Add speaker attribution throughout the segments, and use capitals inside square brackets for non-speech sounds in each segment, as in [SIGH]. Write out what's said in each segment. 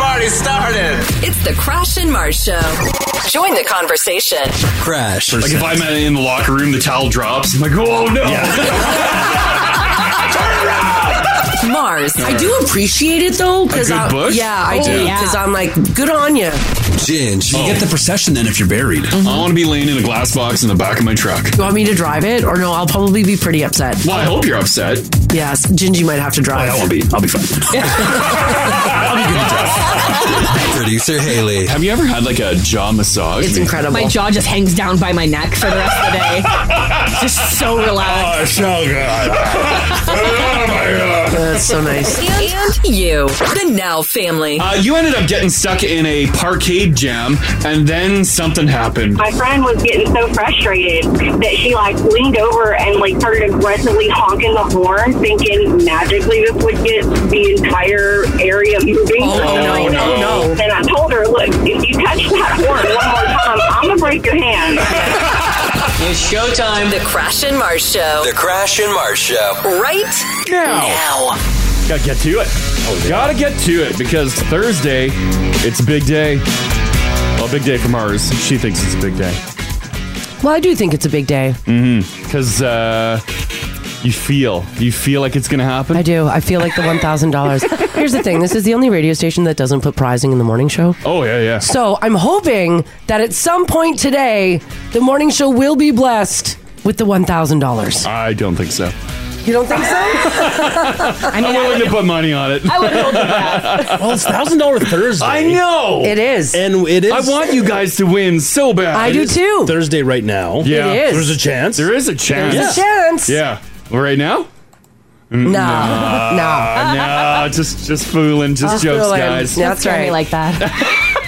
Speaker 1: already started.
Speaker 2: It's the Crash and Mars Show. Join the conversation.
Speaker 3: Crash.
Speaker 4: Like if I'm in the locker room, the towel drops. I'm like, oh no!
Speaker 2: [LAUGHS] Mars. I do appreciate it though, because
Speaker 4: good book?
Speaker 2: yeah, I
Speaker 5: Oh,
Speaker 2: do,
Speaker 5: yeah.
Speaker 2: because I'm like, good on you.
Speaker 3: Ginge.
Speaker 4: Oh.
Speaker 3: You get the procession then if you're buried.
Speaker 2: Mm-hmm.
Speaker 4: I want to be laying in a glass box in the back of my truck.
Speaker 2: You want me to drive it, or no? I'll probably be pretty upset.
Speaker 4: Well, I hope you're upset.
Speaker 2: Yes, Gingy might have to drive.
Speaker 4: I won't be. I'll be fine.
Speaker 3: Producer Haley.
Speaker 4: Have you ever had like a jaw massage?
Speaker 2: it's incredible.
Speaker 5: My jaw just hangs down by my neck for the rest of the
Speaker 4: [LAUGHS]
Speaker 5: day. It's just so relaxed.
Speaker 4: Oh, so good.
Speaker 2: [LAUGHS] That's so nice.
Speaker 6: And
Speaker 2: You, the Now family.
Speaker 4: Uh, you ended up getting stuck in a parkade jam, and then something happened.
Speaker 7: My friend was getting so frustrated that she like leaned over and like started aggressively honking the horn, thinking magically this would get the entire area moving.
Speaker 2: Oh,
Speaker 4: no, no, no.
Speaker 7: And I told her, look, if you touch that horn one more time, I'm gonna break your hand.
Speaker 2: It's showtime.
Speaker 6: the Crash and Mars Show.
Speaker 3: The Crash and Mars Show.
Speaker 6: Right now.
Speaker 4: Gotta get to it. Gotta get to it because Thursday, it's a big day. Well, big day for Mars. She thinks it's a big day
Speaker 2: Well, I do think it's a big day.
Speaker 4: because uh, you feel you feel like it's gonna happen.
Speaker 2: I do. I feel like the one thousand dollars. Here's the thing. This is the only radio station that doesn't put prizing in the morning show.
Speaker 4: oh yeah, yeah.
Speaker 2: So I'm hoping that at some point today, the morning show will be blessed with the one thousand dollars.
Speaker 4: I don't think so.
Speaker 2: You don't think so? [LAUGHS]
Speaker 5: I mean,
Speaker 4: I'm
Speaker 5: I
Speaker 2: Oh,
Speaker 4: willing
Speaker 5: would,
Speaker 4: to put money on it.
Speaker 5: I would hold it
Speaker 4: [LAUGHS]
Speaker 5: back.
Speaker 8: Well, it's thousand dollar Thursday.
Speaker 4: I know.
Speaker 2: It is.
Speaker 8: and it is.
Speaker 4: I want you guys to win so bad.
Speaker 2: I do too.
Speaker 8: Thursday right now.
Speaker 4: Yeah.
Speaker 2: It is.
Speaker 8: there's a chance.
Speaker 4: There is a chance.
Speaker 2: There's a chance.
Speaker 4: Yeah. Right now?
Speaker 2: No. No.
Speaker 4: Uh, no, [LAUGHS] just just fooling, just
Speaker 2: Just
Speaker 4: jokes,
Speaker 2: fooling.
Speaker 4: guys.
Speaker 2: Yeah. That's
Speaker 5: Scare me
Speaker 2: right.
Speaker 5: like
Speaker 4: [LAUGHS]
Speaker 5: that. [LAUGHS]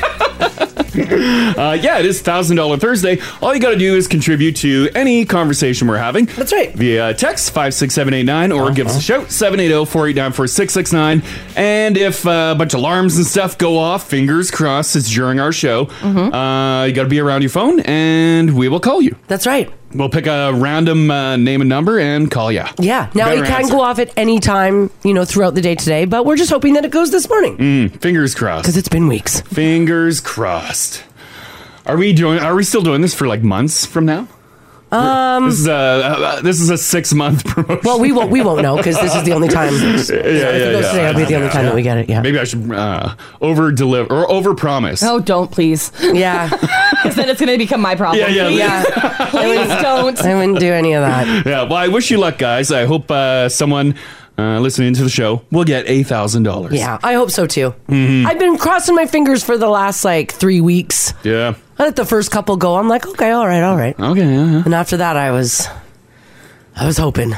Speaker 4: Uh, yeah, it is thousand dollar Thursday. All you got to do is contribute to any conversation we're having.
Speaker 2: That's right.
Speaker 4: Via text five six seven eight nine or give us a shout 780-489-4669. And if uh, a bunch of alarms and stuff go off, fingers crossed, it's during our show.
Speaker 2: Mm-hmm.
Speaker 4: Uh, you got to be around your phone, and we will call you.
Speaker 2: That's right.
Speaker 4: We'll pick a random uh, name and number and call you.
Speaker 2: Yeah. Now
Speaker 4: Better
Speaker 2: it can
Speaker 4: answer.
Speaker 2: go off at any time, you know, throughout the day today, but we're just hoping that it goes this morning because
Speaker 4: Mm, Fingers crossed.
Speaker 2: it's been weeks.
Speaker 4: Fingers crossed. Are we doing? Are we still doing this for like months from now? Um, this is a uh, this is a six month [LAUGHS] promotion.
Speaker 2: Well, we won't. We won't know because this is the only time.
Speaker 4: [LAUGHS] yeah, yeah,
Speaker 2: If it
Speaker 4: yeah.
Speaker 2: goes today, it'll be the only time that we get it. Yeah.
Speaker 4: Maybe I should uh, over deliver or over promise.
Speaker 5: Oh, don't please. [LAUGHS]
Speaker 2: Yeah.
Speaker 5: Because then it's going to become my problem.
Speaker 4: Yeah, yeah.
Speaker 5: Please, [LAUGHS] please don't.
Speaker 2: I wouldn't do any of that.
Speaker 4: [LAUGHS] Yeah. Well, I wish you luck, guys. I hope uh, someone uh, listening to the show will get a thousand dollars. Mm-hmm.
Speaker 2: Yeah. I hope so too. [LAUGHS] I've been crossing my fingers for the last like three weeks.
Speaker 4: Yeah.
Speaker 2: I let the first couple go. I'm like, okay, all right, all right.
Speaker 4: Okay. Yeah.
Speaker 2: And after that, I was, I was
Speaker 4: [LAUGHS]
Speaker 2: hoping.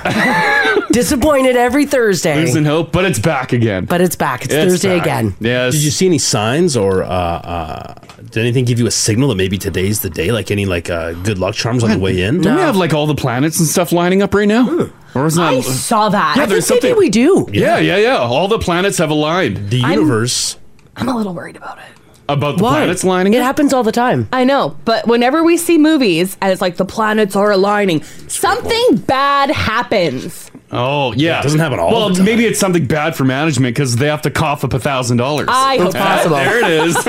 Speaker 2: Disappointed every Thursday,
Speaker 4: Losing hope, but it's back again.
Speaker 2: but it's back. It's,
Speaker 4: It's
Speaker 2: Thursday
Speaker 4: back.
Speaker 2: again.
Speaker 4: Yes.
Speaker 8: Did you see any signs or uh, uh, did anything give you a signal that maybe today's the day? Like any like uh, good luck charms on the way in?
Speaker 4: Don't we have like all the planets and stuff lining up right now?
Speaker 2: Hmm.
Speaker 4: Or is
Speaker 5: I
Speaker 4: that?
Speaker 5: saw that.
Speaker 4: Yeah, there's something.
Speaker 2: Maybe we do.
Speaker 4: yeah, yeah, yeah. All the planets have aligned.
Speaker 8: The universe.
Speaker 5: I'm a little worried about it.
Speaker 4: About the
Speaker 2: Why?
Speaker 4: planets lining
Speaker 2: It
Speaker 4: up?
Speaker 2: happens all the time.
Speaker 5: I know, but whenever we see movies and it's like the planets are aligning, something bad happens.
Speaker 4: Oh, yeah.
Speaker 8: it doesn't happen all
Speaker 4: Well,
Speaker 8: the time.
Speaker 4: maybe it's something bad for management because they have to cough up a thousand dollars.
Speaker 5: I hope
Speaker 2: possible.
Speaker 4: [LAUGHS] There
Speaker 2: [LAUGHS]
Speaker 4: it is.
Speaker 5: [LAUGHS]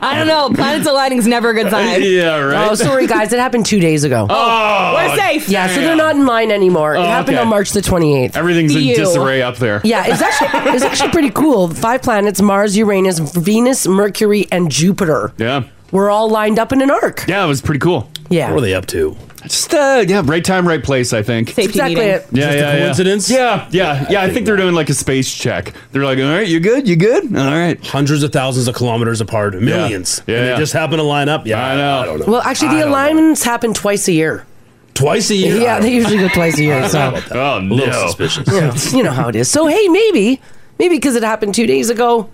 Speaker 5: I don't know. Planets aligning is never a good sign.
Speaker 4: yeah, right.
Speaker 2: Oh, sorry, [LAUGHS] guys. It happened two days ago.
Speaker 4: Oh,
Speaker 5: We're safe.
Speaker 2: yeah, so they're not in mine anymore. it happened
Speaker 4: okay.
Speaker 2: on March the 28th.
Speaker 4: Everything's in
Speaker 5: You.
Speaker 4: disarray up there.
Speaker 2: yeah, it's actually it's actually pretty cool. Five planets: Mars, Uranus, Venus, Mercury, and Jupiter.
Speaker 4: Yeah.
Speaker 2: We're all lined up in an arc.
Speaker 4: Yeah, it was pretty cool.
Speaker 2: Yeah,
Speaker 8: What were they up to?
Speaker 4: Just, uh, yeah, right time, right place, I think.
Speaker 5: Safety
Speaker 2: exactly.
Speaker 5: meeting.
Speaker 2: It.
Speaker 4: Yeah,
Speaker 8: Just
Speaker 4: yeah,
Speaker 8: a
Speaker 4: yeah.
Speaker 8: coincidence?
Speaker 4: Yeah, yeah, yeah. I think they're doing like a space check. They're like, all right, you good? You good? All right.
Speaker 8: Hundreds of thousands of kilometers apart, millions.
Speaker 4: Yeah,
Speaker 8: and they
Speaker 4: yeah.
Speaker 8: just happen to line up. Yeah,
Speaker 4: I know.
Speaker 8: don't know.
Speaker 2: Well, actually,
Speaker 8: I
Speaker 2: the
Speaker 8: don't know.
Speaker 2: alignments happen twice a year.
Speaker 8: Twice a year. I
Speaker 2: Yeah,
Speaker 8: don't
Speaker 2: they
Speaker 8: know.
Speaker 2: usually go twice a year. So
Speaker 4: Oh,
Speaker 8: a little
Speaker 4: no.
Speaker 8: suspicious.
Speaker 2: you know, you know how it is. So hey, maybe, maybe because it happened two days ago,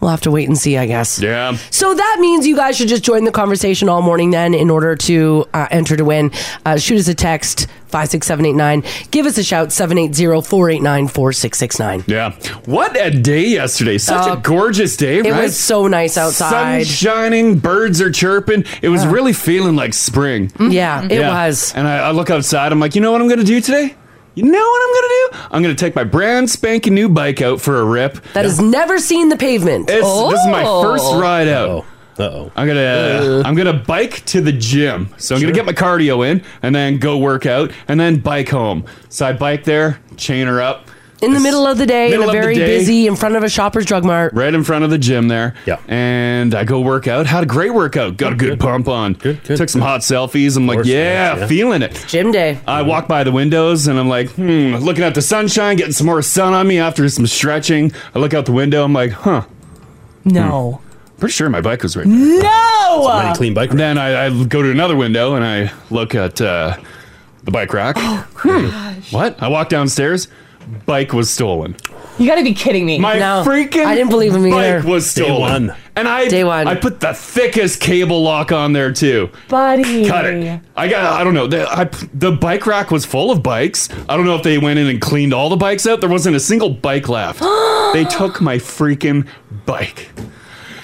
Speaker 2: we'll have to wait and see. I guess.
Speaker 4: Yeah.
Speaker 2: So that means you guys should just join the conversation all morning then in order to uh, enter to win. Uh, shoot us a text 56789. Give us a shout 780-489-4669.
Speaker 4: Yeah. What a day yesterday. Such
Speaker 2: Oh,
Speaker 4: a gorgeous day,
Speaker 2: It
Speaker 4: right?
Speaker 2: was so nice outside.
Speaker 4: Sun shining, birds are chirping. It was really feeling like spring.
Speaker 2: Mm-hmm. Yeah, it
Speaker 4: Yeah.
Speaker 2: was.
Speaker 4: And I, I look outside, I'm like, you know what I'm going to do today? You know what I'm gonna do? I'm gonna take my brand spanking new bike out for a rip.
Speaker 2: That Oh. has never seen the pavement.
Speaker 4: It's, This is my
Speaker 5: Oh.
Speaker 4: first ride out.
Speaker 8: Uh oh.
Speaker 4: I'm gonna
Speaker 2: Uh.
Speaker 4: I'm gonna bike to the gym. So I'm gonna get my cardio in and then go work out and then bike home. So I bike there, chain her up.
Speaker 2: In the middle of the day, in
Speaker 4: Middle
Speaker 2: a
Speaker 4: of the
Speaker 2: very
Speaker 4: day.
Speaker 2: busy, in front of a shopper's drug mart.
Speaker 4: Right in front of the gym there.
Speaker 8: Yeah.
Speaker 4: And I go work out. Had a great workout. Got a good, pump on. Good,
Speaker 8: good,
Speaker 4: Took some
Speaker 8: good.
Speaker 4: hot selfies. I'm like,
Speaker 8: course,
Speaker 4: yeah,
Speaker 8: yeah.
Speaker 4: feeling it.
Speaker 2: Gym day.
Speaker 4: I walk by the windows and I'm like, hmm, looking at the sunshine, getting some more sun on me after some stretching. I look out the window, I'm like, huh, Hmm.
Speaker 5: No.
Speaker 4: pretty sure my bike
Speaker 2: [LAUGHS]
Speaker 4: was right there.
Speaker 5: No!
Speaker 8: Mighty clean bike. ride.
Speaker 4: Then I, I go to another window and I look at uh, the bike rack. Hmm, What? I walk downstairs, bike was stolen.
Speaker 5: You gotta be kidding me.
Speaker 4: My
Speaker 2: No,
Speaker 4: freaking
Speaker 2: I didn't believe him
Speaker 4: bike
Speaker 2: either.
Speaker 4: was
Speaker 8: Day
Speaker 4: stolen.
Speaker 8: one.
Speaker 4: And I
Speaker 2: Day one.
Speaker 4: I put the thickest cable lock on there too.
Speaker 5: buddy.
Speaker 4: Cut it. I got. I don't know. The, I, the bike rack was full of bikes. I don't know if they went in and cleaned all the bikes out. There wasn't a single bike left. they took my freaking bike.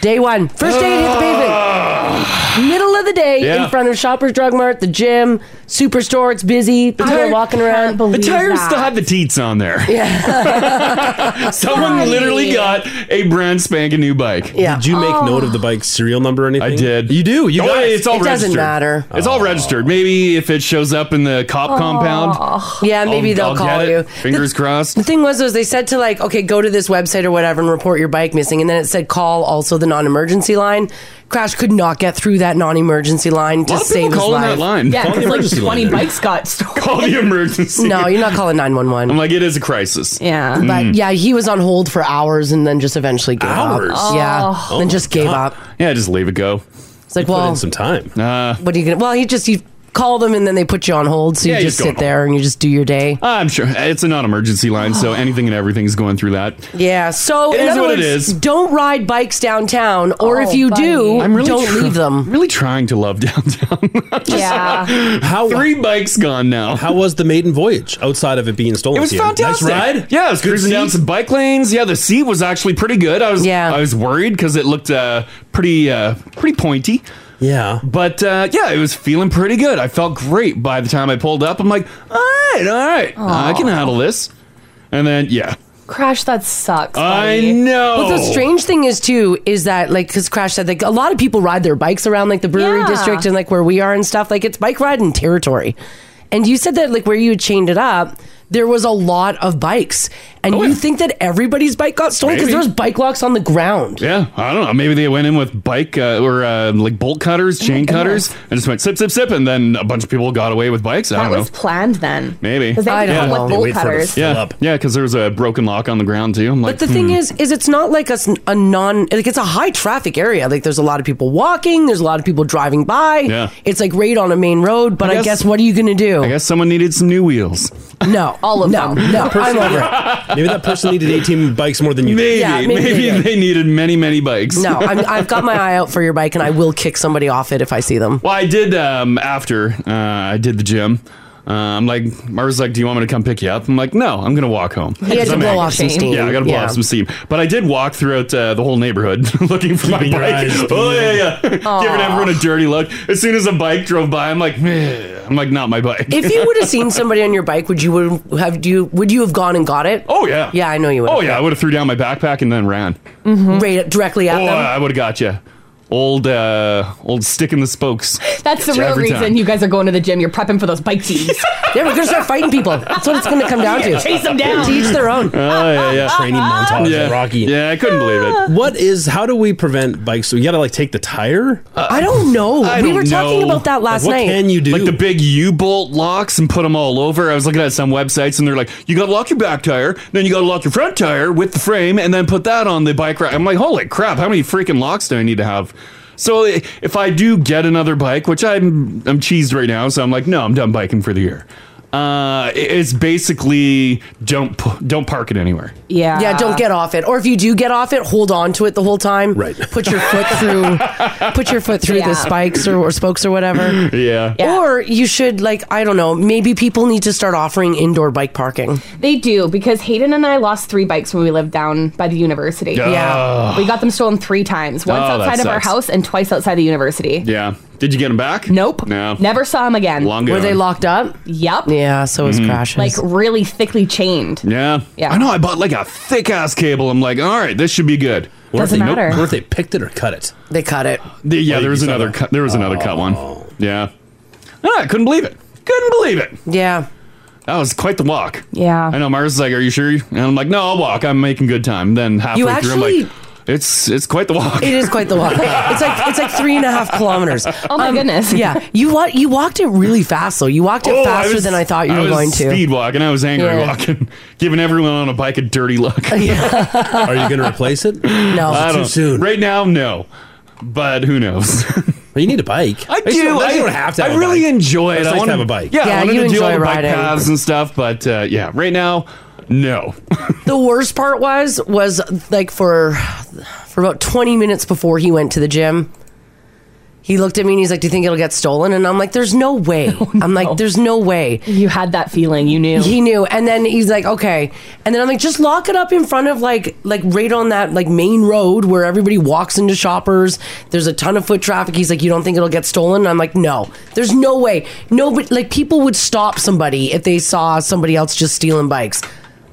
Speaker 2: Day one. First day it hit the pavement. Middle of the day,
Speaker 4: Ah. Yeah.
Speaker 2: in front of shoppers drug mart, the gym, superstore. It's busy. People
Speaker 4: tire-
Speaker 2: are walking
Speaker 5: Can't
Speaker 2: around.
Speaker 5: believe
Speaker 4: The tires
Speaker 5: that.
Speaker 4: still had the teats on there. Yeah. [LAUGHS] Someone literally got a brand spanking new bike.
Speaker 2: Yeah. Oh.
Speaker 8: Did you make note of the bike's serial number or anything?
Speaker 4: I did.
Speaker 8: You do. You
Speaker 4: Oh,
Speaker 8: got
Speaker 4: It's all
Speaker 2: It doesn't
Speaker 4: registered.
Speaker 2: matter.
Speaker 4: It's all registered. Maybe if it shows up in the cop compound,
Speaker 2: Yeah, maybe
Speaker 4: I'll-
Speaker 2: they'll
Speaker 4: I'll
Speaker 2: call
Speaker 4: get
Speaker 2: you. [LAUGHS]
Speaker 4: it. Fingers crossed. [LAUGHS]
Speaker 2: The thing was, was they said to like, okay, go to this website or whatever and report your bike missing, and then it said call also the non-emergency line. Crash could not get through that non-emergency line
Speaker 4: a
Speaker 2: to
Speaker 4: lot of people
Speaker 2: save his
Speaker 4: calling that
Speaker 2: life.
Speaker 4: line.
Speaker 5: Yeah,
Speaker 8: Call the
Speaker 5: because like
Speaker 8: emergency
Speaker 5: 20
Speaker 8: line.
Speaker 5: bikes got [LAUGHS] stolen.
Speaker 4: Call the emergency.
Speaker 2: No, you're not calling nine one
Speaker 4: I'm
Speaker 2: one.
Speaker 4: like, it is a crisis. Mm.
Speaker 5: Yeah.
Speaker 2: But yeah, he was on hold for hours and then just eventually gave
Speaker 8: Hours?
Speaker 2: up. Yeah,
Speaker 5: Oh.
Speaker 2: then just gave
Speaker 8: God.
Speaker 2: up.
Speaker 4: Oh. Yeah, just leave it go. Uh,
Speaker 2: It's like,
Speaker 8: Put
Speaker 2: well,
Speaker 8: in some time.
Speaker 2: what are you gonna? Well, you just you call them and then they put you on hold, so you
Speaker 4: Yeah, you
Speaker 2: just
Speaker 4: just go
Speaker 2: sit
Speaker 4: on
Speaker 2: there and you just do your day.
Speaker 4: I'm sure it's a non-emergency
Speaker 2: [GASPS]
Speaker 4: line, so anything and everything's going through that.
Speaker 2: Yeah. So
Speaker 4: It
Speaker 2: in
Speaker 4: is
Speaker 2: other
Speaker 4: what it
Speaker 2: words,
Speaker 4: is.
Speaker 2: Don't ride bikes downtown, or
Speaker 5: Oh,
Speaker 2: if you do,
Speaker 5: buddy.
Speaker 4: I'm really
Speaker 2: don't
Speaker 4: tr-
Speaker 2: leave them.
Speaker 4: I'm really trying to love [LAUGHS] downtown.
Speaker 5: Yeah.
Speaker 8: how
Speaker 4: Three bikes gone now.
Speaker 8: how was the maiden voyage outside of it being stolen?
Speaker 4: it was
Speaker 8: to you?
Speaker 4: fantastic.
Speaker 8: Nice ride.
Speaker 4: Yeah, I was cruising down
Speaker 8: seat?
Speaker 4: some bike lanes. Yeah, the seat was actually pretty good. I was
Speaker 2: Yeah.
Speaker 4: I was worried because it looked uh, pretty uh, pretty pointy.
Speaker 8: Yeah.
Speaker 4: But uh, yeah, it was feeling pretty good. I felt great by the time I pulled up. I'm like, all right, all right, I can handle this. And then yeah,
Speaker 5: Crash, that sucks.
Speaker 4: I
Speaker 5: buddy.
Speaker 4: know.
Speaker 2: But the strange thing is too is that like because Crash said like a lot of people ride their bikes around like the brewery
Speaker 5: Yeah.
Speaker 2: district and like where we are and stuff like it's bike riding territory, and you said that like where you had chained it up. There was a lot of bikes, and you think that everybody's bike got stolen because
Speaker 4: Oh, Maybe.
Speaker 2: there was bike locks on the ground.
Speaker 4: Yeah, I don't know. Maybe they went in with bike uh, or uh, like
Speaker 2: Oh
Speaker 4: bolt cutters, chain cutters, and just went sip, sip, sip, and then a bunch of people got away with bikes. I
Speaker 5: That
Speaker 4: don't
Speaker 5: was
Speaker 4: know.
Speaker 5: planned then.
Speaker 4: Maybe.
Speaker 5: Because they
Speaker 2: I
Speaker 5: had to come
Speaker 2: don't know.
Speaker 5: with
Speaker 2: They
Speaker 5: bolt
Speaker 8: wait for
Speaker 5: cutters.
Speaker 8: the-
Speaker 4: Yeah,
Speaker 8: Up.
Speaker 4: yeah, because there was a broken lock on the ground too. I'm like, hmm.
Speaker 2: But the thing is, is it's not like us a non like it's a high traffic area. Like there's a lot of people walking, there's a lot of people driving by.
Speaker 4: Yeah.
Speaker 2: It's like right on a main road, but I guess,
Speaker 4: guess-
Speaker 2: what are you gonna do?
Speaker 4: I guess someone needed some new wheels. [LAUGHS]
Speaker 2: no.
Speaker 5: All of
Speaker 2: no,
Speaker 5: them.
Speaker 2: No, I'm over it.
Speaker 8: Maybe that person needed 18 bikes more than you
Speaker 4: Maybe,
Speaker 8: did.
Speaker 2: Yeah, maybe
Speaker 4: maybe,
Speaker 2: they did.
Speaker 4: they, needed many, many bikes.
Speaker 2: No, I'm, I've got my eye out for your bike and I will kick somebody off it if I see them.
Speaker 4: [LAUGHS] Well, I did um, after uh, I did the gym. Uh, I'm like, Mara's like, do you want me to come pick you up? I'm like, no, I'm gonna walk home.
Speaker 2: He had to
Speaker 5: I'm
Speaker 2: blow
Speaker 5: angry.
Speaker 2: off some
Speaker 5: Yeah, I
Speaker 2: steam.
Speaker 4: Yeah, I gotta blow off some steam. But I did walk throughout uh, the whole neighborhood [LAUGHS] looking for my
Speaker 8: Keeping your
Speaker 4: bike.
Speaker 8: eyes
Speaker 4: [LAUGHS] Oh yeah, yeah. [LAUGHS] Giving everyone a dirty look. As soon as a bike drove by, I'm like, "Meh." I'm like, not my bike.
Speaker 2: If you would
Speaker 4: [LAUGHS]
Speaker 2: have seen somebody on your bike, would you would have do you would you have gone and got it?
Speaker 4: oh yeah.
Speaker 2: Yeah, I know you would.
Speaker 4: Oh yeah, I would have threw down my backpack and then ran.
Speaker 2: Right directly at
Speaker 4: Oh,
Speaker 2: them.
Speaker 4: I would have got you. Old, uh, old stick in the spokes.
Speaker 5: That's the
Speaker 4: Every
Speaker 5: real
Speaker 4: time.
Speaker 5: reason you guys are going to the gym. You're prepping for those bike teams.
Speaker 2: Yeah, we're gonna start fighting people. That's what it's gonna come down to.
Speaker 5: [LAUGHS] Chase them down.
Speaker 2: To each their own.
Speaker 4: Oh
Speaker 2: [LAUGHS]
Speaker 4: yeah, yeah,
Speaker 8: Training montage,
Speaker 4: yeah.
Speaker 8: Rocky.
Speaker 4: Yeah, I couldn't believe it.
Speaker 8: What is? How do we prevent bikes? So you gotta like take the tire.
Speaker 2: I don't know.
Speaker 4: I
Speaker 2: we
Speaker 4: don't
Speaker 2: were talking
Speaker 4: know.
Speaker 2: about that last
Speaker 8: what
Speaker 2: night.
Speaker 8: can you do?
Speaker 4: Like the big U bolt locks and put them all over. I was looking at some websites and they're like, you gotta lock your back tire, then you gotta lock your front tire with the frame, and then put that on the bike rack. I'm like, holy crap, how many freaking locks do I need to have? So i- if I do get another bike, which I'm I'm cheesed right now, so I'm like, no, I'm done biking for the year. Uh, i- it's basically don't pu- don't park it anywhere.
Speaker 5: yeah.
Speaker 2: yeah, don't get off it. Or if you do get off it, hold on to it the whole time.
Speaker 8: Right.
Speaker 2: Put your foot through
Speaker 4: [LAUGHS]
Speaker 2: put your foot through
Speaker 5: Yeah.
Speaker 2: the spikes or, or spokes or whatever.
Speaker 4: Yeah.
Speaker 5: Yeah.
Speaker 2: Or you should like, I don't know, maybe people need to start offering indoor bike parking.
Speaker 5: They do because Hayden and I lost three bikes when we lived down by the university.
Speaker 4: Yeah.
Speaker 2: Yeah.
Speaker 5: We got them stolen three times once
Speaker 4: Oh, that
Speaker 5: outside of our
Speaker 4: sucks.
Speaker 5: house and twice outside the university.
Speaker 4: Yeah. Did you get him back?
Speaker 5: Nope.
Speaker 4: No.
Speaker 5: Never saw him again.
Speaker 4: Long Were gone. they
Speaker 2: locked up?
Speaker 5: Yep.
Speaker 2: Yeah, so was
Speaker 4: Mhm.
Speaker 2: crashes.
Speaker 5: Like really thickly chained.
Speaker 4: Yeah.
Speaker 5: Yeah.
Speaker 4: I know. I bought like a thick ass cable. I'm like, all right, this should be good.
Speaker 5: What if Doesn't they- matter. what if
Speaker 4: they picked it or cut it?
Speaker 2: They cut it.
Speaker 4: yeah,
Speaker 2: Oh,
Speaker 4: there was
Speaker 2: you saw
Speaker 4: another.
Speaker 2: that.
Speaker 4: Cut, there was another cut one. Yeah. Ah, I couldn't believe it. Couldn't believe it.
Speaker 2: Yeah.
Speaker 4: That was quite the walk.
Speaker 5: Yeah.
Speaker 4: I know. Mars is like, "Are you sure?" And I'm like, "No, I'll walk. I'm making good time." Then halfway through, I'm
Speaker 2: actually-
Speaker 4: like, "It's it's quite the walk."
Speaker 2: It is quite the walk. It's like it's like three and a half
Speaker 4: [LAUGHS]
Speaker 2: kilometers. Um,
Speaker 5: Oh my goodness.
Speaker 2: Yeah, you wa- you walked it really fast though. You walked it
Speaker 4: Oh, I
Speaker 2: faster
Speaker 4: was-
Speaker 2: than I thought you were
Speaker 4: was
Speaker 2: going to.
Speaker 4: Speed walking. I was angry
Speaker 2: Yeah.
Speaker 4: walking, [LAUGHS] giving everyone on a bike a
Speaker 2: [LAUGHS]
Speaker 4: dirty look.
Speaker 8: Are you going to replace it? No.
Speaker 4: I
Speaker 8: It's too
Speaker 4: don't-
Speaker 8: soon.
Speaker 4: Right now, no. But who
Speaker 8: [LAUGHS]
Speaker 4: knows?
Speaker 8: you need a bike.
Speaker 4: I
Speaker 8: You
Speaker 4: do.
Speaker 8: don't-
Speaker 4: I,
Speaker 8: you don't have to. Have
Speaker 4: I
Speaker 8: a
Speaker 4: really
Speaker 8: bike.
Speaker 4: enjoy it.
Speaker 8: It's
Speaker 4: I
Speaker 8: nice
Speaker 4: wanna-
Speaker 8: to have a bike.
Speaker 4: Yeah,
Speaker 2: Yeah,
Speaker 4: I wanted
Speaker 2: you
Speaker 4: to do all
Speaker 2: enjoy
Speaker 4: the bike
Speaker 2: riding.
Speaker 4: paths and stuff. But uh, yeah, right now,
Speaker 2: [LAUGHS]
Speaker 4: no.
Speaker 2: The worst part was was like for for about 20 minutes before he went to the gym. He looked at me and he's like, "Do you think it'll get stolen?" And I'm like, "There's
Speaker 5: [LAUGHS]
Speaker 2: no way." I'm like, "There's no way."
Speaker 5: Oh, You had that feeling. You knew.
Speaker 2: He knew. And then he's like, "Okay." And then I'm like, "Just lock it up in front of like like right on that like main road where everybody walks into shoppers. There's a ton of foot traffic." He's like, "You don't think it'll get stolen?" And I'm like, "No. There's no way. No, but like people would stop somebody if they saw somebody else just stealing bikes."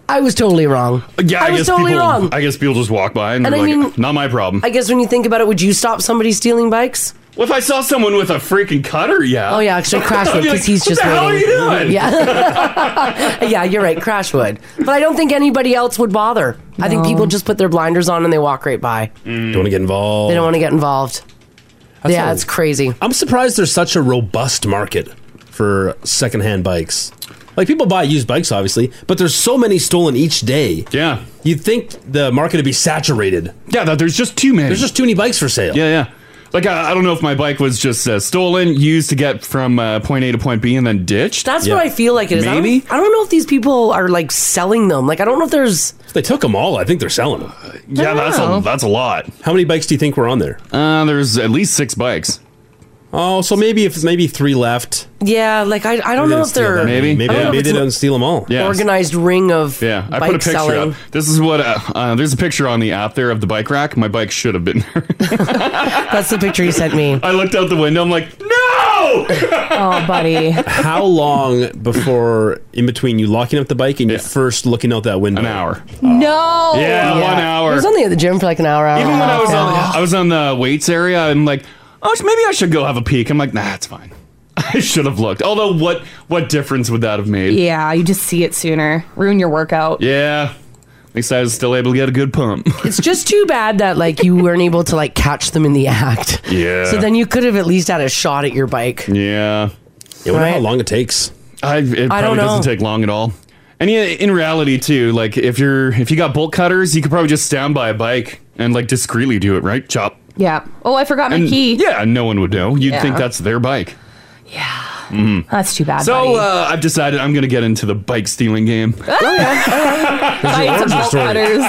Speaker 2: I was totally wrong.
Speaker 4: Yeah,
Speaker 2: I,
Speaker 4: I,
Speaker 2: was
Speaker 4: guess
Speaker 2: totally
Speaker 4: people,
Speaker 2: wrong.
Speaker 4: I guess people just walk by and,
Speaker 2: And
Speaker 4: they're
Speaker 2: I mean-
Speaker 4: like, "Not my problem."
Speaker 2: I guess when you think about it, would you stop somebody stealing bikes?
Speaker 4: well, if I saw someone with a freaking cutter, yeah.
Speaker 2: Oh yeah, [LAUGHS]
Speaker 4: [LAUGHS]
Speaker 2: actually Crash
Speaker 4: I'd
Speaker 2: would
Speaker 4: be
Speaker 2: because
Speaker 4: like,
Speaker 2: he's
Speaker 4: what
Speaker 2: just
Speaker 4: the hell
Speaker 2: waiting.
Speaker 4: are
Speaker 2: [LAUGHS]
Speaker 4: you doing? [LAUGHS]
Speaker 2: Yeah, [LAUGHS] yeah, you're right. Crash would, but I don't think anybody else would bother. I think
Speaker 8: No.
Speaker 2: people just put their blinders on and they walk right by.
Speaker 8: Don't want to get involved.
Speaker 2: They don't want to get involved. yeah,
Speaker 8: a-
Speaker 2: it's crazy.
Speaker 8: I'm surprised there's such a robust market for secondhand bikes. Like people buy used bikes, obviously, but there's so many stolen each day.
Speaker 4: Yeah,
Speaker 8: you'd think the market would be saturated.
Speaker 4: Yeah, that there's just too many.
Speaker 8: There's just too many bikes for sale.
Speaker 4: Yeah, yeah. Like I, I don't know if my bike was just uh, stolen, used to get from uh, point A to point B, and then ditched.
Speaker 2: That's what I feel like it is. I don't-
Speaker 4: Maybe
Speaker 2: I don't, know if these people are like selling them. Like I don't know if there's.
Speaker 8: They took them all. I think they're selling them.
Speaker 4: Uh, Yeah, that's a that's a lot.
Speaker 8: How many bikes do you think were on there?
Speaker 4: Uh, there's at least six bikes.
Speaker 8: Oh, so maybe if maybe three left.
Speaker 2: Yeah, like I, I don't know if they're
Speaker 8: maybe
Speaker 2: I
Speaker 8: maybe,
Speaker 2: don't know if
Speaker 8: maybe
Speaker 2: it's
Speaker 8: they
Speaker 2: an
Speaker 8: don't steal them all.
Speaker 2: organized ring of
Speaker 4: Yeah, I
Speaker 2: bike
Speaker 4: put a picture
Speaker 2: selling.
Speaker 4: up. This is what uh, uh, there's a picture on the app there of the bike rack. My bike should have been [LAUGHS] there.
Speaker 2: That's the picture you sent me.
Speaker 4: I looked out the window. I'm
Speaker 2: [LAUGHS]
Speaker 4: like, no.
Speaker 5: oh, buddy.
Speaker 8: How long before in between you locking up the bike and you first looking out that window? An hour.
Speaker 5: No.
Speaker 4: Yeah, one hour.
Speaker 2: He was only at the gym for like an hour. hour
Speaker 4: Even
Speaker 2: and
Speaker 4: when
Speaker 2: a
Speaker 4: I
Speaker 2: half.
Speaker 4: was on, I was on the weights area. I'm like, oh, maybe I should go have a peek. I'm like, nah, it's fine. [LAUGHS] I should have looked. Although, what what difference would that have made?
Speaker 5: Yeah, you just see it sooner. Ruin your workout.
Speaker 4: Yeah. At least I was still able to get a good pump. [LAUGHS]
Speaker 2: It's just too bad that like you weren't able to like catch them in the act.
Speaker 4: Yeah.
Speaker 2: So then you could have at least had a shot at your bike.
Speaker 4: Yeah.
Speaker 8: Yeah, wonder how long it takes.
Speaker 4: I, it probably
Speaker 2: I don't know.
Speaker 4: doesn't take long at all. And yeah, in reality too, like if you're if you got bolt cutters, you could probably just stand by a bike and like discreetly do it, right? Chop.
Speaker 5: Yeah. Oh, I forgot my
Speaker 4: And,
Speaker 5: key.
Speaker 4: Yeah, no one would know. You'd
Speaker 5: Yeah.
Speaker 4: think that's their bike. Yeah. Mm.
Speaker 5: That's too bad.
Speaker 4: So
Speaker 5: buddy.
Speaker 4: uh, I've decided I'm gonna get into the bike stealing game.
Speaker 5: Buy some bolt
Speaker 4: [LAUGHS]
Speaker 5: cutters.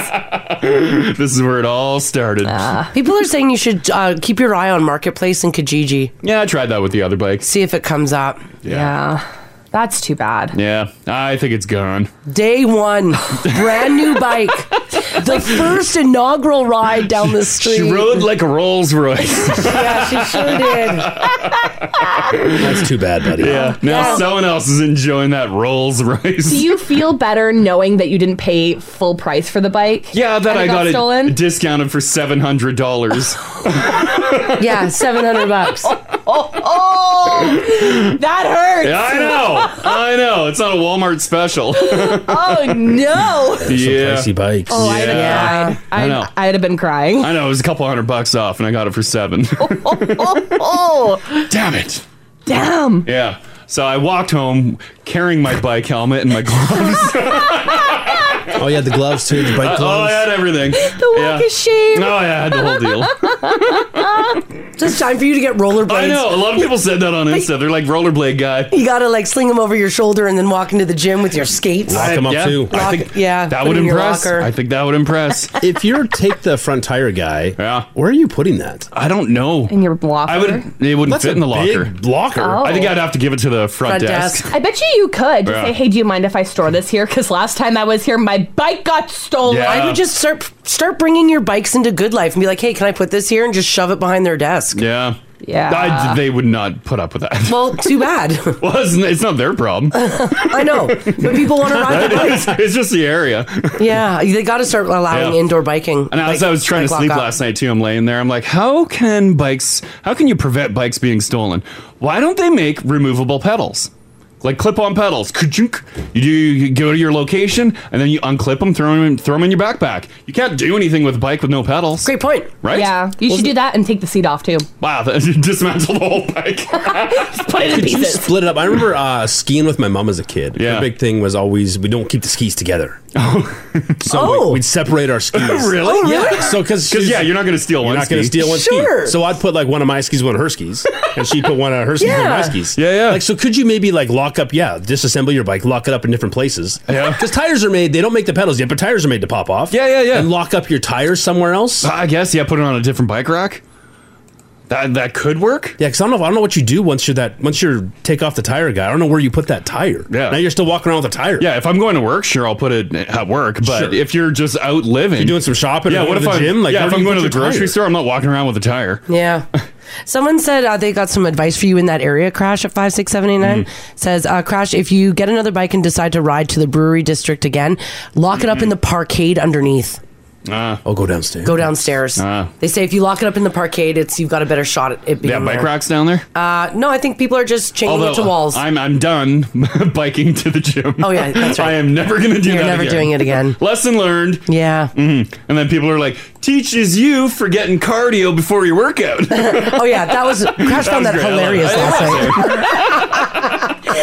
Speaker 4: this is where it all started.
Speaker 2: People are saying you should uh, keep your eye on Marketplace and Kijiji.
Speaker 4: Yeah, I tried that with the other bike.
Speaker 2: See if it comes up.
Speaker 4: Yeah.
Speaker 5: That's too bad.
Speaker 4: Yeah, I think it's gone.
Speaker 2: Day one,
Speaker 4: [LAUGHS]
Speaker 2: brand new bike. The first inaugural ride down the street.
Speaker 4: She rode like a Rolls Royce.
Speaker 2: [LAUGHS] yeah, she sure did.
Speaker 8: That's too bad, buddy.
Speaker 4: Yeah. Now
Speaker 5: Yeah.
Speaker 4: someone else is enjoying that Rolls Royce.
Speaker 5: Do you feel better knowing that you didn't pay full price for the bike?
Speaker 4: [LAUGHS] Yeah, that
Speaker 5: And
Speaker 4: I got, it
Speaker 5: stolen.
Speaker 4: discounted for seven
Speaker 5: [LAUGHS]
Speaker 4: hundred dollars.
Speaker 2: Yeah, seven hundred [LAUGHS] bucks.
Speaker 5: Oh, oh, that hurts.
Speaker 4: yeah, I know, I know. It's not a Walmart special. [LAUGHS]
Speaker 5: Oh no.
Speaker 4: yeah,
Speaker 8: pricey bikes.
Speaker 5: Oh, I'd have cried.
Speaker 4: I know.
Speaker 5: I'd, I'd have been crying.
Speaker 4: I know. It was a couple hundred bucks off, and I got it for seven.
Speaker 5: Oh,
Speaker 4: [LAUGHS] Damn it.
Speaker 5: damn.
Speaker 4: [LAUGHS] Yeah. So I walked home carrying my bike helmet and my [LAUGHS] gloves.
Speaker 8: Oh, you had the gloves too, the
Speaker 4: Uh,
Speaker 8: bike gloves.
Speaker 4: oh, I had everything. The
Speaker 5: walk of shame.
Speaker 4: Oh, yeah, I had the whole deal.
Speaker 5: [LAUGHS]
Speaker 2: [LAUGHS] Just time for you to get rollerblades.
Speaker 4: I know. A lot of people said that on Insta. They're like rollerblade guy.
Speaker 2: You gotta like sling them over your shoulder and then walk into the gym with your skates.
Speaker 8: Lock 'em up
Speaker 4: yeah,
Speaker 8: too.
Speaker 4: I
Speaker 2: Lock-
Speaker 4: think
Speaker 2: yeah,
Speaker 4: that
Speaker 2: put
Speaker 4: would
Speaker 2: it in your
Speaker 4: impress.
Speaker 2: locker.
Speaker 4: I think that would impress.
Speaker 8: [LAUGHS] if you're take the front tire guy, yeah. where are you putting that?
Speaker 4: I don't know.
Speaker 5: In your locker.
Speaker 4: I would. It wouldn't
Speaker 8: That's
Speaker 4: fit
Speaker 8: a
Speaker 4: in the
Speaker 8: big
Speaker 4: locker.
Speaker 8: locker.
Speaker 5: Oh.
Speaker 4: I think I'd have to give it to the front,
Speaker 2: Front
Speaker 4: desk.
Speaker 2: desk.
Speaker 5: I bet you you could just
Speaker 4: Yeah.
Speaker 5: say, "Hey, do you mind if I store this here? Because last time I was here, my bike got stolen."
Speaker 4: Yeah.
Speaker 2: I would just start start bringing your bikes into good life and be like, hey, can I put this here and just shove it behind their desk?
Speaker 4: Yeah.
Speaker 5: Yeah.
Speaker 4: I- they would not put up with that.
Speaker 2: Well, too
Speaker 4: [LAUGHS]
Speaker 2: bad.
Speaker 4: well, it's, it's not
Speaker 2: [LAUGHS]
Speaker 4: their problem.
Speaker 2: [LAUGHS] I know, but people
Speaker 4: [LAUGHS]
Speaker 2: want to ride the bike.
Speaker 4: it's, it's just the area.
Speaker 2: Yeah, they got to start allowing
Speaker 4: Yeah.
Speaker 2: indoor biking.
Speaker 4: And as
Speaker 2: Like,
Speaker 4: I was trying to
Speaker 2: bike
Speaker 4: sleep
Speaker 2: walk up.
Speaker 4: last night too, I'm laying there. I'm like, how can bikes? How can you prevent bikes being stolen? Why don't they make removable pedals? Like clip-on pedals, Ka-chunk. you do. You go to your location, and then you unclip them, throw them, throw them in your backpack. You can't do anything with a bike with no pedals.
Speaker 2: Great point.
Speaker 4: right?
Speaker 5: Yeah. You should do that and take the seat off too.
Speaker 4: Wow, [LAUGHS] that, [LAUGHS] dismantle the whole bike.
Speaker 5: Put it in
Speaker 8: Could you
Speaker 5: pieces.
Speaker 8: split it up? I remember uh, skiing with my mom as a kid.
Speaker 4: Yeah.
Speaker 8: Her big thing was always we don't keep the skis
Speaker 4: [LAUGHS]
Speaker 8: together. so
Speaker 2: Oh.
Speaker 8: we, would separate our skis.
Speaker 4: Really? Oh,
Speaker 8: Yeah.
Speaker 4: [LAUGHS]
Speaker 8: So because
Speaker 4: Because yeah, you're not going to steal
Speaker 8: You're
Speaker 4: one.
Speaker 8: not going to
Speaker 4: ski.
Speaker 8: steal one
Speaker 2: Sure.
Speaker 8: ski. So I'd put like one of my skis, one of her skis, and she'd put one of her skis, one of
Speaker 2: Yeah.
Speaker 8: my skis.
Speaker 4: Yeah, yeah.
Speaker 8: Like, so could you maybe like lock up? Yeah, disassemble your bike, lock it up in different places.
Speaker 4: Yeah.
Speaker 8: Because tires are made, they don't make the pedals yet, but tires are made to pop off.
Speaker 4: Yeah, yeah, yeah.
Speaker 8: And lock up your tires somewhere else. Yeah,
Speaker 4: I guess yeah, put it on a different bike rack. That that could work.
Speaker 8: because I don't know. I don't know what you do once you're that. Once you're take off the tire guy. I don't know where you put that tire.
Speaker 4: Yeah.
Speaker 8: Now you're still walking around with a tire.
Speaker 4: Yeah, if I'm going to work, sure, I'll put it at work. But
Speaker 8: Sure.
Speaker 4: if you're just out living,
Speaker 8: You're doing some shopping.
Speaker 4: yeah, what
Speaker 8: or going
Speaker 4: if
Speaker 8: to the
Speaker 4: I'm,
Speaker 8: gym? Like,
Speaker 4: yeah,
Speaker 8: where
Speaker 4: if
Speaker 8: do
Speaker 4: I'm
Speaker 8: you
Speaker 4: going to
Speaker 8: put
Speaker 4: the
Speaker 8: your
Speaker 4: grocery
Speaker 8: tire?
Speaker 4: store, I'm not walking around with a tire. [LAUGHS]
Speaker 2: Yeah. Someone said uh, they got some advice for you in that area, Crash, at 56789.
Speaker 4: Mm-hmm.
Speaker 2: Says, uh, Crash, if you get another bike and decide to ride to the brewery district again, lock it up in the parkade underneath.
Speaker 8: I'll go downstairs.
Speaker 2: Go downstairs.
Speaker 4: Ah.
Speaker 2: They say if you lock it up in the parkade, it's you've got a better shot at it
Speaker 4: They
Speaker 2: being
Speaker 4: have bike
Speaker 2: there.
Speaker 4: racks down there.
Speaker 2: Uh, no, I think people are just chaining it to walls.
Speaker 4: I'm I'm done [LAUGHS] biking to the gym.
Speaker 2: Oh, yeah,
Speaker 4: [LAUGHS]
Speaker 2: that's right.
Speaker 4: I am never going to do
Speaker 2: You're
Speaker 4: that.
Speaker 2: never
Speaker 4: again.
Speaker 2: doing it again.
Speaker 4: Lesson learned. Mm-hmm.
Speaker 2: yeah.
Speaker 4: And then people are like, teaches you for getting cardio before your workout.
Speaker 2: [LAUGHS] Oh yeah, that
Speaker 4: [LAUGHS]
Speaker 2: was Crash found that
Speaker 4: was great. I love
Speaker 2: hilarious
Speaker 4: it. I
Speaker 2: last night. [LAUGHS]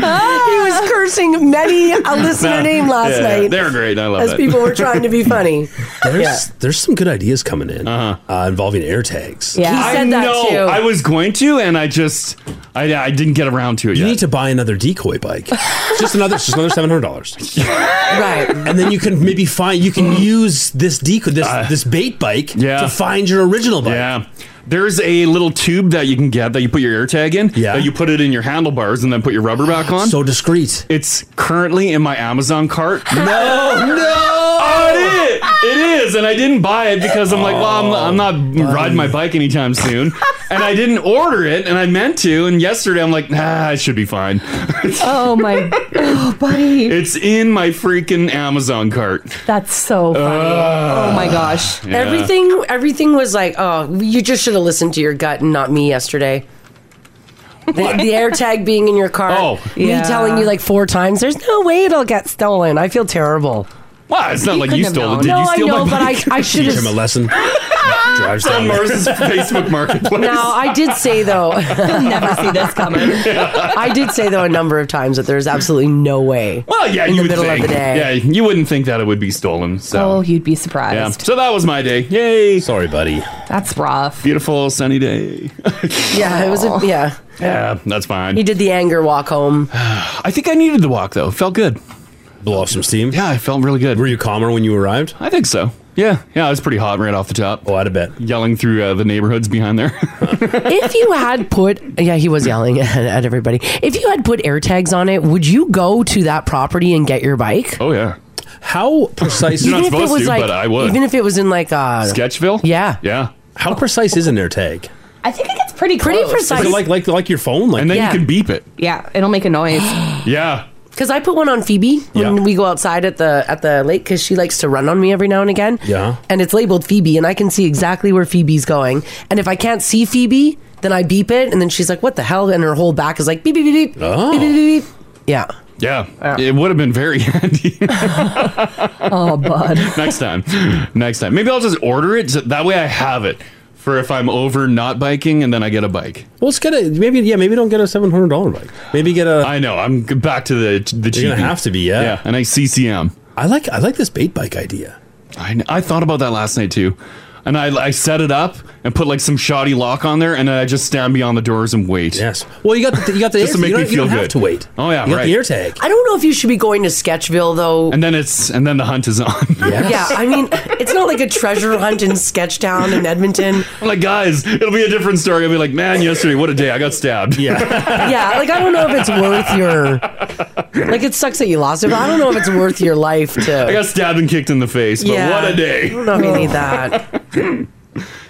Speaker 2: he was cursing many
Speaker 4: [LAUGHS]
Speaker 2: a listener name last
Speaker 4: Yeah,
Speaker 2: night
Speaker 4: They're great. I love
Speaker 2: as
Speaker 4: it.
Speaker 2: people were trying to
Speaker 4: [LAUGHS]
Speaker 2: be funny.
Speaker 8: There's
Speaker 2: Yeah.
Speaker 8: there's some good ideas coming in uh-huh. uh, involving air tags.
Speaker 5: Yeah.
Speaker 2: He said that
Speaker 4: know.
Speaker 2: too.
Speaker 4: I was going to, and I just, I, I didn't get around to it
Speaker 8: You
Speaker 4: yet.
Speaker 8: need to buy another decoy
Speaker 4: [LAUGHS]
Speaker 8: bike. It's just another, it's just another seven hundred dollars,
Speaker 2: right.
Speaker 8: and then you can maybe find you can use this decoy, this
Speaker 4: Uh,
Speaker 8: this bait bike,
Speaker 4: yeah.
Speaker 8: to find your original bike.
Speaker 4: yeah. There's a little tube that you can get that you put your air tag in.
Speaker 8: Yeah.
Speaker 4: That you put it in your handlebars and then put your rubber back on.
Speaker 8: So discreet.
Speaker 4: It's currently in my Amazon cart. No,
Speaker 8: no.
Speaker 4: on it. It is, and I didn't buy it because I'm like,
Speaker 8: Oh,
Speaker 4: well, I'm, I'm not riding my bike anytime soon, and I didn't order it, and I meant to, and yesterday I'm like, nah, it should be fine. [LAUGHS]
Speaker 5: Oh my, oh buddy,
Speaker 4: It's in my freaking Amazon cart.
Speaker 5: that's so funny. oh my gosh.
Speaker 4: Ah. Yeah.
Speaker 2: Everything everything was like, oh, you just should have listened to your gut and not me yesterday. The, the AirTag being in your car,
Speaker 4: Oh.
Speaker 2: me
Speaker 5: Yeah.
Speaker 2: telling you like four times, there's no way it'll get stolen. I feel terrible.
Speaker 4: Wow, it's not like you
Speaker 5: couldn't have
Speaker 4: stole it.
Speaker 5: known.
Speaker 4: Did
Speaker 2: no,
Speaker 4: you
Speaker 2: I
Speaker 4: steal
Speaker 2: know,
Speaker 4: my
Speaker 2: but
Speaker 4: bike?
Speaker 2: I, I should
Speaker 8: Teach him a
Speaker 2: have.
Speaker 8: lesson. Drives
Speaker 4: on
Speaker 8: down there. [LAUGHS]
Speaker 4: Mars's Facebook Marketplace.
Speaker 2: Now I did say
Speaker 4: [LAUGHS]
Speaker 2: though.
Speaker 5: You'll never see this coming.
Speaker 2: [LAUGHS] I did say though a number of times that there's absolutely no way.
Speaker 4: well, yeah,
Speaker 2: in
Speaker 4: you
Speaker 2: the
Speaker 4: would
Speaker 2: middle of
Speaker 4: think.
Speaker 2: the day.
Speaker 4: Yeah, you wouldn't think that it would be stolen. So,
Speaker 5: Oh, you'd be
Speaker 4: yeah.
Speaker 5: surprised.
Speaker 4: So that was my day. Yay!
Speaker 8: Sorry, buddy.
Speaker 5: That's rough.
Speaker 4: Beautiful sunny day.
Speaker 2: Yeah, it was. A, yeah,
Speaker 4: yeah, that's
Speaker 2: [LAUGHS]
Speaker 4: fine.
Speaker 2: he did the anger walk home.
Speaker 4: [SIGHS] I think I needed the walk though. Felt good.
Speaker 8: Blow off some steam.
Speaker 4: Yeah, I felt really good.
Speaker 8: Were you calmer when you arrived?
Speaker 4: I think so. Yeah, yeah, it was pretty hot right off the top.
Speaker 8: Oh, I'd have bet.
Speaker 4: Yelling through uh, the neighborhoods behind there. [LAUGHS]
Speaker 2: If you had put, yeah, he was yelling [LAUGHS] at, at everybody. If you had put air tags on it, would you go to that property and get your bike?
Speaker 4: oh yeah,
Speaker 8: How precise?
Speaker 4: You're not
Speaker 2: if
Speaker 4: supposed to, but I would. Uh,
Speaker 2: Even if it was in like a
Speaker 4: Sketchville.
Speaker 2: Yeah.
Speaker 4: yeah,
Speaker 8: how precise is an air tag?
Speaker 5: I think it gets pretty
Speaker 2: Pretty
Speaker 5: close.
Speaker 8: Is
Speaker 2: precise.
Speaker 8: it like like like your phone? Like
Speaker 4: and then
Speaker 2: Yeah.
Speaker 4: you can beep it.
Speaker 5: Yeah, it'll make a
Speaker 2: [GASPS]
Speaker 5: noise. [GASPS]
Speaker 4: Yeah,
Speaker 2: because I put one on Phoebe when
Speaker 8: Yeah.
Speaker 2: we go outside at the at the lake because she likes to run on me every now and again.
Speaker 8: Yeah.
Speaker 2: and it's labeled Phoebe, and I can see exactly where Phoebe's going. And if I can't see Phoebe, then I beep it, and then she's like, "What the hell?" And her whole back is like beep beep beep beep
Speaker 8: Oh.
Speaker 2: beep beep beep. beep. Yeah,
Speaker 4: yeah. It would have been very [LAUGHS] handy.
Speaker 5: [LAUGHS] Oh, bud.
Speaker 4: Next time, next time. Maybe I'll just order it. so that way, I have it for if I'm over not biking, and then I get a bike.
Speaker 8: well, let's get a maybe. Yeah, maybe don't get a seven hundred dollar bike. Maybe get a.
Speaker 4: I know. I'm g- back to the the.
Speaker 8: You're gonna
Speaker 4: cheapie.
Speaker 8: have to be, yeah.
Speaker 4: Yeah, and I CCM.
Speaker 8: I like I like this bait bike idea.
Speaker 4: I, kn- I thought about that last night too. And I, I set it up and put like some shoddy lock on there, and then I just stand beyond the doors and wait.
Speaker 8: Yes. Well, you got the, you got the
Speaker 4: Just
Speaker 8: air
Speaker 4: to make
Speaker 8: you
Speaker 4: me
Speaker 8: don't- you
Speaker 4: feel
Speaker 8: don't have
Speaker 4: good.
Speaker 8: to wait.
Speaker 4: Oh, yeah,
Speaker 8: you got
Speaker 4: right.
Speaker 8: the air tag.
Speaker 2: I don't know if you should be going to Sketchville though.
Speaker 4: And then it's and then the hunt is on. [LAUGHS]
Speaker 2: yeah, I mean, it's not like a treasure hunt in Sketchtown in Edmonton.
Speaker 4: I'm like, guys, it'll be a different story. I'll be like, man, yesterday, what a day. I got stabbed. [LAUGHS]
Speaker 8: Yeah.
Speaker 2: Yeah, like I don't know if it's worth your. Like it sucks that you lost it, but I don't know if it's worth your life to.
Speaker 4: I got stabbed and kicked in the face, but
Speaker 2: Yeah.
Speaker 4: what a
Speaker 2: I
Speaker 4: day. [LAUGHS]
Speaker 2: don't know if you need that.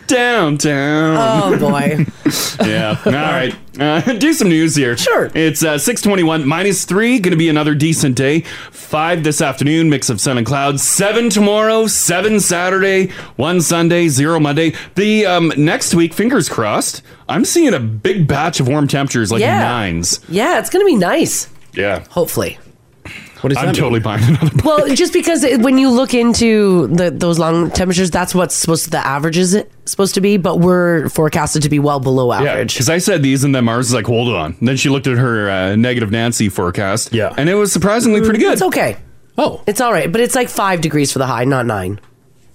Speaker 4: downtown.
Speaker 2: Oh, boy.
Speaker 4: [LAUGHS] yeah. All right. Uh, [LAUGHS] do some news here. Sure. It's uh, 621 minus 3. Going to be another decent day. 5 this afternoon, mix of sun and clouds. 7 tomorrow, 7 Saturday, 1 Sunday, 0 Monday. The um, next week, fingers crossed, I'm seeing a big batch of warm temperatures like
Speaker 2: Yeah.
Speaker 4: nines.
Speaker 2: Yeah, it's going to be nice.
Speaker 4: Yeah.
Speaker 2: Hopefully.
Speaker 4: What
Speaker 2: does
Speaker 4: I'm
Speaker 2: that mean?
Speaker 4: totally buying another.
Speaker 2: Well, just because it, when you look into the, those long temperatures, that's what's supposed to, the average is supposed to be, but we're forecasted to be well below average.
Speaker 4: Yeah, because I said these, and then Mars is like, "Hold on." And then she looked at her uh, negative Nancy forecast. Yeah, and it was surprisingly pretty good.
Speaker 2: Mm, It's okay.
Speaker 8: Oh.
Speaker 2: It's all right, but it's like five degrees for the high, not nine.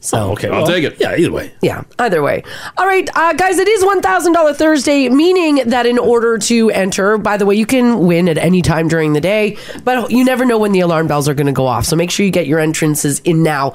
Speaker 2: So
Speaker 4: Oh, okay, I'll take it.
Speaker 8: Yeah, either way.
Speaker 2: Yeah, either way. All right, uh, guys, it is $1,000 Thursday, meaning that in order to enter, by the way, you can win at any time during the day, but you never know when the alarm bells are going to go off. So make sure you get your entrances in now.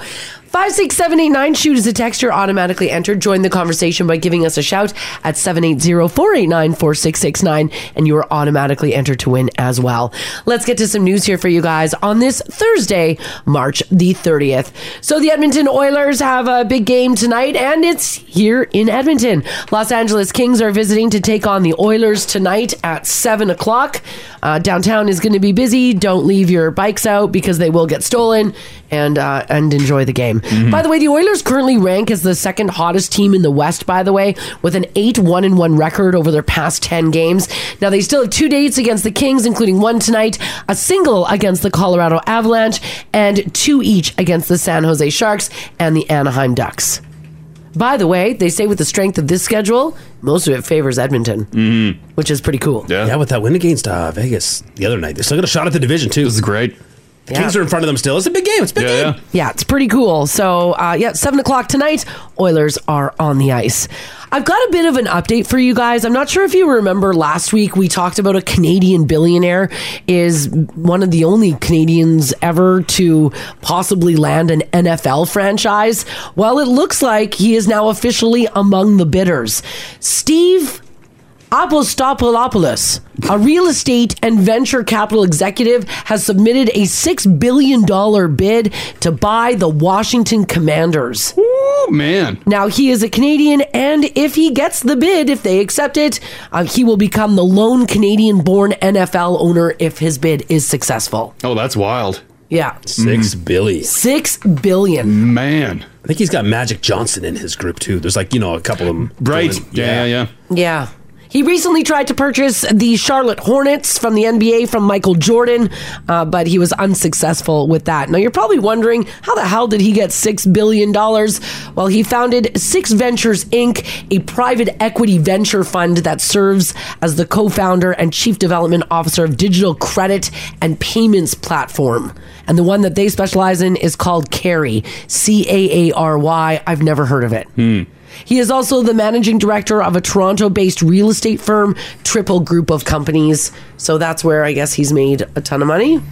Speaker 2: 56789, shoot is a text. You're automatically entered. Join the conversation by giving us a shout at 780 489 4669, and you are automatically entered to win as well. Let's get to some news here for you guys on this Thursday, March the 30th. So the Edmonton Oilers have a big game tonight, and it's here in Edmonton. Los Angeles Kings are visiting to take on the Oilers tonight at 7 o'clock. Uh, downtown is going to be busy. Don't leave your bikes out because they will get stolen and, uh, and enjoy the game. By the way, the Oilers currently rank as the second hottest team in the West, by the way, with an 8 1 and 1 record over their past 10 games. Now, they still have two dates against the Kings, including one tonight, a single against the Colorado Avalanche, and two each against the San Jose Sharks and the Anaheim Ducks. By the way, they say with the strength of this schedule, most of it favors Edmonton, which is pretty cool.
Speaker 4: Yeah.
Speaker 8: Yeah, with that win against uh, Vegas the other night, they still got a shot at the division too. This
Speaker 4: is great.
Speaker 8: The
Speaker 2: Yeah.
Speaker 8: Kings are in front of them still. It's a big game. It's a big game.
Speaker 2: Yeah, it's pretty cool. So, uh, yeah, 7 o'clock tonight, Oilers are on the ice. I've got a bit of an update for you guys. I'm not sure if you remember last week, we talked about a Canadian billionaire is one of the only Canadians ever to possibly land an NFL franchise. Well, it looks like he is now officially among the bidders. Steve Apostopoulos, a real estate and venture capital executive, has submitted a $6 billion bid to buy the Washington Commanders.
Speaker 4: Oh man.
Speaker 2: Now, he is a Canadian, and if he gets the bid, if they accept it, uh, he will become the lone Canadian born NFL owner if his bid is successful.
Speaker 4: Oh, that's wild. Mm.
Speaker 2: Yeah.
Speaker 8: Six Billy.
Speaker 2: Six billion.
Speaker 4: Man.
Speaker 8: I think he's got Magic Johnson in his group too. There's like, you know, a couple of them.
Speaker 4: Right. Yeah, yeah, yeah.
Speaker 2: Yeah. He recently tried to purchase the Charlotte Hornets from the NBA from Michael Jordan, uh, but he was unsuccessful with that. Now, you're probably wondering how the hell did he get $6 billion? Well, he founded Six Ventures Inc., a private equity venture fund that serves as the co founder and chief development officer of digital credit and payments platform. And the one that they specialize in is called Carry, C A A R Y. I've never heard of it. He is also the managing director of a Toronto based real estate firm, Triple Group of Companies. So that's where I guess he's made a ton of money.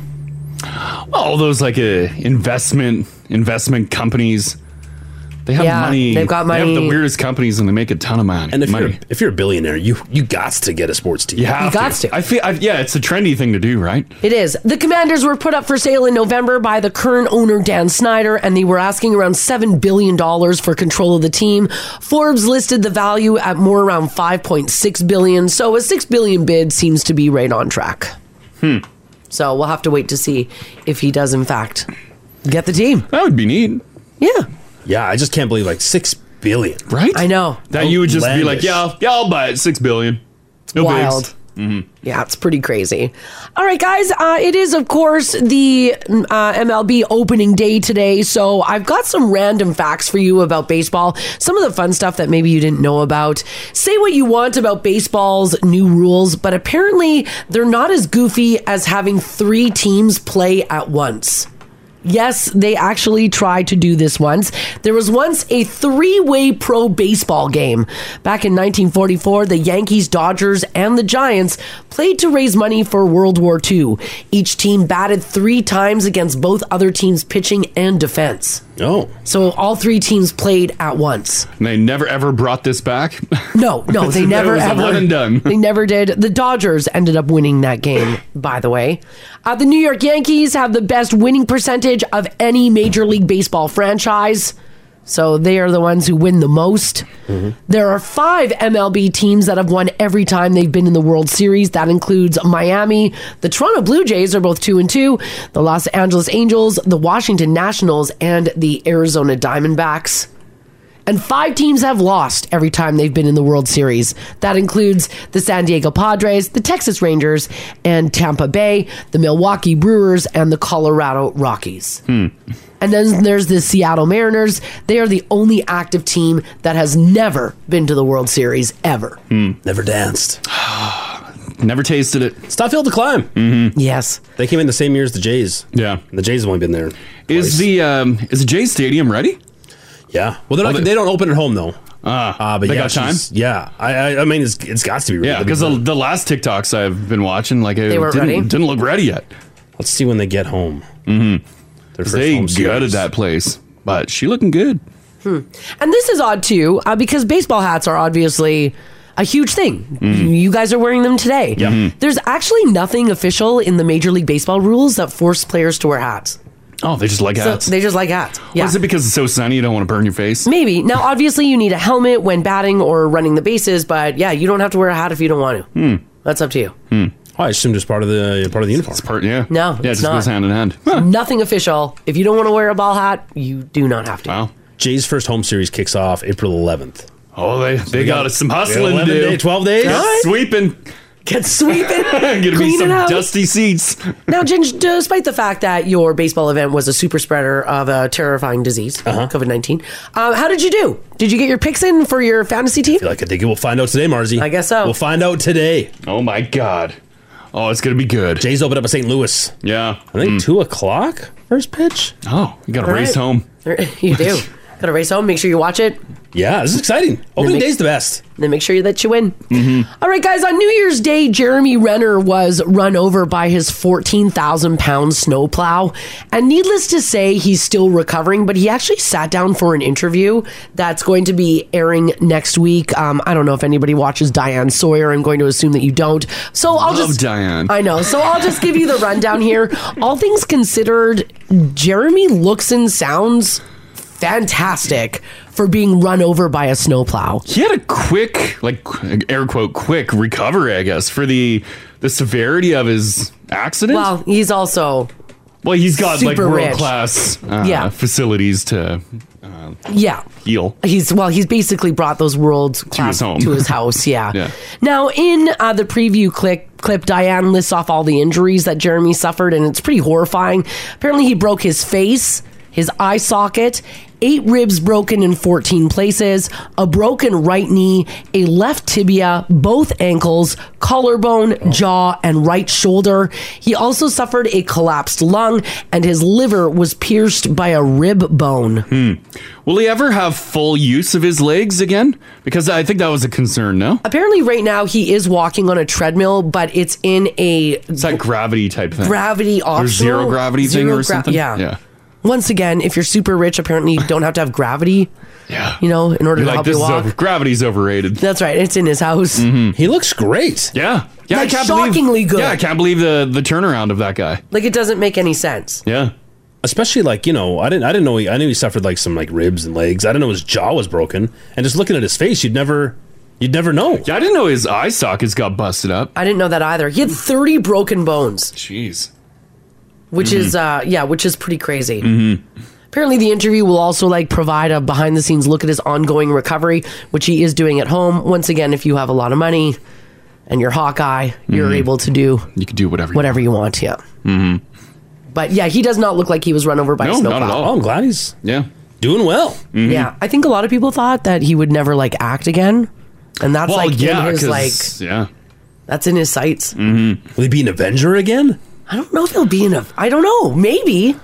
Speaker 4: All those like uh, investment investment companies. They have
Speaker 2: Yeah,
Speaker 4: money.
Speaker 2: they've got
Speaker 4: They have
Speaker 2: money.
Speaker 4: the weirdest companies, and they make a ton of money.
Speaker 8: And if
Speaker 4: money.
Speaker 8: you're if you're a billionaire, you you got to get a sports team.
Speaker 4: You have to. I feel. I, yeah, it's a trendy thing to do, right?
Speaker 2: It is. The Commanders were put up for sale in November by the current owner, Dan Snyder, and they were asking around $7 billion for control of the team. Forbes listed the value at more around $5.6 billion, so a $6 billion bid seems to be right on track.
Speaker 4: Hmm.
Speaker 2: So we'll have to wait to see if he does, in fact, get the team.
Speaker 4: That would be neat.
Speaker 2: Yeah.
Speaker 8: Yeah, I just can't believe like six billion.
Speaker 4: Right?
Speaker 2: I know.
Speaker 4: That you would just be like,
Speaker 8: Outlandish.
Speaker 4: yeah, I'll- yeah, I'll buy it. Six billion. No
Speaker 2: Wild.
Speaker 4: Mm-hmm.
Speaker 2: Yeah, it's pretty crazy. All right, guys, uh, it is, of course, the mm, uh, MLB opening day today. So I've got some random facts for you about baseball, some of the fun stuff that maybe you didn't know about. Say what you want about baseball's new rules, but apparently they're not as goofy as having three teams play at once. Yes, they actually tried to do this once. There was once a three way pro baseball game. Back in 1944, the Yankees, Dodgers, and the Giants played to raise money for World War II. Each team batted three times against both other teams' pitching and defense.
Speaker 8: Oh.
Speaker 2: So all three teams played at once.
Speaker 4: And they never ever brought this back.
Speaker 2: No,
Speaker 4: [LAUGHS]
Speaker 2: no, they
Speaker 4: That
Speaker 2: never
Speaker 4: was a
Speaker 2: ever.
Speaker 4: one and done.
Speaker 2: They never did. The Dodgers ended up winning that game, by the way. Uh, the New York Yankees have the best winning percentage of any Major League Baseball franchise. So they are the ones who win the most.
Speaker 8: Mm-hmm.
Speaker 2: There are five MLB teams that have won every time they've been in the World Series. That includes Miami, the Toronto Blue Jays are both two and two, the Los Angeles Angels, the Washington Nationals, and the Arizona Diamondbacks. And five teams have lost every time they've been in the World Series. That includes the San Diego Padres, the Texas Rangers, and Tampa Bay, the Milwaukee Brewers, and the Colorado Rockies.
Speaker 4: Hmm.
Speaker 2: And then there's the Seattle Mariners. They are the only active team that has never been to the World Series ever.
Speaker 8: Never danced.
Speaker 4: Hmm. [SIGHS] Never tasted it.
Speaker 8: Stop hill to climb.
Speaker 2: Mm-hmm. Yes.
Speaker 8: They came in the same year as the Jays.
Speaker 4: Yeah.
Speaker 8: The Jays have only been there.
Speaker 4: Is the um, is the Jays Stadium ready?
Speaker 8: Yeah. Well, they're not,
Speaker 4: Oh,
Speaker 8: they,
Speaker 4: they-
Speaker 8: don't open at home though.
Speaker 4: Uh,
Speaker 8: Uh, but
Speaker 4: they
Speaker 8: yeah,
Speaker 4: got time.
Speaker 8: she's- Yeah. I, I I mean it's it's got to be ready.
Speaker 4: Yeah, because the, the last TikToks I've been watching, like it
Speaker 8: They weren't
Speaker 4: didn't,
Speaker 8: ready?
Speaker 4: didn't look ready yet.
Speaker 8: Let's see when they get home.
Speaker 4: Mm-hmm.
Speaker 8: first
Speaker 4: They
Speaker 8: home series.
Speaker 4: gutted that place, but she looking good.
Speaker 2: And this is odd too, uh, because baseball hats are obviously a huge thing. You guys are wearing them today.
Speaker 4: Hmm. Yeah. Mhm.
Speaker 2: There's actually nothing official in the Major League Baseball rules that force players to wear hats.
Speaker 4: Oh, they just like
Speaker 2: So
Speaker 4: hats.
Speaker 2: they just like hats.
Speaker 4: Or
Speaker 2: Yeah.
Speaker 4: Is it because it's so sunny you don't want to burn your face?
Speaker 2: Maybe. Now, obviously, you need a helmet when batting or running the bases, but yeah, you don't have to wear a hat if you don't want to. Hmm. That's up to you.
Speaker 8: Oh, I assumed it's part of the part of the uniform. It's
Speaker 4: Hmm. part, yeah.
Speaker 2: No,
Speaker 8: Yeah, it
Speaker 2: it's
Speaker 8: just
Speaker 2: not.
Speaker 8: goes hand
Speaker 4: in hand.
Speaker 2: Nothing official. If you don't want to wear a ball hat, you do not
Speaker 8: [LAUGHS]
Speaker 2: have to.
Speaker 4: Wow.
Speaker 8: Jays' first home series kicks off April 11th.
Speaker 4: Oh, they they got, us some
Speaker 8: we got
Speaker 4: hustling to
Speaker 8: 11
Speaker 4: do.
Speaker 8: day- 12 days?
Speaker 4: Get
Speaker 8: All right.
Speaker 4: sweeping.
Speaker 2: Get sweeping.
Speaker 4: [LAUGHS] Gonna be
Speaker 2: Clean it
Speaker 4: some
Speaker 2: out.
Speaker 4: dusty seats.
Speaker 2: Now, Ginge, despite the fact that your baseball event was a super spreader of a terrifying disease,
Speaker 8: Uh-huh.
Speaker 2: COVID 19, um, how did you do? Did you get your picks in for your fantasy team?
Speaker 8: Like I think we'll find out today, Marzi. I
Speaker 2: guess so.
Speaker 8: We'll find out today.
Speaker 4: Oh my god. Oh, it's gonna be good.
Speaker 8: Jays open up at St. Louis.
Speaker 4: Yeah. Mm.
Speaker 8: I think two o'clock first pitch.
Speaker 4: Oh, you got
Speaker 2: All
Speaker 4: to race
Speaker 2: right.
Speaker 4: home.
Speaker 2: [LAUGHS] you
Speaker 8: [LAUGHS]
Speaker 2: do. Gotta race home, make sure you watch it.
Speaker 8: Yeah, this is exciting. Opening
Speaker 2: make-
Speaker 8: day's the best.
Speaker 2: Then make sure that you win.
Speaker 4: Mm-hmm.
Speaker 2: All right, guys, on New Year's Day, Jeremy Renner was run over by his 14,000 pound snowplow. And needless to say, he's still recovering, but he actually sat down for an interview that's going to be airing next week. Um, I don't know if anybody watches Diane Sawyer. I'm going to assume that you don't. So I'll
Speaker 4: Love
Speaker 2: just.
Speaker 4: Diane.
Speaker 2: I know. So I'll just give you the rundown
Speaker 4: [LAUGHS]
Speaker 2: here. All things considered, Jeremy looks and sounds fantastic for being run over by a snowplow.
Speaker 4: He had a quick, like qu- air quote, quick recovery, I guess, for the the severity of his accident.
Speaker 2: Well, he's also
Speaker 4: well, he's got like
Speaker 2: super rich.
Speaker 4: world class uh,
Speaker 2: Yeah.
Speaker 4: facilities to uh,
Speaker 2: Yeah.
Speaker 4: heal.
Speaker 2: He's well. He's basically brought those worlds class
Speaker 4: home.
Speaker 2: to his house. Yeah.
Speaker 4: Yeah.
Speaker 2: Now, in uh, the preview clip, clip Diane lists off all the injuries that Jeremy suffered, and it's pretty horrifying. Apparently, he broke his face, his eye socket, eight ribs broken in 14 places, a broken right knee, a left tibia, both ankles, collarbone, jaw, and right shoulder. He also suffered a collapsed lung, and his liver was pierced by a rib bone.
Speaker 4: Will he ever have full use of his legs again? Because I think that was a concern. No,
Speaker 2: Apparently, right now he is walking on a treadmill, but it's in a
Speaker 4: it's that gravity type thing.
Speaker 2: gravity
Speaker 4: Or
Speaker 2: optional
Speaker 4: zero gravity thing
Speaker 2: zero
Speaker 4: or
Speaker 2: gra-
Speaker 4: something.
Speaker 2: Yeah.
Speaker 4: yeah.
Speaker 2: Once again, if you're super rich, apparently you don't have to have gravity.
Speaker 4: [LAUGHS] Yeah.
Speaker 2: You know, in order
Speaker 4: You're
Speaker 2: to
Speaker 4: like
Speaker 2: help
Speaker 4: this
Speaker 2: you
Speaker 4: is
Speaker 2: walk.
Speaker 4: over. gravity's overrated.
Speaker 2: That's right. It's in his house.
Speaker 8: He looks great.
Speaker 4: Mm-hmm. Yeah, yeah.
Speaker 2: Like,
Speaker 4: I can't
Speaker 2: shockingly
Speaker 4: believe,
Speaker 2: good.
Speaker 4: Yeah, I can't believe the the turnaround of that guy.
Speaker 2: Like it doesn't make any sense.
Speaker 4: Yeah.
Speaker 8: Especially like, you know, I didn't I didn't know he I knew he suffered like some like ribs and legs. I didn't know his jaw was broken. And just looking at his face, you'd never you'd never know.
Speaker 4: Yeah, I didn't know his eye sockets got busted up.
Speaker 2: I didn't know that either. He had 30 broken bones,
Speaker 4: Jeez. Mm-hmm.
Speaker 2: which is uh yeah, which is pretty crazy.
Speaker 4: Mm.
Speaker 2: Apparently, the interview will also like provide a behind the scenes look at his ongoing recovery, which he is doing at home. Once again, if you have a lot of money and you're Hawkeye, you're
Speaker 4: Mhm.
Speaker 2: able to do
Speaker 4: You could do whatever.
Speaker 2: whatever you want. Yeah.
Speaker 4: Mm-hmm.
Speaker 2: But yeah, he does not look like he was run over by a
Speaker 4: No,
Speaker 2: snowplow.
Speaker 4: not at all.
Speaker 8: Oh, I'm glad he's
Speaker 4: Yeah. Mm-hmm.
Speaker 8: doing well.
Speaker 2: Yeah, I think a lot of people thought that he would never like act again, and that's
Speaker 4: well,
Speaker 2: like
Speaker 4: yeah,
Speaker 2: in his
Speaker 4: 'cause-
Speaker 2: like
Speaker 4: yeah.
Speaker 2: that's in his sights.
Speaker 4: Mm-hmm.
Speaker 8: Will he be an Avenger again?
Speaker 2: I don't know if he'll be in a. I don't know. Maybe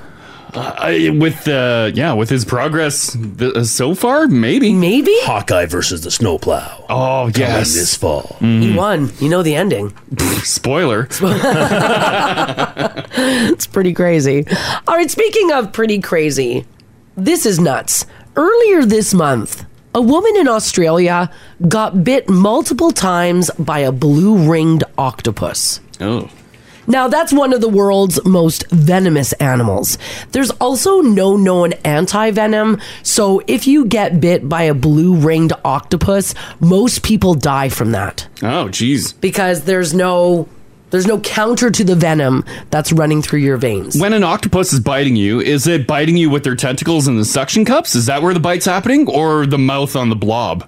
Speaker 4: I, with uh, yeah, with his progress th- uh, so far, maybe,
Speaker 2: maybe
Speaker 8: Hawkeye versus the snowplow.
Speaker 4: Oh yes,
Speaker 8: this fall.
Speaker 4: Mm-hmm.
Speaker 2: he won. You know the ending.
Speaker 4: Spoiler.
Speaker 2: it's pretty crazy. All right, speaking of pretty crazy, this is nuts. Earlier this month, a woman in Australia got bit multiple times by a blue ringed octopus.
Speaker 4: Oh.
Speaker 2: Now, that's one of the world's most venomous animals. There's also no known anti venom, so if you get bit by a blue ringed octopus, most people die from that
Speaker 4: Oh, jeez.
Speaker 2: because there's no. There's no counter to the venom that's running through your veins.
Speaker 4: When an octopus is biting you, is it biting you with their tentacles and the suction cups? Is that where the bite's happening, or the mouth on the blob?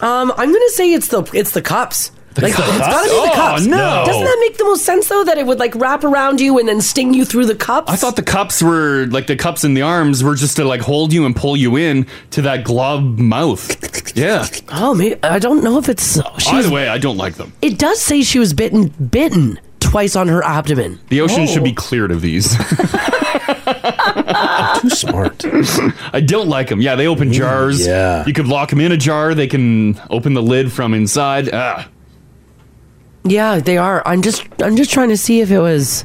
Speaker 2: Um, I'm gonna say it's the it's the cups. like
Speaker 4: cups?
Speaker 2: it's gotta be
Speaker 4: Oh,
Speaker 2: the cups.
Speaker 4: no.
Speaker 2: Doesn't that make the most sense though? That it would like wrap around you and then sting you through the cups.
Speaker 4: I thought the cups were like the cups in the arms were just to like hold you and pull you in to that glob mouth. Yeah.
Speaker 2: Oh, maybe I don't know if it's.
Speaker 4: Either Oh, way, I don't like them.
Speaker 2: It does say she was bitten bitten twice on her abdomen. Oh.
Speaker 4: The ocean should be cleared
Speaker 2: [LAUGHS]
Speaker 4: of these.
Speaker 8: Too smart.
Speaker 4: I don't like them. Yeah, they open jars.
Speaker 8: yeah.
Speaker 4: You could lock them in a jar. They can open the lid from inside. Ah.
Speaker 2: Yeah, they are. I'm just I'm just trying to see if it was.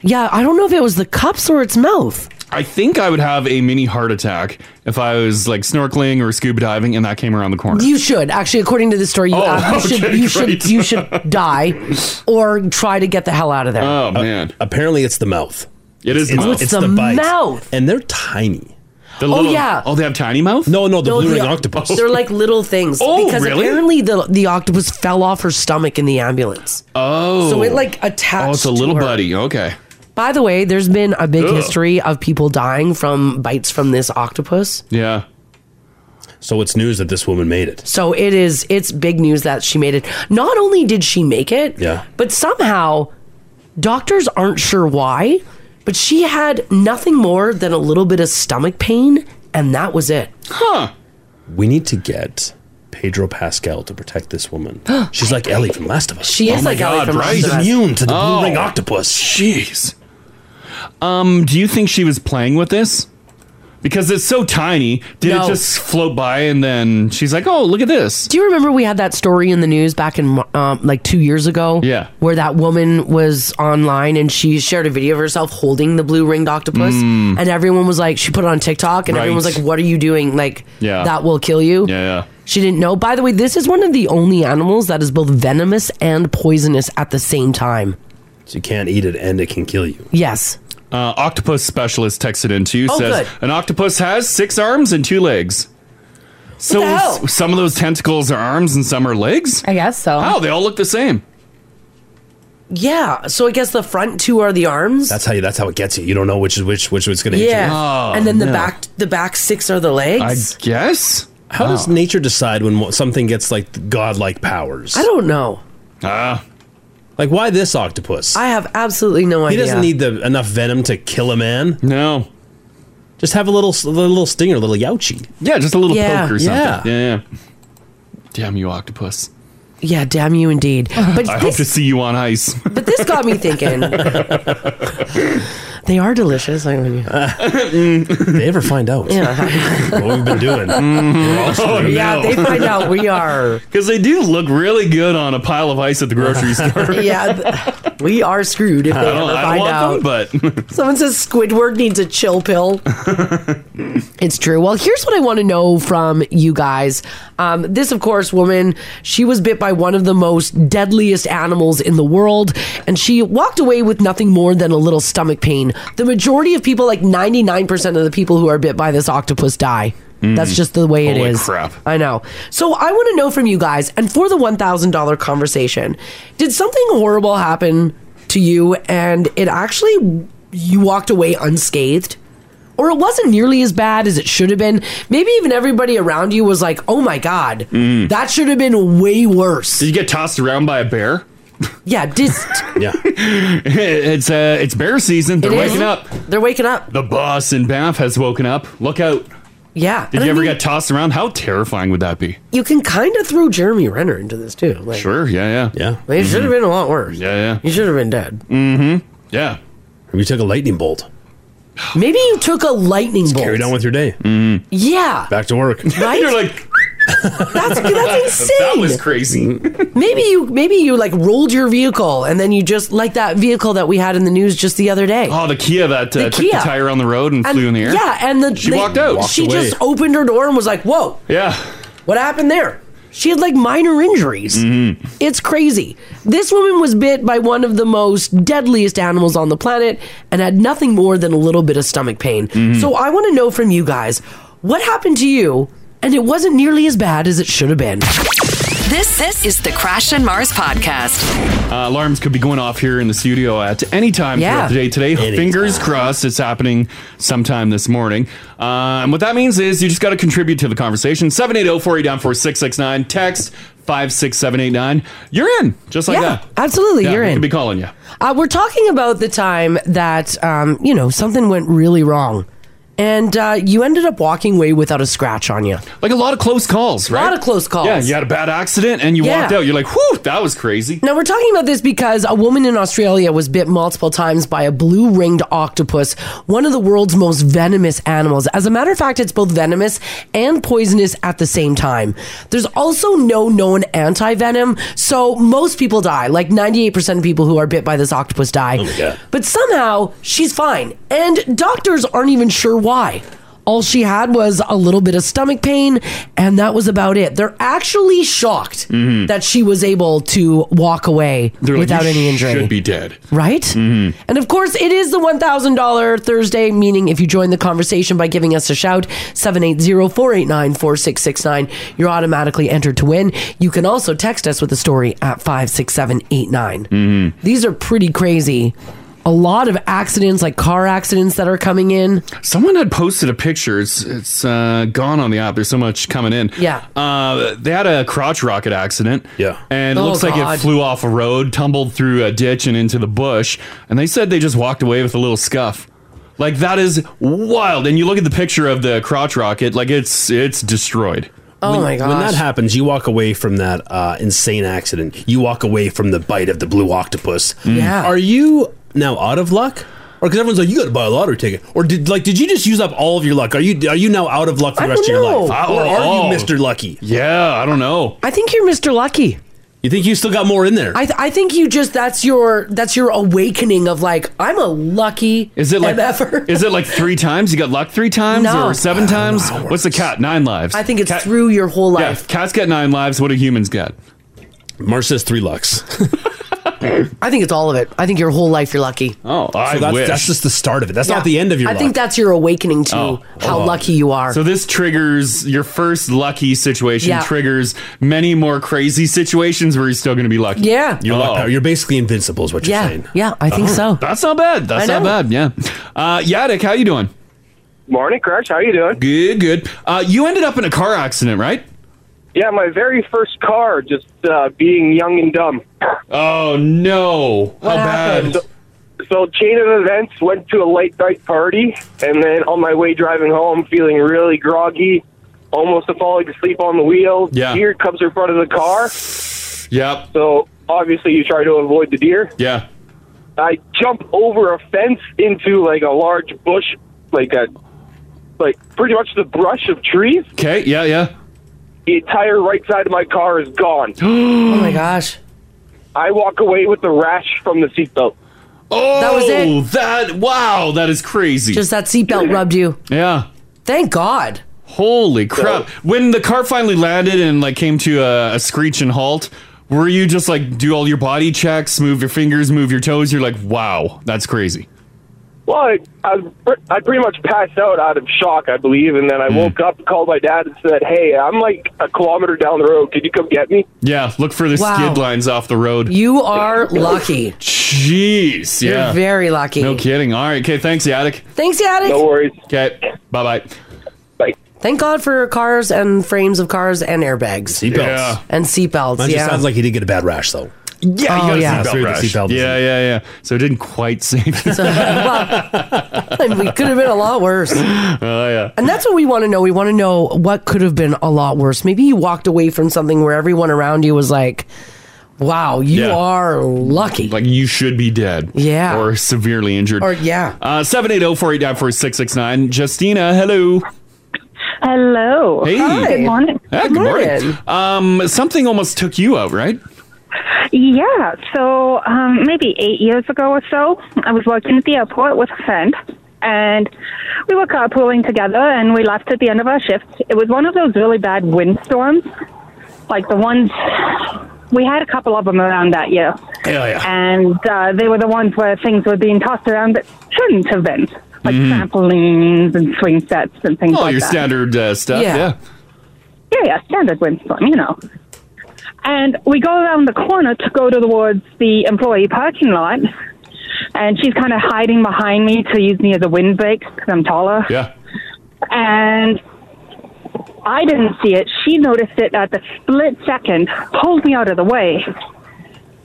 Speaker 2: Yeah, I don't know if it was the cups or its mouth.
Speaker 4: I think I would have a mini heart attack if I was like snorkeling or scuba diving and that came around the corner.
Speaker 2: You should actually, according to the story, you,
Speaker 4: Oh, [LAUGHS]
Speaker 2: ab- you
Speaker 4: okay,
Speaker 2: should you should
Speaker 4: great.
Speaker 2: you
Speaker 4: [LAUGHS]
Speaker 2: should die, or try to get the hell out of there.
Speaker 4: Oh man.
Speaker 8: Uh, Apparently, it's the mouth.
Speaker 4: It is the
Speaker 8: It's,
Speaker 4: mouth.
Speaker 8: it's
Speaker 2: The
Speaker 8: the, bites.
Speaker 2: mouth.
Speaker 8: and they're tiny.
Speaker 4: The
Speaker 2: Oh, yeah.
Speaker 4: Oh, they have tiny mouth.
Speaker 8: No, no, the
Speaker 2: No,
Speaker 8: blue
Speaker 2: they
Speaker 8: ring
Speaker 2: are-
Speaker 8: octopus.
Speaker 2: They're like little things.
Speaker 4: Oh,
Speaker 2: because
Speaker 4: really?
Speaker 2: apparently the the octopus fell off her stomach in the ambulance.
Speaker 4: Oh.
Speaker 2: So it like attached.
Speaker 4: Oh, it's a
Speaker 2: to
Speaker 4: little
Speaker 2: her.
Speaker 4: buddy. Okay.
Speaker 2: By the way, there's been a big
Speaker 4: Ugh.
Speaker 2: history of people dying from bites from this octopus.
Speaker 4: Yeah.
Speaker 8: So it's news that this woman made it.
Speaker 2: So it is it's big news that she made it. Not only did she make it,
Speaker 8: Yeah.
Speaker 2: but somehow doctors aren't sure why, but she had nothing more than a little bit of stomach pain and that was it.
Speaker 4: Huh.
Speaker 8: We need to get Pedro Pascal to protect this
Speaker 2: [GASPS]
Speaker 8: woman. She's like Ellie from Last of Us.
Speaker 2: She is
Speaker 4: Oh my
Speaker 2: like Ellie
Speaker 4: God,
Speaker 2: from
Speaker 4: right?
Speaker 2: Last
Speaker 8: She's
Speaker 2: of Us.
Speaker 8: immune to the
Speaker 4: Oh.
Speaker 8: blue ring octopus.
Speaker 4: Jeez. Um, do you think she was playing with this? Because it's so tiny. Did
Speaker 2: No.
Speaker 4: it just float by and then she's like, "Oh, look at this."
Speaker 2: Do you remember we had that story in the news back in um, like two years ago?
Speaker 4: Yeah.
Speaker 2: Where that woman was online and she shared a video of herself holding the blue ringed octopus. And everyone was like, she put it on TikTok and everyone was
Speaker 4: Mm. Right.
Speaker 2: like, what are you doing? Like,
Speaker 4: Yeah.
Speaker 2: that will kill you.
Speaker 4: Yeah, yeah.
Speaker 2: She didn't know. By the way, this is one of the only animals that is both venomous and poisonous at the same time.
Speaker 8: So you can't eat it and it can kill you.
Speaker 2: Yes.
Speaker 4: Uh, octopus specialist texted in to you
Speaker 2: Oh,
Speaker 4: says
Speaker 2: good.
Speaker 4: an octopus has six arms and two legs. So
Speaker 2: the hell? Oh.
Speaker 4: s- some of those tentacles are arms and some are legs.
Speaker 5: I guess so.
Speaker 4: Wow, they all look the same.
Speaker 2: Yeah. So I guess the front two are the arms.
Speaker 8: That's how you, that's how it gets you. You don't know which is which which is going to hit
Speaker 2: yeah.
Speaker 8: you.
Speaker 4: Oh,
Speaker 2: and then the
Speaker 4: no.
Speaker 2: back the back six are the
Speaker 4: I
Speaker 2: legs.
Speaker 4: guess.
Speaker 8: How does nature decide when mo- something gets like godlike powers?
Speaker 2: I, don't know.
Speaker 4: Ah,
Speaker 8: like why this octopus?
Speaker 2: I have absolutely no
Speaker 8: he
Speaker 2: idea.
Speaker 8: doesn't need the enough venom to kill a man.
Speaker 4: no.
Speaker 8: Just have a little s- a little stinger, a little youchie.
Speaker 4: Yeah, just a little
Speaker 2: Yeah.
Speaker 4: poke or something.
Speaker 8: Yeah.
Speaker 4: Yeah. yeah, Damn you, octopus.
Speaker 2: Yeah, damn you
Speaker 4: [LAUGHS]
Speaker 2: indeed. But
Speaker 4: I hope to
Speaker 2: this,
Speaker 4: see you on ice. [LAUGHS]
Speaker 2: but this got me
Speaker 8: [LAUGHS]
Speaker 2: thinking. they are delicious. I mean,
Speaker 8: [LAUGHS] they ever find out
Speaker 2: yeah,
Speaker 8: what
Speaker 2: [LAUGHS]
Speaker 8: we've been doing?
Speaker 2: Mm-hmm. Oh, yeah. They find out we
Speaker 4: [LAUGHS]
Speaker 2: are.
Speaker 4: Because they do look really good on a pile of ice at the
Speaker 8: [LAUGHS]
Speaker 4: grocery store.
Speaker 2: Yeah, th- we are screwed if they
Speaker 4: I don't,
Speaker 2: ever
Speaker 4: I
Speaker 2: find out.
Speaker 4: don't want them,
Speaker 2: [LAUGHS]
Speaker 4: but [LAUGHS]
Speaker 2: Someone says Squidward needs a chill pill. [LAUGHS] it's true. Well, here's what I want to know from you guys. Um, this, of course, woman, she was bit by one of the most deadliest animals in the world, and she walked away with nothing more than a little stomach pain. The majority of people, like 99% of the people who are bit by this octopus, die. That's just the way it
Speaker 4: Holy
Speaker 2: is.
Speaker 4: crap.
Speaker 2: I know. So I want to know from you guys, and for the $1,000 conversation, did something horrible happen to you and it actually, you walked away unscathed? Or it wasn't nearly as bad as it should have been? Maybe even everybody around you was like, oh my God,
Speaker 4: Mm.
Speaker 2: that should have been way worse.
Speaker 4: did you get tossed around by a bear?
Speaker 2: Yeah, did,
Speaker 4: [LAUGHS]
Speaker 8: Yeah.
Speaker 4: it's uh, it's bear season. They're
Speaker 2: It is.
Speaker 4: waking up.
Speaker 2: they're waking up.
Speaker 4: The boss in Banff has woken up. Look out!
Speaker 2: Yeah.
Speaker 4: Did you ever get tossed around? How terrifying would that be?
Speaker 2: You can kind of throw Jeremy Renner into this too. Like,
Speaker 4: Sure. [LAUGHS] Mm. Yeah. Yeah.
Speaker 8: Yeah.
Speaker 2: It should have been a lot worse.
Speaker 4: Yeah. Yeah.
Speaker 2: You should have been dead.
Speaker 4: Yeah.
Speaker 8: We took a lightning bolt.
Speaker 2: Maybe you took a lightning bolt.
Speaker 8: Carried on with your day.
Speaker 2: yeah.
Speaker 8: Back to work.
Speaker 2: Right?
Speaker 4: Mm-hmm. [LAUGHS] You're like
Speaker 2: That's that's insane.
Speaker 4: [LAUGHS] that was crazy.
Speaker 2: maybe you maybe you like rolled your vehicle and then you just like that vehicle that we had in the news just the other day.
Speaker 4: Oh, the Kia that uh, took
Speaker 2: Kia.
Speaker 4: the tire on the road and, flew in the air.
Speaker 2: Yeah, and the
Speaker 4: She walked out.
Speaker 2: She
Speaker 8: Walked away.
Speaker 2: just opened her door and was like, "Whoa,
Speaker 4: Yeah.
Speaker 2: what happened there?" She had like minor injuries.
Speaker 4: Mm-hmm.
Speaker 2: It's crazy. This woman was bit by one of the most deadliest animals on the planet and had nothing more than a little bit of stomach pain.
Speaker 4: Mm-hmm.
Speaker 2: So I want to know from you guys what happened to you, and it wasn't nearly as bad as it should have been.
Speaker 6: This this is the Crash and Mars podcast.
Speaker 4: Uh, alarms could be going off here in the studio at any time
Speaker 6: Yeah.
Speaker 4: throughout the day today.
Speaker 6: Anytime.
Speaker 4: Fingers crossed it's happening sometime this morning. Uh, and what that means is you just got to contribute to the conversation. 780-489-4669. Text 56789. You're in. Just like
Speaker 2: Yeah,
Speaker 4: that.
Speaker 2: absolutely, you're
Speaker 4: we
Speaker 2: in.
Speaker 4: could be calling you.
Speaker 2: Uh, we're talking about the time that um, you know something went really wrong, and uh, you ended up walking away without a scratch on you.
Speaker 4: Like a lot of close calls, right?
Speaker 2: A lot of close calls.
Speaker 4: Yeah, you had a bad accident and you
Speaker 2: Yeah.
Speaker 4: walked out. You're like, whew, that was crazy.
Speaker 2: Now we're talking about this because a woman in Australia was bit multiple times by a blue-ringed octopus, one of the world's most venomous animals. As a matter of fact, it's both venomous and poisonous at the same time. There's also no known anti-venom, so most people die. Like 98% of people who are bit by this octopus die.
Speaker 1: Oh my God.
Speaker 2: But somehow she's fine, and doctors aren't even sure why. All she had was a little bit of stomach pain, and that was about it. They're actually shocked
Speaker 1: Mm-hmm.
Speaker 2: that she was able to walk away without
Speaker 4: "You
Speaker 2: any injury.
Speaker 4: Should be dead.
Speaker 2: Right? Mm-hmm. And of course, it is the $1,000 Thursday, meaning if you join the conversation by giving us a shout, 780 489 4669, you're automatically entered to win. You can also text us with a story at 56789.
Speaker 4: Mm-hmm.
Speaker 2: These are pretty crazy. A lot of accidents, like car accidents that are coming in.
Speaker 4: Someone had posted a picture. It's it's uh, gone on the app. There's so much coming in.
Speaker 2: Yeah.
Speaker 4: Uh, they had a crotch rocket accident. Yeah. And it
Speaker 2: Oh,
Speaker 4: looks like
Speaker 2: God.
Speaker 4: it flew off a road, tumbled through a ditch and into the bush. And they said they just walked away with a little scuff. Like that is wild. And you look at the picture of the crotch rocket. Like it's it's destroyed.
Speaker 2: Oh
Speaker 8: when, When that happens, you walk away from that uh, insane accident. You walk away from the bite of the blue octopus.
Speaker 2: Mm. Yeah.
Speaker 8: Are you now out of luck? Or because everyone's like, you got to buy a lottery ticket. Or did like did you just use up all of your luck? Are you are you now out of luck for the rest of your
Speaker 2: don't
Speaker 8: life?
Speaker 2: know.
Speaker 8: Or
Speaker 2: Oh.
Speaker 8: are you Mr. Lucky?
Speaker 4: Yeah, I don't know.
Speaker 2: I think you're Mr. Lucky.
Speaker 8: You think you still got more in there?
Speaker 2: I, th- I think you just, that's your, that's your awakening of like, I'm a lucky
Speaker 4: Is it like
Speaker 2: MFer.
Speaker 4: is it like three times? You got luck three times
Speaker 2: No.
Speaker 4: or seven times? What's the cat? Nine lives.
Speaker 2: I think it's through your whole
Speaker 4: yeah,
Speaker 2: life.
Speaker 4: cats got nine lives. What do humans get?
Speaker 8: Mars says
Speaker 4: [LAUGHS]
Speaker 8: three lucks.
Speaker 2: I think it's all of it. I think your whole life you're lucky.
Speaker 4: Oh, I
Speaker 8: that's,
Speaker 4: wish.
Speaker 8: that's just the start of it. That's
Speaker 2: Yeah.
Speaker 8: not the end of your
Speaker 2: I
Speaker 8: luck.
Speaker 2: think that's your awakening to
Speaker 4: Oh.
Speaker 2: how
Speaker 4: Oh.
Speaker 2: lucky you are.
Speaker 4: So this triggers your first lucky situation.
Speaker 2: Yeah.
Speaker 4: Triggers many more crazy situations where you're still going to be lucky. Oh.
Speaker 2: Yeah.
Speaker 4: you're,
Speaker 2: I like that.
Speaker 4: you're
Speaker 8: basically invincible. Is what
Speaker 2: you're Yeah. saying. Yeah, I
Speaker 4: [LAUGHS]
Speaker 2: think so.
Speaker 4: Oh, That's not bad. That's
Speaker 2: I
Speaker 4: not bad. Yeah. Uh, Yadik, how you doing?
Speaker 9: Morning, Crash. How you doing?
Speaker 4: Good, good. Uh, you ended up in a car accident, right?
Speaker 9: Yeah, my very first car, just uh, being young and dumb.
Speaker 4: Oh no! How bad?
Speaker 9: So, so chain of events went to a late night party, and then on my way driving home, feeling really groggy, almost falling asleep on the wheel.
Speaker 4: Yeah.
Speaker 9: Deer comes in front of the car,
Speaker 4: Yep.
Speaker 9: so obviously you try to avoid the deer.
Speaker 4: Yeah.
Speaker 9: I jump over a fence into like a large bush, like a like pretty much the brush of trees.
Speaker 4: Okay. Yeah. Yeah.
Speaker 9: The entire right side of my car is
Speaker 4: [GASPS]
Speaker 9: gone.
Speaker 2: oh my gosh.
Speaker 9: I walk away with the rash from the seatbelt.
Speaker 4: Oh,
Speaker 2: That was it.
Speaker 4: That wow, that is crazy.
Speaker 2: Just that seatbelt rubbed you.
Speaker 4: Yeah.
Speaker 2: Thank God.
Speaker 4: Holy crap! when the car finally landed and like came to a, a screech and halt, were you just like do all your body checks, move your fingers, move your toes? You're like, wow, that's crazy.
Speaker 9: Well, I, I, I pretty much passed out out of shock, I believe, and
Speaker 4: Hmm.
Speaker 9: then I woke up, called my dad, and said, "Hey, I'm like a kilometer down the road. Could you come get me?"
Speaker 4: Yeah, look for the
Speaker 9: Wow.
Speaker 4: skid lines off the road.
Speaker 2: You are lucky.
Speaker 4: Jeez,
Speaker 2: You're
Speaker 4: yeah,
Speaker 2: very lucky.
Speaker 4: No kidding. All right, okay, thanks, Yadik.
Speaker 2: Thanks, Yadik.
Speaker 9: worries.
Speaker 4: Okay, bye bye.
Speaker 2: Thank God for cars and frames of cars and airbags.
Speaker 8: Seatbelts. Yeah.
Speaker 2: And seatbelts.
Speaker 8: Mine just
Speaker 2: Yeah.
Speaker 8: sounds like he did get a bad rash though.
Speaker 4: Yeah,
Speaker 2: Oh,
Speaker 4: you
Speaker 2: yeah.
Speaker 4: got a
Speaker 8: Through
Speaker 4: seatbelt
Speaker 8: the
Speaker 4: rash.
Speaker 8: seatbelt.
Speaker 4: Yeah, yeah, yeah. So it didn't quite [LAUGHS] save.
Speaker 2: So, well, we could have been a lot worse.
Speaker 4: Oh yeah.
Speaker 2: And that's what we want to know. We want to know what could have been a lot worse. Maybe you walked away from something where everyone around you was like, wow, you
Speaker 4: Yeah.
Speaker 2: are lucky.
Speaker 4: Like you should be dead.
Speaker 2: Yeah.
Speaker 4: Or severely injured.
Speaker 2: Or, yeah.
Speaker 4: Uh 780-489-4669. Justina, hello.
Speaker 10: Hello.
Speaker 4: Hey.
Speaker 10: Good morning.
Speaker 4: Yeah, good morning. Um something almost took you out, right?
Speaker 10: Yeah. So um, maybe eight years ago or so, I was working at the airport with a friend, and we were carpooling together, and we left at the end of our shift. It was one of those really bad windstorms, like the ones we had a couple of them around that year. And uh, they were the ones where things were being tossed around that shouldn't have been, like
Speaker 4: Mm-hmm. Hmm.
Speaker 10: trampolines and swing sets and things
Speaker 4: All
Speaker 10: like
Speaker 4: your
Speaker 10: that.
Speaker 4: standard uh, stuff.
Speaker 10: Yeah.
Speaker 4: Yeah.
Speaker 10: Yeah, yeah, standard windstorm, you know. And we go around the corner to go towards the employee parking lot, and she's kind of hiding behind me to use me as a windbreak because I'm taller.
Speaker 4: Yeah.
Speaker 10: And I didn't see it. She noticed it at the split second, pulled me out of the way.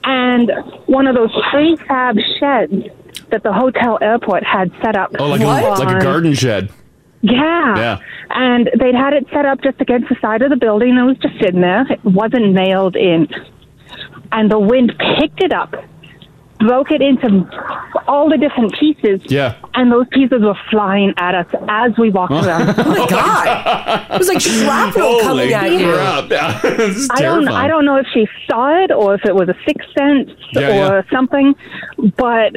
Speaker 10: And one of those prefab sheds that the hotel airport had set up.
Speaker 4: Oh, like a, like a
Speaker 10: on-
Speaker 4: garden shed.
Speaker 10: yeah.
Speaker 4: Yeah.
Speaker 10: And they'd had it set up just against the side of the building. and It was just sitting there. It wasn't nailed in. And the wind picked it up, broke it into all the different pieces.
Speaker 4: Yeah.
Speaker 10: And those pieces were flying at us as we walked around.
Speaker 2: It was like shrapnel coming at
Speaker 4: Holy
Speaker 2: you.
Speaker 4: crap. Yeah. [LAUGHS] [LAUGHS] this is
Speaker 10: I don't,
Speaker 4: terrifying.
Speaker 10: I don't know if she saw it or if it was a sixth sense
Speaker 4: Yeah,
Speaker 10: or
Speaker 4: yeah.
Speaker 10: something, but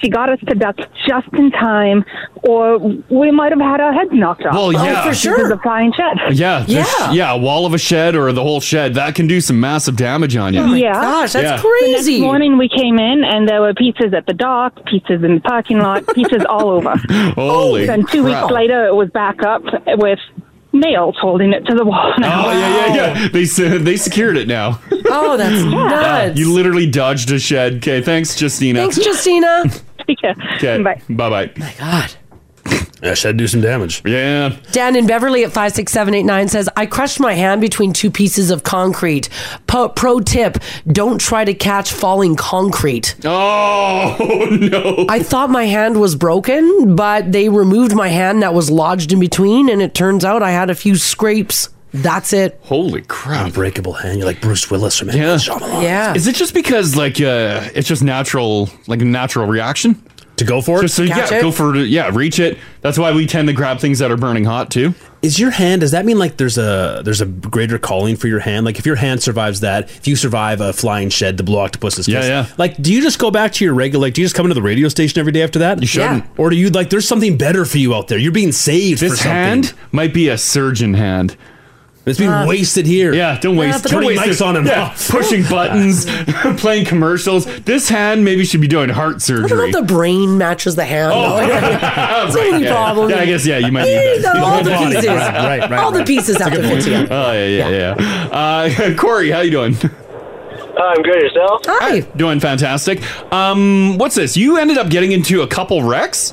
Speaker 10: she got us to duck just in time, or we might have had our heads knocked off. Oh,
Speaker 4: Well, yeah.
Speaker 2: Oh, for sure.
Speaker 10: Because of The flying shed.
Speaker 4: Yeah, the sh-
Speaker 2: Yeah.
Speaker 4: yeah, a wall of a shed or the whole shed that can do some massive damage on you.
Speaker 10: yeah.
Speaker 2: Oh Gosh, that's
Speaker 4: Yeah.
Speaker 10: This
Speaker 2: crazy.
Speaker 10: morning we came in and there were pizzas at the dock, pizzas in the
Speaker 2: [LAUGHS]
Speaker 10: parking lot, pizzas all over.
Speaker 4: Holy
Speaker 10: And two
Speaker 4: crap.
Speaker 10: weeks later, it was back up with nails holding it to the wall. Now.
Speaker 4: Oh yeah, yeah, yeah. They se- they secured it now.
Speaker 2: Oh,
Speaker 4: [LAUGHS]
Speaker 10: [LAUGHS]
Speaker 2: that's nuts.
Speaker 4: You literally dodged a shed. Okay, thanks, Justina. [LAUGHS]
Speaker 2: Thanks, Justina.
Speaker 10: [LAUGHS] Yeah.
Speaker 4: Okay,
Speaker 10: Bye.
Speaker 4: bye, bye.
Speaker 2: God.
Speaker 8: That should do some damage.
Speaker 4: Yeah,
Speaker 2: Dan in Beverly at 56789 says, I crushed my hand between two pieces of concrete. Po- pro tip don't try to catch falling concrete.
Speaker 4: Oh [LAUGHS] no!
Speaker 2: I thought my hand was broken, but they removed my hand that was lodged in between, and it turns out I had a few scrapes. That's it.
Speaker 4: Holy crap!
Speaker 8: Unbreakable hand. You're like Bruce Willis from
Speaker 4: Yeah.
Speaker 8: Shyamalan.
Speaker 2: Yeah.
Speaker 4: Is it just because like uh, it's just natural, like a natural reaction?
Speaker 8: To go for it?
Speaker 4: Just so
Speaker 2: Catch
Speaker 4: yeah,
Speaker 2: it?
Speaker 4: go for it. Yeah, reach it. That's why we tend to grab things that are burning hot too.
Speaker 8: Is your hand? Does that mean like there's a there's a greater calling for your hand? Like if your hand survives that, if you survive a flying shed, the blue octopus's kiss.
Speaker 4: Yeah, yeah.
Speaker 8: Like, do you just go back to your regular? Like, do you just come into the radio station every day after that? You
Speaker 4: shouldn't. Yeah.
Speaker 8: Or do you like? There's something better for you out there. You're being saved for
Speaker 4: This
Speaker 8: something.
Speaker 4: hand might be a surgeon hand.
Speaker 8: It's being
Speaker 4: Uh,
Speaker 8: wasted here.
Speaker 4: Yeah, don't waste.
Speaker 2: but
Speaker 4: don't
Speaker 8: putting
Speaker 4: waste
Speaker 8: mics
Speaker 4: it.
Speaker 8: on and
Speaker 4: Yeah,
Speaker 8: off.
Speaker 2: [LAUGHS]
Speaker 4: [LAUGHS] pushing buttons, [LAUGHS] playing commercials. This hand maybe should be doing heart
Speaker 2: I don't know
Speaker 4: surgery. Oh,
Speaker 2: if the brain matches the hand. [LAUGHS]
Speaker 4: [LAUGHS] Right,
Speaker 2: any
Speaker 4: yeah.
Speaker 2: problem.
Speaker 4: Yeah, I guess yeah, you might need
Speaker 2: Eh,
Speaker 4: that.
Speaker 2: no, all
Speaker 8: whole
Speaker 2: the
Speaker 8: body.
Speaker 2: pieces.
Speaker 8: Right, right, right,
Speaker 2: all the
Speaker 8: right.
Speaker 2: pieces have to fit together.
Speaker 4: Oh yeah, yeah, yeah. Uh, [LAUGHS] Corey, how you doing?
Speaker 11: I'm good yourself.
Speaker 2: Hi.
Speaker 4: Doing fantastic. Um, what's this? You ended up getting into a couple wrecks.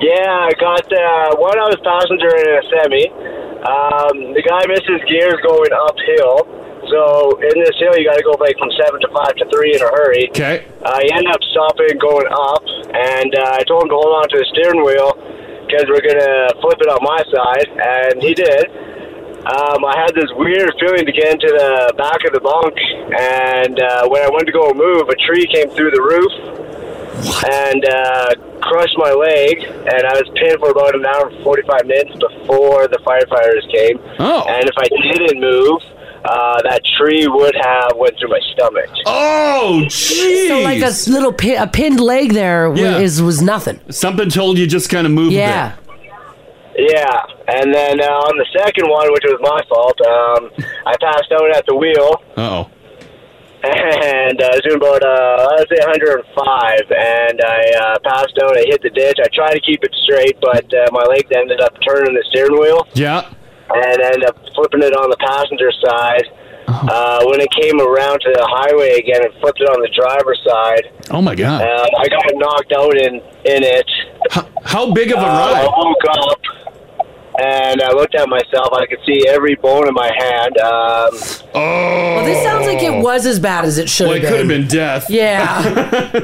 Speaker 11: Yeah, I got uh, one other passenger in a semi. Um, the guy missed his gears going uphill. So in this hill, you got to go like from seven to five to three in a hurry.
Speaker 4: Okay.
Speaker 11: Uh, he ended up stopping, going up, and uh, I told him to hold on to the steering wheel because we're gonna flip it on my side, and he did. Um, I had this weird feeling to get into the back of the bunk, and uh, when I went to go move, a tree came through the roof and uh, crushed my leg, and I was pinned for about an hour and 45 minutes before the firefighters came.
Speaker 4: Oh.
Speaker 11: And if I didn't move, uh, that tree would have went through my stomach.
Speaker 4: Oh, jeez.
Speaker 2: So like a little pin, a pinned leg there was,
Speaker 4: Yeah.
Speaker 2: is, was nothing.
Speaker 4: Something told you just kind of move.
Speaker 2: Yeah.
Speaker 4: A bit.
Speaker 11: Yeah, and then uh, on the second one, which was my fault, um, I passed out at the wheel [LAUGHS]
Speaker 4: Uh-oh.
Speaker 11: and uh, I was doing about uh, I'd say 105, and I uh, passed out. I hit the ditch. I tried to keep it straight, but uh, my leg ended up turning the steering wheel
Speaker 4: Yeah.
Speaker 11: and ended up flipping it on the passenger side.
Speaker 4: Uh-huh.
Speaker 11: Uh, when it came around to the highway again, it flipped it on the driver's side.
Speaker 4: Oh my God.
Speaker 11: Uh, I got knocked out in in it.
Speaker 4: how big of a
Speaker 11: Uh, I
Speaker 4: ride?
Speaker 11: woke up and I looked at myself. I could see every bone in my hand. Um,
Speaker 4: Oh.
Speaker 2: Well, this sounds like it was as bad as it should
Speaker 4: Well, it
Speaker 2: have
Speaker 4: could have
Speaker 2: been.
Speaker 4: been death. [LAUGHS]
Speaker 2: Yeah.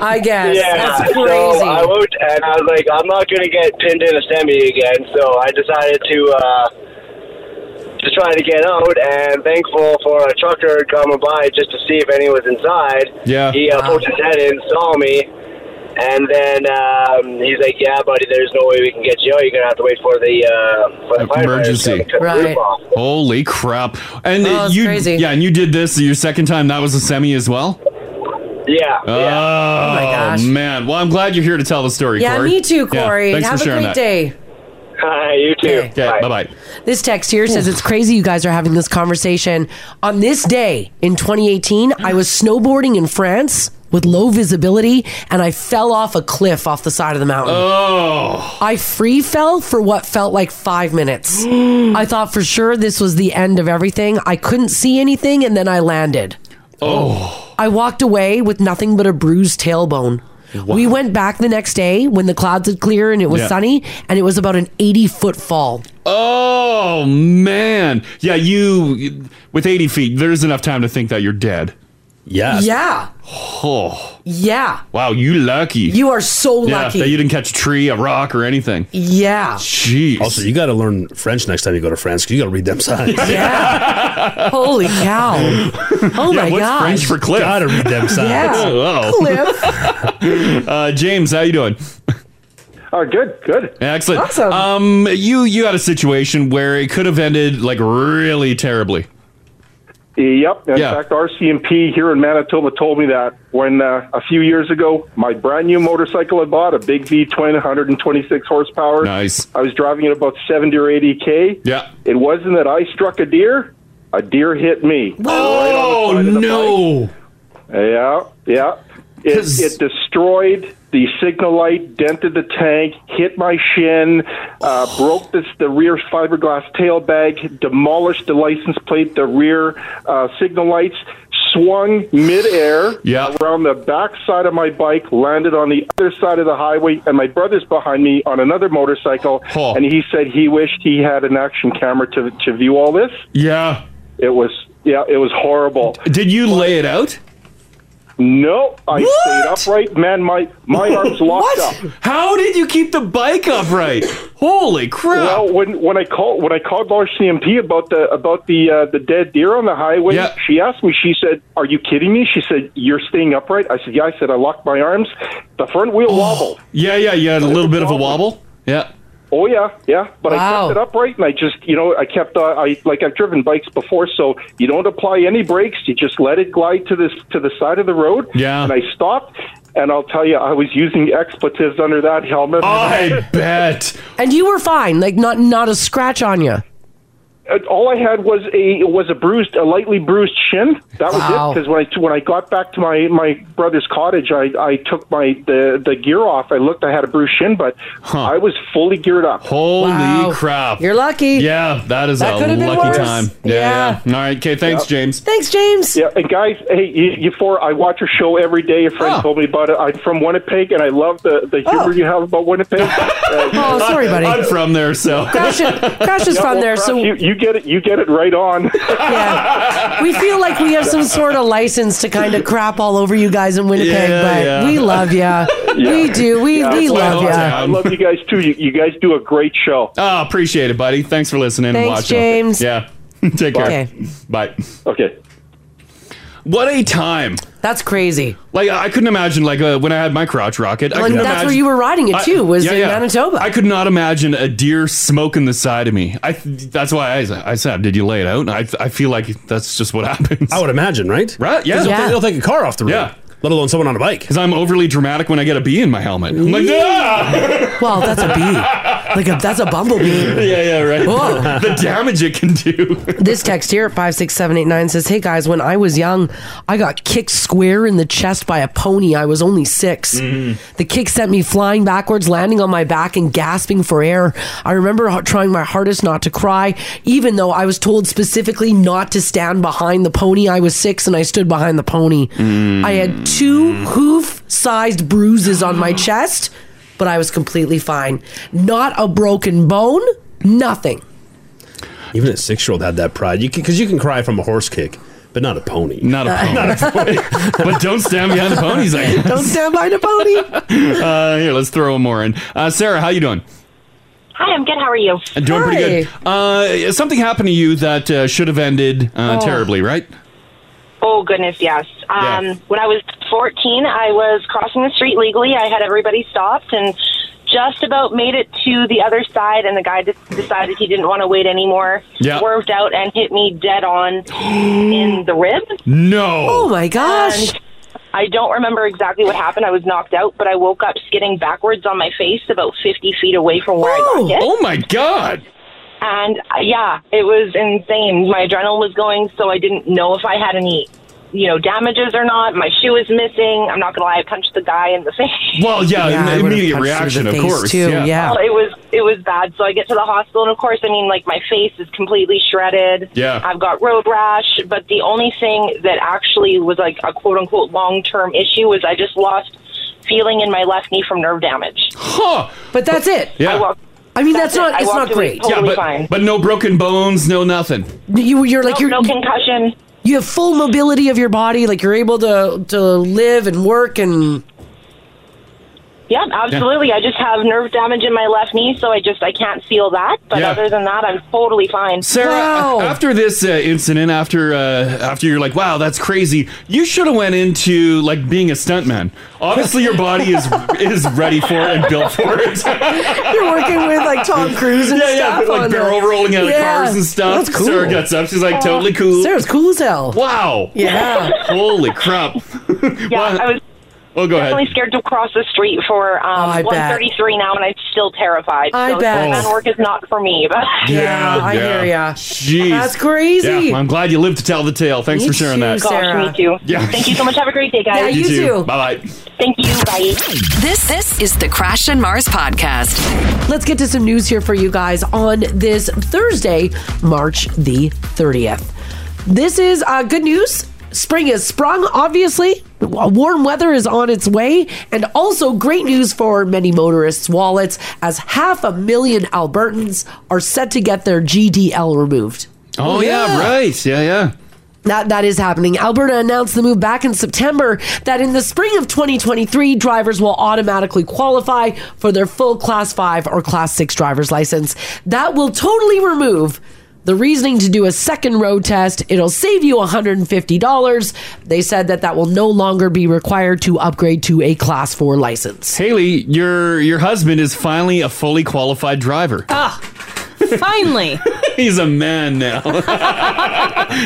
Speaker 2: I guess.
Speaker 11: yeah,
Speaker 2: That's
Speaker 11: so
Speaker 2: crazy.
Speaker 11: I looked and I was like, I'm not going to get pinned in a semi again. So I decided to uh, to try to get out. And thankful for a trucker coming by just to see if anyone was inside.
Speaker 4: Yeah.
Speaker 11: he uh, poked his head in, saw me. And then um, he's like, "Yeah, buddy, there's no way we can get you out. You're gonna have to wait for the uh, for the firefighters
Speaker 4: Emergency.
Speaker 11: to come and cut the roof
Speaker 2: Right.
Speaker 11: off."
Speaker 4: Holy crap! And
Speaker 2: Oh,
Speaker 4: uh,
Speaker 2: it's
Speaker 4: you,
Speaker 2: crazy.
Speaker 4: yeah, and you did this your second time. That was a semi as well.
Speaker 11: Yeah. yeah.
Speaker 4: Oh,
Speaker 2: gosh.
Speaker 4: man! Well, I'm glad you're here to tell the story.
Speaker 2: yeah,
Speaker 4: Corey.
Speaker 2: me too,
Speaker 4: Yeah,
Speaker 2: Corey.
Speaker 4: thanks
Speaker 2: have
Speaker 4: for
Speaker 2: a
Speaker 4: sharing
Speaker 2: great
Speaker 4: that.
Speaker 2: day.
Speaker 11: All right,
Speaker 9: right, you too.
Speaker 4: Okay, bye bye.
Speaker 2: This text here says it's crazy you guys are having this conversation. On this day in 2018, I was snowboarding in France with low visibility and I fell off a cliff off the side of the mountain.
Speaker 4: Oh.
Speaker 2: I free fell for what felt like five
Speaker 4: [GASPS]
Speaker 2: minutes. I thought for sure this was the end of everything. I couldn't see anything and then I landed.
Speaker 4: Oh.
Speaker 2: I walked away with nothing but a bruised tailbone. We went back the next day when the clouds had cleared and it was
Speaker 4: Yeah.
Speaker 2: sunny, and it was about an 80 foot fall.
Speaker 4: Oh man. Yeah, you with 80 feet, there's enough time to think that you're dead.
Speaker 8: Yeah.
Speaker 2: Yeah.
Speaker 4: Oh.
Speaker 2: Yeah.
Speaker 4: Wow, you lucky.
Speaker 2: You are so
Speaker 4: yeah,
Speaker 2: lucky.
Speaker 4: That you didn't catch a tree, a rock, or anything. [LAUGHS]
Speaker 2: Yeah.
Speaker 4: Jeez.
Speaker 8: Also, you got to learn French next time you go to France because you got to read them signs.
Speaker 2: Holy cow. Oh
Speaker 4: [LAUGHS] yeah,
Speaker 2: my
Speaker 4: what's
Speaker 2: gosh.
Speaker 4: French for cliff?
Speaker 8: Gotta
Speaker 4: [LAUGHS]
Speaker 8: read them signs.
Speaker 2: Yeah.
Speaker 4: Oh, wow. [LAUGHS] uh, James, how you doing?
Speaker 9: [LAUGHS] Oh, good, good.
Speaker 4: Excellent.
Speaker 2: Awesome.
Speaker 4: Um, you you had a situation where it could have ended like really terribly.
Speaker 9: Yep. In
Speaker 4: Yeah.
Speaker 9: fact, RCMP here in Manitoba told me that when uh, a few years ago, my brand new motorcycle I bought, a Big V twin, 126 horsepower.
Speaker 4: Nice.
Speaker 9: I was driving at about 70 or 80 k.
Speaker 4: Yeah.
Speaker 9: It wasn't that I struck a deer; a deer hit me.
Speaker 4: Oh no.
Speaker 9: Yeah, yeah. It,
Speaker 4: 'Cause-
Speaker 9: it destroyed the signal light, dented the tank, hit my shin,
Speaker 4: [SIGHS]
Speaker 9: uh, broke this, the rear fiberglass tail bag, demolished the license plate, the rear uh, signal lights, swung midair
Speaker 4: Yeah.
Speaker 9: around the back side of my bike, landed on the other side of the highway, and my brother's behind me on another motorcycle.
Speaker 4: Huh.
Speaker 9: And he said he wished he had an action camera to, to view all this.
Speaker 4: Yeah.
Speaker 9: It was, yeah, it was horrible.
Speaker 4: Did you lay it out?
Speaker 9: No, I stayed
Speaker 4: What?
Speaker 9: upright. Man, my my arms locked up.
Speaker 4: How did you keep the bike upright? Holy crap.
Speaker 9: Well, when when I called when I called RCMP about the about the uh, the dead deer on the highway,
Speaker 4: Yeah.
Speaker 9: she asked me. She said, "Are you kidding me?" She said, "You're staying upright." I said, "Yeah." I said, "I locked my arms. The front
Speaker 4: Oh.
Speaker 9: wheel wobbled.
Speaker 4: yeah, yeah, you had a little bit of a wobble. Yeah.
Speaker 9: Oh yeah, yeah." But
Speaker 2: Wow.
Speaker 9: I kept it upright, and I just you know I kept uh, I like I've driven bikes before, so you don't apply any brakes. You just let it glide to this to the side of the road.
Speaker 4: Yeah.
Speaker 9: And I stopped, and I'll tell you, I was using expletives under that helmet.
Speaker 4: I bet.
Speaker 2: And you were fine. Like, not not a scratch on you.
Speaker 9: Uh, all I had was a was a bruised, a lightly bruised shin. That was
Speaker 2: Wow.
Speaker 9: it. Because when I when I got back to my my brother's cottage, I I took my the the gear off. I looked, I had a bruised shin, but I was fully geared up.
Speaker 4: Holy
Speaker 2: Wow.
Speaker 4: crap.
Speaker 2: You're lucky.
Speaker 4: yeah, that is
Speaker 2: That
Speaker 4: a
Speaker 2: could've been
Speaker 4: lucky
Speaker 2: worse.
Speaker 4: time. Yeah,
Speaker 2: Yeah.
Speaker 4: yeah. All right. Okay. Thanks, James.
Speaker 2: Thanks, James.
Speaker 9: Yeah, and guys, hey, you, you four, I watch your show every day. A friend
Speaker 4: Huh.
Speaker 9: told me about it. I'm from Winnipeg, and I love the the humor
Speaker 2: Oh.
Speaker 9: you have
Speaker 2: [LAUGHS]
Speaker 9: about Winnipeg. uh,
Speaker 2: Oh, sorry, buddy.
Speaker 4: I'm from there, so.
Speaker 2: Crash, it, Crash
Speaker 9: [LAUGHS]
Speaker 2: is from
Speaker 9: well,
Speaker 2: there,
Speaker 9: Crash,
Speaker 2: so
Speaker 9: you, you get it, you get it right on.
Speaker 2: yeah. We feel like we have some sort of license to kind of crap all over you guys in Winnipeg,
Speaker 4: Yeah,
Speaker 2: but
Speaker 4: yeah.
Speaker 2: we love you.
Speaker 4: [LAUGHS]
Speaker 2: We do. We, we
Speaker 9: it's my
Speaker 2: love
Speaker 4: hometown.
Speaker 2: you.
Speaker 9: I love you guys too. You, you guys do a great show.
Speaker 4: Oh, appreciate it, buddy. Thanks for listening and
Speaker 2: Thanks,
Speaker 4: watching.
Speaker 2: James.
Speaker 4: Yeah. [LAUGHS] Take care.
Speaker 2: Okay.
Speaker 4: Bye.
Speaker 9: Okay.
Speaker 4: What a time.
Speaker 2: That's crazy.
Speaker 4: Like I couldn't imagine like uh, when I had my crotch rocket. I
Speaker 2: Well,
Speaker 4: couldn't
Speaker 2: that's
Speaker 4: imagine-
Speaker 2: where you were riding it
Speaker 4: I-
Speaker 2: too, was in Manitoba.
Speaker 4: I could not imagine a deer smoking the side of me. I that's why I, I said, did you lay it out? And I I feel like that's just what [LAUGHS] happens.
Speaker 8: I would imagine, right?
Speaker 4: Right, yeah.
Speaker 8: 'Cause
Speaker 2: Yeah.
Speaker 8: They'll, they'll take a car off the road,
Speaker 4: Yeah.
Speaker 8: let alone someone on a bike.
Speaker 4: Because I'm overly dramatic when I get a bee in my helmet. I'm like, ah!
Speaker 2: Well, that's a bee. Like a, that's a bumblebee.
Speaker 4: [LAUGHS] yeah, yeah, right.
Speaker 2: Whoa.
Speaker 4: [LAUGHS] the damage it can do.
Speaker 2: [LAUGHS] This text here at 56789 says, Hey guys, when I was young, I got kicked square in the chest by a pony. I was only six. The kick sent me flying backwards, landing on my back and gasping for air. I remember h- trying my hardest not to cry, even though I was told specifically not to stand behind the pony. I was six and I stood behind the pony. I had two hoof sized bruises on my chest, but I was completely fine. Not a broken bone, nothing.
Speaker 8: Even a six-year-old had that pride. You because you can cry from a horse kick, but not a pony.
Speaker 4: Not a pony. [LAUGHS] but don't [LAUGHS] stand behind the ponies. I
Speaker 2: [LAUGHS]
Speaker 4: guess.
Speaker 2: Don't stand behind a pony.
Speaker 4: [LAUGHS] Uh, here, let's throw more in. Uh, Sarah, how you doing?
Speaker 7: Hi, I'm good. How are you?
Speaker 4: Uh, Doing pretty good. Uh, something happened to you that uh, should have ended uh, terribly, right?
Speaker 7: Oh goodness, yes. Um,
Speaker 4: Yeah.
Speaker 7: When I was 14, I was crossing the street legally. I had everybody stopped and just about made it to the other side, and the guy just decided he didn't want to wait anymore.
Speaker 4: Yeah.
Speaker 7: Swerved out and hit me dead on [GASPS] in the rib.
Speaker 4: No.
Speaker 2: Oh my gosh.
Speaker 7: And
Speaker 1: I don't remember exactly what happened. I was knocked out, but I woke up skidding backwards on my face about 50 feet away from where I got hit.
Speaker 4: Oh my god!
Speaker 1: And uh, yeah, it was insane. My adrenaline was going, so I didn't know if I had any, you know, damages or not. My shoe was missing. I'm not gonna lie, I punched the guy in the [LAUGHS] face.
Speaker 4: Well, yeah,
Speaker 2: Yeah, I
Speaker 4: an
Speaker 2: would've
Speaker 4: immediate
Speaker 2: punched you in the
Speaker 4: reaction, of
Speaker 2: face,
Speaker 4: course.
Speaker 2: too, yeah.
Speaker 1: Well, it was it was bad. So I get to the hospital, and of course, I mean, like my face is completely shredded.
Speaker 4: Yeah.
Speaker 1: I've got road rash. But the only thing that actually was like a quote unquote long term issue was I just lost feeling in my left knee from nerve damage.
Speaker 4: Huh.
Speaker 2: But that's it.
Speaker 4: Yeah. I,
Speaker 2: mean, that's,
Speaker 1: That's it.
Speaker 2: not.
Speaker 1: I
Speaker 2: It's
Speaker 1: walked
Speaker 2: not
Speaker 1: away
Speaker 2: great.
Speaker 1: totally
Speaker 4: yeah, but,
Speaker 1: fine.
Speaker 4: but no broken bones, no nothing.
Speaker 2: You, you're like you're
Speaker 1: no concussion.
Speaker 2: You have full mobility of your body. Like you're able to to live and work and.
Speaker 1: Yeah, absolutely. I just have nerve damage in my left knee, so I just I can't feel that. But
Speaker 4: Yeah.
Speaker 1: other than that, I'm totally fine.
Speaker 4: Sarah, a- after this uh, incident, after uh, after you're like, wow, that's crazy. You should have went into like being a stuntman. Obviously, your body is [LAUGHS] is ready for it and built for it.
Speaker 2: [LAUGHS] You're working with like Tom Cruise and
Speaker 4: yeah, yeah,
Speaker 2: stuff.
Speaker 4: but, like
Speaker 2: on the-
Speaker 4: barrel rolling out of
Speaker 2: Yeah.
Speaker 4: cars and stuff.
Speaker 2: That's cool.
Speaker 4: Sarah gets up. She's like, totally cool.
Speaker 2: Sarah's cool as hell.
Speaker 4: Wow.
Speaker 2: Yeah.
Speaker 4: [LAUGHS] Holy crap.
Speaker 1: [LAUGHS] Yeah, I was
Speaker 4: Well, go ahead.
Speaker 1: definitely scared to cross the street for um,
Speaker 4: I bet.
Speaker 1: 133 now, and I'm still terrified.
Speaker 2: Oh, I
Speaker 1: so
Speaker 2: bet.
Speaker 1: stuntman work is not for me. But
Speaker 4: [LAUGHS]
Speaker 2: Yeah, I hear ya.
Speaker 4: Jeez.
Speaker 2: That's crazy.
Speaker 4: Yeah, well, I'm glad you lived to tell the tale. Thanks
Speaker 2: Me
Speaker 4: for sharing
Speaker 2: too,
Speaker 4: that.
Speaker 1: Gosh,
Speaker 2: Sarah.
Speaker 1: me too.
Speaker 4: Yeah.
Speaker 1: Thank you so much. Have a great day, guys.
Speaker 4: Bye bye.
Speaker 1: Thank you. Bye.
Speaker 6: This this is the Crash and Mars podcast.
Speaker 2: Let's get to some news here for you guys on this Thursday, March the 30th. This is uh, good news. Spring is sprung, obviously. Warm weather is on its way. And also, great news for many motorists' wallets as half a million Albertans are set to get their GDL removed.
Speaker 4: Oh, yeah. right. Yeah, yeah.
Speaker 2: That, that is happening. Alberta announced the move back in September that in the spring of 2023, drivers will automatically qualify for their full Class 5 or Class 6 driver's license. That will totally remove the reasoning to do a second road test. It'll save you $150. They said that that will no longer be required to upgrade to a Class 4 license.
Speaker 4: Haley, your your husband is finally a fully qualified driver.
Speaker 5: Ah, finally.
Speaker 4: [LAUGHS] He's a man now. [LAUGHS]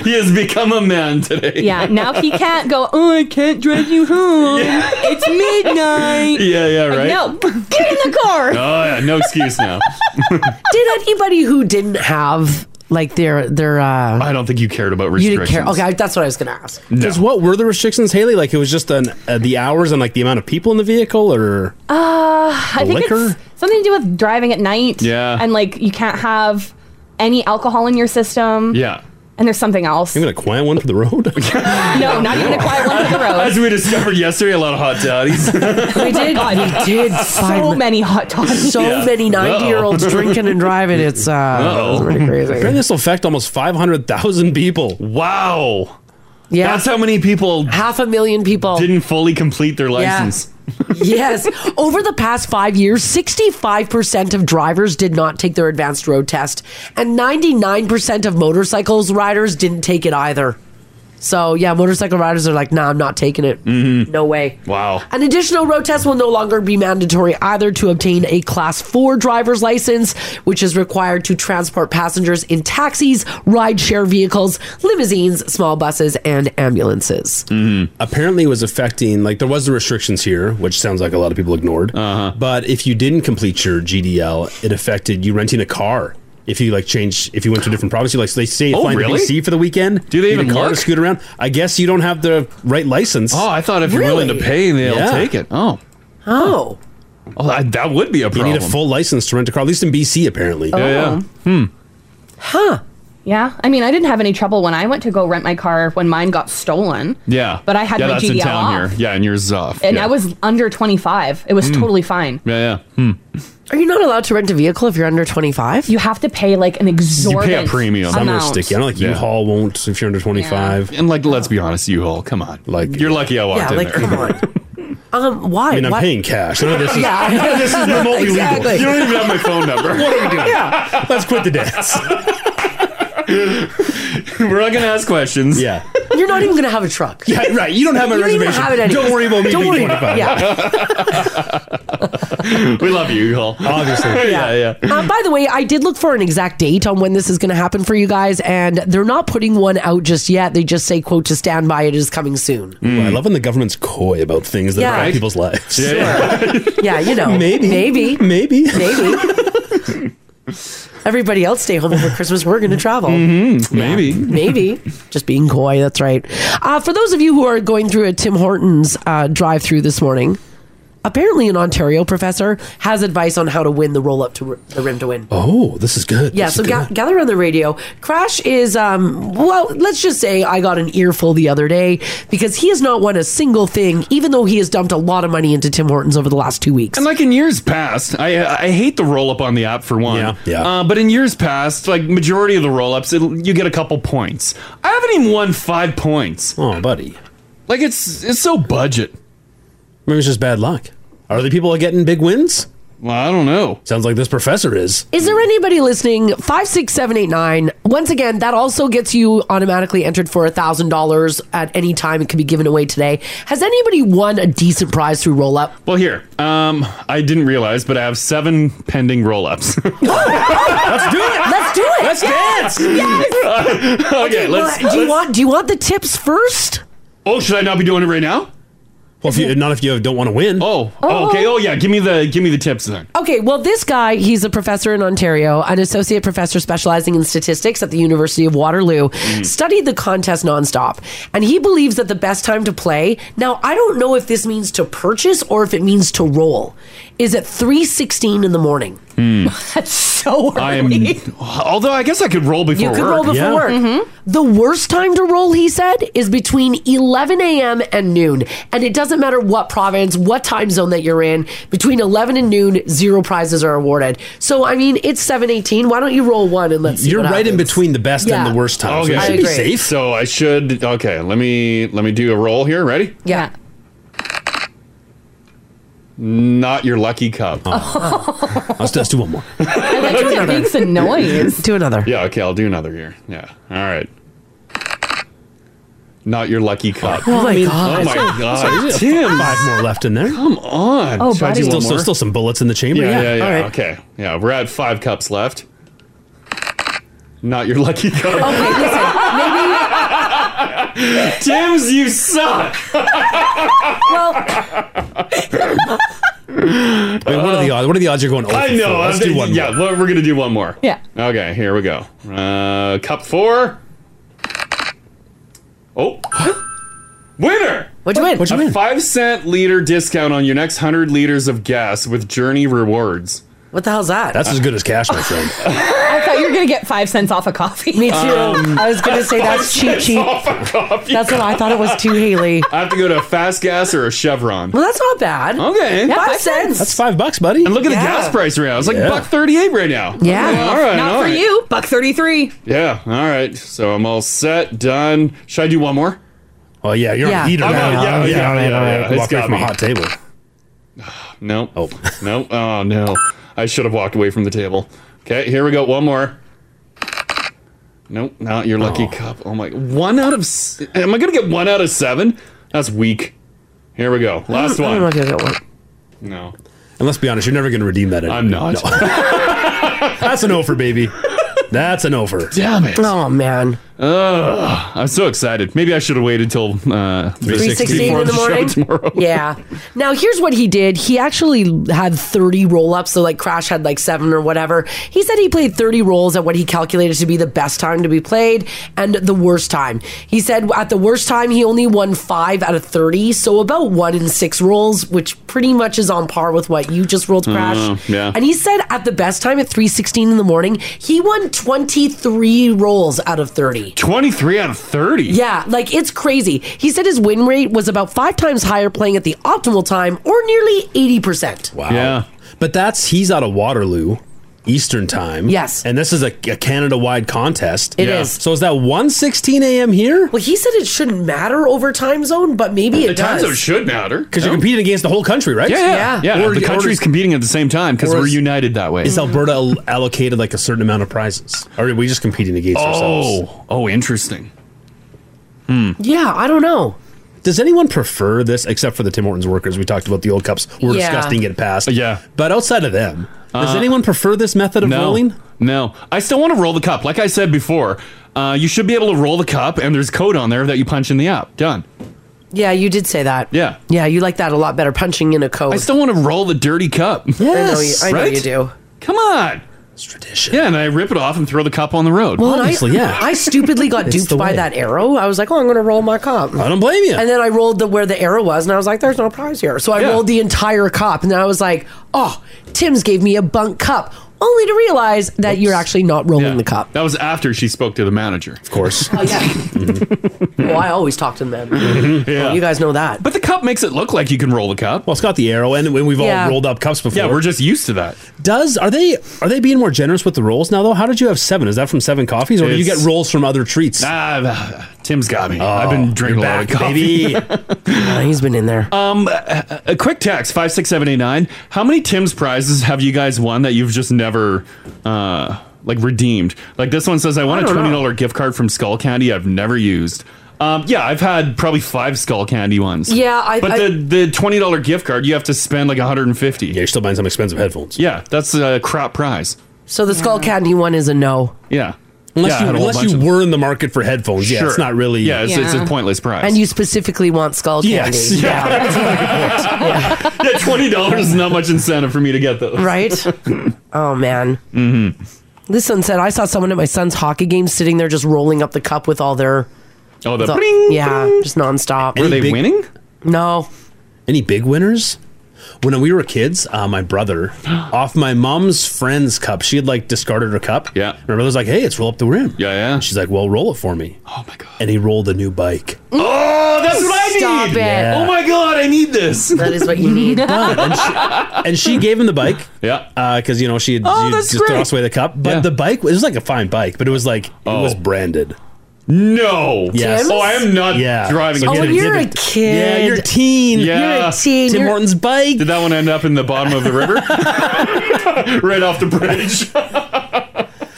Speaker 4: he has become a man today. [LAUGHS]
Speaker 5: Yeah, now he can't go, oh, I can't drive you home. It's midnight.
Speaker 4: [LAUGHS] Yeah, yeah, right.
Speaker 5: No, get in the
Speaker 4: Oh
Speaker 5: car.
Speaker 4: yeah, no [LAUGHS] excuse now.
Speaker 2: Did anybody who didn't have like their their uh
Speaker 4: I don't think you cared about
Speaker 2: You didn't care.
Speaker 8: restrictions.
Speaker 2: Okay, I- that's what I was going to ask.
Speaker 8: Because what were the restrictions, Haley? Like it was just an, uh, the hours and like the amount of people in the vehicle, or
Speaker 5: Uh, I think
Speaker 8: Liquor?
Speaker 5: it's something to do with driving at night.
Speaker 8: Yeah.
Speaker 5: And like you can't have any alcohol in your system.
Speaker 4: Yeah.
Speaker 5: And there's something
Speaker 8: [LAUGHS]
Speaker 5: else.
Speaker 8: even a quiet one for the road.
Speaker 5: No, not even a quiet one
Speaker 4: [LAUGHS]
Speaker 5: for the road.
Speaker 4: As we discovered yesterday, a lot of hot toddies.
Speaker 2: We
Speaker 5: [LAUGHS]
Speaker 2: did. we did
Speaker 5: so many hot dogs.
Speaker 2: [LAUGHS] So
Speaker 4: Yeah.
Speaker 2: many 90 year olds
Speaker 8: [LAUGHS] Uh-oh.
Speaker 2: drinking and driving. It's uh,
Speaker 8: Uh-oh.
Speaker 2: pretty crazy.
Speaker 8: Apparently, this will affect almost five hundred thousand people.
Speaker 4: Wow.
Speaker 2: Yeah.
Speaker 4: That's how many people
Speaker 2: half a million people
Speaker 4: didn't fully complete their
Speaker 2: Yeah.
Speaker 4: license.
Speaker 2: yes. Over the past five years, 65% of drivers did not take their advanced road test, and 99% of motorcycles riders didn't take it either. So, yeah, motorcycle riders are like, nah, I'm not taking it. No way.
Speaker 4: Wow.
Speaker 2: An additional road test will no longer be mandatory either to obtain a Class 4 driver's license, which is required to transport passengers in taxis, rideshare vehicles, limousines, small buses, and ambulances.
Speaker 4: Mm-hmm.
Speaker 8: Apparently, it was affecting like there was the restrictions here, which sounds like a lot of people ignored. Uh-huh. But if you didn't complete your GDL, it affected you renting a car. If you like change, if you went to a different province, you like so they say
Speaker 4: Oh,
Speaker 8: flying
Speaker 4: really?
Speaker 8: to BC for the weekend.
Speaker 4: Do they
Speaker 8: you need
Speaker 4: even
Speaker 8: a car to
Speaker 4: look?
Speaker 8: scoot around? I guess you don't have the right license.
Speaker 4: Oh, I thought if you're willing to pay, they'll take it. Oh,
Speaker 2: Oh.
Speaker 4: Oh, that, that would be a problem.
Speaker 8: You need a full license to rent a car, at least in BC, apparently.
Speaker 5: Yeah, yeah.
Speaker 2: Oh. Huh.
Speaker 5: Yeah. I mean, I didn't have any trouble when I went to go rent my car when mine got stolen.
Speaker 4: Yeah.
Speaker 5: But I had
Speaker 4: yeah,
Speaker 5: my
Speaker 4: that's in
Speaker 5: GDL
Speaker 4: town
Speaker 5: off.
Speaker 4: here. Yeah, and yours is off.
Speaker 5: And
Speaker 4: yeah.
Speaker 5: I was under 25. It was
Speaker 4: Mm.
Speaker 5: totally fine.
Speaker 4: Yeah, yeah. Hmm.
Speaker 2: Are you not allowed to rent a vehicle if you're under 25?
Speaker 5: You have to pay like an exorbitant
Speaker 8: Some are
Speaker 5: amount.
Speaker 8: sticky. I don't like U-Haul won't if you're under 25.
Speaker 4: And like, let's be honest, U-Haul, come on. Like, you're lucky I walked
Speaker 2: Yeah,
Speaker 4: in
Speaker 2: like,
Speaker 4: there.
Speaker 2: come on. Um, why?
Speaker 8: I mean, I'm
Speaker 2: Why-
Speaker 8: paying cash. None of this
Speaker 2: [LAUGHS]
Speaker 8: is, [LAUGHS]
Speaker 2: Yeah.
Speaker 8: none of this is remotely
Speaker 2: Exactly.
Speaker 4: You
Speaker 8: legal.
Speaker 4: don't even have my phone number.
Speaker 8: [LAUGHS] What are we doing? Yeah. Let's quit the dance.
Speaker 4: [LAUGHS] We're not gonna ask questions.
Speaker 8: Yeah.
Speaker 2: [LAUGHS] You're not even going to have a truck.
Speaker 8: Yeah, right. You don't have my
Speaker 2: You don't even
Speaker 8: reservation.
Speaker 2: have it anyway.
Speaker 8: Don't worry about me
Speaker 2: Don't
Speaker 8: being
Speaker 2: worry.
Speaker 8: 25.
Speaker 2: Yeah.
Speaker 4: [LAUGHS] we love you, Hall. Obviously. [LAUGHS] yeah, yeah.
Speaker 2: Uh, by the way, I did look for an exact date on when this is going to happen for you guys, and they're not putting one out just yet. They just say, "quote to stand by, it is coming soon."
Speaker 8: Ooh, I love when the government's coy about things that
Speaker 2: Yeah.
Speaker 8: affect
Speaker 2: Right?
Speaker 8: people's lives.
Speaker 2: Yeah, [LAUGHS] Yeah, you know,
Speaker 8: Maybe.
Speaker 2: maybe,
Speaker 8: maybe,
Speaker 2: maybe. Everybody else stay home over Christmas. We're going to travel.
Speaker 8: Mm-hmm.
Speaker 4: Maybe.
Speaker 2: Maybe. Just being coy. That's right. Uh, for those of you who are going through a Tim Hortons uh, drive through this morning, apparently an Ontario professor has advice on how to win the roll up to r- the rim to win.
Speaker 8: [LAUGHS] Oh, this is good.
Speaker 2: Yeah,
Speaker 8: This
Speaker 2: so
Speaker 8: is
Speaker 2: ga-
Speaker 8: good.
Speaker 2: gather on the radio. Crash is, um, well, let's just say I got an earful the other day because he has not won a single thing, even though he has dumped a lot of money into Tim Hortons over the last two weeks.
Speaker 4: And like in years past, I I hate the roll up on the app for one. Yeah, Uh, but in years past, like majority of the roll ups, you get a couple points. I haven't even won five points.
Speaker 8: Oh, buddy.
Speaker 4: Like it's it's so budget.
Speaker 8: Maybe it's just bad luck. Are the people getting big wins?
Speaker 4: Well, I don't know.
Speaker 8: Sounds like this professor is.
Speaker 2: Is there anybody listening? Five six seven eight nine. Once again, that also gets you automatically entered for a thousand dollars at any time. It could be given away today. Has anybody won a decent prize through roll up?
Speaker 4: Well, here, um, I didn't realize, but I have seven pending roll ups. [LAUGHS]
Speaker 2: Let's do it. Let's do it.
Speaker 4: Let's
Speaker 2: Yes!
Speaker 4: dance. Yes. [LAUGHS] [LAUGHS] okay,
Speaker 2: well,
Speaker 4: let's.
Speaker 2: do you
Speaker 4: let's-
Speaker 2: want? Do you want the tips first?
Speaker 4: Oh, should I not be doing it right now?
Speaker 8: Well, if you not if you don't want to win.
Speaker 4: Oh, oh, okay. Oh, yeah. Give me the give me the tips then.
Speaker 2: Okay, well, this guy, he's a professor in Ontario, an associate professor specializing in statistics at the University of Waterloo, studied the contest nonstop. And he believes that the best time to play, now, I don't know if this means to purchase or if it means to roll, is at 3.16 in the morning. [LAUGHS] That's so early.
Speaker 4: I am. Hmm. Although I guess I could roll before
Speaker 2: you could
Speaker 4: work.
Speaker 2: roll before work. The worst time to roll, he said, is between 11 a.m. and noon. And it doesn't matter what province, what time zone that you're in. Between 11 and noon, zero prizes are awarded. So I mean, it's 7:18. Why don't you roll one and let's see?
Speaker 8: You're
Speaker 2: what
Speaker 8: right in
Speaker 2: happens.
Speaker 8: between the best and
Speaker 2: Yeah.
Speaker 8: the worst time.
Speaker 4: Okay,
Speaker 8: So you
Speaker 2: I
Speaker 8: should be
Speaker 2: agree.
Speaker 8: safe.
Speaker 4: So I should. Okay, let me let me do a roll here. Ready?
Speaker 2: Yeah.
Speaker 4: Not your lucky cup.
Speaker 2: Oh.
Speaker 5: Oh.
Speaker 4: [LAUGHS]
Speaker 8: Let's, let's do one more.
Speaker 5: It makes a noise.
Speaker 2: Do another.
Speaker 4: Yeah. Okay, I'll do another here. Yeah. All right. Not your lucky cup.
Speaker 8: Oh my
Speaker 4: Oh
Speaker 8: God.
Speaker 4: my god.
Speaker 8: Sorry,
Speaker 4: Tim,
Speaker 8: Five more left in there.
Speaker 4: come on.
Speaker 8: Oh,
Speaker 4: Should I do
Speaker 8: buddy.
Speaker 4: one
Speaker 8: Still, still,
Speaker 4: more?
Speaker 8: still some bullets in the chamber.
Speaker 4: Yeah, yeah, yeah.
Speaker 8: All right.
Speaker 4: Okay. Yeah, we're at five cups left. Not your lucky cup.
Speaker 2: Okay, listen.
Speaker 4: [LAUGHS]
Speaker 2: Maybe.
Speaker 4: Tim's, you suck.
Speaker 2: Well,
Speaker 8: I mean, what
Speaker 4: Oh.
Speaker 8: are the odds? Uh, What are the odds you're going? 0
Speaker 4: I
Speaker 8: for
Speaker 4: know.
Speaker 8: four?
Speaker 4: I'm
Speaker 8: Let's do
Speaker 4: thinking-
Speaker 8: one.
Speaker 4: Yeah,
Speaker 8: More.
Speaker 4: we're we're gonna do one more.
Speaker 5: Yeah.
Speaker 4: Okay, here we go. Uh, cup four. Oh, winner!
Speaker 2: what'd you win?
Speaker 8: What'd you
Speaker 4: A
Speaker 8: win?
Speaker 4: five cent liter discount on your next hundred liters of gas with Journey Rewards.
Speaker 2: What the hell's that?
Speaker 8: That's as good as cash,
Speaker 4: [LAUGHS]
Speaker 8: my friend.
Speaker 5: I thought you were gonna get five cents off a coffee.
Speaker 2: Me too. I was gonna say that's cheat sheet.
Speaker 4: Um, Off a coffee.
Speaker 2: That's what I thought it was too, Haley.
Speaker 4: I have to go to a Fast Gas or a Chevron.
Speaker 2: Well, that's not bad.
Speaker 4: Okay.
Speaker 2: Five,
Speaker 5: five
Speaker 2: cents.
Speaker 8: That's five bucks, buddy.
Speaker 4: And look at
Speaker 2: Yeah.
Speaker 4: the gas price right now. It's like
Speaker 8: Yeah.
Speaker 4: buck thirty-eight right now.
Speaker 2: Yeah.
Speaker 4: Okay, all right.
Speaker 5: Not
Speaker 4: all
Speaker 5: for
Speaker 4: right.
Speaker 5: you. Buck thirty-three.
Speaker 4: Yeah. All right. So I'm all set. Done. Should I do one more?
Speaker 8: Oh yeah, you're
Speaker 2: Yeah.
Speaker 8: a heater.
Speaker 4: I'm
Speaker 8: now.
Speaker 4: on- yeah, yeah, yeah, yeah. It's
Speaker 8: Walk away
Speaker 4: got
Speaker 8: from a
Speaker 4: me.
Speaker 8: hot table.
Speaker 4: No. Oh. No. Oh no. I should have walked away from the table. Okay. Here we go. One more. Nope. Not your lucky cup. Oh my. One out of. s- Am I gonna get one out of seven? That's weak. Here we go. Last
Speaker 2: I don't know
Speaker 4: one.
Speaker 2: if you'll get one.
Speaker 4: No.
Speaker 8: And let's be honest, you're never going to redeem that. Anyway.
Speaker 4: I'm not.
Speaker 8: [LAUGHS] That's an over, baby. That's an over.
Speaker 4: Damn it.
Speaker 2: Oh man.
Speaker 4: Ugh, I'm so excited. Maybe I should have waited till uh,
Speaker 2: 316
Speaker 4: before
Speaker 2: in the
Speaker 4: show
Speaker 2: morning.
Speaker 4: tomorrow.
Speaker 2: [LAUGHS] yeah. Now here's what he did. He actually had 30 roll ups. So like Crash had like seven or whatever. He said he played 30 rolls at what he calculated to be the best time to be played and the worst time. He said at the worst time he only won five out of 30, so about one in six rolls, which pretty much is on par with what you just rolled, Crash.
Speaker 4: Mm, yeah.
Speaker 2: And he said at the best time at 316 in the morning, he won 23 rolls out of 30.
Speaker 4: 23 out of 30.
Speaker 2: Yeah, like it's crazy. He said his win rate was about five times higher playing at the optimal time, or nearly 80%.
Speaker 8: Wow. Yeah. But that's he's out of Waterloo, Eastern time.
Speaker 2: Yes.
Speaker 8: And this is a, a Canada-wide contest.
Speaker 2: It
Speaker 8: It is.
Speaker 2: Yeah. is.
Speaker 8: So is that 1:16 a.m. here?
Speaker 2: Well, he said it shouldn't matter over time zone, but maybe it
Speaker 4: The time zone
Speaker 2: does.
Speaker 4: should matter.
Speaker 8: Because you're competing against the whole country, right?
Speaker 4: Yeah, yeah, yeah.
Speaker 8: Or-
Speaker 4: the country's
Speaker 8: or-
Speaker 4: competing at the same time because
Speaker 8: or
Speaker 4: we're
Speaker 8: is-
Speaker 4: united that way.
Speaker 8: Is Alberta al- allocated like a certain amount of prizes? Or are we just competing against ourselves?
Speaker 4: oh, oh, interesting.
Speaker 2: yeah, I don't know.
Speaker 8: Does anyone prefer this except for the Tim Hortons workers? We talked about the old cups were
Speaker 4: Yeah.
Speaker 8: disgusting, get passed. Yeah. But outside of them, does
Speaker 4: Uh,
Speaker 8: anyone prefer this method of
Speaker 4: no,
Speaker 8: rolling?
Speaker 4: No, I still want to roll the cup. Like I said before, uh, you should be able to roll the cup, and there's code on there that you punch in the app. Done.
Speaker 2: Yeah, you did say that.
Speaker 4: Yeah.
Speaker 2: Yeah, you like that a lot better, punching in a code.
Speaker 4: I still want to roll the dirty
Speaker 8: [LAUGHS]
Speaker 4: cup. Yes,
Speaker 2: I know you do.
Speaker 4: Come on. It's tradition. Yeah, and I rip it off and throw the cup on the road.
Speaker 2: Well, and I, I stupidly got
Speaker 4: [LAUGHS] It's
Speaker 2: duped
Speaker 4: the
Speaker 2: by
Speaker 4: way.
Speaker 2: that arrow. I was like, oh, I'm going to roll my cup.
Speaker 4: I don't blame you.
Speaker 2: And then I rolled the where the arrow was, and I was like, there's no prize here. So I rolled the entire cup, and then I was like, oh, Tim's gave me a bunk cup, only to realize that you're actually not rolling the
Speaker 4: [LAUGHS]
Speaker 2: cup.
Speaker 4: That was after she spoke to the manager. Of course.
Speaker 2: Oh,
Speaker 4: [LAUGHS]
Speaker 2: well, I always talk to the men.
Speaker 4: yeah.
Speaker 2: You guys know that.
Speaker 4: But the cup makes it look like you can roll the cup. Well,
Speaker 8: it's got the arrow, and we've
Speaker 2: all Yeah. rolled
Speaker 8: up cups before.
Speaker 4: Yeah, we're just used to that.
Speaker 8: Does are they are they being more generous with the rolls now though? How did you have seven? Is that from seven coffees, or do you
Speaker 4: It's-
Speaker 8: get rolls from other treats? Oh.
Speaker 4: Ah, Tim's got me. I've been drinking a lot of
Speaker 2: [LAUGHS]
Speaker 4: coffee.
Speaker 2: he's been in there.
Speaker 4: Um, a, a quick text five six seven eight nine. How many Tim's prizes have you guys won that you've just never uh like redeemed? Like this one says, I won
Speaker 2: I
Speaker 4: a
Speaker 2: don't know.
Speaker 4: twenty dollar gift card from Skull Candy I've never used. Um, yeah, I've had probably five Skull Candy ones.
Speaker 2: Yeah, I-
Speaker 4: but
Speaker 2: I-
Speaker 4: the the twenty dollar gift card you have to spend like one hundred and fifty. Yeah,
Speaker 8: you're still buying some expensive headphones.
Speaker 4: Yeah, that's a crap prize.
Speaker 2: So the skull candy one is a no.
Speaker 4: Yeah,
Speaker 8: Unless
Speaker 4: Yeah, I
Speaker 8: you,
Speaker 4: had a whole
Speaker 8: unless
Speaker 4: bunch
Speaker 8: you
Speaker 4: of-
Speaker 8: were in the market for headphones, yeah,
Speaker 4: Sure.
Speaker 8: it's not really.
Speaker 4: Yeah, it's- it's a Yeah. pointless prize.
Speaker 2: And you specifically want skull
Speaker 4: Yes,
Speaker 2: candy.
Speaker 4: [LAUGHS] yeah. [LAUGHS] yeah, twenty dollars is not much incentive for me to get those. [LAUGHS]
Speaker 2: Right? oh, man.
Speaker 4: Mm-hmm.
Speaker 2: This one said, I saw someone at my son's hockey game sitting there just rolling up the cup with all their.
Speaker 4: Oh, the
Speaker 2: with all-
Speaker 4: bling,
Speaker 2: Yeah, just nonstop.
Speaker 8: Were they
Speaker 4: winning?
Speaker 2: No.
Speaker 8: Any big winners? When we were kids, uh,
Speaker 4: [GASPS]
Speaker 8: my brother, off my mom's friend's cup, she had like discarded her cup. Yeah. My brother's like, hey, it's roll up the rim.
Speaker 4: Yeah, yeah.
Speaker 8: she's like, well, roll it for me. Oh, my God. And he rolled a new bike.
Speaker 4: Oh, that's what I
Speaker 2: Stop
Speaker 4: need.
Speaker 2: it.
Speaker 4: Oh my god, I need this.
Speaker 2: [LAUGHS] That is what you
Speaker 4: [LAUGHS]
Speaker 2: need.
Speaker 8: and she gave him the bike.
Speaker 4: Yeah,
Speaker 8: because you know she had
Speaker 2: Oh,
Speaker 8: you
Speaker 2: that's
Speaker 8: just
Speaker 2: great.
Speaker 8: tossed away the cup. But the bike it was like a fine bike, but it was like it was branded.
Speaker 4: Oh. No.
Speaker 8: Yes.
Speaker 4: Oh, I am not driving.
Speaker 2: Oh,
Speaker 8: So
Speaker 4: a kid.
Speaker 8: get it- get it. Yeah, you're a teen. Tim Hortons bike.
Speaker 4: Did that one end up in the bottom of the [LAUGHS] river? right off the bridge.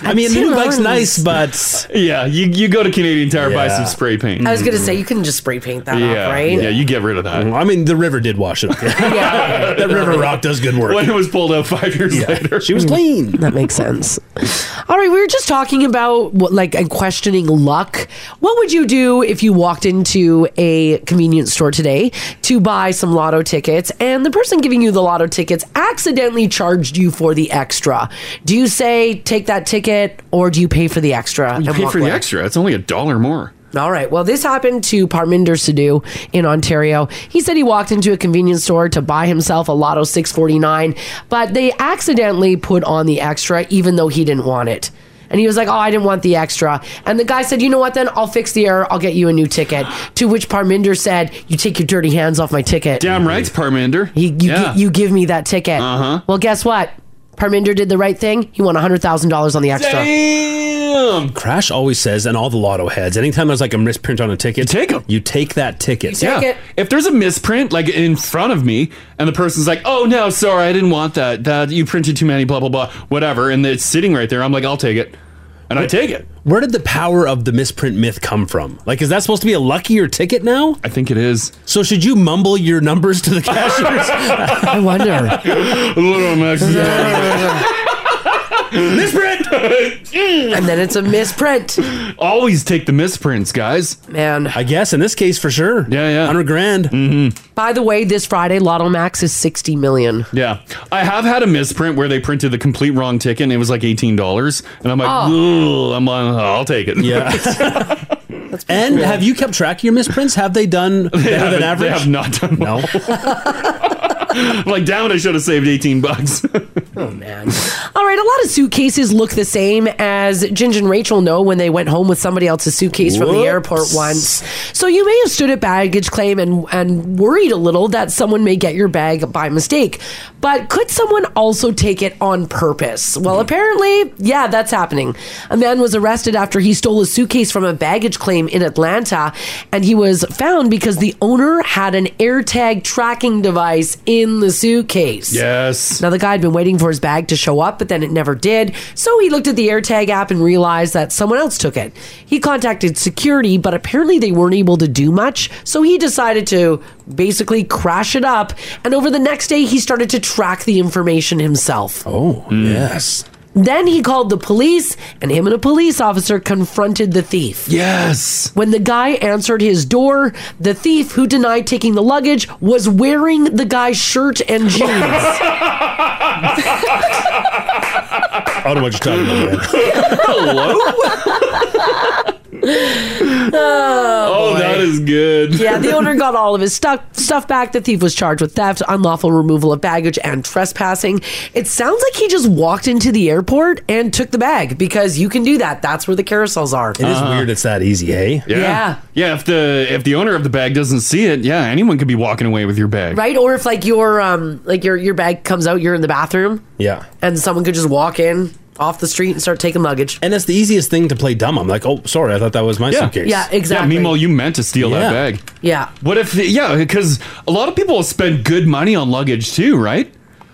Speaker 8: I mean, the new bike's nice, but
Speaker 4: [LAUGHS] yeah, you, you go to Canadian Tire buy some spray paint. Mm-hmm.
Speaker 2: I was going to say, you can just spray paint that
Speaker 4: yeah,
Speaker 2: up, right?
Speaker 4: yeah, you get rid of that.
Speaker 8: I mean, the river did wash it
Speaker 2: [LAUGHS]
Speaker 8: up.
Speaker 2: Yeah.
Speaker 8: that river rock does good work.
Speaker 4: When it was pulled out five years
Speaker 2: [LAUGHS]
Speaker 4: later,
Speaker 8: she was clean.
Speaker 2: Mm. That makes sense. All right, we were just talking about what, like and questioning luck. What would you do if you walked into a convenience store today to buy some lotto tickets and the person giving you the lotto tickets accidentally charged you for the extra? Do you say take that ticket or do you pay for the extra?
Speaker 4: You
Speaker 2: and
Speaker 4: pay
Speaker 2: walk
Speaker 4: for the
Speaker 2: away?
Speaker 4: extra. It's only a dollar more.
Speaker 2: All right. Well, this happened to Parminder Sidhu in Ontario. He said he walked into a convenience store to buy himself a Lotto 649, but they accidentally put on the extra even though he didn't want it. And he was like, "Oh, I didn't want the extra." And the guy said, "You know what? Then I'll fix the error. I'll get you a new ticket." To which Parminder said, "You take your dirty hands off my ticket."
Speaker 4: Damn right, Parminder.
Speaker 2: You you, gi- you give me that ticket.
Speaker 4: Uh-huh.
Speaker 2: Well, guess what? Parminder did the right thing. He won hundred thousand dollars on the extra.
Speaker 4: Damn.
Speaker 8: Crash always says, and all the lotto heads, anytime there's like a misprint on a ticket, you take them. You take that ticket.
Speaker 4: yeah. If there's a misprint like in front of me and the person's like, "Oh no, sorry, I didn't want that. That you printed too many blah blah blah, whatever." And it's sitting right there. I'm like, "I'll take it." And I take it.
Speaker 8: Where did the power of the misprint myth come from? Like, is that supposed to be a luckier ticket now?
Speaker 4: I think it is.
Speaker 8: So should you mumble your numbers to the cashiers?
Speaker 2: I wonder.
Speaker 4: Little misprint.
Speaker 2: and then it's a misprint.
Speaker 4: Always take the misprints, guys.
Speaker 2: Man.
Speaker 8: I guess in this case for sure. Yeah, yeah. 100 grand. Mm-hmm.
Speaker 2: By the way, this Friday, Lotto Max is 60 million.
Speaker 4: Yeah, I have had a misprint where they printed the complete wrong ticket and it was like eighteen dollars, and I'm like,
Speaker 2: Oh.
Speaker 4: "Ugh," I'm on, I'll take it.
Speaker 8: Yeah. And have you kept track of your misprints? Have they done
Speaker 4: haven't- [LAUGHS] [LAUGHS]
Speaker 8: better than
Speaker 4: they
Speaker 8: average?
Speaker 4: have not done [LAUGHS]
Speaker 8: No.
Speaker 4: like, down, I should have saved eighteen bucks.
Speaker 2: All right, a lot of suitcases look the same as Ginger and Rachel know when they went home with somebody else's suitcase from the
Speaker 12: Whoops.
Speaker 2: airport once. So you may have stood at baggage claim and, and worried a little that someone may get your bag by mistake. But could someone also take it on purpose? Well, apparently, yeah, that's happening. A man was arrested after he stole a suitcase from a baggage claim in Atlanta, and he was found because the owner had an AirTag tracking device in the suitcase.
Speaker 4: Yes.
Speaker 2: Now, the guy had been waiting for his bag to show up, but then it never did. So he looked at the AirTag app and realized that someone else took it. He contacted security, but apparently they weren't able to do much. So he decided to basically crash it up. And over the next day, he started to track the information himself.
Speaker 8: Oh, yes.
Speaker 2: Then he called the police, and him and a police officer confronted the thief.
Speaker 4: Yes.
Speaker 2: When the guy answered his door, the thief, who denied taking the luggage, was wearing the guy's shirt and jeans.
Speaker 8: I don't know what you're talking about. man.
Speaker 2: oh,
Speaker 8: [LAUGHS]
Speaker 4: Oh, that is good.
Speaker 2: yeah, the owner got all of his stuff stuff back. The thief was charged with theft, unlawful removal of baggage, and trespassing. It sounds like he just walked into the airport and took the bag because you can do that. That's where the carousels are.
Speaker 8: It is weird it's that easy, eh? hey?
Speaker 4: Uh-huh. Yeah.
Speaker 2: Yeah.
Speaker 4: yeah. if the if the owner of the bag doesn't see it, yeah, anyone could be walking away with your bag.
Speaker 2: Right? Or if like your um like your your bag comes out, you're in the bathroom
Speaker 8: Yeah.
Speaker 2: and someone could just walk in off the street and start taking luggage.
Speaker 8: And it's the easiest thing to play dumb. I'm like, oh, sorry, I thought that was my
Speaker 4: Yeah.
Speaker 8: suitcase.
Speaker 2: Yeah, exactly.
Speaker 4: meanwhile, you meant to steal
Speaker 8: Yeah.
Speaker 4: that bag.
Speaker 2: Yeah.
Speaker 4: What if, yeah, because a lot of people spend good money on luggage too, right?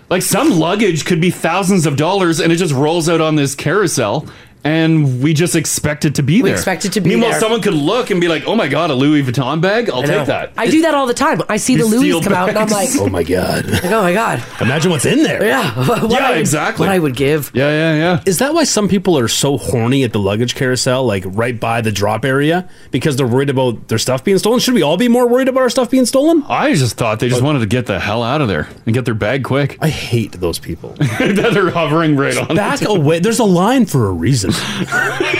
Speaker 4: Like some luggage could be thousands of dollars and it just rolls out on this carousel and we just expect it to be
Speaker 2: We
Speaker 4: there.
Speaker 2: expect it to be
Speaker 4: Meanwhile,
Speaker 2: there.
Speaker 4: someone could look and be like, oh my God, a Louis Vuitton bag? I'll
Speaker 2: I know.
Speaker 4: take that.
Speaker 2: I do that all the time. I see
Speaker 4: You
Speaker 2: the Louis
Speaker 4: steal
Speaker 2: come out and I'm like,
Speaker 4: bags. [LAUGHS]
Speaker 8: Oh my god.
Speaker 2: [LAUGHS] like, oh my god.
Speaker 8: Imagine what's in there.
Speaker 2: Yeah. [LAUGHS] [LAUGHS] What
Speaker 4: Yeah,
Speaker 2: I would-
Speaker 4: exactly.
Speaker 2: What I would give.
Speaker 4: Yeah, yeah, yeah.
Speaker 8: Is that why some people are so horny at the luggage carousel, like right by the drop area, because they're worried about their stuff being stolen? Should we all be more worried about our stuff being stolen?
Speaker 4: I just thought they just wanted to get the hell out of there and get their bag quick.
Speaker 8: I hate those people. [LAUGHS]
Speaker 4: [LAUGHS] that are hovering right on.
Speaker 8: Back away. There's a line for
Speaker 4: [LAUGHS]
Speaker 8: a reason.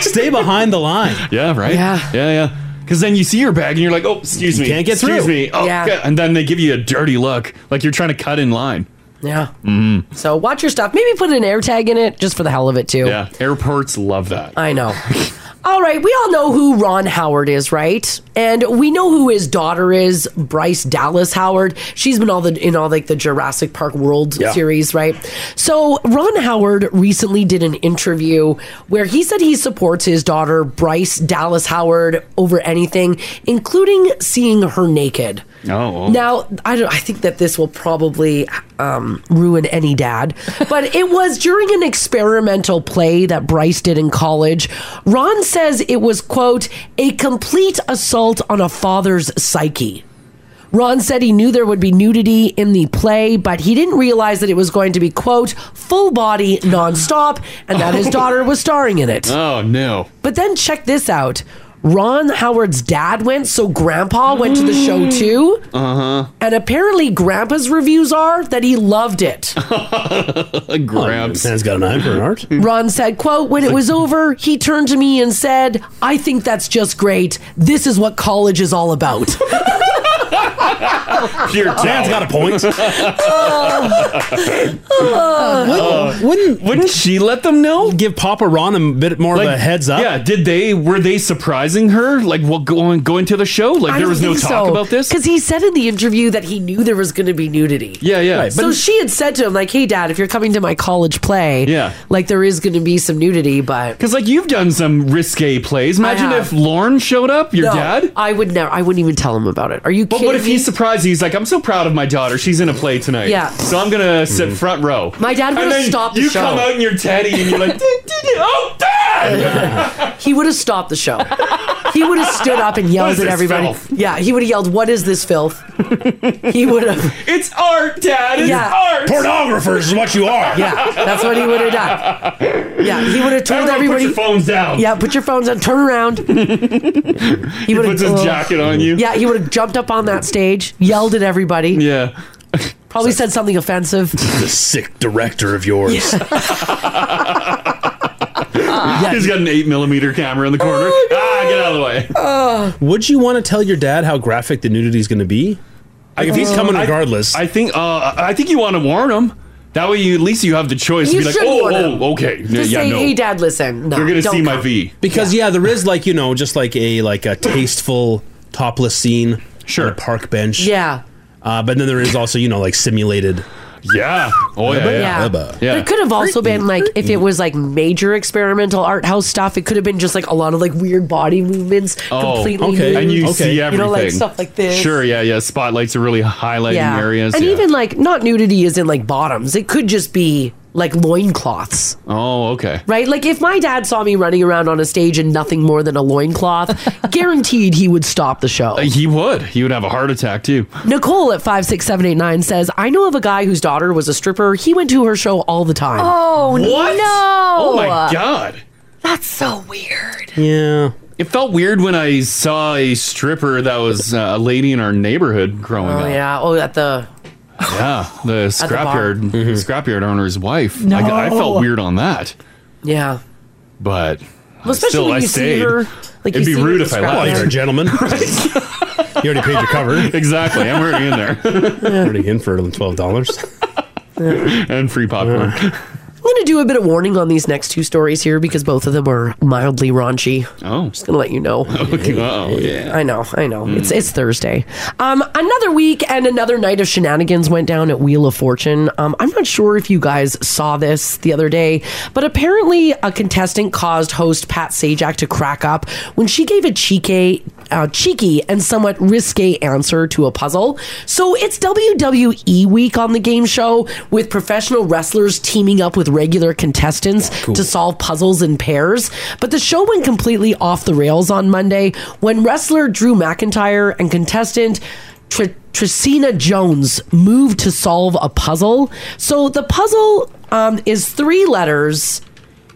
Speaker 8: Stay behind the line.
Speaker 4: Yeah, right?
Speaker 2: Yeah.
Speaker 4: Yeah, yeah. Because then you see your bag and you're like, oh, excuse me.
Speaker 8: can't get
Speaker 4: excuse
Speaker 8: through.
Speaker 4: me. Oh,
Speaker 2: Yeah.
Speaker 4: God. And then they give you a dirty look, like you're trying to cut in line. Mm-hmm.
Speaker 2: Yeah. So watch your stuff. Maybe put an air tag in it just for the hell of it too.
Speaker 4: Yeah. Airports love that.
Speaker 2: I know. All right, we all know who Ron Howard is, right? And we know who his daughter is, Bryce Dallas Howard. She's been all the in all like the Jurassic Park World
Speaker 8: Yeah.
Speaker 2: series, right? So Ron Howard recently did an interview where he said he supports his daughter Bryce Dallas Howard over anything, including seeing her naked.
Speaker 4: Oh.
Speaker 2: [LAUGHS] Now, I don't. I think that this will probably um, ruin any dad. But it was during an experimental play that Bryce did in college. Ron says it was quote a complete assault on a father's psyche. Ron said he knew there would be nudity in the play, but he didn't realize that it was going to be quote full body nonstop, and that his daughter was starring in it.
Speaker 4: Oh, no.
Speaker 2: But then check this out. Ron Howard's dad went, so grandpa went to the show too.
Speaker 4: Uh-huh.
Speaker 2: Uh huh. And apparently, grandpa's reviews are that he loved
Speaker 4: [LAUGHS]
Speaker 2: it.
Speaker 4: [LAUGHS] Grabs.
Speaker 8: Sam's got an eye for an art.
Speaker 2: Ron said, quote, when it was over, he turned to me and said, I think that's just great. This is what college is all about.
Speaker 4: Pure
Speaker 8: Sam's got a
Speaker 4: [LAUGHS]
Speaker 8: point. [LAUGHS]
Speaker 2: Oh.
Speaker 8: wouldn't, wouldn't
Speaker 4: Uh, Wouldn't she let them know?
Speaker 8: give Papa Ron a bit more of a heads up?
Speaker 4: Yeah, did they were they surprising her? Like well going going to the show? [LAUGHS] Like there was no talk about this?
Speaker 2: Because he said in the interview that he knew there was going to be nudity.
Speaker 4: Yeah, yeah.
Speaker 8: Right,
Speaker 2: so she had said to him, like, hey, dad, if you're coming to my college play,
Speaker 4: Yeah.
Speaker 2: like, there is going to be some nudity, but.
Speaker 4: Because like you've done some risque plays. Imagine
Speaker 2: have.
Speaker 4: if Lauren showed up, your
Speaker 2: No,
Speaker 4: dad.
Speaker 2: I would never. I wouldn't even tell him about it. Are you
Speaker 4: But
Speaker 2: kidding
Speaker 4: what if
Speaker 2: me?
Speaker 4: he's surprised? He's like, I'm so proud of my daughter. She's in a play tonight.
Speaker 2: Yeah.
Speaker 4: So I'm gonna
Speaker 8: Mm-hmm.
Speaker 4: sit front row.
Speaker 2: My dad
Speaker 4: And
Speaker 2: would've
Speaker 4: then
Speaker 2: stopped the
Speaker 4: You
Speaker 2: show.
Speaker 4: come out in your teddy and
Speaker 2: [LAUGHS]
Speaker 4: you're like, "Dee, dee, [LAUGHS] dee. oh dad!
Speaker 2: He would have stopped the show. he would have stood up and
Speaker 4: What
Speaker 2: yelled
Speaker 4: is
Speaker 2: at
Speaker 4: this
Speaker 2: everybody.
Speaker 4: filth?
Speaker 2: Yeah, he would have yelled, "What is this filth?" he would have.
Speaker 4: It's art, dad. It's
Speaker 2: Yeah.
Speaker 4: art.
Speaker 8: Pornographers is what you are.
Speaker 2: Yeah, that's what he would have done. Yeah, he would have told
Speaker 4: Everyone
Speaker 2: everybody.
Speaker 4: put your phones down.
Speaker 2: yeah, put your phones on. Turn
Speaker 4: [LAUGHS]
Speaker 2: around. He would
Speaker 4: Puts his jacket on you.
Speaker 2: Yeah, he would have jumped up on that stage, yelled at everybody.
Speaker 4: Yeah.
Speaker 2: Probably said something offensive.
Speaker 8: The sick director
Speaker 2: [LAUGHS]
Speaker 8: of yours.
Speaker 2: Ah.
Speaker 4: He's "Ah, got an eight millimeter camera
Speaker 2: Oh,
Speaker 4: in the corner. ah, get out of the way.
Speaker 8: Would you want to tell your dad how graphic the nudity is going to be? Like if he's coming regardless.
Speaker 4: Uh, I think. Uh, I think you want to warn him. That way, you at least you have the choice
Speaker 2: You
Speaker 4: to be like,
Speaker 2: should
Speaker 4: oh,
Speaker 2: warn him.
Speaker 4: oh, okay, No,
Speaker 2: Just
Speaker 4: yeah,
Speaker 2: say,
Speaker 4: no,
Speaker 2: "Hey, Dad, listen. No,
Speaker 4: you're gonna
Speaker 2: don't
Speaker 4: see my
Speaker 2: come."
Speaker 4: V.
Speaker 8: because yeah. there is like you know just like a like a tasteful topless scene.
Speaker 4: Sure.
Speaker 8: on a park bench.
Speaker 2: Yeah,
Speaker 8: Uh, but then there is also you know like simulated
Speaker 4: Yeah. Oh yeah. Yeah.
Speaker 2: Yeah.
Speaker 4: yeah.
Speaker 2: But it could have
Speaker 8: [LAUGHS]
Speaker 2: also been like if it was like major experimental art house stuff, it could have been just like a lot of like weird body movements, completely nude,
Speaker 4: Oh, And you see everything.
Speaker 2: You know, like stuff like this.
Speaker 4: Sure, yeah, yeah. Spotlights are really highlighting
Speaker 2: yeah.
Speaker 4: areas.
Speaker 2: and
Speaker 4: yeah.
Speaker 2: even like not nudity is in like bottoms. It could just be like loincloths.
Speaker 4: oh, okay.
Speaker 2: Right? Like if my dad saw me running around on a stage in nothing more than a
Speaker 4: [LAUGHS]
Speaker 2: loincloth, guaranteed he would stop the show.
Speaker 4: Uh, He would. He would have a heart attack too.
Speaker 2: Nicole at 56789 says, I know of a guy whose daughter was a stripper. He went to her show all the time.
Speaker 5: Oh no!
Speaker 4: Oh my god.
Speaker 5: That's so weird.
Speaker 4: Yeah. It felt weird when I saw a stripper that was uh, a lady in our neighborhood growing
Speaker 2: Oh,
Speaker 4: up.
Speaker 2: yeah. Oh, at the.
Speaker 4: Yeah, the
Speaker 2: [LAUGHS] At the bar. Mm-hmm.
Speaker 4: scrapyard, scrapyard owner's wife. I, I
Speaker 2: No.
Speaker 4: felt weird on that,
Speaker 2: Yeah.
Speaker 4: but
Speaker 2: Well,
Speaker 4: I
Speaker 2: especially
Speaker 4: still
Speaker 2: when
Speaker 4: I
Speaker 2: you see
Speaker 4: stayed.
Speaker 2: her, like, you
Speaker 4: It'd be
Speaker 2: see her
Speaker 4: rude
Speaker 2: in
Speaker 4: if I
Speaker 2: the
Speaker 4: left.
Speaker 2: scrapyard. Well, you're a
Speaker 4: gentleman,
Speaker 8: [LAUGHS]
Speaker 4: You already paid your cover. exactly. I'm already in there. already in for twelve dollars [LAUGHS] and free popcorn.
Speaker 8: Uh-huh.
Speaker 2: I'm going to do a bit of warning on these next two stories here because both of them are mildly raunchy.
Speaker 4: Oh.
Speaker 2: Just going to let you know.
Speaker 4: Okay. [LAUGHS] Oh yeah. Hmm.
Speaker 2: I know, I know. It's it's Thursday. Um, another week and another night of shenanigans went down at Wheel of Fortune. Um, I'm not sure if you guys saw this the other day, but apparently a contestant caused host Pat Sajak to crack up when she gave a cheeky, uh, cheeky and somewhat risque answer to a puzzle. So it's WWE week on the game show with professional wrestlers teaming up with regular contestants to solve puzzles in pairs. But the show went completely off the rails on Monday when wrestler Drew McIntyre and contestant Tr- Tracina Jones moved to solve a puzzle. So the puzzle um, is three letters.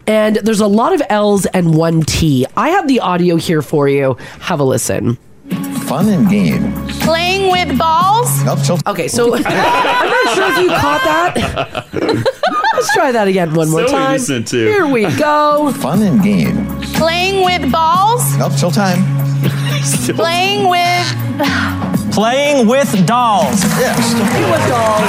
Speaker 2: And there's a lot of L's and one T. I have the audio here for you. Have a listen.
Speaker 12: Fun and game.
Speaker 5: Playing with balls.
Speaker 2: Okay, so [LAUGHS] I'm not sure if you caught that. [LAUGHS] Let's try that again one more
Speaker 12: So
Speaker 2: time.
Speaker 12: innocent, too.
Speaker 2: Here we
Speaker 13: [LAUGHS]
Speaker 2: go.
Speaker 12: Fun and game.
Speaker 5: Playing with balls.
Speaker 12: Nope, still time.
Speaker 5: [LAUGHS] Playing with.
Speaker 12: Playing with dolls. Yes.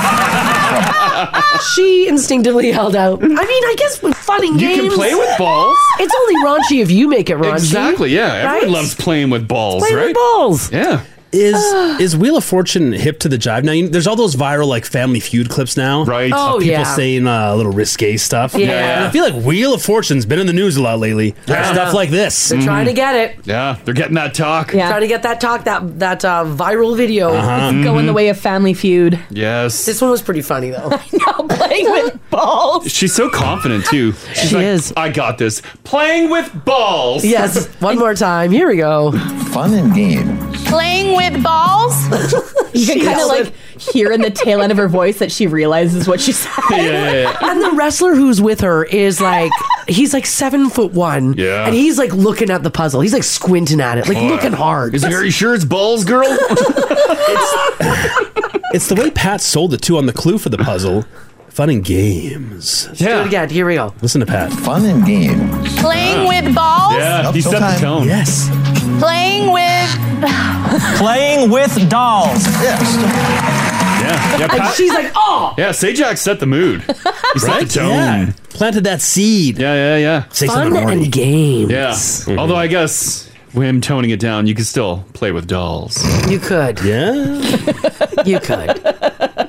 Speaker 4: [LAUGHS]
Speaker 2: [LAUGHS] she instinctively held out. I mean, I guess with fun and
Speaker 4: You can
Speaker 2: games,
Speaker 4: play with balls.
Speaker 2: It's only raunchy if you make it raunchy.
Speaker 4: Exactly. Yeah.
Speaker 2: Right?
Speaker 4: Everyone loves playing with balls,
Speaker 2: Playing with
Speaker 4: right?
Speaker 2: balls.
Speaker 4: Yeah.
Speaker 8: Is is Wheel of Fortune hip to the jive now? You, there's all those viral like Family Feud clips now, right?
Speaker 2: Oh,
Speaker 8: people
Speaker 2: yeah.
Speaker 8: saying uh, a little risque stuff.
Speaker 2: Yeah. Yeah.
Speaker 8: And I feel like Wheel of Fortune's been in the news a lot lately.
Speaker 4: Yeah.
Speaker 8: Stuff like this. Mm-hmm.
Speaker 2: They're trying to get it.
Speaker 4: Yeah. They're getting that talk.
Speaker 2: Trying to get that talk, that that uh, viral video.
Speaker 4: Uh-huh. It's going the
Speaker 2: way
Speaker 5: of Family Feud.
Speaker 4: Yes.
Speaker 2: This [LAUGHS] one was pretty funny though.
Speaker 5: playing with balls.
Speaker 4: She's so confident too. She's she like, is. I got this. [LAUGHS] Playing with balls.
Speaker 2: yes,
Speaker 4: [LAUGHS]
Speaker 2: one more time. Here we go.
Speaker 12: Fun and game.
Speaker 5: Playing with balls. you can
Speaker 2: She
Speaker 5: kind of
Speaker 2: yelled
Speaker 5: like hear in the tail end of her voice that she realizes what she
Speaker 4: [LAUGHS]
Speaker 5: said.
Speaker 2: And the wrestler who's with her is like, he's like seven foot one.
Speaker 4: Yeah.
Speaker 2: And he's like looking at the puzzle. He's like squinting at it, like
Speaker 4: Oh,
Speaker 2: looking
Speaker 4: yeah.
Speaker 2: hard.
Speaker 4: Is like, are you sure it's
Speaker 2: [LAUGHS]
Speaker 4: balls, girl?
Speaker 8: It's the way Pat sold it too on the clue for the puzzle. Fun and games.
Speaker 2: Do it again. Here we go.
Speaker 8: Listen to Pat.
Speaker 12: Fun and game.
Speaker 5: Playing with balls.
Speaker 8: he set the tone. Yes.
Speaker 5: Playing with.
Speaker 12: Playing with dolls. Yes.
Speaker 4: Yeah. yeah
Speaker 12: And she's like,
Speaker 2: oh.
Speaker 4: Yeah. Sajak set the
Speaker 8: [LAUGHS]
Speaker 4: mood. He set
Speaker 8: Right?
Speaker 4: the tone.
Speaker 8: Yeah. Planted that seed.
Speaker 4: Yeah. Yeah. Yeah.
Speaker 8: Say Fun something horny. and
Speaker 2: games.
Speaker 4: Yeah.
Speaker 8: Mm-hmm.
Speaker 4: Although I guess with him toning it down, you could still play with dolls.
Speaker 2: You could.
Speaker 4: Yeah.
Speaker 2: You could.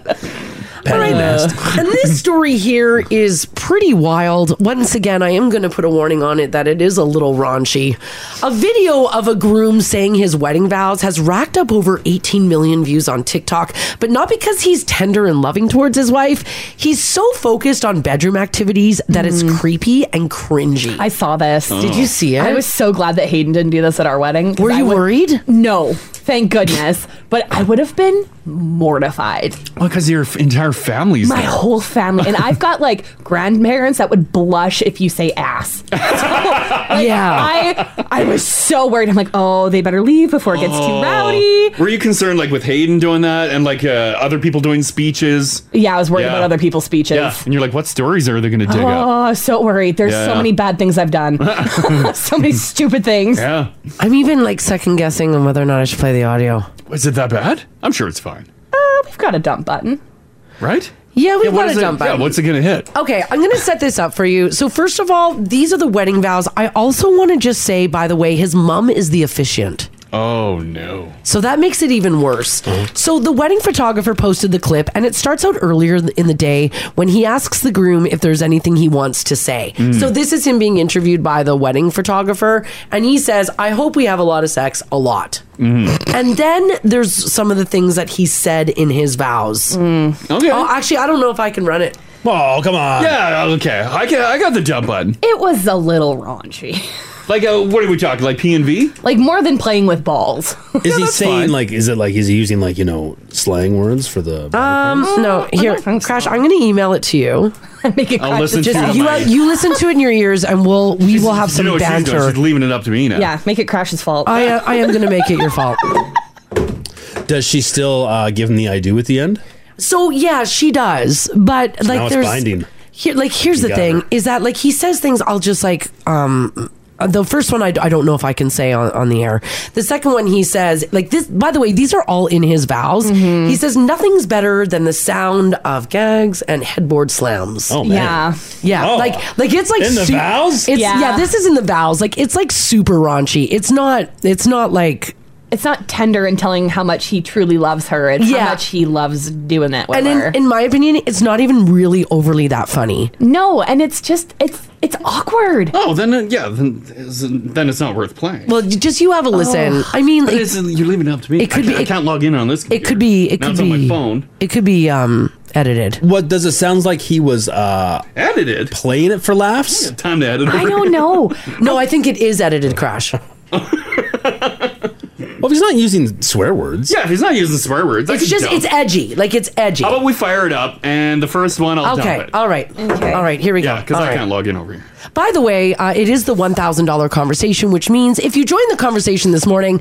Speaker 2: All right. and this story here is pretty wild. Once again, I am going to put a warning on it that it is a little raunchy. A video of a groom saying his wedding vows has racked up over 18 million views on TikTok, but not because he's tender and loving towards his wife. He's so focused on bedroom activities that it's creepy and cringy. I
Speaker 5: saw this.
Speaker 4: Oh.
Speaker 2: Did you see it?
Speaker 5: I was so glad that Hayden didn't do this at our wedding.
Speaker 2: Were
Speaker 5: I
Speaker 2: you
Speaker 5: would-
Speaker 2: worried?
Speaker 5: No, thank goodness. but I would have been mortified.
Speaker 4: Well, because your f- entire family's
Speaker 5: My
Speaker 4: there.
Speaker 5: whole family. And I've got like grandparents that would blush if you say ass. [LAUGHS] So, like,
Speaker 4: Yeah.
Speaker 5: I, I was so worried. I'm like, oh, they better leave before it gets
Speaker 4: Oh.
Speaker 5: too rowdy.
Speaker 4: Were you concerned like with Hayden doing that and like uh, other people doing speeches?
Speaker 5: Yeah, I was worried about other people's speeches.
Speaker 4: Yeah, and you're like, what stories are they going to dig
Speaker 5: oh,
Speaker 4: up?
Speaker 5: I was so worried. There's
Speaker 4: Yeah,
Speaker 5: so
Speaker 4: yeah.
Speaker 5: many bad things I've [LAUGHS] done. [LAUGHS] so many stupid things.
Speaker 4: Yeah.
Speaker 2: I'm even like second guessing on whether or not I should play the audio.
Speaker 4: Is it that bad? I'm sure it's fine,
Speaker 5: Uh, we've got a dump button.
Speaker 4: right?
Speaker 2: Yeah, we've
Speaker 4: what
Speaker 2: got
Speaker 4: is
Speaker 2: a
Speaker 4: it-
Speaker 2: dump
Speaker 4: Yeah,
Speaker 2: button.
Speaker 4: what's it going to hit?
Speaker 2: Okay, I'm going to set this up for you. So, first of all, these are the wedding vows. I also want to just say, by the way, his mom is the officiant.
Speaker 4: Oh no.
Speaker 2: So that makes it even worse. So the wedding photographer posted the clip, and it starts out earlier th- in the day when he asks the groom if there's anything he wants to say.
Speaker 14: Mm.
Speaker 2: So this is him being interviewed by the wedding photographer, and he says, I hope we have a lot of sex, a lot. And then there's some of the things that he said in his vows.
Speaker 4: Mm. Okay.
Speaker 2: Oh, actually, I don't know if I can run it.
Speaker 4: Oh come on. Yeah. Okay. I can. I got the jump button.
Speaker 5: It was a little raunchy. [LAUGHS]
Speaker 4: Like, uh, what are we talking? Like P and V?
Speaker 5: Like more than playing with balls. [LAUGHS]
Speaker 8: Is he saying like? Is it like? Is he using like you know slang words for the?
Speaker 2: Um, no, here, Crash, I'm going to email it to you.
Speaker 5: [LAUGHS] Make
Speaker 8: I'll crash listen the to phone.
Speaker 2: you,
Speaker 8: it.
Speaker 2: you listen to it in your ears, and we'll we will have some
Speaker 4: you know what she's doing?
Speaker 2: banter.
Speaker 4: She's leaving it up to me now.
Speaker 5: make it Crash's fault.
Speaker 2: I, uh, I am going to make it your
Speaker 5: [LAUGHS]
Speaker 2: fault.
Speaker 8: Does she still uh, give him the I do at the end?
Speaker 2: So yeah, she does, but
Speaker 8: So
Speaker 2: like
Speaker 8: now it's
Speaker 2: there's
Speaker 8: binding.
Speaker 2: Here, like here's the
Speaker 8: You got
Speaker 2: thing:
Speaker 8: her.
Speaker 2: is that like he says things. I'll just like um. The first one I, I don't know if I can say on, on the air. The second one he says like this. By the way, these are all in his vows.
Speaker 5: Mm-hmm.
Speaker 2: He says nothing's better than the sound of gags and headboard slams. Oh
Speaker 5: man. Yeah.
Speaker 2: yeah.
Speaker 5: Oh.
Speaker 2: Like like it's like
Speaker 5: In the vows?
Speaker 2: It's, yeah.
Speaker 5: Yeah.
Speaker 2: this is in the vows. Like it's like super raunchy. It's not. It's not like
Speaker 5: It's not tender and telling how much he truly loves her and
Speaker 2: Yeah.
Speaker 5: how much he loves doing that with
Speaker 2: and
Speaker 5: her.
Speaker 2: in, in my opinion, it's not even really overly that funny.
Speaker 5: no, and it's just it's it's awkward.
Speaker 4: Oh, then uh, yeah, then, then it's not worth playing.
Speaker 2: Well, you- just you have a
Speaker 4: Oh.
Speaker 2: listen.
Speaker 4: Ugh.
Speaker 2: I mean,
Speaker 4: But
Speaker 2: it,
Speaker 4: it's- you're leaving it up to me.
Speaker 2: It could be.
Speaker 4: I, can't- I can't log in on this.
Speaker 2: it could be. It
Speaker 4: Now
Speaker 2: could
Speaker 4: it's
Speaker 2: be
Speaker 4: on my phone.
Speaker 2: It could be um edited.
Speaker 8: What does it sounds like he was uh
Speaker 4: edited
Speaker 8: playing it for laughs?
Speaker 4: Time to [LAUGHS] edit.
Speaker 5: I don't know.
Speaker 2: no, I think it is edited. Crash.
Speaker 4: [LAUGHS]
Speaker 8: Well, if he's not using swear words.
Speaker 4: Yeah, if he's not using swear words,
Speaker 2: It's just it's edgy. Like it's edgy.
Speaker 4: How about we fire it up and the first one I'll
Speaker 2: okay.
Speaker 4: dump it.
Speaker 2: All right. All right. Here we go.
Speaker 4: Yeah, because
Speaker 2: All
Speaker 4: I
Speaker 2: right.
Speaker 4: can't log in over here.
Speaker 2: By the way, uh, it is the $1,000 conversation, which means if you join the conversation this morning,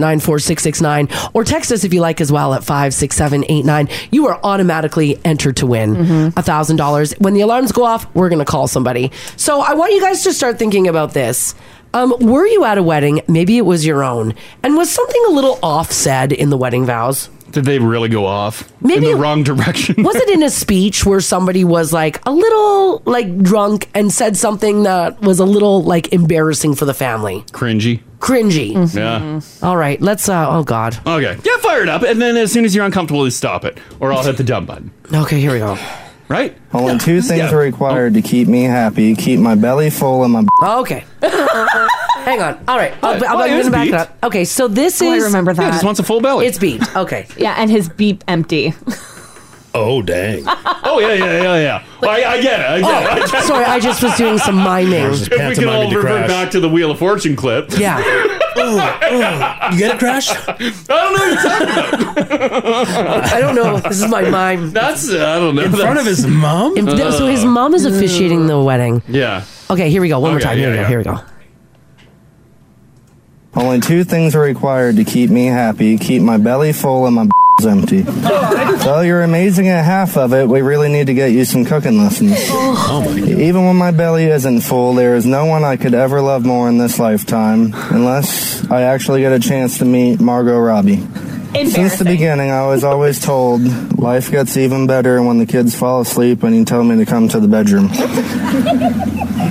Speaker 2: 780-489-4669, or text us if you like as well at 56789, you are automatically entered to win $1,000. When the alarms go off, we're going to call somebody. So I want you guys to start thinking about this. Um, were you at a wedding? Maybe it was your own. And was something a little off said in the wedding vows?
Speaker 4: Did they really go off
Speaker 2: Maybe
Speaker 4: in the wrong direction?
Speaker 2: was it in a speech where somebody was like a little like drunk and said something that was a little like embarrassing for the family?
Speaker 4: Cringy.
Speaker 2: Cringy.
Speaker 5: Mm-hmm.
Speaker 4: Yeah.
Speaker 2: All right, let's uh oh god.
Speaker 4: Okay. Get fired up, and then as soon as you're uncomfortable, just stop it, or I'll hit the dump button.
Speaker 2: Okay, here we go.
Speaker 4: Right?
Speaker 12: Only two things are required to keep me happy keep my belly full and my.
Speaker 2: Oh, Okay. Hang on. All right. I'll,
Speaker 12: What?
Speaker 2: I'll,
Speaker 12: Oh, it
Speaker 2: I'm
Speaker 12: was
Speaker 2: gonna back it
Speaker 12: beat.
Speaker 2: up. Okay, so this
Speaker 5: Oh, I
Speaker 2: is
Speaker 5: remember Yeah, that. just
Speaker 4: wants a full belly.
Speaker 2: It's beat. Okay.
Speaker 5: [LAUGHS] Yeah, and his beep empty. [LAUGHS]
Speaker 8: Oh dang.
Speaker 4: [LAUGHS] oh yeah, yeah, yeah, yeah. I, I get it. I get it. [LAUGHS] [LAUGHS] I get it.
Speaker 2: Oh, sorry, I just was doing some miming.
Speaker 4: If we can all revert back to the Wheel of Fortune clip.
Speaker 2: Yeah.
Speaker 4: [LAUGHS]
Speaker 8: you get it, Crash?
Speaker 2: [LAUGHS] Uh, I don't know. This is my mime.
Speaker 4: That's uh, I don't know. Uh,
Speaker 8: In front of his mom?
Speaker 2: If th- so his mom is officiating the wedding.
Speaker 4: Yeah.
Speaker 2: Okay, here we go. One more
Speaker 12: Okay,
Speaker 2: time.
Speaker 12: yeah,
Speaker 2: Here we go.
Speaker 12: yeah.
Speaker 2: Here we go.
Speaker 12: Only two things are required to keep me happy keep my belly full and my [LAUGHS] empty. well, you're amazing at half of it. We really need to get you some cooking lessons. Oh my God. Even when my belly isn't full, there is no one I could ever love more in this lifetime unless I actually get a chance to meet Margot Robbie. Since the beginning, I was always told life gets even better when the kids fall asleep and you tell me to come to the bedroom.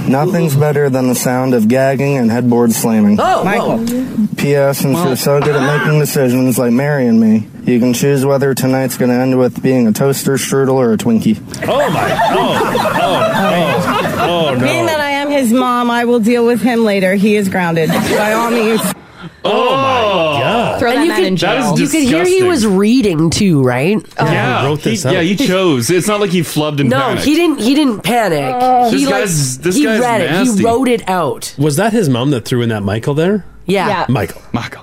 Speaker 12: Nothing's better than the sound of gagging and headboard slamming.
Speaker 2: Oh, Michael.
Speaker 12: P.S. Since you're so good at making decisions like Mary and me, you can choose whether tonight's going to end with being a toaster strudel or a Twinkie.
Speaker 8: Oh my! Oh, oh, oh, oh
Speaker 15: Being that I am his mom, I will deal with him later. He is grounded. By all means.
Speaker 4: Oh,
Speaker 5: Throw that man in jail.
Speaker 2: you could hear he was reading too, right?
Speaker 4: Yeah,
Speaker 8: wrote this
Speaker 4: he,
Speaker 8: out.
Speaker 4: yeah, he
Speaker 2: [LAUGHS]
Speaker 4: chose. It's not like he flubbed and
Speaker 2: Oh. No,
Speaker 4: panicked.
Speaker 2: he didn't. He didn't panic. he
Speaker 4: This
Speaker 2: like
Speaker 4: guy's- this
Speaker 2: he
Speaker 4: guy's
Speaker 2: read it.
Speaker 4: nasty.
Speaker 2: He wrote it out.
Speaker 8: Was that his mom that threw in that Michael there?
Speaker 2: Yeah. Yeah.
Speaker 8: Michael.
Speaker 4: Michael.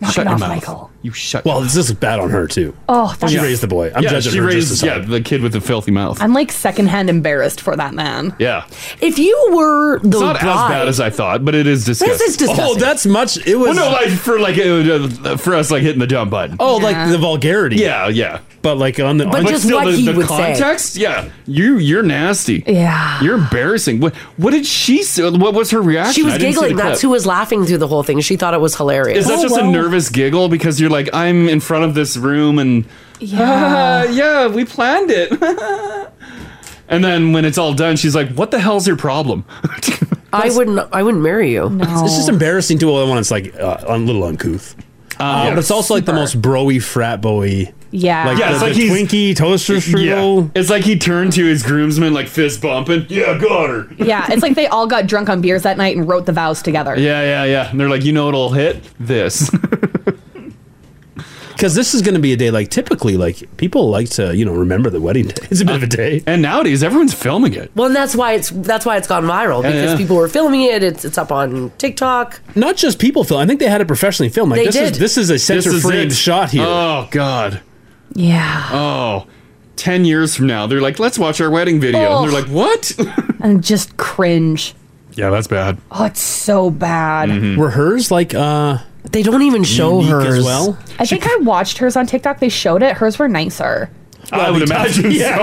Speaker 2: Knock
Speaker 8: shut
Speaker 2: it
Speaker 8: your
Speaker 2: off,
Speaker 8: mouth.
Speaker 2: Michael.
Speaker 4: You shut.
Speaker 8: Well, this is bad on her too.
Speaker 5: Oh, that's
Speaker 8: she raised the boy. I'm
Speaker 4: yeah,
Speaker 8: judging
Speaker 4: she
Speaker 8: her.
Speaker 4: raised,
Speaker 8: just as
Speaker 4: yeah, the kid with the filthy mouth.
Speaker 5: I'm like secondhand embarrassed for that man.
Speaker 4: yeah.
Speaker 2: If you were the
Speaker 4: It's not as
Speaker 2: bride,
Speaker 4: bad as I thought, but it is disgusting.
Speaker 2: is disgusting. Oh,
Speaker 8: that's much. It
Speaker 4: was well, no, like for like uh, for us, like hitting the dump button.
Speaker 8: Oh, like the vulgarity.
Speaker 4: Yeah, yeah.
Speaker 8: But like on the
Speaker 2: But just what
Speaker 4: the,
Speaker 2: he
Speaker 4: the
Speaker 2: would say.
Speaker 4: context, yeah. You you're nasty.
Speaker 5: Yeah.
Speaker 4: You're embarrassing. What what did she say? What was her reaction?
Speaker 2: she was
Speaker 4: I didn't see
Speaker 2: giggling.
Speaker 4: the
Speaker 2: That's who
Speaker 4: clip.
Speaker 2: was laughing through the whole thing. She thought it was hilarious. Oh,
Speaker 4: Is that just a nervous giggle because you're like I'm in front of this room and
Speaker 5: Yeah.
Speaker 4: [LAUGHS] yeah, we planned [LAUGHS] it. and then when it's all done, she's like, "What the hell's your problem?"
Speaker 2: [LAUGHS] I wouldn't. I wouldn't marry you.
Speaker 8: It's, it's just embarrassing to all one. It's like uh, a little uncouth. Uh, but it's also like the most broy frat boy.
Speaker 5: Yeah.
Speaker 8: Like
Speaker 4: Yeah,
Speaker 8: the,
Speaker 4: it's like
Speaker 8: the
Speaker 4: he's-
Speaker 8: Twinkie toaster strudel.
Speaker 4: It's like he turned to his groomsman, like fist bumping. Yeah, got her.
Speaker 5: [LAUGHS] Yeah, it's like they all got drunk on beers that night and wrote the vows together.
Speaker 4: Yeah, yeah, yeah. And they're like, you know what'll hit
Speaker 8: [LAUGHS]
Speaker 4: this.
Speaker 8: Because this is going to be a day like typically like people like to you know remember the wedding day. It's a bit of a day.
Speaker 4: Uh, And nowadays everyone's filming it.
Speaker 2: Well, and that's why it's that's why it's gone viral
Speaker 8: Yeah,
Speaker 2: because
Speaker 8: yeah.
Speaker 2: people were filming it. It's it's up on TikTok.
Speaker 8: Not just people film. I think they had it professionally filmed. Like
Speaker 2: They
Speaker 8: this
Speaker 2: did.
Speaker 8: is this is a
Speaker 2: This
Speaker 8: center
Speaker 4: is
Speaker 8: framed
Speaker 4: it.
Speaker 8: shot here.
Speaker 4: Oh God.
Speaker 5: Yeah.
Speaker 4: Oh. 10 years from now, they're like, let's watch our wedding video. And they're
Speaker 5: Ugh.
Speaker 4: like, what? [LAUGHS]
Speaker 5: And just cringe.
Speaker 4: yeah, that's bad.
Speaker 5: Oh, it's so bad.
Speaker 4: Mm-hmm.
Speaker 8: Were hers like uh
Speaker 2: they don't even
Speaker 5: show
Speaker 8: her
Speaker 5: hers.
Speaker 8: as well?
Speaker 5: I think I watched hers on TikTok. They showed it. Hers were
Speaker 4: [LAUGHS]
Speaker 5: nicer.
Speaker 4: I would imagine so.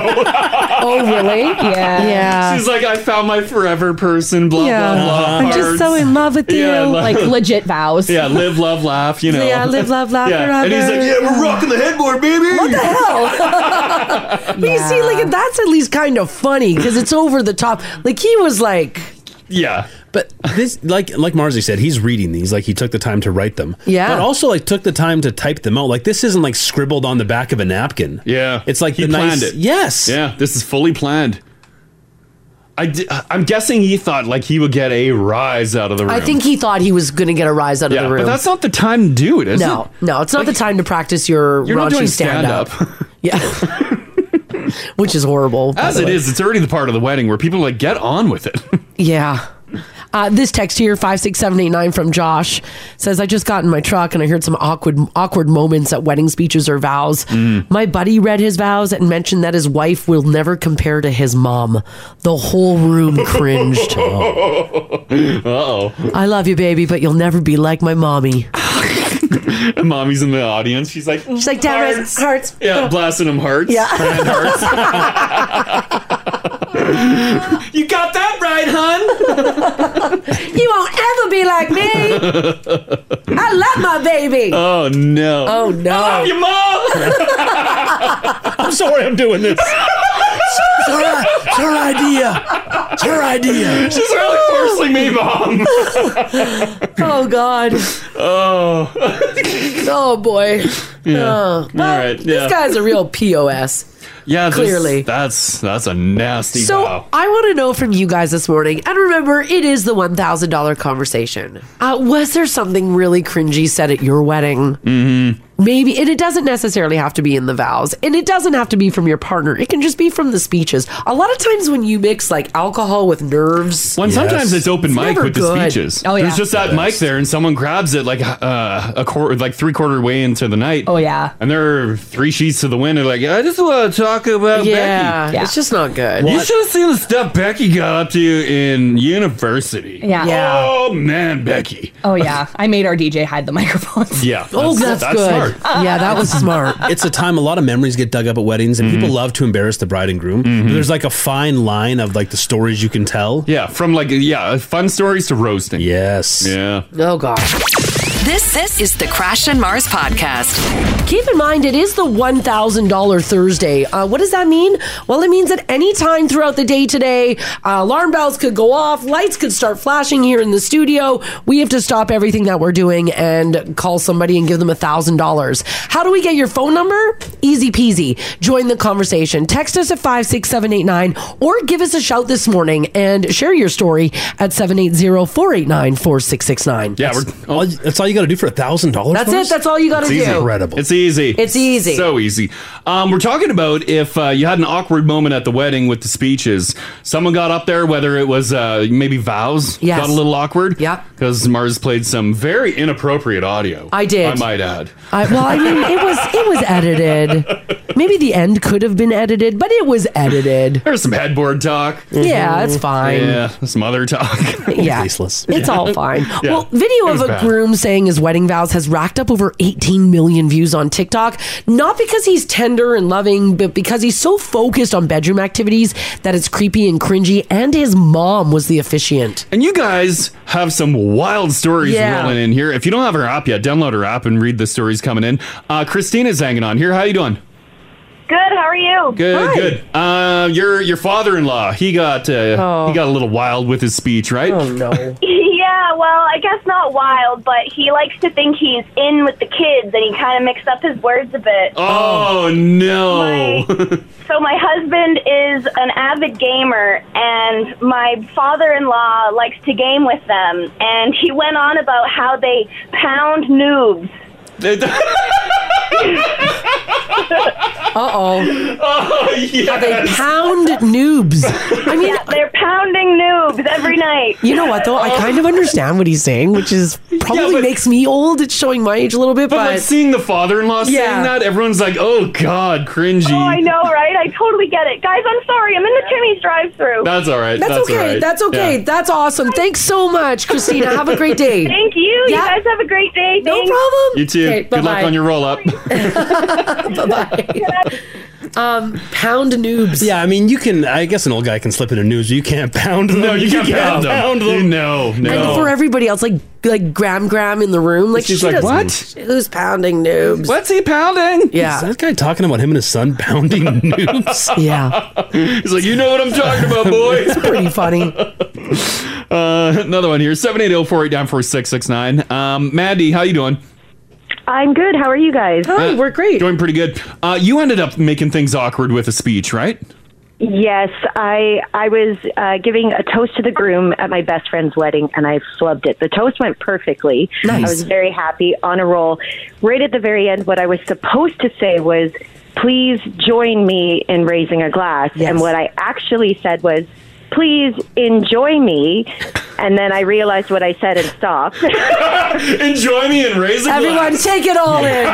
Speaker 5: oh, really? Yeah.
Speaker 4: She's like, I found my forever person, blah,
Speaker 5: Yeah.
Speaker 4: blah, blah.
Speaker 8: Uh-huh.
Speaker 5: I'm just so in love with
Speaker 4: Yeah,
Speaker 5: you.
Speaker 4: lo- [LAUGHS]
Speaker 5: Like legit
Speaker 2: [LAUGHS]
Speaker 5: vows.
Speaker 4: Yeah, live, love, laugh, you know.
Speaker 5: Yeah, live, love, laugh
Speaker 4: [LAUGHS] yeah. And he's like,
Speaker 5: forever.
Speaker 4: yeah, we're rocking the headboard, baby.
Speaker 2: What the hell? but you see, like that's at least kind of funny because it's over the top. Like he was like,
Speaker 4: Yeah.
Speaker 8: But this like like Marzi said, he's reading these. Like he took the time to write them.
Speaker 2: Yeah.
Speaker 8: But also like took the time to type them out. Like this isn't like scribbled on the back of a napkin.
Speaker 4: Yeah.
Speaker 8: It's like
Speaker 4: he
Speaker 8: the
Speaker 4: planned
Speaker 8: nice,
Speaker 4: it.
Speaker 8: Yes.
Speaker 4: Yeah, this is fully planned. I d- I'm guessing he thought like he would get a rise out of the room.
Speaker 2: I think he thought he was going to get a rise out
Speaker 4: Yeah,
Speaker 2: of the room.
Speaker 4: but that's not the time to do it, is
Speaker 2: no,
Speaker 4: it?
Speaker 2: no, it's not the time to practice your
Speaker 4: You're not
Speaker 2: raunchy
Speaker 4: doing
Speaker 2: stand up, [LAUGHS]
Speaker 4: stand-up.
Speaker 2: which is horrible. by
Speaker 4: As
Speaker 2: the
Speaker 4: it
Speaker 2: way.
Speaker 4: is, it's already the part of the wedding where people are like get on
Speaker 2: [LAUGHS]
Speaker 4: with it.
Speaker 2: Yeah. Uh, this text here, five six seven eight nine from Josh, says I just got in my truck and I heard some awkward awkward moments at wedding speeches or vows.
Speaker 4: Mm.
Speaker 2: My buddy read his vows and mentioned that his wife will never compare to his mom. The whole room
Speaker 4: [LAUGHS]
Speaker 2: cringed.
Speaker 4: Uh oh.
Speaker 2: I love you, baby, but you'll never be like my mommy.
Speaker 4: And mommy's in the audience. She's like,
Speaker 2: She's like, damn it, hearts.
Speaker 4: yeah, blasting them hearts. [LAUGHS]
Speaker 2: Yeah.
Speaker 4: Brand
Speaker 2: [LAUGHS]
Speaker 4: hearts. you got that right, hun.
Speaker 2: [LAUGHS] you won't ever be like
Speaker 4: [LAUGHS]
Speaker 2: me. I love my baby.
Speaker 4: oh no.
Speaker 2: Oh no.
Speaker 4: I love you, mom.
Speaker 8: I'm sorry, I'm doing this.
Speaker 4: it's,
Speaker 2: her, it's her idea. It's her idea.
Speaker 4: She's really forcing me, mom.
Speaker 2: oh
Speaker 4: [LAUGHS]
Speaker 2: God.
Speaker 4: Oh.
Speaker 2: Oh boy.
Speaker 4: Yeah.
Speaker 2: Oh.
Speaker 4: All right. Yeah.
Speaker 2: This guy's a real pos.
Speaker 4: yeah. this-
Speaker 2: clearly.
Speaker 4: That's that's a nasty.
Speaker 2: So
Speaker 4: vow.
Speaker 2: I want to know from you guys this morning, and remember, it is the one thousand dollar conversation. Uh, was there something really cringy said at your wedding? Mm-hmm. Maybe, and it doesn't necessarily have to be in the vows, and it doesn't have to be from your partner. It can just be from the speeches. A lot of times when you mix like alcohol with nerves,
Speaker 4: When sometimes it's open mic
Speaker 2: never
Speaker 4: with the
Speaker 2: good. Oh,
Speaker 4: speeches. There's just that
Speaker 2: Yes.
Speaker 4: mic there, and someone grabs it like uh, a quarter, like three quarter way into the night. Oh
Speaker 5: yeah.
Speaker 4: And there are three sheets to the wind. They're like, I just want to talk about
Speaker 2: Yeah,
Speaker 4: Becky.
Speaker 2: it's just not good.
Speaker 4: You should have seen the stuff Becky got up to in university.
Speaker 5: Yeah. Yeah.
Speaker 4: Oh man, Becky.
Speaker 5: Oh yeah. I made our DJ hide the microphones.
Speaker 4: Yeah.
Speaker 5: Oh, that's good. Yeah, that was [LAUGHS] smart.
Speaker 8: [LAUGHS] It's a time a lot of memories get dug up at weddings, and
Speaker 4: Mm-hmm.
Speaker 8: people love to embarrass the bride and groom. But There's like a fine line of like the stories you can tell.
Speaker 4: Yeah, from like yeah, fun stories to roasting.
Speaker 8: Yes.
Speaker 4: Yeah.
Speaker 2: Oh gosh.
Speaker 6: This this is the Crash and Mars podcast.
Speaker 2: Keep in mind, it is the $1,000 Thursday. Uh, what does that mean? Well, it means that any time throughout the day today, uh, alarm bells could go off, lights could start flashing here in the studio. We have to stop everything that we're doing and call somebody and give them $1,000. How do we get your phone number? Easy peasy. Join the conversation. Text us at 56789 or give us a shout this morning and share your story at 780 489 4669.
Speaker 4: Yeah, we're, oh.
Speaker 8: all, that's all you got to do for a thousand dollars.
Speaker 2: That's it. That's all you got to
Speaker 4: It's
Speaker 2: do.
Speaker 4: easy. It's easy.
Speaker 2: It's easy.
Speaker 4: So easy. Um, we're talking about if uh, you had an awkward moment at the wedding with the speeches. Someone got up there, whether it was uh, maybe vows
Speaker 2: Yes.
Speaker 4: got a little awkward.
Speaker 2: Yeah.
Speaker 4: Because Mars played some very inappropriate audio.
Speaker 2: I did.
Speaker 4: I might add.
Speaker 2: I, well, I mean, it was it was edited. Maybe the end could have been edited, but it was edited.
Speaker 4: There's some headboard talk. Mm-hmm.
Speaker 2: Yeah, it's fine.
Speaker 4: Yeah, some other talk.
Speaker 2: [LAUGHS] Yeah. It's
Speaker 4: [LAUGHS]
Speaker 2: all fine.
Speaker 4: Yeah.
Speaker 2: Well, video of
Speaker 4: It was
Speaker 2: a
Speaker 4: bad.
Speaker 2: groom saying his wedding vows has racked up over 18 million views on TikTok, not because he's tender and loving, but because he's so focused on bedroom activities that it's creepy and cringy, and his mom was the officiant.
Speaker 4: And you guys have some wild stories
Speaker 2: Yeah.
Speaker 4: rolling in here. If you don't have our app yet, download our app and read the stories coming in. Uh, Christina's hanging on here. How you doing?
Speaker 7: Good. How are you?
Speaker 4: Good, good. Uh, your your father-in-law, he got uh, he got a little wild with his speech, right? Oh
Speaker 2: Oh. no.
Speaker 7: [LAUGHS] yeah, well, I guess not wild, but he likes to think he's in with the kids, and he kind of mixed up his words a bit.
Speaker 4: [LAUGHS] Oh
Speaker 2: [LAUGHS]
Speaker 4: no.
Speaker 7: So my husband is an avid gamer, and my father-in-law likes to game with them. And he went on about how they pound noobs.
Speaker 2: Uh oh.
Speaker 4: Oh yeah.
Speaker 2: They pound noobs. I mean,
Speaker 7: they're pounding noobs every night. Oh.
Speaker 2: You know what though? I kind of understand what he's saying, which
Speaker 4: [LAUGHS]
Speaker 2: is probably makes me old. It's showing my age a little bit,
Speaker 4: But,
Speaker 2: but,
Speaker 4: like seeing the father-in-law
Speaker 2: Yeah.
Speaker 4: saying that, everyone's like, "Oh God, cringy."
Speaker 7: Oh, I know, right? I totally get it, guys. I'm sorry. I'm in the Timmy's drive-through.
Speaker 4: That's all right.
Speaker 2: That's,
Speaker 4: all
Speaker 2: okay.
Speaker 4: right.
Speaker 2: That's okay.
Speaker 4: Yeah.
Speaker 2: That's awesome. Thanks so much, Christina. Have a great
Speaker 7: [LAUGHS]
Speaker 2: day.
Speaker 7: Thank you.
Speaker 2: Yeah.
Speaker 7: You guys have a great day.
Speaker 2: No problem.
Speaker 4: You too.
Speaker 2: Okay,
Speaker 4: Good luck
Speaker 2: bye-bye.
Speaker 4: on your roll-up.
Speaker 2: Um, pound noobs.
Speaker 8: Yeah, I mean, you can. I guess an old guy can slip into news. You can't pound
Speaker 4: [LAUGHS]
Speaker 8: them.
Speaker 4: No, you can't pound them. You- no,
Speaker 2: And for everybody else, like like Graham Graham in the room, like
Speaker 8: She's
Speaker 2: she
Speaker 8: like,
Speaker 2: doesn't-
Speaker 8: "What?
Speaker 2: Who's pounding noobs?
Speaker 4: What's he pounding?
Speaker 2: Yeah.
Speaker 8: Is that guy talking about him and his son pounding [LAUGHS] noobs?
Speaker 2: yeah.
Speaker 4: [LAUGHS] He's like, you know what I'm talking about, boy. it's
Speaker 2: pretty funny.
Speaker 4: Uh, another one here: seven eight zero four eight nine four six six nine. Um, Mandy, how you doing?
Speaker 16: I'm good. How are you guys?
Speaker 4: Uh, Doing pretty good. Uh, you ended up making things awkward with a speech, right?
Speaker 16: Yes, I I was uh, giving a toast to the groom at my best friend's wedding, and I flubbed it. The toast went perfectly.
Speaker 1: Nice.
Speaker 16: I was very happy, on a roll. Right at the very end, what I was supposed to say was, "Please join me in raising a glass," and what I actually said was. Please enjoy me, and then I realized what I said and stopped. [LAUGHS]
Speaker 4: [LAUGHS] enjoy me and raise a
Speaker 2: Everyone,
Speaker 16: glass.
Speaker 2: take it
Speaker 16: [LAUGHS]
Speaker 2: all in.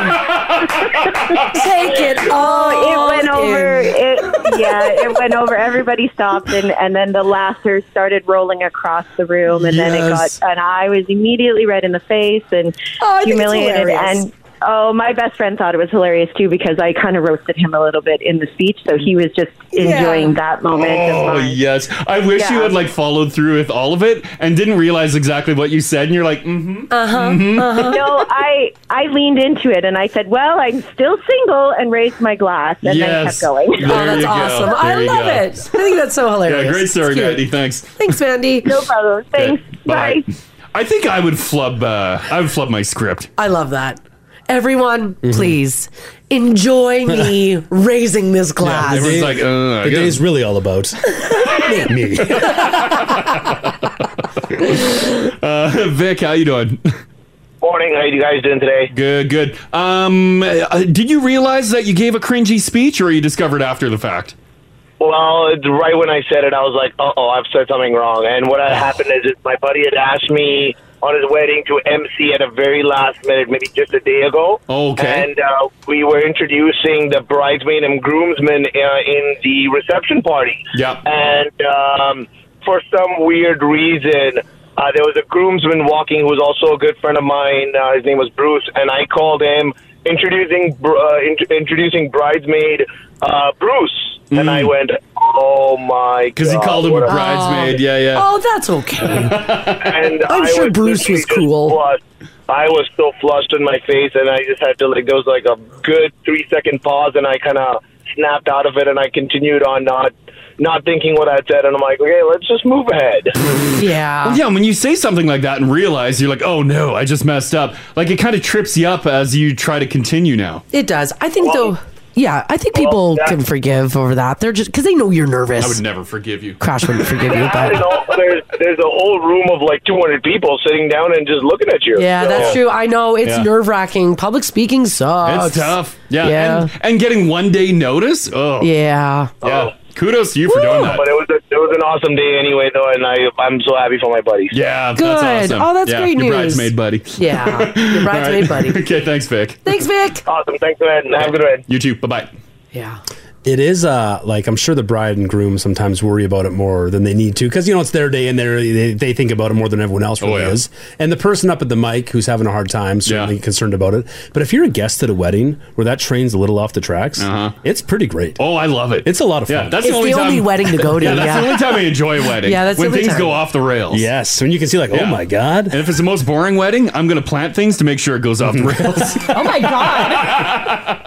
Speaker 2: Take it all.
Speaker 16: it went
Speaker 2: in.
Speaker 16: over. It, yeah, it went over. Everybody stopped, and, and then the laughter started rolling across the room, and then it
Speaker 1: Yes.
Speaker 16: got. And I was immediately red in the face and
Speaker 2: Oh,
Speaker 1: think it's
Speaker 16: humiliated.
Speaker 1: hilarious.
Speaker 16: And oh, my best friend thought it was hilarious too because I kind of roasted him a little bit in the speech, so he was just enjoying that moment. of
Speaker 4: Oh
Speaker 16: mine.
Speaker 4: yes, I wish you
Speaker 16: Yeah.
Speaker 4: had like followed through with all of it and didn't realize exactly what you said, and you're like, mm-hmm.
Speaker 16: Uh-huh, No, I I leaned into it and I said, "Well, I'm still single," and raised my glass and then
Speaker 4: yes.
Speaker 16: kept going.
Speaker 4: There
Speaker 2: Oh, that's
Speaker 4: you go.
Speaker 2: awesome. I
Speaker 4: There you
Speaker 2: love
Speaker 4: go.
Speaker 2: it. I think that's so hilarious.
Speaker 4: Yeah, great story,
Speaker 2: It's cute.
Speaker 4: Mandy. Thanks.
Speaker 2: Thanks, Mandy.
Speaker 16: [LAUGHS] No problem. Thanks.
Speaker 4: Bye. I think I would flub. Uh, I would flub my script.
Speaker 2: I love that. Everyone, please enjoy
Speaker 4: [LAUGHS]
Speaker 2: me raising this glass.
Speaker 8: Everyone's like,
Speaker 4: uh,
Speaker 8: the day's really
Speaker 4: [LAUGHS]
Speaker 8: all about me.
Speaker 4: Uh, [LAUGHS] Vic, how you doing?
Speaker 17: Morning. How you guys doing today?
Speaker 4: Good, good. Um, uh, did you realize that you gave a cringy speech, or you discovered after the fact?
Speaker 17: Well, it's right when I said it, I was like, "Uh oh, I've said something wrong." And what had happened is, is my buddy had asked me on his wedding to MC at a very last minute, maybe just a day ago.
Speaker 4: Okay.
Speaker 17: And uh, we were introducing the bridesmaid and groomsmen uh, in the reception party.
Speaker 4: Yeah.
Speaker 17: And um, for some weird reason, uh, there was a groomsman walking who was also a good friend of mine. Uh, his name was Bruce, and I called him introducing br- uh, int- introducing bridesmaid uh, Bruce, and I went, "Oh my!"
Speaker 4: Mm. Because he called him a bridesmaid. Yeah, yeah.
Speaker 2: Oh, that's okay.
Speaker 17: and
Speaker 2: I'm
Speaker 17: I
Speaker 2: sure Bruce
Speaker 17: literally
Speaker 2: was
Speaker 17: just
Speaker 2: cool.
Speaker 17: flushed. I was so flushed in my face, and I just had to like there was like a good three second pause, and I kind of snapped out of it, and I continued on not not thinking what I said, and I'm like, okay, let's just move
Speaker 4: [LAUGHS]
Speaker 17: ahead.
Speaker 2: Yeah.
Speaker 4: yeah, when you say something like that and realize you're like, oh no, I just messed up. Like it kind of trips you up as you try to continue now.
Speaker 2: It does. I think though. Yeah, I think people can forgive over that. They're just because they know you're nervous.
Speaker 4: I would never forgive you.
Speaker 2: Crash wouldn't forgive
Speaker 16: [LAUGHS]
Speaker 2: you,
Speaker 17: I don't
Speaker 2: but
Speaker 17: know, there's there's a whole room of like 200 people sitting down and just looking at you.
Speaker 2: yeah,
Speaker 17: So-
Speaker 2: that's true. I know it's
Speaker 4: Yeah.
Speaker 2: nerve wracking. Public speaking sucks.
Speaker 4: Uh, It's tough. Yeah.
Speaker 2: yeah,
Speaker 4: And, and getting one day notice. Oh.
Speaker 2: yeah.
Speaker 4: Yeah. Kudos to you for doing that.
Speaker 17: But it was a, it was an awesome day anyway, though, and I I'm so happy for my buddies.
Speaker 4: Yeah,
Speaker 2: Good.
Speaker 4: that's awesome.
Speaker 2: Oh, that's
Speaker 4: yeah,
Speaker 2: great
Speaker 4: your
Speaker 2: news.
Speaker 4: bridesmaid buddy. [LAUGHS]
Speaker 2: Yeah, your bridesmaid buddy.
Speaker 4: okay, thanks, Vic.
Speaker 2: Thanks, Vic.
Speaker 17: Awesome. Thanks, man. Have a good one.
Speaker 4: You too. Bye bye.
Speaker 2: Yeah.
Speaker 8: It is uh like I'm sure the bride and groom sometimes worry about it more than they need to because you know it's their day and they're- they they think about it more than everyone
Speaker 4: Oh,
Speaker 8: else really is. And the person up at the mic who's having a hard time certainly concerned about it. But if you're a guest at a wedding where that train's a little off the tracks, it's pretty great.
Speaker 4: Oh, I love it.
Speaker 8: It's a lot of fun.
Speaker 4: Yeah, Uh-huh. that's the It's only the time- only wedding to [LAUGHS] go to, Yeah, that's the yeah. only time I enjoy a wedding, [LAUGHS] Yeah, that's the when only things time. go off the rails.
Speaker 8: Yes, when you can see like, oh my god!
Speaker 4: And if it's the most boring wedding, I'm gonna plant things to make sure it goes
Speaker 8: [LAUGHS]
Speaker 4: off the rails.
Speaker 5: Oh my god.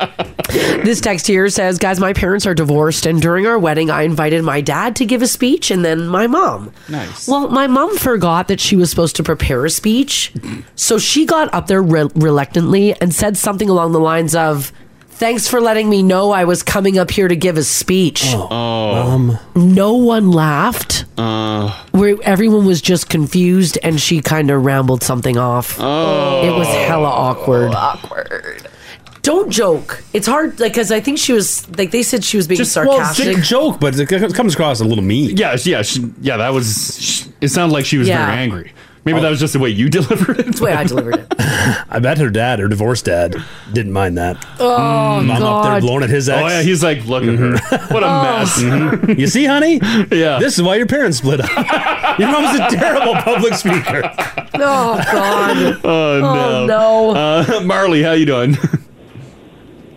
Speaker 2: This text here says, "Guys, my parents are divorced, and during our wedding, I invited my dad to give a speech, and then my mom. Nice. Well, my mom forgot that she was supposed to prepare a speech, so she got up there re- reluctantly and said something along the lines of." Thanks for letting me know I was coming up here to give a speech.
Speaker 8: Um,
Speaker 4: Oh.
Speaker 2: no one laughed.
Speaker 4: Uh,
Speaker 2: Where everyone was just confused and she kind of rambled something off.
Speaker 4: Oh.
Speaker 2: It was hella awkward.
Speaker 8: Oh,
Speaker 2: awkward. Don't joke. It's hard like cuz I think she was like they said she was being sarcastic.
Speaker 8: joke, but it c- comes across a little mean.
Speaker 4: Yeah, she- yeah, she, yeah. That was. She, it sounded like she was
Speaker 2: Yeah.
Speaker 4: very angry. Maybe that was just the way you [LAUGHS] delivered it. That's
Speaker 2: the way I delivered it.
Speaker 8: Oh. [LAUGHS] I bet her dad, her divorced dad, didn't mind that. Mm.
Speaker 2: Oh,
Speaker 8: I'm up there
Speaker 2: God. Oh.
Speaker 8: blowing at his ex. Mm-hmm.
Speaker 4: Oh, yeah, he's like, look at her.
Speaker 2: [LAUGHS]
Speaker 4: What a mess.
Speaker 8: you
Speaker 4: [LAUGHS]
Speaker 8: see, honey? Yeah. This is why your parents split up. [LAUGHS] your mom's a terrible
Speaker 2: [LAUGHS]
Speaker 8: public speaker.
Speaker 2: Oh God.
Speaker 4: oh no.
Speaker 8: Oh,
Speaker 4: Uh, [LAUGHS] Marley, how you doing?
Speaker 13: [LAUGHS]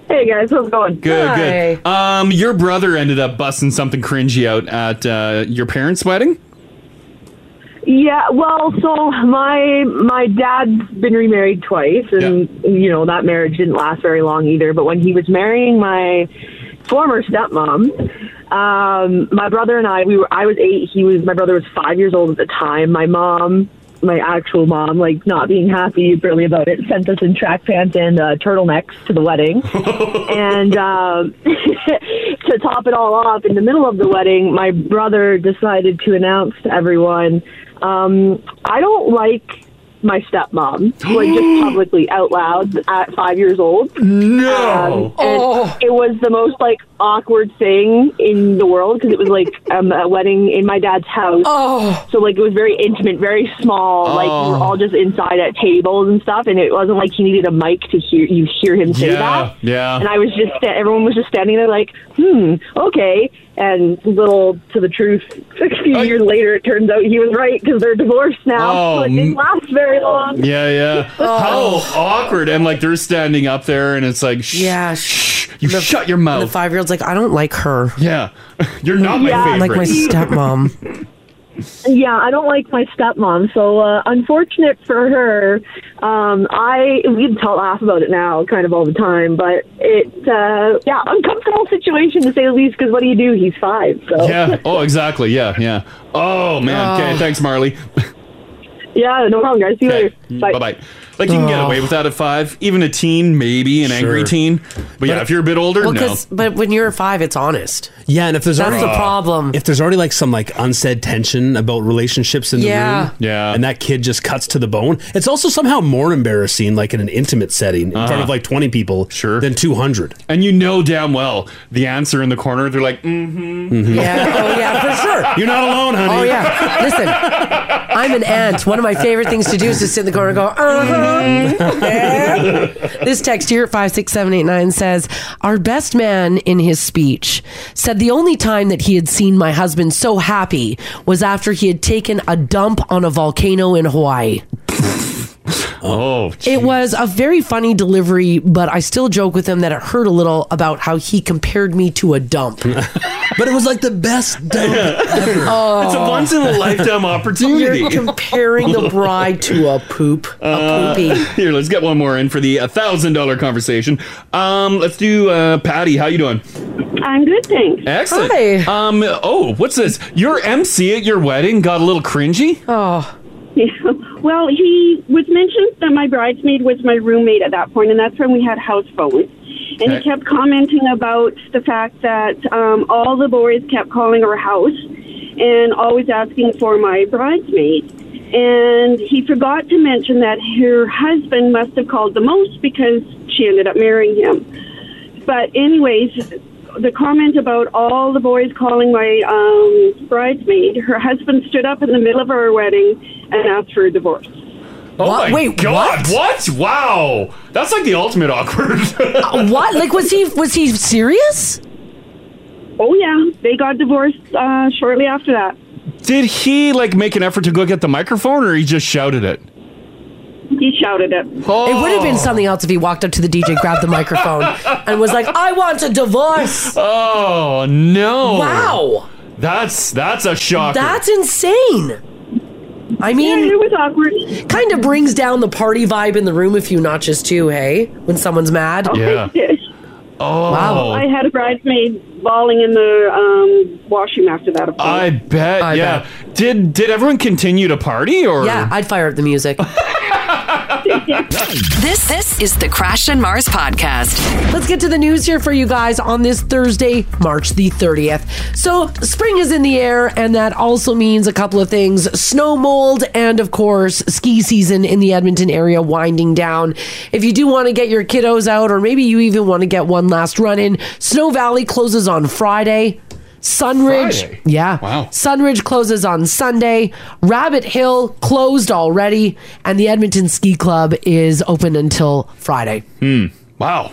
Speaker 13: Hey guys, how's it going?
Speaker 4: Good, good. Um, your brother ended up busting something cringy out at uh, your parents' wedding.
Speaker 13: Yeah, well, so my my dad's been remarried twice, and you know that marriage didn't last very long either. But when he was marrying my former
Speaker 4: [LAUGHS]
Speaker 13: stepmom, um, my brother and I we were I was eight, he was my brother was five years old at the time. My mom, my actual mom, like not being happy really about it, sent us in track pants and uh, turtlenecks to the wedding, and um, [LAUGHS] to top it all off, in the middle of the wedding, my brother decided to announce to everyone, um, I don't like my stepmom, like
Speaker 16: [GASPS]
Speaker 13: just publicly out loud at five years old. Um,
Speaker 4: No.
Speaker 13: and It was the most like awkward thing in the world because it was like um, a wedding in my dad's house.
Speaker 2: Oh.
Speaker 13: So like it was very intimate, very small. Like we
Speaker 4: Oh.
Speaker 13: were all just inside at tables and stuff. And it wasn't like he needed a mic to hear you hear him say that.
Speaker 4: Yeah, yeah.
Speaker 13: And I was just, sta- everyone was just standing there like, hmm, okay. And little to the truth, a few years later, it turns out he was right because they're divorced now.
Speaker 4: Oh,
Speaker 13: so it didn't
Speaker 4: m-
Speaker 13: last very long.
Speaker 4: Yeah, yeah. How awkward! And like they're standing up there, and it's like, shh,
Speaker 2: Oh. Yeah.
Speaker 4: shh, you shut your mouth.
Speaker 2: The 5-year-old's like I don't like her.
Speaker 4: Yeah. [LAUGHS] You're not my
Speaker 13: Yeah.
Speaker 4: favorite.
Speaker 2: Like
Speaker 4: [LAUGHS]
Speaker 2: my stepmom.
Speaker 13: Yeah, I don't like my stepmom. So uh, unfortunate for her. Um, I we can tell laugh about it now, kind of all the time. But it, uh, yeah, uncomfortable situation to say the least. Because what do you do? He's five. So
Speaker 4: yeah. Oh, exactly. Yeah, yeah. Oh man. Okay.
Speaker 13: Oh.
Speaker 4: Thanks, Marley.
Speaker 13: yeah, no problem, guys. See you later.
Speaker 4: Bye bye. Like you can get
Speaker 2: Oh.
Speaker 4: away with that at five, even a teen, maybe an angry
Speaker 2: Sure.
Speaker 4: teen. But, yeah, if you're a bit older,
Speaker 2: Well,
Speaker 4: no.
Speaker 2: 'cause- but when you're 5 it's honest.
Speaker 8: Yeah, and if there's
Speaker 2: That's
Speaker 8: already,
Speaker 2: the problem.
Speaker 8: If there's already like some like unsaid tension about relationships in
Speaker 2: Yeah.
Speaker 8: the room, yeah, and that kid just cuts to the bone, it's also somehow more embarrassing, like in an intimate setting in front
Speaker 4: Uh-huh.
Speaker 8: of like 20 people, sure, than 200.
Speaker 4: And you know damn well the answer in the corner. They're like, mm-hmm.
Speaker 2: Yeah, oh yeah, for sure.
Speaker 4: [LAUGHS]
Speaker 8: You're not alone, honey.
Speaker 2: Oh yeah. Listen, I'm an ant. One of my favorite things to do is to sit in the corner and go, uh-huh. yeah. This text here at 56789 says, Our best man in his speech said the only time that he had seen my husband so happy was after he had taken a dump on a volcano in Hawaii.
Speaker 4: Oh,
Speaker 2: It was a very funny delivery, but I still joke with him that it hurt a little about how he compared me to a
Speaker 4: [LAUGHS]
Speaker 2: dump. but
Speaker 8: it was like the best dump
Speaker 4: ever.
Speaker 2: Oh.
Speaker 4: [LAUGHS] It's a once in a lifetime opportunity.
Speaker 2: You're comparing the bride to a poop, a
Speaker 4: [LAUGHS] Uh,
Speaker 2: poopy.
Speaker 4: here, let's get one more in for the thousand dollar conversation. Um, let's do uh, Patty. How you doing?
Speaker 18: I'm good, thanks.
Speaker 4: Excellent. Um, oh, what's this? Your MC at your wedding got a little cringy.
Speaker 2: Oh.
Speaker 18: [LAUGHS] well, he was mentioned that my bridesmaid was my roommate at that point, and that's when we had house phones. And
Speaker 4: Okay.
Speaker 18: he kept commenting about the fact that um, all the boys kept calling our house and always asking for my bridesmaid. And he forgot to mention that her husband must have called the most because she ended up marrying him. But anyways, the comment about all the boys calling my um, bridesmaid, her husband stood up in the middle of our wedding and asked for a divorce.
Speaker 4: Oh
Speaker 2: What?
Speaker 4: my
Speaker 2: Wait,
Speaker 4: God! What? Wow, that's like the ultimate [LAUGHS] awkward.
Speaker 2: Uh, what? Like, was he was he serious?
Speaker 18: Oh yeah, they got divorced uh, shortly after that.
Speaker 4: Did he like make an effort to go get the microphone, or he just shouted it?
Speaker 18: He shouted it.
Speaker 2: It would
Speaker 4: Oh.
Speaker 2: have been something else if he walked up to the DJ, grabbed the microphone, and was like, "I want a divorce."
Speaker 4: Oh no!
Speaker 2: Wow.
Speaker 4: That's that's a shocker.
Speaker 2: That's insane. I mean, it
Speaker 18: was awkward.
Speaker 2: Kind of brings down the party vibe in the room a few notches too. Hey, when someone's mad.
Speaker 4: Yeah. oh.
Speaker 18: I had a bridesmaid bawling in the um, washroom after that. Of course.
Speaker 4: I bet. yeah. Did did everyone continue to party or?
Speaker 6: Yeah,
Speaker 2: I'd fire up the music.
Speaker 6: This this is the Crash and Mars podcast.
Speaker 2: Let's get to the news here for you guys on this Thursday, March the 30th. So, spring is in the air, and that also means a couple of things snow mold, and of course, ski season in the Edmonton area winding down. If you do want to get your kiddos out, or maybe you even want to get one last run in, Snow Valley closes on Friday. Sunridge,
Speaker 19: Friday?
Speaker 2: yeah. Wow. Sunridge closes on Sunday. Rabbit Hill closed already, and the Edmonton Ski Club is open until Friday.
Speaker 4: [LAUGHS] Hmm. Wow.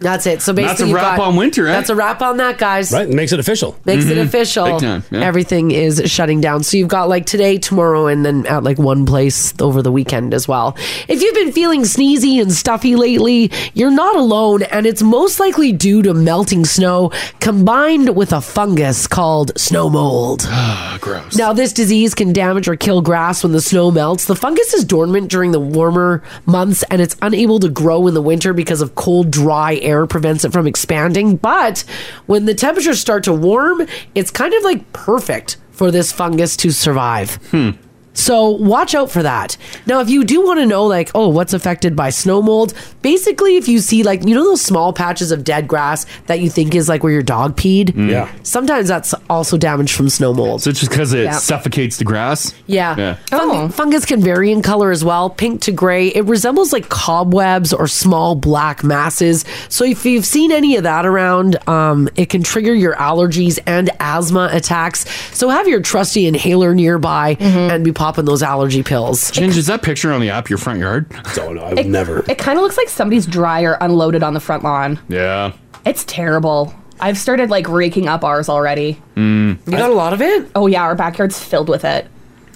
Speaker 2: That's it. So
Speaker 4: That's a
Speaker 2: basically, you've
Speaker 4: wrap
Speaker 2: got-
Speaker 4: on Mm-hmm. winter, eh?
Speaker 2: That's a wrap on that, guys.
Speaker 8: Right, makes it official.
Speaker 2: Makes it official.
Speaker 8: Big time, yeah.
Speaker 2: Everything is shutting down. So you've got like today, tomorrow, and then at like one place over the weekend as well. If you've been feeling sneezy and stuffy lately, you're not alone, and it's most likely due to melting snow combined with a fungus called snow
Speaker 4: [SIGHS]
Speaker 2: mold. [SIGHS]
Speaker 4: Gross.
Speaker 2: Now, this disease can damage or kill grass when the snow melts. The fungus is dormant during the warmer months and it's unable to grow in the winter because of cold, dry air prevents it from expanding. But when the temperatures start to warm, it's kind of like perfect for this fungus to survive.
Speaker 4: Hmm.
Speaker 2: So watch out for that. Now, if you do want to know, like, oh, what's affected by snow mold, basically, if you see, like, you know, those small patches of dead grass that you think is like where your dog peed?
Speaker 4: Mm. Yeah.
Speaker 2: Sometimes that's also damage from snow mold.
Speaker 4: So it's just because it
Speaker 2: Yeah.
Speaker 4: suffocates the grass.
Speaker 2: Yeah.
Speaker 4: Yeah.
Speaker 2: Fung- Fungus can vary in color as well, pink to gray. It resembles like cobwebs or small black masses. So if you've seen any of that around, um, it can trigger your allergies and asthma attacks. So have your trusty inhaler nearby and be popping those allergy
Speaker 4: [LAUGHS]
Speaker 2: pills.
Speaker 4: Ginge, is that picture on the app your front [LAUGHS] yard? Oh no, I
Speaker 5: It- It kind of looks like somebody's dryer unloaded on the front lawn.
Speaker 4: Yeah.
Speaker 5: It's terrible. I've started like raking up ours already.
Speaker 4: Mm.
Speaker 2: Hmm. a lot of it?
Speaker 5: Oh yeah, our backyard's filled with it.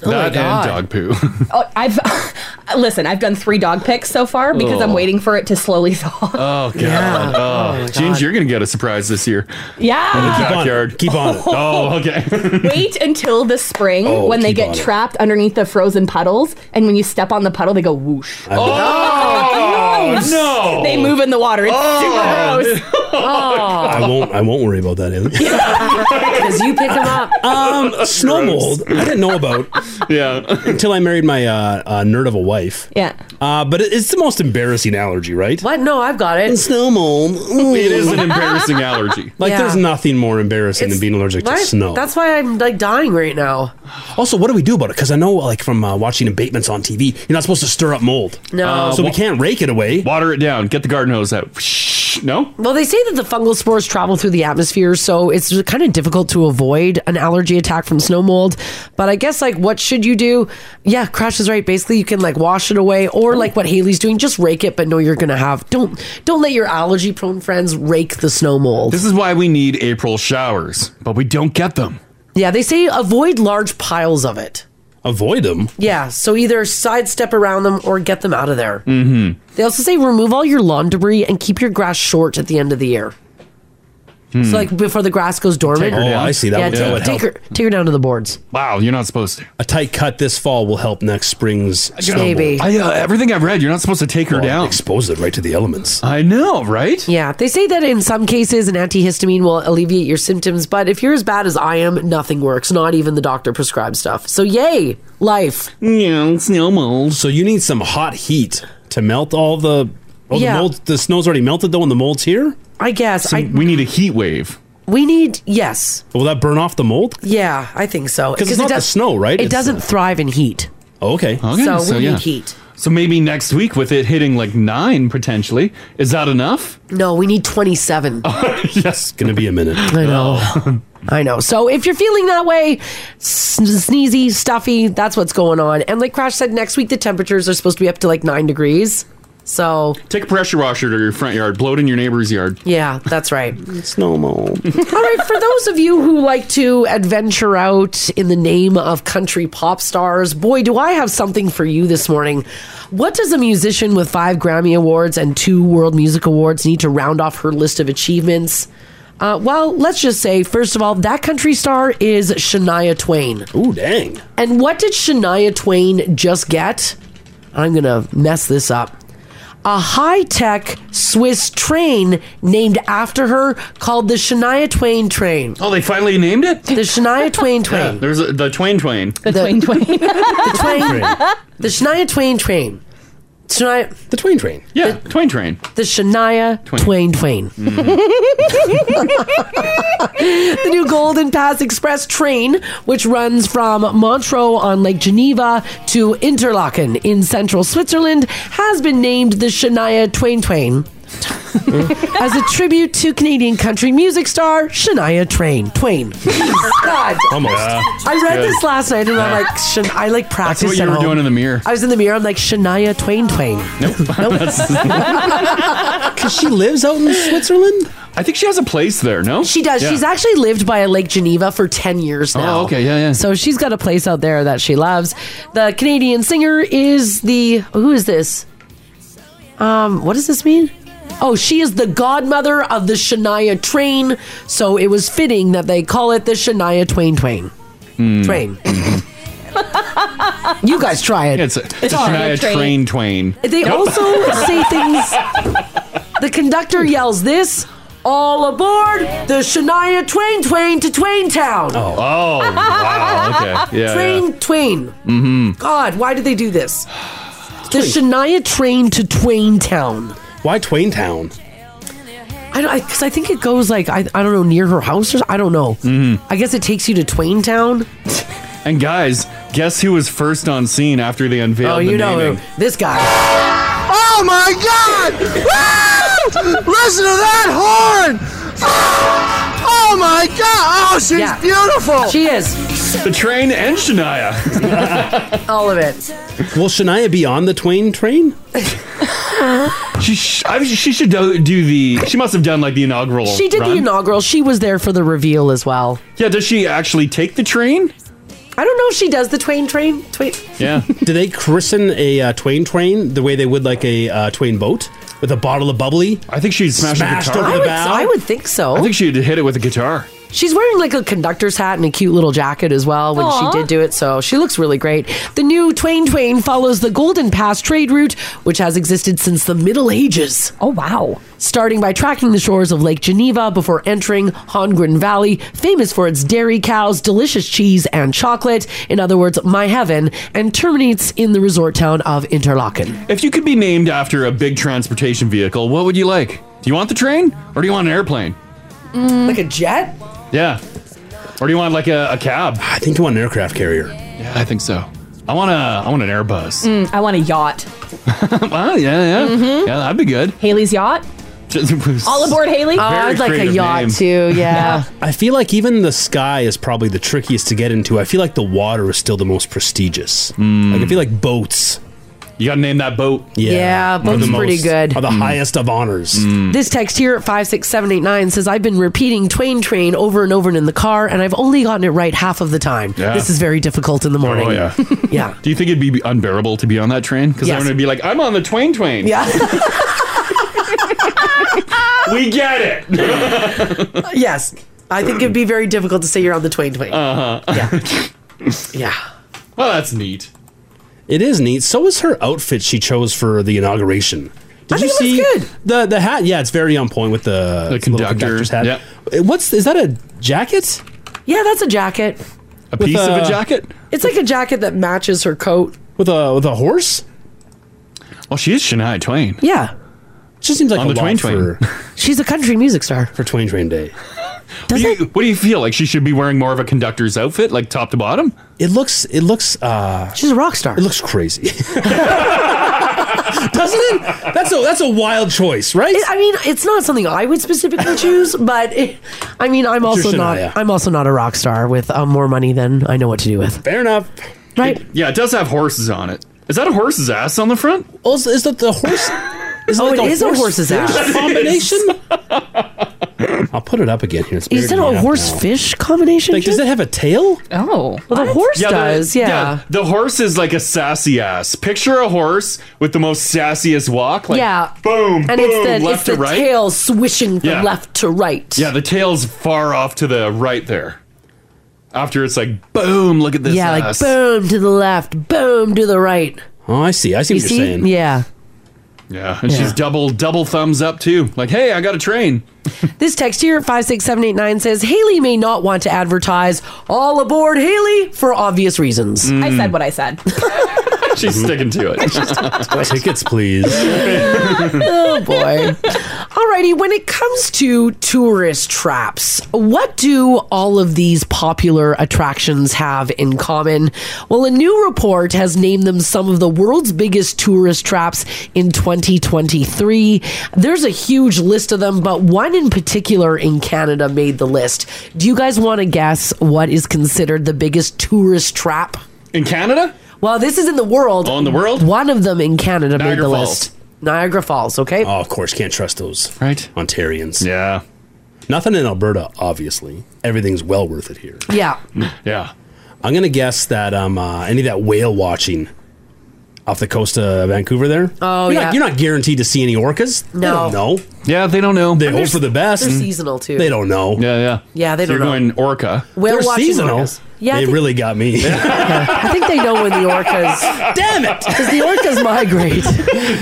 Speaker 4: that and dog poo. [LAUGHS]
Speaker 5: Oh, I've [LAUGHS] listen. I've done three dog picks so far because I'm
Speaker 4: Oh.
Speaker 5: waiting for it to slowly [LAUGHS] thaw.
Speaker 4: Oh god!
Speaker 5: Yeah.
Speaker 4: Oh, Ginge, you're gonna get a surprise this year. In the
Speaker 5: Yeah.
Speaker 4: backyard. Keep on. Oh, [LAUGHS] okay.
Speaker 5: Wait until the spring
Speaker 4: Oh,
Speaker 5: when they
Speaker 4: keep
Speaker 5: get
Speaker 4: on it.
Speaker 5: trapped underneath the frozen puddles, and when you step on the puddle, they go whoosh.
Speaker 4: Oh, no.
Speaker 5: They move in the water. It's
Speaker 4: Oh.
Speaker 5: super gross.
Speaker 2: [LAUGHS]
Speaker 8: I won't. I won't worry about that. Ellen.
Speaker 2: Because you pick them up.
Speaker 4: [LAUGHS]
Speaker 8: Um, snow mold. I didn't know about.
Speaker 4: yeah.
Speaker 8: Until I married my uh, uh, nerd of a wife.
Speaker 5: Yeah.
Speaker 8: Uh, but it- it's the most embarrassing allergy, right?
Speaker 2: What? No, I've got it.
Speaker 8: Snow mold.
Speaker 4: [LAUGHS] It is an embarrassing allergy.
Speaker 8: [LAUGHS] Like,
Speaker 2: Yeah.
Speaker 8: there's nothing more embarrassing
Speaker 2: It's-
Speaker 8: than being allergic to
Speaker 2: Right?
Speaker 8: snow.
Speaker 2: That's why I'm like dying right now.
Speaker 8: Also, what do we do about it? Because I know, like, from uh, watching abatements on TV, you're not supposed to stir up mold.
Speaker 2: No. Uh,
Speaker 8: so we
Speaker 2: wa-
Speaker 8: can't rake it away.
Speaker 4: Water it down. Get the garden
Speaker 2: [LAUGHS]
Speaker 4: hose out. No.
Speaker 2: Well, they say that the fungal spores travel through the atmosphere, so it's kind of difficult to avoid an allergy attack from snow mold. But I guess, like, what should you do? Yeah, Crash is right. Basically, you can like wash it away, or like what Haley's doing, just rake it. But know you're gonna have don't don't let your allergy prone friends rake the snow mold.
Speaker 4: This is why we need April showers, but we don't get them.
Speaker 2: Yeah, they say avoid large piles of it.
Speaker 8: Avoid them.
Speaker 2: Yeah, so either sidestep around them or get them out of there.
Speaker 4: Mm-hmm.
Speaker 2: They also say remove all your lawn debris and keep your grass short at the end of the year. So like before the grass goes dormant.
Speaker 8: Hmm. Take her down. Oh, I see. That
Speaker 2: yeah,
Speaker 8: would-
Speaker 2: take,
Speaker 8: that would
Speaker 2: take
Speaker 8: help.
Speaker 2: her take her down to the boards.
Speaker 4: Wow, you're not supposed to.
Speaker 8: A tight cut this fall will help next spring's
Speaker 4: You know, I, uh, everything I've read, you're not supposed to take her down.
Speaker 8: Expose it right to the elements.
Speaker 4: I know, right?
Speaker 2: Yeah, they say that in some cases an antihistamine will alleviate your symptoms, but if you're as bad as I am, nothing works, not even the doctor prescribed stuff. So yay, life.
Speaker 4: Yeah, snow mold.
Speaker 8: So you need some hot heat to melt all the. Oh,
Speaker 2: Yeah.
Speaker 8: the, mold, the snow's already melted though, and the mold's here.
Speaker 2: I guess. I-
Speaker 4: we need a heat wave.
Speaker 2: We need yes.
Speaker 8: Will that burn off the mold?
Speaker 2: Yeah, I think so.
Speaker 8: 'Cause it's not the snow, right?
Speaker 2: It
Speaker 8: It's
Speaker 2: doesn't thrive in heat.
Speaker 8: Oh, Okay.
Speaker 2: So we need heat.
Speaker 4: So maybe next week with it hitting like nine potentially. Is that enough?
Speaker 2: No, we need 27.
Speaker 8: [LAUGHS] yes. Gonna be a minute.
Speaker 2: I
Speaker 4: Oh.
Speaker 2: know. I know. So if you're feeling that way, s- sneezy, stuffy, that's what's going on. And like Crash said, next week the temperatures are supposed to be up to like nine degrees. So
Speaker 4: Take a pressure washer to your front yard. Blow it in your neighbor's yard.
Speaker 2: Yeah, that's right.
Speaker 4: it's normal.
Speaker 2: [LAUGHS] All right, for those of you who like to adventure out in the name of country pop stars, boy, do I have something for you this morning. What does a musician with five Grammy Awards and two World Music Awards need to round off her list of achievements? Uh, well, let's just say, first of all, that country star is Shania Twain.
Speaker 8: Ooh, dang.
Speaker 2: And what did Shania Twain just get? I'm going to mess this up a high tech Swiss train named after her called the Shania Twain train.
Speaker 4: Oh, they finally named it?
Speaker 2: The
Speaker 4: [LAUGHS]
Speaker 2: Shania Twain
Speaker 4: Yeah,
Speaker 2: train.
Speaker 4: there's a, the Twain Twain.
Speaker 2: [LAUGHS] The, Twain
Speaker 5: Twain.
Speaker 2: the Twain.
Speaker 4: Train.
Speaker 2: The Shania Twain train. Shania,
Speaker 8: the Twain train.
Speaker 4: Yeah, Twain Train. Mm.
Speaker 2: The Shania Twain Twain. the new Golden Pass Express train, which runs from Montreux on Lake Geneva to Interlaken in central Switzerland, has been named the Shania Twain
Speaker 4: [LAUGHS]
Speaker 2: Twain. As a tribute to Canadian country music star Shania Twain. Twain. God.
Speaker 8: Almost.
Speaker 2: I read this last night and I'm like, Shan- I like practiced.
Speaker 4: what you
Speaker 2: at
Speaker 4: were
Speaker 2: home.
Speaker 4: doing in the mirror.
Speaker 2: I was in the mirror. I'm like Shania Twain Twain.
Speaker 4: Nope.
Speaker 2: [LAUGHS]
Speaker 4: [LAUGHS]
Speaker 8: [LAUGHS] Because she lives out in Switzerland?
Speaker 4: I think she has a place there, no?
Speaker 2: She does.
Speaker 4: Yeah.
Speaker 2: She's actually lived by Lake Geneva for 10 years
Speaker 4: Oh,
Speaker 2: now.
Speaker 4: okay. Yeah, yeah.
Speaker 2: So she's got a place out there that she loves. The Canadian singer is the. Who is this? Um, What does this mean? Oh, she is the godmother of the Shania Train. So it was fitting that they call it the Shania Twain Twain. Train.
Speaker 19: Mm-hmm.
Speaker 2: you guys try it.
Speaker 4: It's a, it's a
Speaker 2: Sorry.
Speaker 4: Shania Train Twain.
Speaker 2: They
Speaker 4: Nope.
Speaker 2: also
Speaker 4: [LAUGHS]
Speaker 2: say things. The conductor yells this. All aboard the Shania Twain Twain to Twain Town.
Speaker 4: Oh. Oh, wow. Okay. Yeah,
Speaker 2: Train Twain.
Speaker 4: Mm-hmm.
Speaker 2: God, why did they do
Speaker 8: [SIGHS]
Speaker 2: this? The Shania Train to Twain Town.
Speaker 8: Why Twain Town?
Speaker 2: I don't because I, think it goes like I, I don't know near her house or I don't know.
Speaker 8: Mm-hmm.
Speaker 2: I guess it takes you to Twain Town.
Speaker 4: [LAUGHS] And guys, guess who was first on scene after they unveiled
Speaker 2: oh,
Speaker 4: the
Speaker 2: you know
Speaker 4: naming?
Speaker 2: who. this guy.
Speaker 19: Oh my God! Woo! Listen to that horn! Oh my God! Oh, she's
Speaker 2: Yeah.
Speaker 19: beautiful.
Speaker 2: She is.
Speaker 4: [LAUGHS] The train and Shania.
Speaker 2: [LAUGHS] All of it.
Speaker 8: Will Shania be on the Twain train?
Speaker 4: [LAUGHS] she, sh- I mean, she should do, do the. She must have done like the inaugural.
Speaker 8: Oh,
Speaker 2: She did the
Speaker 4: run.
Speaker 2: inaugural. She was there for the reveal as well.
Speaker 4: Yeah, does she actually take the train?
Speaker 2: I don't know if she does the Twain Train. Twain.
Speaker 4: Yeah.
Speaker 8: [LAUGHS] Do they christen a uh, Twain train the way they would like a uh, Twain boat with a bottle of bubbly?
Speaker 4: I think she'd smash a
Speaker 8: smashed
Speaker 4: guitar.
Speaker 8: over
Speaker 2: I
Speaker 8: the
Speaker 2: would,
Speaker 8: bow.
Speaker 2: I would think so.
Speaker 4: I think she'd hit it with a guitar.
Speaker 2: She's wearing like a conductor's hat and a cute little jacket as well when
Speaker 4: Aw.
Speaker 2: she did do it, so she looks really great. The new Twain Twain follows the Golden Pass trade route, which has existed since the Middle Ages.
Speaker 5: Oh, wow.
Speaker 2: Starting by tracking the shores of Lake Geneva before entering Hongren Valley, famous for its dairy cows, delicious cheese, and chocolate. In other words, my heaven, and terminates in the resort town of Interlaken.
Speaker 4: If you could be named after a big transportation vehicle, what would you like? Do you want the train or do you want an airplane?
Speaker 5: Mm.
Speaker 2: Like a jet?
Speaker 4: Yeah. Or do you want like a, a cab? I
Speaker 8: think you want an aircraft carrier.
Speaker 4: Yeah, I think so. I want a I want an Airbus. [LAUGHS]
Speaker 5: Mm, I want a yacht.
Speaker 4: oh, yeah, yeah.
Speaker 2: Mm-hmm.
Speaker 5: Mhm.
Speaker 4: Yeah, that'd be good.
Speaker 5: Haley's
Speaker 4: [LAUGHS]
Speaker 5: yacht? All aboard, Haley? Oh, I'd like a yacht, too, yeah.
Speaker 8: I feel like even the sky is probably the trickiest to get into. I feel like the water is still the most prestigious. Like I feel like boats.
Speaker 4: Hmm. You gotta name that boat.
Speaker 8: Yeah,
Speaker 2: Yeah,
Speaker 8: are
Speaker 2: boat's
Speaker 8: the
Speaker 2: pretty good.
Speaker 8: Are the
Speaker 2: Mm.
Speaker 8: highest of honors.
Speaker 4: Mm. Hmm.
Speaker 2: This text here at 56789 says, I've been repeating Twain Train over and over in the car, and I've only gotten it right half of the time.
Speaker 4: Yeah.
Speaker 2: This is very difficult in the morning.
Speaker 4: Oh yeah.
Speaker 2: [LAUGHS] yeah.
Speaker 4: Do you think it'd be unbearable to be on that train? Because
Speaker 2: Yes.
Speaker 4: I'm gonna be like, I'm on the Twain Twain.
Speaker 2: Yeah.
Speaker 4: [LAUGHS] we get it.
Speaker 2: [LAUGHS] yes. I think it'd be very difficult to say you're on the Twain Twain.
Speaker 8: Uh-huh.
Speaker 4: Uh huh.
Speaker 8: [LAUGHS]
Speaker 2: Yeah. yeah.
Speaker 4: Well, that's neat.
Speaker 8: It is neat. So is her outfit she chose for the inauguration. Did
Speaker 4: I
Speaker 8: you
Speaker 4: think it
Speaker 8: see
Speaker 4: looks
Speaker 8: the the hat? Yeah, it's very on point with the,
Speaker 4: The
Speaker 8: little
Speaker 4: conductor,
Speaker 8: conductor's hat.
Speaker 4: yeah.
Speaker 8: Uh, What's is that a jacket?
Speaker 2: Yeah, that's a jacket.
Speaker 4: A
Speaker 8: With piece of a a- jacket?
Speaker 2: It's like a jacket that matches her coat.
Speaker 8: With a with a horse?
Speaker 4: Well, she is Shania Twain.
Speaker 2: Yeah.
Speaker 8: She seems like
Speaker 4: On
Speaker 8: a
Speaker 4: the Twain
Speaker 8: lot for-
Speaker 2: She's a country music star.
Speaker 8: For Twain Train Day.
Speaker 4: Does [LAUGHS] what, do you, what do you feel like? She should be wearing more of a conductor's outfit, like top to bottom.
Speaker 8: It looks. It looks. uh
Speaker 2: She's a rock star. It
Speaker 8: looks crazy. Doesn't it? That's a that's a wild choice, right?
Speaker 2: I mean, it's not something I would specifically choose, but it, I mean, I'm
Speaker 4: It's your
Speaker 2: also not.
Speaker 4: Shania.
Speaker 2: I'm also not a rock star with uh, more money than I know what to do with.
Speaker 8: Fair enough.
Speaker 2: Right.
Speaker 4: yeah, it does have horses on it. Is that a horse's ass on the front?
Speaker 8: Also, is that the horse? Is it
Speaker 2: oh,
Speaker 8: like
Speaker 2: it
Speaker 8: a
Speaker 2: is a
Speaker 8: horse
Speaker 2: horse's
Speaker 8: fish
Speaker 2: ass.
Speaker 8: combination? I'll put it up again here. It's
Speaker 2: Is
Speaker 8: weirding
Speaker 2: that
Speaker 8: me
Speaker 2: a
Speaker 8: out
Speaker 2: horse
Speaker 8: now.
Speaker 2: fish combination?
Speaker 8: Like, does
Speaker 2: Jim?
Speaker 8: it have a tail?
Speaker 5: Oh.
Speaker 2: Well, the horse
Speaker 4: Yeah, the-
Speaker 2: does, yeah.
Speaker 4: The horse is like a sassy ass. Picture a horse with the most sassiest walk. Like,
Speaker 2: yeah.
Speaker 4: Boom,
Speaker 2: And
Speaker 4: boom,
Speaker 2: it's the,
Speaker 4: left
Speaker 2: it's the
Speaker 4: to right.
Speaker 2: tail swishing from
Speaker 4: Yeah.
Speaker 2: left to right.
Speaker 4: Yeah, the tail's far off to the right there. After it's like, boom, look at this
Speaker 2: yeah,
Speaker 4: ass.
Speaker 2: like boom to the left, boom to the right.
Speaker 8: Oh, I see. I see
Speaker 2: you
Speaker 8: what you're
Speaker 2: see?
Speaker 8: saying.
Speaker 2: Yeah.
Speaker 4: Yeah, and
Speaker 2: Yeah.
Speaker 4: she's double double thumbs up too. Like, hey, I got a
Speaker 8: [LAUGHS]
Speaker 4: train.
Speaker 2: This text here, 56789, says Haley may not want to advertise all aboard Haley for obvious reasons.
Speaker 5: I said what I said.
Speaker 8: Mm-hmm.
Speaker 4: She's sticking to
Speaker 8: [LAUGHS]
Speaker 4: it.
Speaker 8: Tickets, please.
Speaker 2: [LAUGHS] oh boy. Alrighty, when it comes to tourist traps, what do all of these popular attractions have in common? Well, a new report has named them some of the world's biggest tourist traps in 2023. There's a huge list of them, but one in particular in Canada made the list. Do you guys want to guess what is considered the biggest tourist trap?
Speaker 4: In Canada?
Speaker 2: Well, this is in the world. On
Speaker 4: the world?
Speaker 2: One of them in Canada made
Speaker 8: Niagara
Speaker 2: the
Speaker 8: Falls.
Speaker 2: list. Niagara Falls, okay?
Speaker 8: Oh, of course, can't trust those.
Speaker 4: Right.
Speaker 8: Ontarians.
Speaker 4: Yeah.
Speaker 8: Nothing in Alberta, obviously. Everything's well worth it here.
Speaker 2: Yeah.
Speaker 4: [LAUGHS] Yeah.
Speaker 8: I'm gonna guess that um uh, any of that whale watching off the coast of Vancouver there.
Speaker 2: Oh,
Speaker 8: you're
Speaker 2: yeah.
Speaker 8: Not, you're not guaranteed to see any orcas. They
Speaker 2: No.
Speaker 8: don't know.
Speaker 4: Yeah, they don't know.
Speaker 8: They
Speaker 2: And
Speaker 8: hope
Speaker 2: they're-
Speaker 8: for the best.
Speaker 2: they're seasonal, too.
Speaker 8: They don't know.
Speaker 4: Yeah, yeah.
Speaker 2: Yeah, they
Speaker 8: So
Speaker 2: don't
Speaker 8: you're
Speaker 2: know.
Speaker 4: Going orca.
Speaker 2: Whale
Speaker 8: they're
Speaker 2: watching
Speaker 8: seasonal.
Speaker 2: orcas. [LAUGHS] Yeah, I
Speaker 8: they
Speaker 2: think-
Speaker 8: really got me.
Speaker 2: [LAUGHS]
Speaker 8: [LAUGHS]
Speaker 2: I think they know when the orcas.
Speaker 8: Damn it!
Speaker 2: Because the orcas migrate.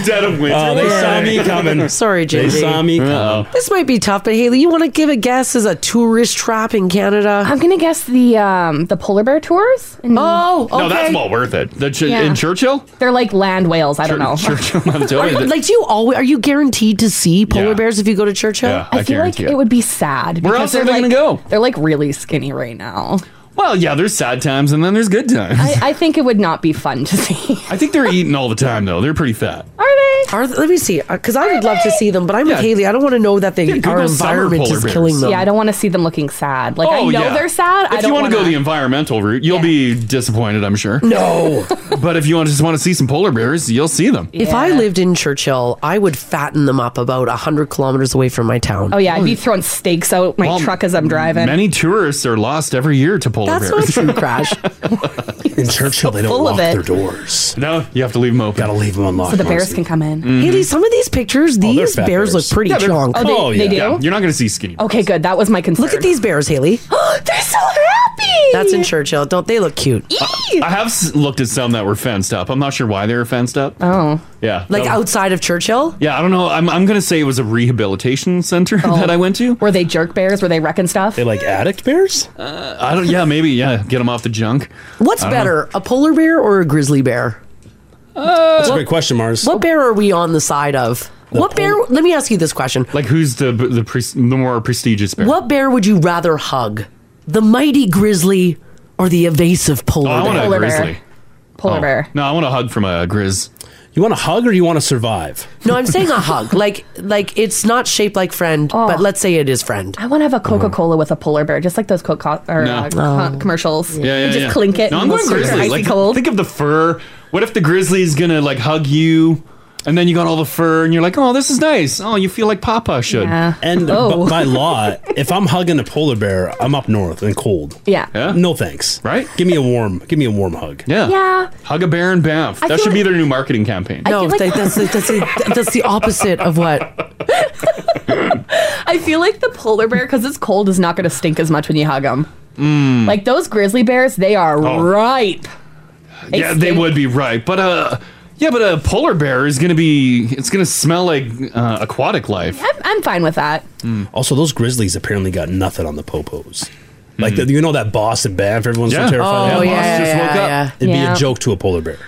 Speaker 4: Dead of winter.
Speaker 8: Oh, they saw me coming.
Speaker 2: Sorry, JJ.
Speaker 8: They saw me coming.
Speaker 2: This might be tough, but Haley, you want to give a guess as a tourist trap in Canada?
Speaker 5: I'm gonna guess the um the polar bear tours.
Speaker 2: oh, okay.
Speaker 4: Mm. No, that's well worth it. The ch-
Speaker 5: Yeah.
Speaker 4: In Churchill?
Speaker 5: They're like land whales. I don't
Speaker 4: [LAUGHS]
Speaker 5: know. [LAUGHS]
Speaker 4: Churchill, I'm
Speaker 2: Are
Speaker 4: telling
Speaker 2: you-
Speaker 4: you.
Speaker 2: like, do you always are you guaranteed to see polar bears if you go to Churchill?
Speaker 4: Yeah, I
Speaker 5: I feel like
Speaker 4: guarantee
Speaker 5: it.
Speaker 4: it.
Speaker 5: would be sad.
Speaker 4: Where
Speaker 5: because
Speaker 4: else
Speaker 5: they're,
Speaker 4: are they
Speaker 5: like-
Speaker 4: gonna go?
Speaker 5: They're like really skinny right
Speaker 4: [LAUGHS]
Speaker 5: now.
Speaker 4: Well, yeah, there's sad times and then there's good times. I,
Speaker 5: I, I think it would not be fun to see. [LAUGHS]
Speaker 4: think they're eating all the time, though. They're pretty fat.
Speaker 5: Are
Speaker 2: they? Are let me see, because I would love to see them, but I'm with Haley. I don't want to know that they
Speaker 4: Yeah,
Speaker 2: our
Speaker 4: Google summer
Speaker 2: environment
Speaker 4: polar
Speaker 2: is
Speaker 4: bears.
Speaker 2: killing them.
Speaker 5: Yeah, I don't want to see them looking sad. Like I know they're sad.
Speaker 4: Oh, If
Speaker 5: I don't
Speaker 4: you want to go
Speaker 5: wanna-
Speaker 4: the environmental route, you'll be disappointed, I'm sure.
Speaker 2: No.
Speaker 4: [LAUGHS] but if you want just want to see some polar bears, you'll see them.
Speaker 2: If I lived in Churchill, I would fatten them up about hundred kilometers away from my town.
Speaker 5: Oh yeah, I'd be throwing steaks out my
Speaker 4: Well,
Speaker 5: truck as I'm driving.
Speaker 4: Many tourists are lost every year
Speaker 5: [LAUGHS]
Speaker 4: to polar
Speaker 5: That's
Speaker 4: bears.
Speaker 5: not true, Crash.
Speaker 8: In Churchill, they
Speaker 5: Full
Speaker 8: don't
Speaker 5: of
Speaker 8: lock
Speaker 5: it.
Speaker 8: their doors.
Speaker 4: No, you have to leave them open.
Speaker 8: Gotta leave them
Speaker 5: [LAUGHS]
Speaker 8: unlocked.
Speaker 5: so the bears can come in.
Speaker 4: Mm-hmm.
Speaker 2: Haley, some of these
Speaker 4: Oh,
Speaker 2: pictures, these bears,
Speaker 5: fat
Speaker 2: look
Speaker 5: bears.
Speaker 2: pretty
Speaker 5: Yeah, they're-
Speaker 2: chunk.
Speaker 5: oh, they- Oh, they yeah. do?
Speaker 4: you're not going to see skinny.
Speaker 5: Okay, good. That was my concern.
Speaker 2: Look at these bears,
Speaker 5: [GASPS]
Speaker 2: Haley.
Speaker 5: they're so happy.
Speaker 2: That's in Churchill. Don't they look cute?
Speaker 4: I have s- looked at some that were fenced up. I'm not sure why they were fenced up.
Speaker 5: Oh.
Speaker 4: Yeah.
Speaker 2: Like
Speaker 4: That-
Speaker 2: outside of Churchill?
Speaker 4: Yeah, I don't know. I'm, I'm going to say it was a rehabilitation center [LAUGHS]
Speaker 5: Oh.
Speaker 4: that I went to.
Speaker 5: Were they jerk bears? Were they wrecking stuff?
Speaker 4: They
Speaker 8: like addict bears?
Speaker 4: Uh, I don't. Yeah, maybe. Yeah, get them off the junk.
Speaker 2: What's
Speaker 4: I don't
Speaker 2: better, a polar bear or a grizzly bear?
Speaker 8: That's a
Speaker 2: What-
Speaker 8: great question, Mars.
Speaker 2: What bear are we on the side of? what bear? Let me ask you this question.
Speaker 4: Like, who's the the, pres- the more prestigious bear?
Speaker 2: What bear would you rather hug? The mighty grizzly or the evasive polar
Speaker 4: Oh, I
Speaker 2: bear?
Speaker 4: want a grizzly.
Speaker 5: Polar
Speaker 4: Oh. No, I want a hug from a grizz.
Speaker 8: You want a hug or you want to survive?
Speaker 4: Oh.
Speaker 2: No, I'm saying a
Speaker 4: [LAUGHS]
Speaker 2: hug. Like, like it's not shaped like friend, but let's say it is friend.
Speaker 5: I want to have a
Speaker 4: Uh-huh.
Speaker 5: Coca Cola with a polar bear, just like those Coca or
Speaker 2: No.
Speaker 5: uh, co- commercials.
Speaker 4: Yeah, yeah,
Speaker 5: You just
Speaker 4: yeah.
Speaker 5: clink it.
Speaker 4: No, I'm
Speaker 5: and
Speaker 4: going
Speaker 5: it's super
Speaker 4: grizzly.
Speaker 5: Icy
Speaker 2: [LAUGHS]
Speaker 4: Like,
Speaker 5: cold.
Speaker 4: think of the fur. What if the grizzly's gonna like hug you, and then you got all the fur, and you're like, oh, this is nice. Oh, you feel like Papa should.
Speaker 8: And
Speaker 4: Oh.
Speaker 8: b- by law, if I'm hugging a polar bear, I'm up north and cold.
Speaker 5: Yeah.
Speaker 8: No thanks. Right? Give me a warm. Give me a warm hug.
Speaker 4: Yeah.
Speaker 5: Yeah.
Speaker 4: Hug a bear in Banff.
Speaker 5: I
Speaker 4: that
Speaker 5: feel
Speaker 4: should be
Speaker 5: like-
Speaker 4: their new marketing campaign.
Speaker 2: No, that- that's, the- that's, the- that's the opposite of what.
Speaker 5: I feel like the polar bear, because it's cold, is not going to stink as much when you hug them.
Speaker 4: Mm.
Speaker 5: Like those grizzly bears, they are
Speaker 4: Oh.
Speaker 5: ripe.
Speaker 4: yeah, they would be right, but uh, yeah, but a polar bear is gonna be. It's gonna smell like uh, aquatic life. Mm.
Speaker 5: I'm, I'm fine with that.
Speaker 8: Also, those grizzlies apparently got nothing on the popos. Like the, you know that boss in Banff, everyone's
Speaker 4: Mm. Yeah.
Speaker 8: so terrified.
Speaker 4: Oh,
Speaker 8: of.
Speaker 4: Yeah, yeah, boss just yeah, woke up. yeah.
Speaker 8: It'd
Speaker 4: Yeah.
Speaker 8: be a joke to a polar bear.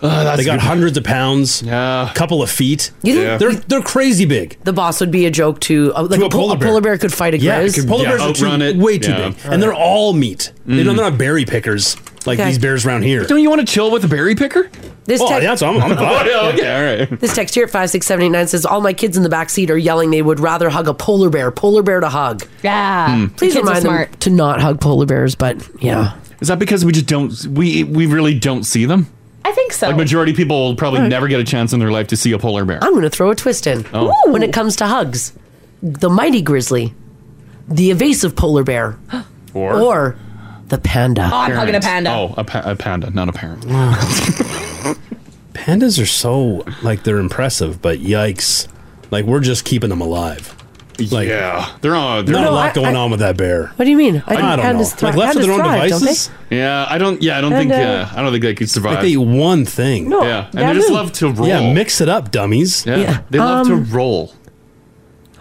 Speaker 4: that's
Speaker 8: they
Speaker 4: a
Speaker 8: got
Speaker 4: good-
Speaker 8: hundreds of pounds, yeah, couple of feet.
Speaker 2: You think- Yeah.
Speaker 8: They're they're crazy big.
Speaker 2: The boss would be a joke to uh, like
Speaker 8: To
Speaker 2: a, polar, a polar bear could fight a
Speaker 8: yeah,
Speaker 2: grizz.
Speaker 8: because polar bears are too, way too
Speaker 4: Yeah.
Speaker 8: big, and they're all meat. They know, they're not berry pickers like
Speaker 2: Okay.
Speaker 8: these bears around here.
Speaker 4: Don't you want to chill with a berry picker?
Speaker 2: This
Speaker 8: oh,
Speaker 2: tech-
Speaker 8: yeah, that's I'm,
Speaker 4: [LAUGHS]
Speaker 8: I'm fine.
Speaker 4: Yeah, okay, all right.
Speaker 2: This text here at 56789 says, All my kids in the back seat are yelling they would rather hug a polar bear, polar bear to hug.
Speaker 5: Yeah.
Speaker 8: Hmm.
Speaker 2: Please
Speaker 5: Kids are
Speaker 2: remind
Speaker 5: smart.
Speaker 2: them to not hug polar bears, but yeah.
Speaker 4: Is that because we just don't we we really don't see them?
Speaker 5: I think so.
Speaker 4: Like majority of people will probably
Speaker 2: Alright.
Speaker 4: never get a chance in their life to see a polar bear.
Speaker 2: I'm going to throw a twist in.
Speaker 4: Oh.
Speaker 2: When it comes to hugs, the mighty grizzly, the evasive polar
Speaker 8: [GASPS]
Speaker 2: bear,
Speaker 4: Or-
Speaker 2: the panda.
Speaker 5: Oh, I'm hugging a
Speaker 4: Parent.
Speaker 5: panda.
Speaker 4: Oh, a, pa- a panda, not a parent.
Speaker 8: [LAUGHS] Pandas are so like they're impressive, but yikes! Like we're just keeping them alive. Like
Speaker 4: yeah, they're on.
Speaker 8: There's
Speaker 4: they're
Speaker 8: not a
Speaker 4: on-
Speaker 8: lot
Speaker 4: No, I-
Speaker 8: going
Speaker 4: I-
Speaker 8: on with that bear.
Speaker 2: What do you mean?
Speaker 8: I, don't know.
Speaker 2: pandas thri-
Speaker 8: like left to
Speaker 2: pandas
Speaker 8: their own
Speaker 2: thrive, don't
Speaker 8: devices.
Speaker 4: Yeah, I don't. Yeah, I don't
Speaker 2: And,
Speaker 4: think.
Speaker 2: uh,
Speaker 4: Uh, I don't think they could survive.
Speaker 8: Like they eat one thing.
Speaker 2: No,
Speaker 4: yeah, and
Speaker 2: yeah,
Speaker 4: they just
Speaker 2: no.
Speaker 4: love to roll.
Speaker 8: Yeah, mix it up, dummies.
Speaker 4: Yeah, they love
Speaker 2: Um, uh,
Speaker 4: to roll.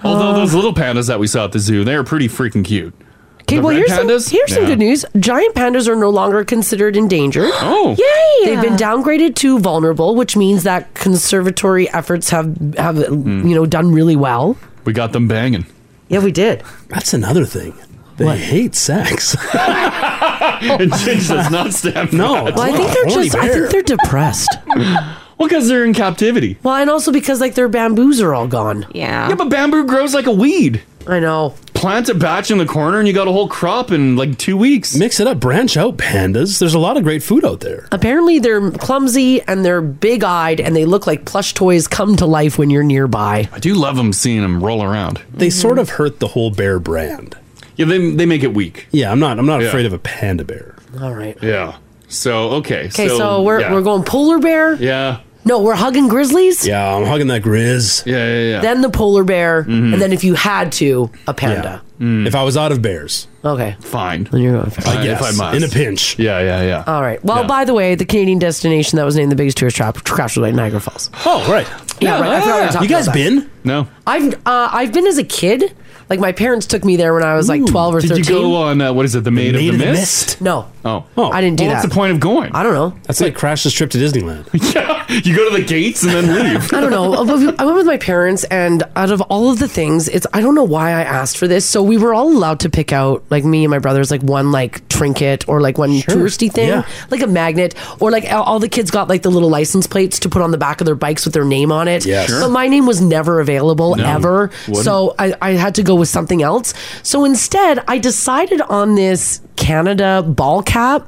Speaker 4: Although those little pandas that we saw at the zoo, they are pretty
Speaker 5: [LAUGHS]
Speaker 4: freaking cute.
Speaker 2: Okay,
Speaker 4: The
Speaker 2: well,
Speaker 4: red
Speaker 2: here's, some,
Speaker 4: pandas?
Speaker 2: here's some
Speaker 4: Yeah.
Speaker 2: good news. Giant pandas are no longer considered endangered.
Speaker 4: Oh.
Speaker 2: Yay! They've been downgraded to vulnerable, which means that conservatory efforts have, have you know, done really well.
Speaker 4: Hmm. We got them banging.
Speaker 2: Yeah, we did.
Speaker 8: That's another thing. They hate
Speaker 4: [LAUGHS]
Speaker 8: sex.
Speaker 4: and Ginge does not stand.
Speaker 8: No,
Speaker 2: Well, I think they're just, I think they're depressed.
Speaker 4: [LAUGHS] well, because they're in captivity.
Speaker 2: Well, and also because, like, their bamboos are all gone.
Speaker 5: Yeah.
Speaker 4: Yeah, but bamboo grows like a weed.
Speaker 2: I know.
Speaker 4: Plant a batch in the corner and you got a whole crop in like two weeks.
Speaker 8: Mix it up, branch out, pandas. There's a lot of great food out there.
Speaker 2: Apparently, they're clumsy and they're big eyed and they look like plush toys come to life when you're nearby.
Speaker 4: I do love them seeing them roll around.
Speaker 8: They sort of hurt the whole bear brand.
Speaker 4: Yeah, they, they make it weak.
Speaker 8: Yeah, I'm not. I'm not
Speaker 4: Yeah.
Speaker 8: afraid of a panda bear.
Speaker 2: All right.
Speaker 4: Yeah. So okay.
Speaker 2: Okay, so, we're,
Speaker 4: yeah.
Speaker 2: we're going polar bear.
Speaker 4: Yeah.
Speaker 2: No, we're hugging grizzlies.
Speaker 8: Yeah, I'm hugging that grizz.
Speaker 4: Yeah, yeah, yeah.
Speaker 2: Then the polar bear.
Speaker 4: Mm-hmm.
Speaker 8: Mhm.
Speaker 2: And then if you had to, a panda.
Speaker 8: If I was out of bears,
Speaker 2: okay,
Speaker 4: Hmm. fine. Uh,
Speaker 2: You're
Speaker 8: I guess
Speaker 4: if I must.
Speaker 8: in a pinch.
Speaker 4: Yeah, yeah, yeah.
Speaker 2: All right. Well,
Speaker 4: Yeah.
Speaker 2: by the way, the Canadian destination that was named the biggest tourist trap crash was like Niagara Falls.
Speaker 8: Oh, right.
Speaker 2: Yeah, right. I forgot we were talking
Speaker 8: you guys
Speaker 2: about that.
Speaker 8: been?
Speaker 4: No.
Speaker 2: I've uh, I've been as a kid. Like my parents took me there when I was like twelve or
Speaker 4: Did
Speaker 2: thirteen.
Speaker 4: you go on uh, what is it? The Maid,
Speaker 8: Maid
Speaker 4: of the
Speaker 8: of the
Speaker 4: Mist.
Speaker 2: No.
Speaker 4: Oh.
Speaker 2: I didn't do
Speaker 4: Well,
Speaker 2: that.
Speaker 4: What's the point of going?
Speaker 2: I don't know.
Speaker 8: That's like Crash's trip to Disneyland.
Speaker 4: [LAUGHS] You go to the gates and then
Speaker 2: [LAUGHS]
Speaker 4: leave.
Speaker 2: I don't know. I went with- I went with my parents, and out of all of the things, it's I don't know why I asked for this. So we were all allowed to pick out, like me and my brothers, like one like trinket or like one touristy thing,
Speaker 19: Yeah.
Speaker 2: like a magnet, or like all all the kids got like the little license plates to put on the back of their bikes with their name on it.
Speaker 19: Yes. Sure.
Speaker 2: But my name was never available
Speaker 19: No,
Speaker 2: ever,
Speaker 19: wouldn't.
Speaker 2: so I, I had to go with something else. So instead, I decided on this Canada ball cap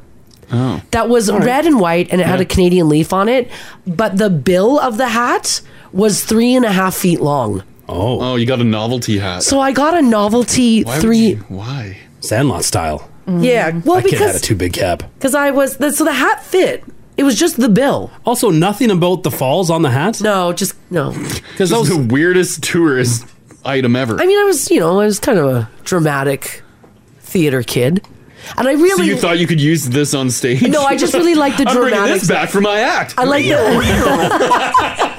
Speaker 4: Oh.
Speaker 2: that was
Speaker 4: All right.
Speaker 2: red and white and it had a Canadian leaf on it, but the bill of the hat was three and a half feet long.
Speaker 8: Oh.
Speaker 4: Oh, you got a novelty hat.
Speaker 2: So I got a novelty
Speaker 4: Why would
Speaker 2: three.
Speaker 4: you- why?
Speaker 8: Sandlot style.
Speaker 2: Yeah, well,
Speaker 8: that kid had a
Speaker 2: because
Speaker 8: too big cap.
Speaker 2: because I was that, so the hat fit. It was just the bill.
Speaker 8: Also, nothing about the falls on the hat.
Speaker 2: No, just no.
Speaker 8: Because
Speaker 4: that was the weirdest tourist item ever.
Speaker 2: I mean, I was you know I was kind of a dramatic theater kid, and I
Speaker 4: so
Speaker 2: really
Speaker 4: you thought you could use this on stage?
Speaker 2: No, I just really like the
Speaker 4: [LAUGHS] I'm bringing
Speaker 2: dramatic-
Speaker 4: this back for my act.
Speaker 2: I like the.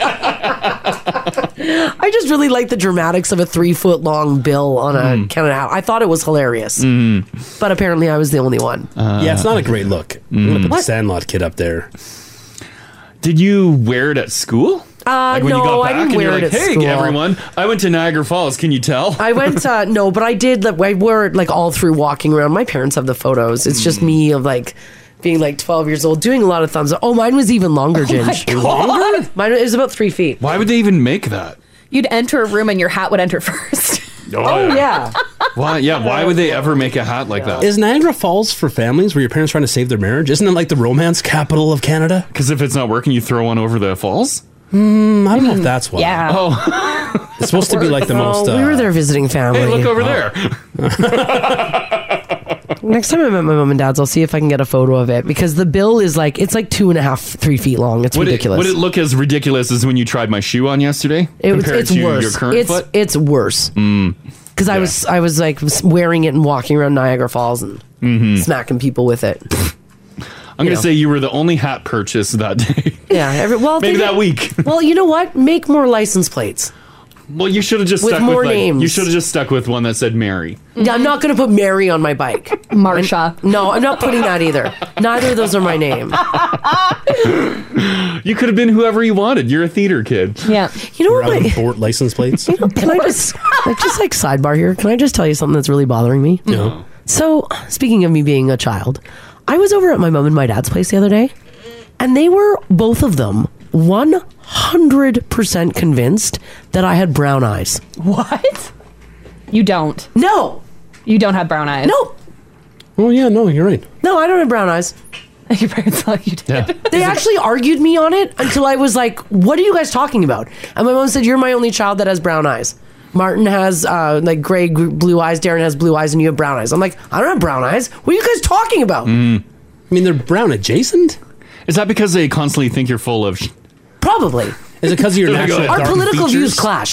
Speaker 2: [LAUGHS] I just really like the dramatics of a three foot long bill on a Canada hat. I thought it was hilarious,
Speaker 8: Hmm.
Speaker 2: but apparently I was the only one.
Speaker 8: Mm.
Speaker 4: Uh,
Speaker 8: yeah, it's not a great look. I'm gonna put
Speaker 2: Mm.
Speaker 8: the Sandlot kid up there.
Speaker 4: Did you [LAUGHS] wear it at school?
Speaker 2: Uh, no, I didn't
Speaker 4: and
Speaker 2: wear
Speaker 4: you're
Speaker 2: it at
Speaker 4: like, hey,
Speaker 2: school.
Speaker 4: everyone, I went to Niagara Falls. Can you tell?
Speaker 2: I
Speaker 4: [LAUGHS]
Speaker 2: went uh, no, but I did. Like, I wore it like all through walking around. My parents have the photos. It's
Speaker 4: Hmm.
Speaker 2: just me of like being like twelve years old, doing a lot of thumbs up. Oh, mine was even longer, oh Ginge.
Speaker 4: Longer?
Speaker 2: Mine was about three feet.
Speaker 4: Why would they even make that?
Speaker 5: You'd enter a room and your hat would enter [LAUGHS] first.
Speaker 4: Oh,
Speaker 2: Oh,
Speaker 4: Why? Yeah. Why would they ever make a hat like that?
Speaker 8: Is Niagara Falls for families where your parents are trying to save their marriage? Isn't it like the romance capital of Canada?
Speaker 4: Because if it's not working, you throw one over the falls.
Speaker 8: Hmm, I don't know if that's why.
Speaker 4: Yeah. Oh.
Speaker 8: It's supposed to be like the
Speaker 2: No,
Speaker 8: most. Uh,
Speaker 2: we were there visiting family.
Speaker 4: Hey, look over
Speaker 2: Oh.
Speaker 4: there.
Speaker 2: Next time I'm at my mom and dad's, I'll see if I can get a photo of it because the bill is like it's like two and a half, three feet long. It's
Speaker 4: Would it,
Speaker 2: ridiculous.
Speaker 4: would it look as ridiculous as when you tried my shoe on yesterday?
Speaker 2: It was-
Speaker 4: compared
Speaker 2: it's
Speaker 4: to
Speaker 2: worse.
Speaker 4: Your current
Speaker 2: It's-
Speaker 4: foot?
Speaker 2: it's worse.
Speaker 4: Mm.
Speaker 2: because I was I was like s- wearing it and walking around Niagara Falls and
Speaker 4: Mhm.
Speaker 2: smacking people with
Speaker 4: [LAUGHS]
Speaker 2: it.
Speaker 4: I'm
Speaker 2: You
Speaker 4: gonna
Speaker 2: know.
Speaker 4: say you were the only hat purchase that day. [LAUGHS]
Speaker 2: Yeah, every, well,
Speaker 4: Maybe
Speaker 2: they-
Speaker 4: that week.
Speaker 2: [LAUGHS] well, you know what? Make more license plates.
Speaker 4: Well, you should have just
Speaker 2: With
Speaker 4: stuck
Speaker 2: more
Speaker 4: with like, You
Speaker 2: names.
Speaker 4: should have just stuck with one that said Mary.
Speaker 2: Yeah, I'm not going to put Mary on my bike. Mm-hmm. Marsha. no, I'm not putting that either. Neither of those are my name.
Speaker 4: You could have been whoever you wanted. You're a theater kid.
Speaker 2: Yeah. You know what?
Speaker 8: Robin
Speaker 2: my-
Speaker 8: Ford license
Speaker 2: [LAUGHS]
Speaker 8: plates.
Speaker 2: Can I just like, just like sidebar here? Can I just tell you something that's really bothering me?
Speaker 8: No.
Speaker 2: So speaking of me being a child, I was over at my mom and my dad's place the other day, and they were both of them one hundred percent convinced that I had brown eyes.
Speaker 5: What? You don't.
Speaker 2: No.
Speaker 5: You don't have brown eyes.
Speaker 2: No.
Speaker 8: Oh yeah, no, you're right.
Speaker 2: No, I don't have brown eyes.
Speaker 5: [LAUGHS] Your parents tell you did.
Speaker 2: They actually argued me on it until I was like, "What are you guys talking about?" And my mom said, "You're my only child that has brown eyes. Martin has uh, like gray gr- blue eyes. Darren has blue eyes, and you have brown eyes." I'm like, "I don't have brown eyes. What are you guys talking about?"
Speaker 4: I mean, they're brown adjacent. Hmm. Is that because they constantly think you're full of?
Speaker 2: Probably.
Speaker 4: Is it [LAUGHS] 'cause of your natural
Speaker 2: Our
Speaker 4: dark
Speaker 2: political
Speaker 4: features?
Speaker 2: views clash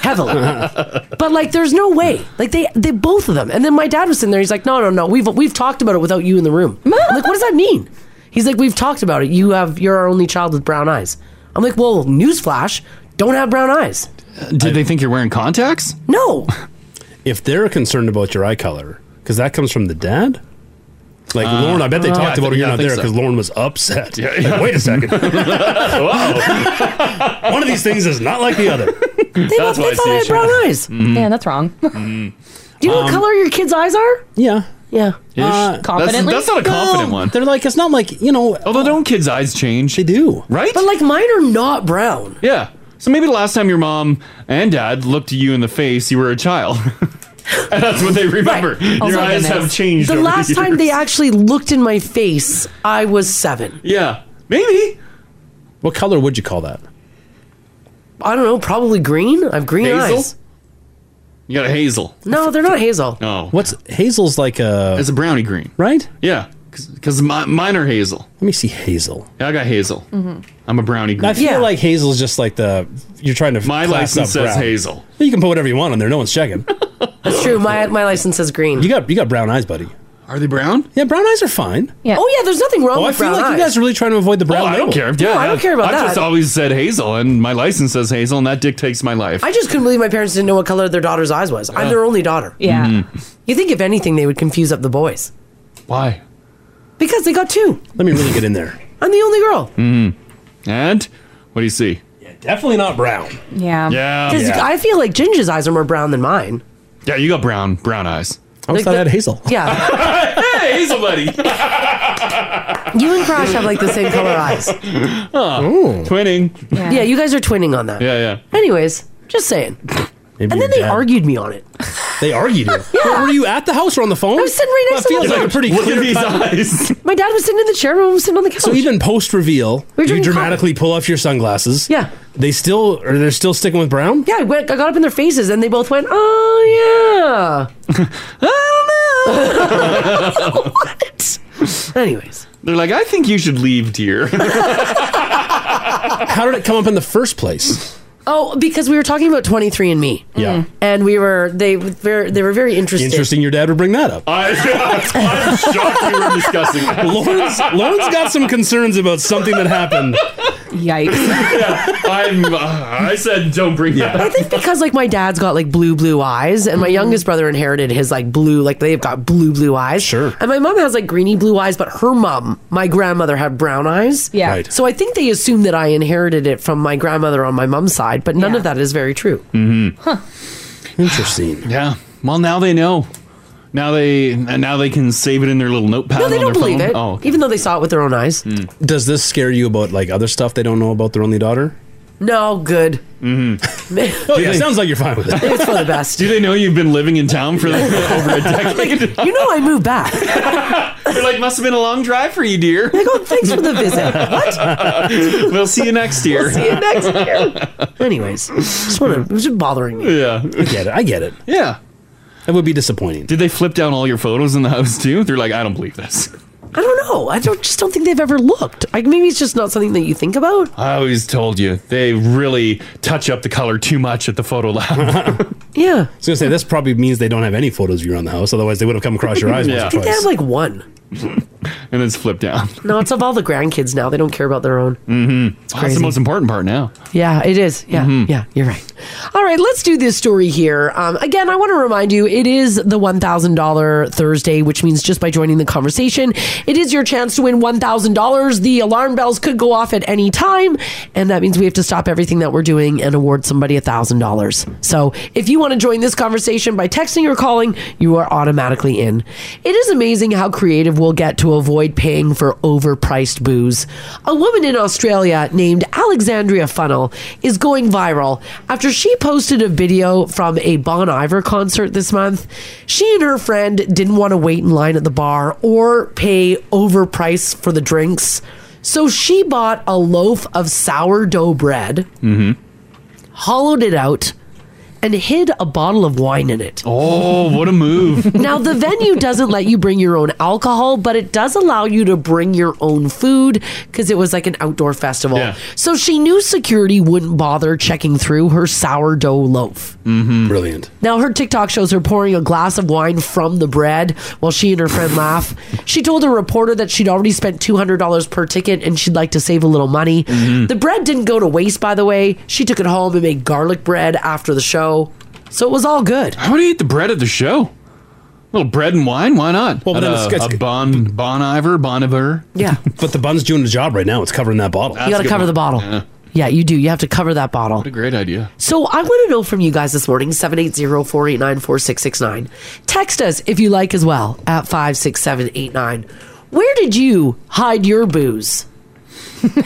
Speaker 2: heavily,
Speaker 4: [LAUGHS]
Speaker 2: but like, there's no way. Like they, they both of them. And then my dad was sitting there. He's like, "No, no, no. We've we've talked about it without you in the room." I'm like, "What does that mean?" He's like, "We've talked about it. You have you're our only child with brown eyes." I'm like, "Well, newsflash, don't have brown eyes."
Speaker 4: Did they think you're wearing contacts?
Speaker 2: No.
Speaker 8: [LAUGHS] If they're concerned about your eye color, because that comes from the dad. Like
Speaker 4: Uh,
Speaker 8: Lauren, I bet they
Speaker 4: yeah, I
Speaker 8: talked
Speaker 4: thi-
Speaker 8: about
Speaker 4: yeah,
Speaker 8: it. You're
Speaker 4: I
Speaker 8: not
Speaker 4: think
Speaker 8: there
Speaker 4: so.
Speaker 8: because Lauren was upset.
Speaker 4: Yeah,
Speaker 8: Like,
Speaker 4: yeah.
Speaker 8: Wait
Speaker 4: [LAUGHS]
Speaker 8: a second. [LAUGHS] One of these things is not like the other.
Speaker 2: That's they why I thought see I had each brown other. eyes.
Speaker 4: Mm-hmm.
Speaker 2: Mhm.
Speaker 5: Yeah, that's wrong. [LAUGHS]
Speaker 2: Do you know what
Speaker 8: Um,
Speaker 2: color your kids' eyes are?
Speaker 8: Yeah.
Speaker 2: Yeah.
Speaker 5: Uh,
Speaker 4: Confidently? that's not a confident one.
Speaker 8: Uh, They're like, it's not like, you know.
Speaker 4: Although, don't kids' eyes change? They
Speaker 8: do.
Speaker 4: Right?
Speaker 2: But like mine are not brown.
Speaker 4: Yeah. So maybe the last time your mom and dad looked you in the face, you were a child. [LAUGHS] and that's what they remember.
Speaker 8: Oh
Speaker 4: Your eyes have changed.
Speaker 2: The
Speaker 4: over
Speaker 2: last time
Speaker 4: years.
Speaker 2: they actually looked in my face, I was seven.
Speaker 4: Yeah. Maybe.
Speaker 8: What color would you call that?
Speaker 2: I don't know. Probably green. I have green
Speaker 4: Hazel?
Speaker 2: eyes.
Speaker 4: You got a hazel.
Speaker 2: No, they're not hazel.
Speaker 4: Oh.
Speaker 8: What's hazel's like a.
Speaker 4: It's a brownie green.
Speaker 8: Right?
Speaker 4: Yeah. Because mine are hazel.
Speaker 8: Let me see hazel.
Speaker 4: Yeah, I got hazel.
Speaker 2: Mm-hmm.
Speaker 8: Mhm.
Speaker 4: I'm a brownie green.
Speaker 8: I feel like hazel's just like the. You're trying to.
Speaker 4: My
Speaker 8: class
Speaker 4: license
Speaker 8: up
Speaker 4: says
Speaker 8: brown.
Speaker 4: hazel.
Speaker 8: You can put whatever you want on there. No
Speaker 4: [LAUGHS]
Speaker 8: one's checking.
Speaker 2: That's true. My my license says green.
Speaker 8: You got you got brown eyes, buddy.
Speaker 4: Are they brown?
Speaker 8: Yeah, brown eyes are fine.
Speaker 2: Yeah. Oh yeah, there's nothing wrong
Speaker 8: Oh, I
Speaker 2: with
Speaker 8: feel
Speaker 2: brown
Speaker 8: like you
Speaker 2: eyes.
Speaker 8: guys are really trying to avoid the brown.
Speaker 4: Oh, I don't
Speaker 8: label.
Speaker 4: care. Yeah,
Speaker 2: I don't care about
Speaker 4: I've just
Speaker 2: that.
Speaker 4: always said hazel, and my license says hazel, and that dictates my life.
Speaker 2: I just couldn't believe my parents didn't know what color their daughter's eyes was. I'm
Speaker 4: Yeah.
Speaker 2: their only daughter.
Speaker 4: Mhm.
Speaker 2: You think if anything they would confuse up the boys?
Speaker 4: Why?
Speaker 2: Because they got two.
Speaker 8: Let me really [LAUGHS] get in there.
Speaker 2: I'm the only girl.
Speaker 4: Mm. And what do you see?
Speaker 8: Definitely not brown.
Speaker 5: Yeah.
Speaker 4: Yeah.
Speaker 2: 'Cause
Speaker 4: Yeah.
Speaker 2: I feel like Ginger's eyes are more brown than mine.
Speaker 4: Yeah, you got brown brown eyes.
Speaker 8: I always
Speaker 2: Like thought I the- had
Speaker 8: hazel.
Speaker 2: Yeah.
Speaker 4: hey, hazel
Speaker 8: [LAUGHS]
Speaker 4: buddy.
Speaker 2: you and Crash have like the same color eyes.
Speaker 4: Oh, twinning.
Speaker 2: Yeah. you guys are twinning on that.
Speaker 4: Yeah, yeah.
Speaker 2: Anyways, just saying. and
Speaker 8: Maybe your
Speaker 2: then they
Speaker 8: dad-
Speaker 2: argued me on it.
Speaker 8: [LAUGHS] They argued it.
Speaker 2: [LAUGHS] Yeah.
Speaker 8: Were you at the house or on the phone?
Speaker 2: I was sitting right next
Speaker 8: that
Speaker 2: to my
Speaker 8: feels like a
Speaker 2: dad.
Speaker 8: pretty
Speaker 2: Look
Speaker 8: clear
Speaker 2: at these
Speaker 8: cut.
Speaker 4: eyes.
Speaker 2: My dad was sitting in the chair, my mom was sitting on the couch.
Speaker 8: [LAUGHS] So even post reveal,
Speaker 2: We were
Speaker 8: you
Speaker 2: drinking
Speaker 8: dramatically pull off your sunglasses. Yeah. They still are. They're still sticking with brown.
Speaker 2: yeah, I, went, I got up in their faces and they both went, oh, yeah. I don't know. what? Anyways.
Speaker 4: They're like, I think you should leave, dear. [LAUGHS]
Speaker 8: How did it come up in the first place?
Speaker 2: [LAUGHS] Oh, because we were talking about 23 and me.
Speaker 8: Yeah.
Speaker 2: And we were, they, were very- they were very interested.
Speaker 8: Interesting. Your dad would bring that up.
Speaker 4: I, [LAUGHS] I'm shocked you were discussing that.
Speaker 8: Lauren's, Lauren's got some concerns about something that happened.
Speaker 5: Yikes.
Speaker 4: yeah, I'm. Uh, I said, don't bring that.
Speaker 2: I
Speaker 4: up.
Speaker 2: think because like my dad's got like blue blue eyes, and
Speaker 4: Mm-hmm.
Speaker 2: my youngest brother inherited his like blue like they've got blue blue eyes. Sure. And my mom has like greeny blue eyes, but her mom, my grandmother, had brown eyes.
Speaker 5: Yeah. Right.
Speaker 2: So I think they assume that I inherited it from my grandmother on my mom's side, but none of that is very true.
Speaker 4: Mm-hmm.
Speaker 2: Huh.
Speaker 8: Interesting.
Speaker 4: Yeah. Well, now they know. Now they and now they can save it in their little notepad.
Speaker 2: No, they
Speaker 4: on
Speaker 2: don't
Speaker 4: their
Speaker 2: believe
Speaker 4: phone.
Speaker 2: it,
Speaker 4: Oh, Hmm.
Speaker 2: even though they saw it with their own eyes.
Speaker 8: Does this scare you about like other stuff they don't know about their only daughter?
Speaker 2: No, good. [LAUGHS]
Speaker 4: Mm-hmm.
Speaker 8: Oh yeah, sounds like you're fine with it.
Speaker 2: It's for the best.
Speaker 4: Do they know you've been living in
Speaker 2: [LAUGHS]
Speaker 4: town for like, [LAUGHS] over a decade?
Speaker 2: you know, I moved back.
Speaker 4: They're like, must have been a long drive for you, dear.
Speaker 2: Like, oh, thanks for the
Speaker 4: [LAUGHS]
Speaker 2: visit.
Speaker 4: What? we'll see you next year.
Speaker 2: We'll see you next year.
Speaker 8: [LAUGHS]
Speaker 2: Anyways, just wanna, it was just bothering me.
Speaker 4: Yeah, I
Speaker 8: get it. I get it.
Speaker 4: [LAUGHS] Yeah,
Speaker 8: that would be disappointing.
Speaker 4: Did they flip down all your photos in the house too? They're like, I don't believe this.
Speaker 2: I don't know. I don't just don't think they've ever looked. Like maybe it's just not something that you think about.
Speaker 4: I always told you they really touch up the color too much at the photo lab.
Speaker 5: [LAUGHS]
Speaker 2: Yeah.
Speaker 8: I was gonna say this probably means they don't have any photos of you around the house. Otherwise, they would have come across your eyes
Speaker 2: [LAUGHS]
Speaker 4: Yeah.
Speaker 8: once
Speaker 2: I
Speaker 8: or
Speaker 2: think they
Speaker 8: twice.
Speaker 2: have like one.
Speaker 4: and it's flipped down.
Speaker 2: No, it's of all the grandkids now. They don't care about their own.
Speaker 4: Mm-hmm. That's
Speaker 2: crazy.
Speaker 4: the most important part now.
Speaker 2: Yeah, it is. Yeah,
Speaker 4: Mm-hmm.
Speaker 2: yeah, you're right. All right, let's do this story here. Um, again, I want to remind you it is the $1,000 Thursday, which means just by joining the conversation, it is your chance to win $1,000. The alarm bells could go off at any time, and that means we have to stop everything that we're doing and award somebody $1,000. So if you want to join this conversation by texting or calling, you are automatically in. It is amazing how creative expensive we'll get to avoid paying for overpriced booze. A woman in Australia named Alexandria Funnel is going viral after she posted a video from a Bon Iver concert this month. She and her friend didn't want to wait in line at the bar or pay overpriced for the drinks. So she bought a loaf of sourdough bread
Speaker 4: Mm-hmm.
Speaker 2: hollowed it out, and hid a bottle of wine in it.
Speaker 4: Oh, what a
Speaker 2: [LAUGHS]
Speaker 4: move.
Speaker 2: now, the venue doesn't let you bring your own alcohol, but it does allow you to bring your own food because it was like an outdoor festival. So she knew security wouldn't bother checking through her sourdough loaf.
Speaker 4: Mm.
Speaker 8: Mm-hmm. Brilliant.
Speaker 2: Now, her TikTok shows her pouring a glass of wine from the bread while she and her friend laugh. She told a reporter that she'd already spent $200 per ticket and she'd like to save a little money.
Speaker 20: Mhm.
Speaker 4: Mm-hmm.
Speaker 2: The bread didn't go to waste, by the way. She took it home and made garlic bread after the show. So it was all good.
Speaker 4: How would you eat the bread at the show? little bread and wine, why not?
Speaker 8: Well, but
Speaker 4: At
Speaker 8: then
Speaker 2: Uh,
Speaker 4: a,
Speaker 8: it's- it's-
Speaker 4: a bon bon iver bon iver.
Speaker 2: Yeah.
Speaker 8: [LAUGHS] but the bun's doing the job right now. It's covering that bottle.
Speaker 2: you got to cover the bottle. Yeah. you do. You have to cover that bottle. What
Speaker 4: a great idea.
Speaker 2: So I want to know from you guys this morning 780-489-4669. Text us if you like as well at 56789. Where did you hide your booze?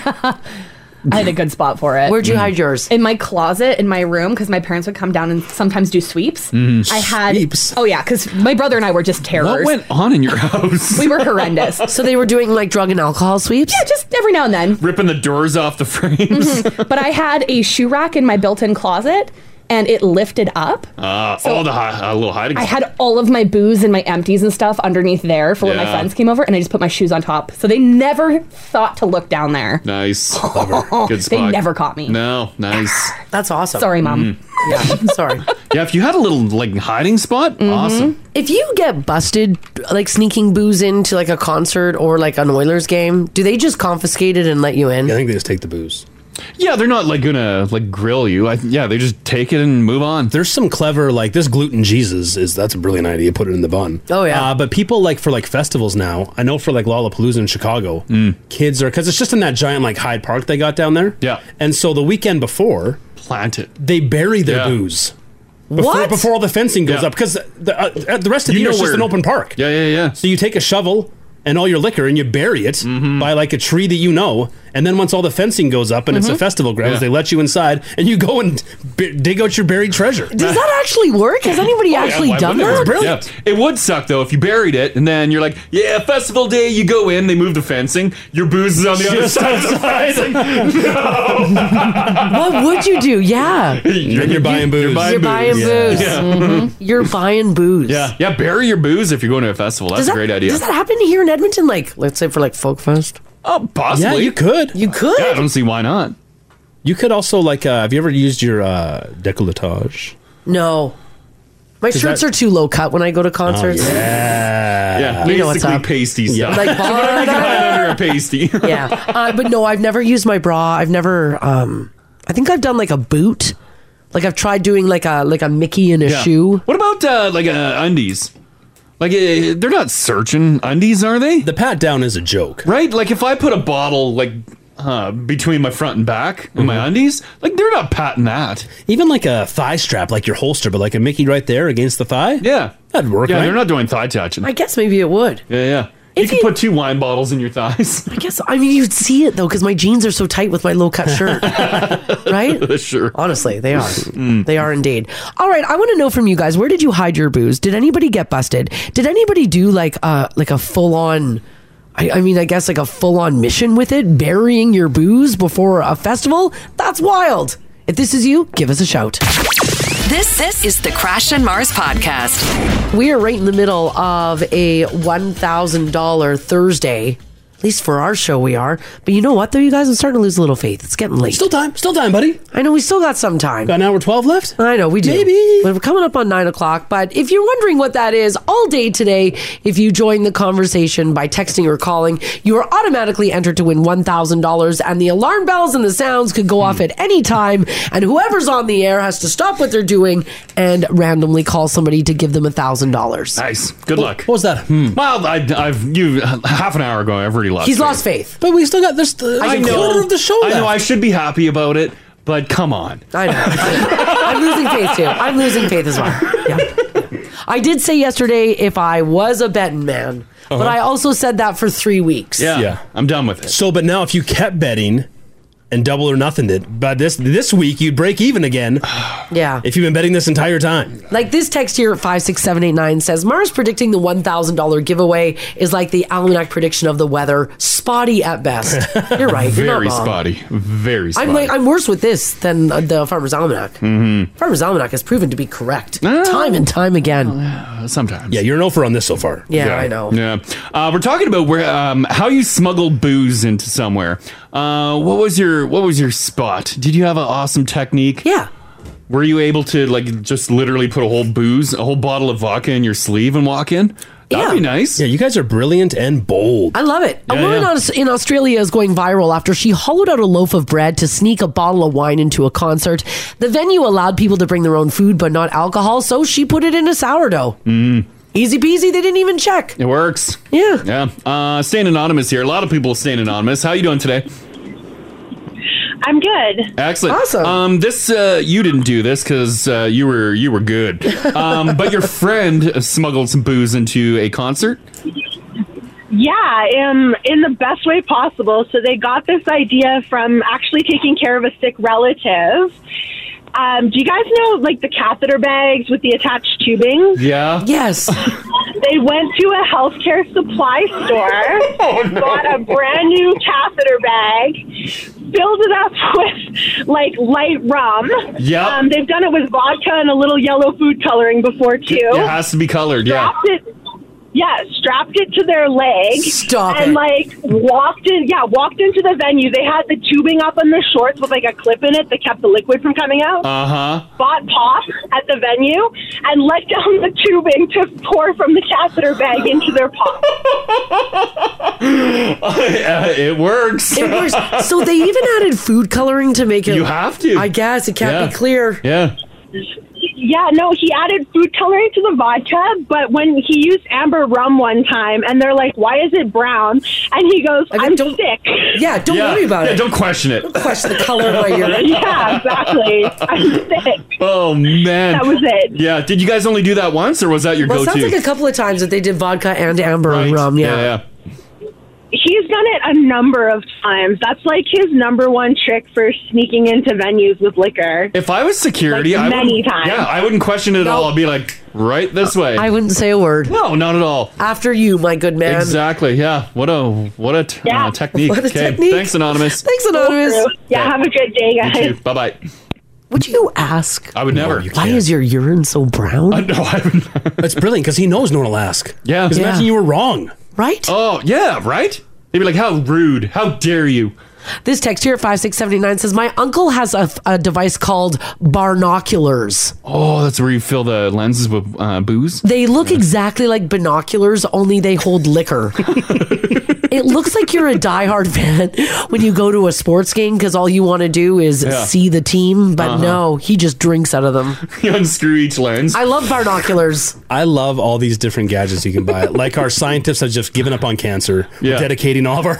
Speaker 5: I had a good spot for it.
Speaker 2: Where'd you hide yours?
Speaker 5: In my closet, in my room, because my parents would come down and sometimes do sweeps.
Speaker 4: Mm.
Speaker 5: I had sweeps. Oh yeah, because my brother and I were just terrors.
Speaker 4: What went on
Speaker 5: [LAUGHS]
Speaker 4: in your house?
Speaker 5: we were horrendous.
Speaker 2: [LAUGHS] So they were doing like drug and alcohol sweeps?
Speaker 5: Yeah, just every now and then.
Speaker 4: Ripping the doors off the frames.
Speaker 5: Mhm. But I had a shoe rack in my built-in closet, and it lifted up.
Speaker 4: [LAUGHS] Uh, all the hi- uh, little hiding.
Speaker 5: I had all of my booze and my empties and stuff underneath there for when my
Speaker 4: Yeah.
Speaker 5: friends came over, and I just put my shoes on top. So they never thought to look down there.
Speaker 4: nice. Good
Speaker 5: [LAUGHS] They
Speaker 4: spot.
Speaker 5: never caught me.
Speaker 4: No, nice. Mm-hmm.
Speaker 2: That's
Speaker 5: [SIGHS]
Speaker 2: awesome.
Speaker 5: Sorry,
Speaker 8: Mm-hmm.
Speaker 5: Mom.
Speaker 4: [LAUGHS]
Speaker 2: Yeah, sorry.
Speaker 4: Yeah, if you had a little like hiding spot,
Speaker 5: Mm-hmm.
Speaker 4: awesome.
Speaker 2: Mm-hmm. If you get busted like sneaking booze into like a concert or like an Oilers game, do they just confiscate it and let you in? I
Speaker 8: think they just take the booze.
Speaker 4: Yeah, they're not like gonna like grill you. I, yeah, they just take it and move on.
Speaker 8: There's some clever like this gluten Jesus is that's a brilliant idea. Put it in the bun. Oh yeah. Uh, but people like for like festivals now. I know for like Lollapalooza in Chicago,
Speaker 4: Mm.
Speaker 8: kids are because it's just in that giant like Hyde Park they got down there. Yeah. And so the weekend before,
Speaker 4: plant it.
Speaker 8: They bury their booze. Before,
Speaker 4: What?
Speaker 8: Before all the fencing goes
Speaker 4: Yeah.
Speaker 8: up because the, uh, uh, the rest of the
Speaker 4: You
Speaker 8: year
Speaker 4: know
Speaker 8: is just
Speaker 4: where-
Speaker 8: an open park.
Speaker 4: Yeah, yeah, yeah.
Speaker 8: So you take a shovel. And all your liquor, and you bury it
Speaker 4: Mm-hmm.
Speaker 8: by like a tree that you know. And then once all the fencing goes up and it's a
Speaker 4: Mm-hmm.
Speaker 2: Mhm.
Speaker 8: festival grounds,
Speaker 2: Yeah.
Speaker 8: they let you inside, and you go and b- dig out your buried treasure.
Speaker 2: Does that actually work? Has anybody
Speaker 4: Oh, yeah,
Speaker 2: actually
Speaker 4: why
Speaker 2: done
Speaker 4: wouldn't it?
Speaker 2: that?
Speaker 4: It's brilliant. Yeah. It would suck though if you buried it and then you're like, yeah, festival day. You go in, they move the fencing. Your booze is on the other
Speaker 19: Just
Speaker 4: [LAUGHS] side. Of the
Speaker 8: [LAUGHS]
Speaker 19: outside.
Speaker 4: fencing. no.
Speaker 2: [LAUGHS] what would you do? Yeah.
Speaker 4: You're, buying booze. You're
Speaker 2: You're buying booze.
Speaker 4: Yeah.
Speaker 2: Mhm. You're buying booze.
Speaker 4: [LAUGHS] yeah, yeah. Bury your booze if you're going to a festival. That's
Speaker 2: does that,
Speaker 4: a great idea.
Speaker 2: Does that happen here in Edmonton? Like, let's say for like Folk Fest?
Speaker 4: Oh, possibly.
Speaker 8: Yeah, you could.
Speaker 2: You could.
Speaker 4: I don't see why not.
Speaker 8: You could also like. Uh, have you ever used your uh, décolletage?
Speaker 2: No. My
Speaker 8: Does
Speaker 2: shirts
Speaker 8: that- Oh,
Speaker 2: are too low cut when I go to concerts.
Speaker 8: yeah.
Speaker 4: Yeah,
Speaker 2: You know what's
Speaker 4: basically
Speaker 2: up.
Speaker 4: pasty stuff. [LAUGHS]
Speaker 2: Like
Speaker 4: So whatever you can hide under a pasty.
Speaker 2: [LAUGHS] yeah. Uh, but no, I've never used my bra. I've never. Um, I think I've done like a boot. Like I've tried doing like a like a Mickey in a
Speaker 4: Yeah.
Speaker 2: shoe.
Speaker 4: What about uh, like uh, undies? Like uh, they're not searching undies, are they?
Speaker 8: The pat down is a joke,
Speaker 4: right? Like if I put a bottle like uh, between my front and back with my undies, like they're not patting that.
Speaker 8: Mm-hmm. Even like a thigh strap, like your holster, but like a Mickey right there against the thigh.
Speaker 4: Yeah,
Speaker 8: that'd work.
Speaker 4: Yeah,
Speaker 8: right?
Speaker 4: they're not doing thigh touching.
Speaker 2: I guess maybe it would.
Speaker 4: yeah, yeah. You can put two wine bottles in your thighs. [LAUGHS]
Speaker 2: I guess I mean you'd see it though because my jeans are so tight with my low cut shirt. right?
Speaker 4: sure.
Speaker 2: Honestly, [LAUGHS] they are. They are indeed. All right, I want to know from you guys. Where did you hide your booze? Did anybody get busted? Did anybody do like a like a full on? I, I mean, I guess like a full on mission with it, burying your booze before a festival. That's wild. If this is you, give us a shout.
Speaker 6: This this is the Crash and Mars podcast.
Speaker 2: We are right in the middle of a $1,000 Thursday. At least for our show, we are. But you know what, though, you guys? I'm starting to lose a little faith. It's getting late. Still
Speaker 8: time. Still time, buddy.
Speaker 2: I know we still got some time. Got
Speaker 8: an hour 12 left?
Speaker 2: I know, we do. Maybe. But we're coming up on nine o'clock. But if you're wondering what that is, all day today, if you join the conversation by texting or calling, you are automatically entered to win $1,000. And the alarm bells and the sounds could go off at any time. And whoever's on the air has to stop what they're doing and randomly call somebody to give them $1,000.
Speaker 4: [LAUGHS] Nice. Good luck. What
Speaker 8: was that? Hmm.
Speaker 4: Well, I, I've you half an hour ago. I've already lost.
Speaker 2: He's
Speaker 4: faith.
Speaker 2: lost faith.
Speaker 8: But we still got this. uh,
Speaker 4: I know. I know. I should be happy about it, but come on.
Speaker 2: Ah,
Speaker 4: [LAUGHS]
Speaker 2: I know. I'm losing faith too. I'm losing faith as well. Yeah. I did say yesterday if I was a betting man, but
Speaker 8: Uh-huh.
Speaker 2: I also said that for three weeks.
Speaker 8: Yeah.
Speaker 4: I'm done with it.
Speaker 8: So, but now if you kept betting and double or nothing did, by this this week you'd break
Speaker 4: [SIGHS]
Speaker 8: even again.
Speaker 2: Yeah.
Speaker 8: If you've been betting this entire time.
Speaker 2: Like this text here at 56789 says Mars predicting the $1,000 giveaway is like the almanac prediction of the weather, spotty at
Speaker 4: [LAUGHS]
Speaker 2: best. You're right. you're not
Speaker 4: Very
Speaker 2: wrong.
Speaker 4: spotty. Very spotty. Mm-hmm.
Speaker 2: I'm like I'm worse with this than uh, the Farmer's Almanac. Farmer's Almanac has proven to be correct
Speaker 4: Ah.
Speaker 2: time and time again.
Speaker 4: Oh, sometimes.
Speaker 8: Yeah, you're an offer on this so far.
Speaker 2: Yeah, I know.
Speaker 4: Yeah, uh, we're talking about where um, how you smuggled booze into somewhere. Uh, what was your What was your spot? Did you have an awesome technique?
Speaker 2: Yeah.
Speaker 4: Were you able to like just literally put a whole booze, a whole bottle of vodka in your sleeve and walk in? That'd be nice. Yeah,
Speaker 8: you guys are brilliant and bold.
Speaker 2: I love it. A
Speaker 4: Yeah,
Speaker 2: woman
Speaker 4: yeah.
Speaker 2: aus- in Australia is going viral after she hollowed out a loaf of bread to sneak a bottle of wine into a concert. The venue allowed people to bring their own food but not alcohol, so she put it in a sourdough.
Speaker 4: Mm.
Speaker 2: Easy peasy, they didn't even check.
Speaker 4: It works.
Speaker 2: Yeah.
Speaker 4: Yeah. Uh, staying anonymous here. A lot of people staying anonymous. How you doing today?
Speaker 16: I'm good.
Speaker 4: Excellent. Awesome. Um, this uh, you didn't do this because uh, you were you
Speaker 2: [LAUGHS]
Speaker 4: were good. Um, but your friend smuggled some booze into a concert.
Speaker 16: Yeah, um, in the best way possible. So they got this idea from actually taking care of a sick relative. Um, do you guys know like the catheter bags with the attached tubing?
Speaker 4: Yeah.
Speaker 2: Yes.
Speaker 16: [LAUGHS] They went to a healthcare supply
Speaker 4: [LAUGHS]
Speaker 16: store,
Speaker 4: Oh,
Speaker 16: got a brand new catheter bag, filled it up [LAUGHS] with like light rum.
Speaker 4: Yep.
Speaker 16: Um, they've done it with vodka and a little yellow food coloring before too.
Speaker 2: Oh.
Speaker 4: It has to be colored. Yeah.
Speaker 16: strapped it. Yeah, strapped it to their leg.
Speaker 4: Stop
Speaker 16: and
Speaker 4: it.
Speaker 16: like walked in. Yeah, walked into the venue. They had the tubing up on their shorts with like a clip in it that kept the liquid from coming out.
Speaker 4: Uh huh.
Speaker 16: Bought pop at the venue and let down the tubing to pour from the catheter bag into their
Speaker 4: [LAUGHS]
Speaker 16: pop.
Speaker 4: [LAUGHS] it works.
Speaker 2: It
Speaker 4: [LAUGHS]
Speaker 2: works. so they even added food coloring to make it.
Speaker 4: You have to.
Speaker 2: I guess it can't be
Speaker 4: Yeah.
Speaker 2: clear.
Speaker 4: Yeah.
Speaker 16: Yeah, no, he added food coloring to the vodka, but when he used amber rum one time, and they're like, "Why is it brown?" and he goes, "I'm sick."
Speaker 2: Yeah, don't
Speaker 4: yeah.
Speaker 2: worry about
Speaker 4: yeah,
Speaker 2: it.
Speaker 4: Don't question it. Don't
Speaker 2: question the color of
Speaker 4: [LAUGHS]
Speaker 2: my urine.
Speaker 16: Yeah, exactly. I'm sick.
Speaker 4: Oh man.
Speaker 16: That was it.
Speaker 4: Yeah. Did you guys only do that once, or was that your
Speaker 2: Well, it
Speaker 4: go-to?
Speaker 2: sounds like a couple of times that they did vodka and amber and rum. Yeah.
Speaker 4: yeah.
Speaker 16: He's done it a number of times. That's like his number one trick for sneaking into venues with liquor.
Speaker 4: If I was security,
Speaker 16: Like,
Speaker 4: I
Speaker 16: many
Speaker 4: wouldn't-
Speaker 16: times.
Speaker 4: Yeah, I wouldn't question it at all. I'd be like, right this way.
Speaker 2: I wouldn't say a word.
Speaker 4: No, not at all.
Speaker 2: After you, my good man.
Speaker 4: Exactly. Yeah. What a what a t-
Speaker 2: Yeah.
Speaker 4: uh, technique.
Speaker 2: What a
Speaker 4: Okay,
Speaker 2: technique.
Speaker 4: Thanks, anonymous.
Speaker 2: Thanks, Anonymous.
Speaker 16: Yeah, have a good day,
Speaker 4: You too. Bye bye.
Speaker 2: Would you ask?
Speaker 4: I would never.
Speaker 2: Why is your urine so brown?
Speaker 4: no, I would.
Speaker 8: That's brilliant because he knows no one will ask.
Speaker 4: Yeah.
Speaker 8: Because imagine you were wrong.
Speaker 2: Right?
Speaker 4: Oh yeah. Right. They'd be like, how rude. How dare you.
Speaker 2: This text here at 5679 says, My uncle has a, a device called barnoculars.
Speaker 4: Oh, that's where you fill the lenses with uh, booze.
Speaker 2: They look exactly like binoculars, only they hold
Speaker 4: [LAUGHS]
Speaker 2: liquor. it looks like you're a diehard fan when you go to a sports game because all you want to do is
Speaker 4: Yeah.
Speaker 2: see the team, but
Speaker 4: Uh-huh.
Speaker 2: no, he just drinks out of them.
Speaker 4: [LAUGHS] You unscrew each lens.
Speaker 2: I love binoculars.
Speaker 8: I love all these different gadgets you
Speaker 2: [LAUGHS]
Speaker 8: can buy. like our scientists have just given up on cancer, We're
Speaker 4: Yeah.
Speaker 8: dedicating all of our.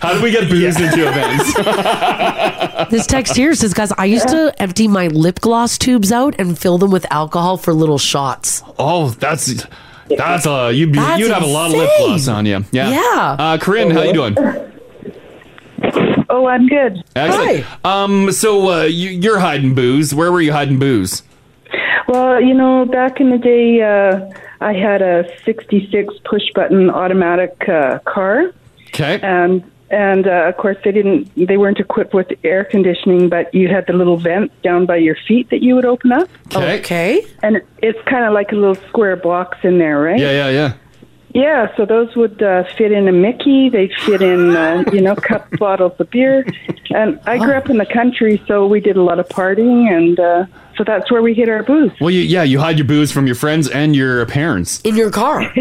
Speaker 4: How do we get booze into events?
Speaker 8: [LAUGHS]
Speaker 2: This text here says, Guys, I used to empty my lip gloss tubes out and fill them with alcohol for little shots.
Speaker 4: Oh, that's that's uh you'd be,
Speaker 2: That's
Speaker 4: you'd have a lot of lip
Speaker 2: insane.
Speaker 4: gloss on you. Yeah.
Speaker 2: Yeah.
Speaker 4: Uh, Corinne, how you doing?
Speaker 21: Oh, I'm good.
Speaker 4: Excellent. Um, so uh, you, you're hiding booze. Where were you hiding booze?
Speaker 21: Well, you know, back in the day, uh, I had a '66 push-button automatic uh, car.
Speaker 4: Okay.
Speaker 21: And and uh, of course, they didn't. They weren't equipped with air conditioning, but you had the little vent down by your feet that you would open up.
Speaker 4: Okay.
Speaker 21: And it, it's kind of like a little square box in there, right?
Speaker 4: Yeah, yeah, yeah.
Speaker 21: Yeah, so those would uh, fit in a Mickey. They fit in,
Speaker 2: [LAUGHS]
Speaker 21: uh, you know, cup bottles of beer. And I grew up in the country, so we did a lot of partying, and uh, so that's where we hid our booze.
Speaker 4: Well, you, yeah, you hide your booze from your friends and your parents.
Speaker 2: In your car.
Speaker 21: [LAUGHS]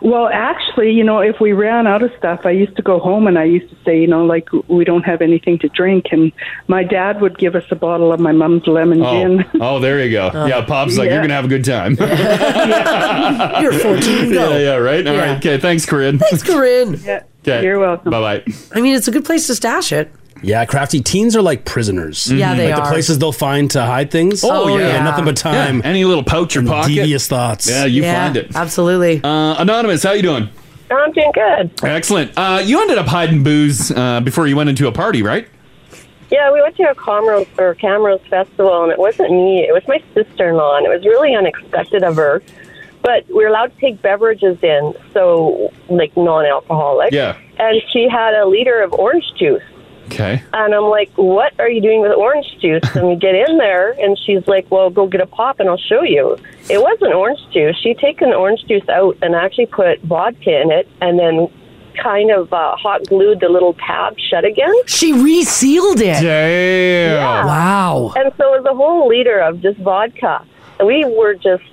Speaker 21: well, actually, you know, if we ran out of stuff, I used to go home and I used to say, you know, like we don't have anything to drink, and my dad would give us a bottle of my mom's lemon
Speaker 4: Oh,
Speaker 21: gin.
Speaker 4: oh, there you
Speaker 2: Uh,
Speaker 4: go. yeah, Pop's like, you're
Speaker 21: Yeah.
Speaker 4: going to have a
Speaker 2: [LAUGHS]
Speaker 4: good time.
Speaker 2: You're 14. Go.
Speaker 4: Yeah, yeah, right? All right.
Speaker 2: Yeah. [LAUGHS]
Speaker 4: Okay, thanks, Corinne.
Speaker 2: Thanks, Corinne.
Speaker 4: Okay. You're welcome. Bye bye.
Speaker 2: I mean, it's a good place to stash it.
Speaker 8: Yeah, crafty teens are like prisoners.
Speaker 2: Yeah, they
Speaker 8: like
Speaker 2: are.
Speaker 8: The places they'll find to hide things.
Speaker 2: Oh, Oh, yeah. yeah.
Speaker 8: nothing but time.
Speaker 4: Yeah, Any little poach or pocket.
Speaker 8: Devious thoughts.
Speaker 4: Yeah, you
Speaker 2: Yeah,
Speaker 4: find it. Absolutely. Uh, Anonymous, how you doing?
Speaker 22: Oh,
Speaker 1: I'm doing good.
Speaker 4: Excellent. Uh, you ended up hiding booze uh, before you went into a party, right?
Speaker 22: Yeah, we went to a Camrose or Camrose festival, and it wasn't me. It was my sister-in-law, and it was really unexpected of her. But we were allowed to take beverages in, so like non-alcoholic.
Speaker 4: Yeah.
Speaker 22: And she had a liter of orange juice,
Speaker 4: Okay.
Speaker 22: and I'm like, "What are you doing with orange juice?" And we get in there, and she's like, "Well, go get a pop, and I'll show you." It wasn't orange juice. She'd taken orange juice out and actually put vodka in it, and then kind of uh, hot glued the little tab shut again.
Speaker 2: She resealed it.
Speaker 4: Damn.
Speaker 22: Yeah.
Speaker 2: Wow.
Speaker 22: And so it was a whole liter of just vodka. And we were just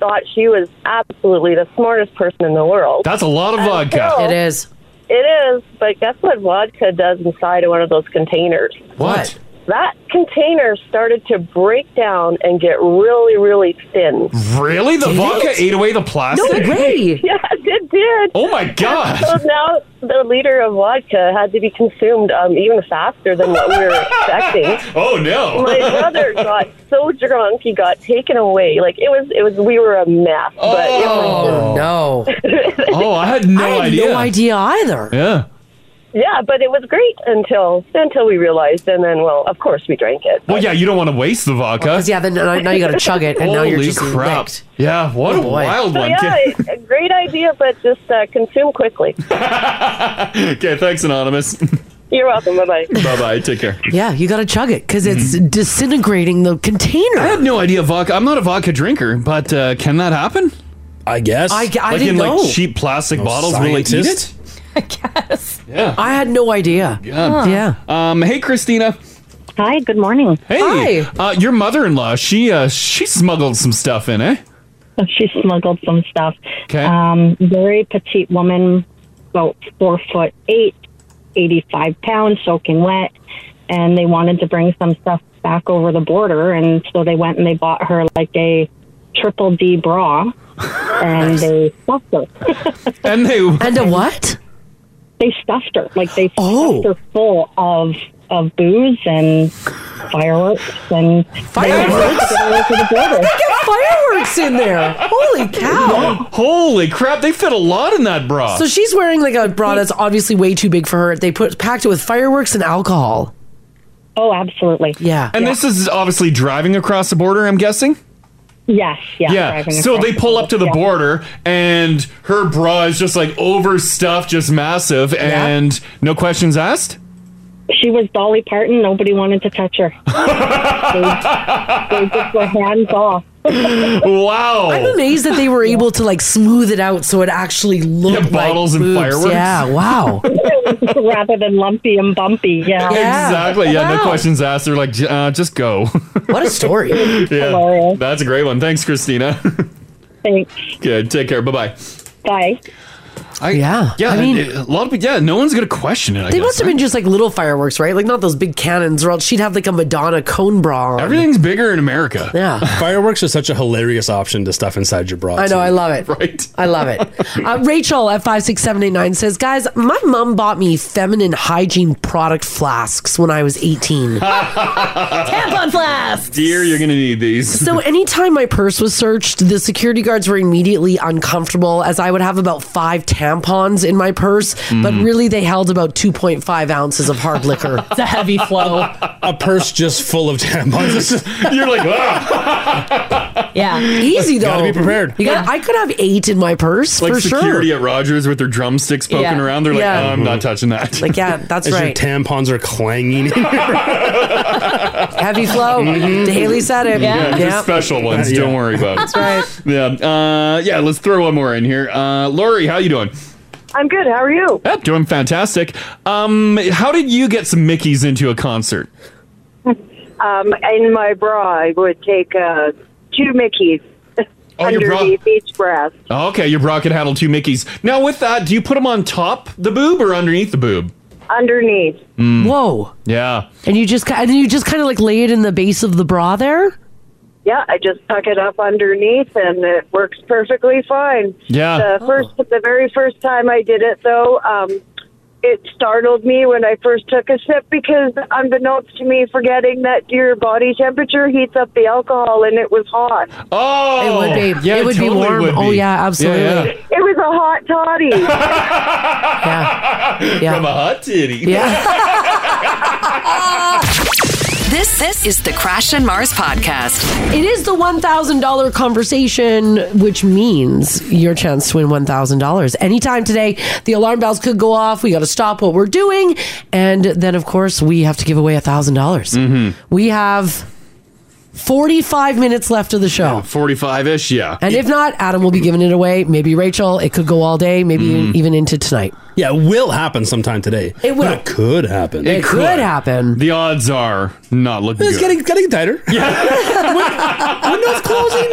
Speaker 22: thought she was absolutely the smartest person in the world.
Speaker 4: That's a lot of
Speaker 22: And
Speaker 4: vodka.
Speaker 22: so-
Speaker 4: It
Speaker 2: is.
Speaker 22: It is, but guess what vodka does inside of one of those containers?
Speaker 4: What?
Speaker 22: That container started to break down and get really, really thin.
Speaker 4: Really? The
Speaker 22: Did
Speaker 4: vodka
Speaker 22: it?
Speaker 4: ate away the plastic?
Speaker 22: [LAUGHS] Yeah, it did.
Speaker 4: Oh my god!
Speaker 22: So now the liter of vodka had to be consumed um, even faster than what we were
Speaker 4: [LAUGHS]
Speaker 22: expecting.
Speaker 4: Oh no!
Speaker 22: My brother got so drunk he got taken away. Like it was, it was. We were a mess. But it was, [LAUGHS]
Speaker 2: Oh no.
Speaker 4: oh, I had no idea.
Speaker 2: No idea either.
Speaker 4: Yeah.
Speaker 22: yeah, but it was great until until we realized, and then well, of course we drank it.
Speaker 4: Well, yeah, you don't want to waste the vodka.
Speaker 2: Oh, yeah, then now- now you gotta chug it, and now you're
Speaker 4: Holy
Speaker 2: just
Speaker 4: crap.
Speaker 2: licked.
Speaker 4: Yeah, what
Speaker 2: Oh,
Speaker 4: a
Speaker 2: boy.
Speaker 4: wild
Speaker 22: So
Speaker 4: one.
Speaker 22: yeah, a great idea, but just uh, consume quickly.
Speaker 4: Okay, okay, thanks, Anonymous.
Speaker 22: You're welcome. Bye bye.
Speaker 4: bye bye. Take care.
Speaker 2: Yeah, you gotta chug it because
Speaker 4: Mm-hmm.
Speaker 2: it's disintegrating the
Speaker 23: [LAUGHS]
Speaker 2: container.
Speaker 4: I had no idea vodka. I'm not a vodka drinker, but uh, can that happen?
Speaker 8: I guess.
Speaker 2: I- I
Speaker 4: like
Speaker 2: didn't
Speaker 4: in
Speaker 2: know.
Speaker 4: like cheap plastic
Speaker 2: No
Speaker 4: bottles. Will they eat it?
Speaker 2: scientist.
Speaker 4: Yeah.
Speaker 2: I had no idea.
Speaker 4: Yeah. Um, hey, Christina.
Speaker 23: Hi. Good morning.
Speaker 4: Hey. Uh, your mother-in-law. She uh, she smuggled some stuff in, eh? [GASPS]
Speaker 23: She smuggled some stuff.
Speaker 4: Okay.
Speaker 23: Um, very petite woman, about four foot eight, 85 pounds, soaking wet. And they wanted to bring some stuff back over the border. And so they went and they bought her like a triple D bra and they stuffed her.
Speaker 4: and they.
Speaker 2: [LAUGHS] And a
Speaker 4: [LAUGHS]
Speaker 2: what? Oh.
Speaker 23: They stuffed her. Like they stuffed her full of. Of booze and fireworks and
Speaker 2: Fireworks? fireworks in there. Holy cow.
Speaker 4: Holy crap! They fit a lot in that bra.
Speaker 2: So she's wearing like a bra that's obviously way too big for her. They put packed it with fireworks and alcohol.
Speaker 23: Oh, absolutely.
Speaker 2: Yeah.
Speaker 4: And this is obviously driving across the border. I'm guessing.
Speaker 23: Yes, yeah. driving
Speaker 4: So
Speaker 23: across
Speaker 4: they
Speaker 23: the
Speaker 4: pull up to the
Speaker 23: yeah.
Speaker 4: border, and her bra is just like overstuffed, just massive, and no questions asked.
Speaker 23: She was Dolly Parton. Nobody wanted to touch
Speaker 2: [LAUGHS]
Speaker 23: her. they, they just were hands off.
Speaker 4: wow.
Speaker 2: I'm amazed that they were able to like smooth it out so it actually looked like
Speaker 4: bottles and
Speaker 2: boobs.
Speaker 4: fireworks.
Speaker 2: Yeah, wow.
Speaker 23: [LAUGHS] Rather than lumpy and bumpy. Yeah.
Speaker 4: Exactly. Yeah. No questions asked. They're like, "J- uh, just go.
Speaker 2: [LAUGHS] What a story.
Speaker 4: [LAUGHS] yeah. That's a great one. Thanks, Christina. [LAUGHS]
Speaker 23: Thanks.
Speaker 4: Good. Take care. Bye bye.
Speaker 23: Bye.
Speaker 2: yeah.
Speaker 4: Yeah.
Speaker 2: I mean,
Speaker 4: a lot of people. Yeah. No one's gonna question it. I
Speaker 2: they
Speaker 4: guess,
Speaker 2: must have
Speaker 4: right? [LAUGHS]
Speaker 2: been [LAUGHS] just like little fireworks, right? Like not those big cannons, or else she'd have like a Madonna cone bra. On.
Speaker 4: Everything's bigger in America.
Speaker 2: Yeah.
Speaker 8: Fireworks are such a hilarious option to stuff inside your bra.
Speaker 2: I know, I love it.
Speaker 4: Right.
Speaker 2: I love
Speaker 4: [LAUGHS]
Speaker 2: it. Uh, Rachel at 56789 says, Guys, my mom bought me feminine hygiene product flasks when I was
Speaker 4: [LAUGHS]
Speaker 2: 18.
Speaker 4: Tampon
Speaker 5: flask.
Speaker 4: Dear, you're gonna need these.
Speaker 2: So anytime my purse was searched, the security guards were immediately uncomfortable as I would have about five tampons in my purse, but
Speaker 8: Mm.
Speaker 2: really they held about 2.5 ounces of hard liquor. it's
Speaker 5: a heavy flow.
Speaker 8: A purse just
Speaker 4: [LAUGHS]
Speaker 8: full of tampons.
Speaker 4: You're like, "Ah."
Speaker 5: Yeah.
Speaker 2: Easy though.
Speaker 4: Gotta be prepared.
Speaker 2: You got, I could have eight in my purse
Speaker 4: like
Speaker 2: for sure.
Speaker 4: security at Rogers with their drumsticks poking
Speaker 2: Yeah.
Speaker 4: around. They're like,
Speaker 2: Yeah.
Speaker 4: "Oh, I'm not touching that.
Speaker 2: Like, yeah, that's
Speaker 8: As your
Speaker 2: right.
Speaker 8: tampons
Speaker 2: [LAUGHS]
Speaker 8: are clanging. Mhm.
Speaker 2: Heavy
Speaker 8: [LAUGHS]
Speaker 2: flow.
Speaker 4: Mm-hmm.
Speaker 2: Haley said it.
Speaker 4: Yeah, they're special ones.
Speaker 8: Yeah.
Speaker 4: Don't worry about it.
Speaker 2: That's right.
Speaker 4: Yeah, uh, yeah. Let's throw one more in here. Uh, Lori, how you doing?
Speaker 24: I'm good. How are you?
Speaker 4: Yep, doing fantastic. Um, how did you get some Mickey's into a concert?
Speaker 24: Um, in my bra, I would take uh, two Mickeys
Speaker 4: Oh, your bra-
Speaker 24: underneath each breast.
Speaker 4: Oh, okay, your bra can handle two Mickey's. Now, with that, do you put them on top the boob or underneath the boob? Hmm.
Speaker 24: Underneath.
Speaker 2: Whoa.
Speaker 4: Yeah.
Speaker 2: And you just ki- and you just kind of like lay it in the base of the bra there.
Speaker 24: Yeah, I just tuck it up underneath, and it works perfectly fine.
Speaker 4: Yeah. Oh.
Speaker 24: The first, the very first time I did it, though, um, it startled me when I first took a sip because, unbeknownst to me, forgetting that your body temperature heats up the alcohol and it was hot.
Speaker 4: Oh,
Speaker 2: it would be. it would be warm. Oh yeah, absolutely.
Speaker 24: It was a hot toddy.
Speaker 4: [LAUGHS] From a hot titty. [LAUGHS]
Speaker 6: This this is the Crash and Mars podcast.
Speaker 2: It is the $1,000 conversation, which means your chance to win $1,000. Anytime today, the alarm bells could go off. We got to stop what we're doing. And then, of course, we have to give away $1,000. dollars We have 45 minutes left of the show.
Speaker 4: 45 ish, yeah.
Speaker 2: And if not, Adam will be giving it away. Maybe Rachel. It could go all day, maybe even into tonight.
Speaker 8: Yeah, it will happen sometime today.
Speaker 2: It will.
Speaker 8: But it could happen.
Speaker 2: It It could could. happen.
Speaker 4: The odds are not looking
Speaker 8: It's
Speaker 4: Oh, good.
Speaker 8: getting, getting tighter.
Speaker 2: Windows closing.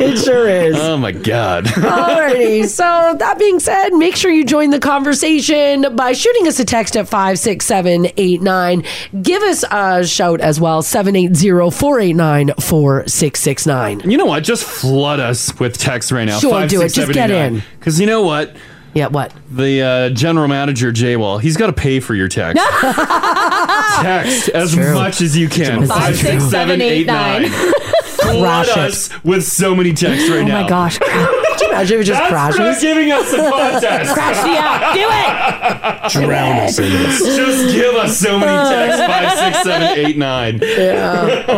Speaker 2: it sure is.
Speaker 4: [LAUGHS] Oh my god.
Speaker 2: Alrighty. So that being said, make sure you join the conversation by shooting us a text at five six seven eight nine. Give us a shout as well, 780-489-4669.
Speaker 4: You know what? Just flood us with text right now.
Speaker 2: Sure, do it. Just get in.
Speaker 4: Because you know what?
Speaker 2: Yeah, what?
Speaker 4: The uh, general manager, Jay Wall, he's got to pay for your text. text as much as you can.
Speaker 5: Five, six, seven, eight, nine.
Speaker 4: Flood
Speaker 2: Crash it.
Speaker 4: us with so many texts right
Speaker 2: oh
Speaker 4: now.
Speaker 2: my
Speaker 4: [LAUGHS]
Speaker 2: gosh. Could you imagine if it just
Speaker 4: That's
Speaker 2: crashes?
Speaker 4: for not giving us the
Speaker 2: [LAUGHS]
Speaker 4: contest.
Speaker 2: Crash the app. Do it.
Speaker 4: [LAUGHS] Drown us in this. Just give us so many texts. Five, six, seven, eight, nine. [LAUGHS] Oh.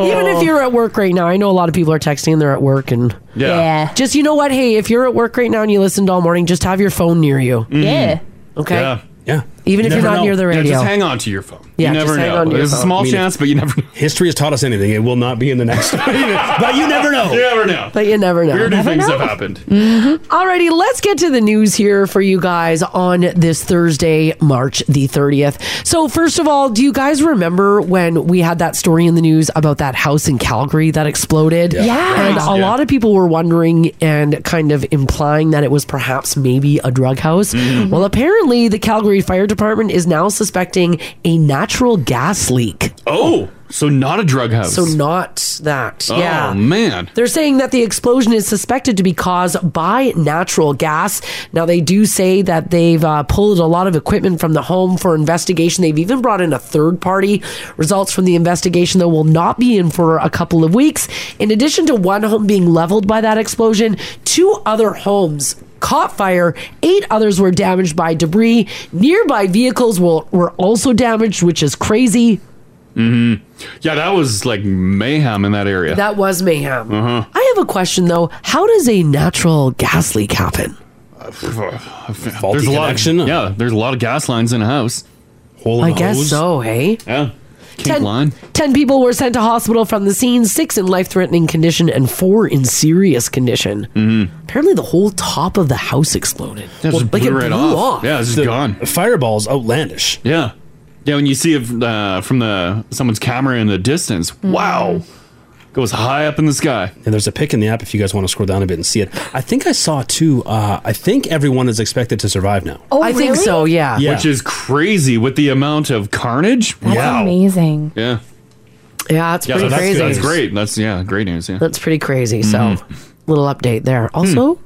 Speaker 2: Yeah. Even if you're at work right now, I know a lot of people are texting and they're at work and
Speaker 4: Yeah. Yeah.
Speaker 2: Just you know what? Hey, if you're at work right now and you listened all morning, just have your phone near you.
Speaker 4: Yeah.
Speaker 2: Okay.
Speaker 4: Mm. Yeah. Yeah.
Speaker 2: Even if you're not near the radio.
Speaker 4: Yeah, just hang on to your phone.
Speaker 2: Yeah,
Speaker 4: you
Speaker 2: just
Speaker 4: never
Speaker 2: hang
Speaker 4: know.
Speaker 2: on to your
Speaker 4: There's a
Speaker 2: phone.
Speaker 4: small
Speaker 2: I mean,
Speaker 4: chance, but you never know.
Speaker 8: History has taught us anything. It will not be in the next. [LAUGHS] but you never
Speaker 4: [LAUGHS]
Speaker 8: know.
Speaker 4: You never know.
Speaker 2: But you never know.
Speaker 4: Weirder
Speaker 2: Never
Speaker 4: things
Speaker 2: know.
Speaker 4: have happened.
Speaker 2: Alrighty, let's get to the news here for you guys on this Thursday, March the 30th. So, first of all, do you guys remember when we had that story in the news about that house in Calgary that exploded?
Speaker 5: Yeah. Yeah.
Speaker 2: And a
Speaker 5: Yeah.
Speaker 2: lot of people were wondering and kind of implying that it was perhaps maybe a drug house.
Speaker 4: Mm-hmm.
Speaker 2: Well, apparently, the Calgary Fire Department is now suspecting a natural gas leak.
Speaker 4: Oh, so not a drug house.
Speaker 2: So, not that.
Speaker 4: Oh,
Speaker 2: yeah.
Speaker 4: man.
Speaker 2: They're saying that the explosion is suspected to be caused by natural gas. Now, they do say that they've uh, pulled a lot of equipment from the home for investigation. They've even brought in a third party. Results from the investigation, though, will not be in for a couple of weeks. In addition to one home being leveled by that explosion, two other homes caught fire. Eight others were damaged by debris. Nearby vehicles were, were also damaged, which is crazy.
Speaker 4: hmm Yeah, that was like mayhem in that area.
Speaker 2: That was mayhem.
Speaker 4: uh huh.
Speaker 2: I have a question though. How does a natural gas leak happen?
Speaker 4: Faulty there's a lot of, Yeah, there's a lot of gas lines in a house. Hole
Speaker 2: I guess so, hey?
Speaker 4: Yeah. Kink
Speaker 2: Ten-
Speaker 4: line.
Speaker 2: Ten people were sent to hospital from the scene, six in life threatening condition, and four in serious condition.
Speaker 4: Mm-hmm.
Speaker 2: Apparently, the whole top of the house exploded. like it blew off.
Speaker 4: Yeah, it's just gone.
Speaker 8: Fireball's outlandish.
Speaker 4: Yeah. Yeah, when you see it uh, from the someone's camera in the distance,
Speaker 2: Mm-hmm.
Speaker 4: wow. Goes high up in the sky.
Speaker 8: And there's a pic in the app if you guys want to scroll down a bit and see it. I think I saw too. Uh, I think everyone is expected to survive now.
Speaker 2: Oh, I think so, yeah.
Speaker 4: Which is crazy with the amount of carnage. wow.
Speaker 5: amazing.
Speaker 4: Yeah.
Speaker 2: Yeah, that's
Speaker 4: Yeah,
Speaker 2: pretty
Speaker 4: that's,
Speaker 2: crazy.
Speaker 4: that's great. Mm-hmm. That's yeah, great news. Yeah.
Speaker 2: That's pretty crazy. So, little update there. Also,
Speaker 4: Hmm.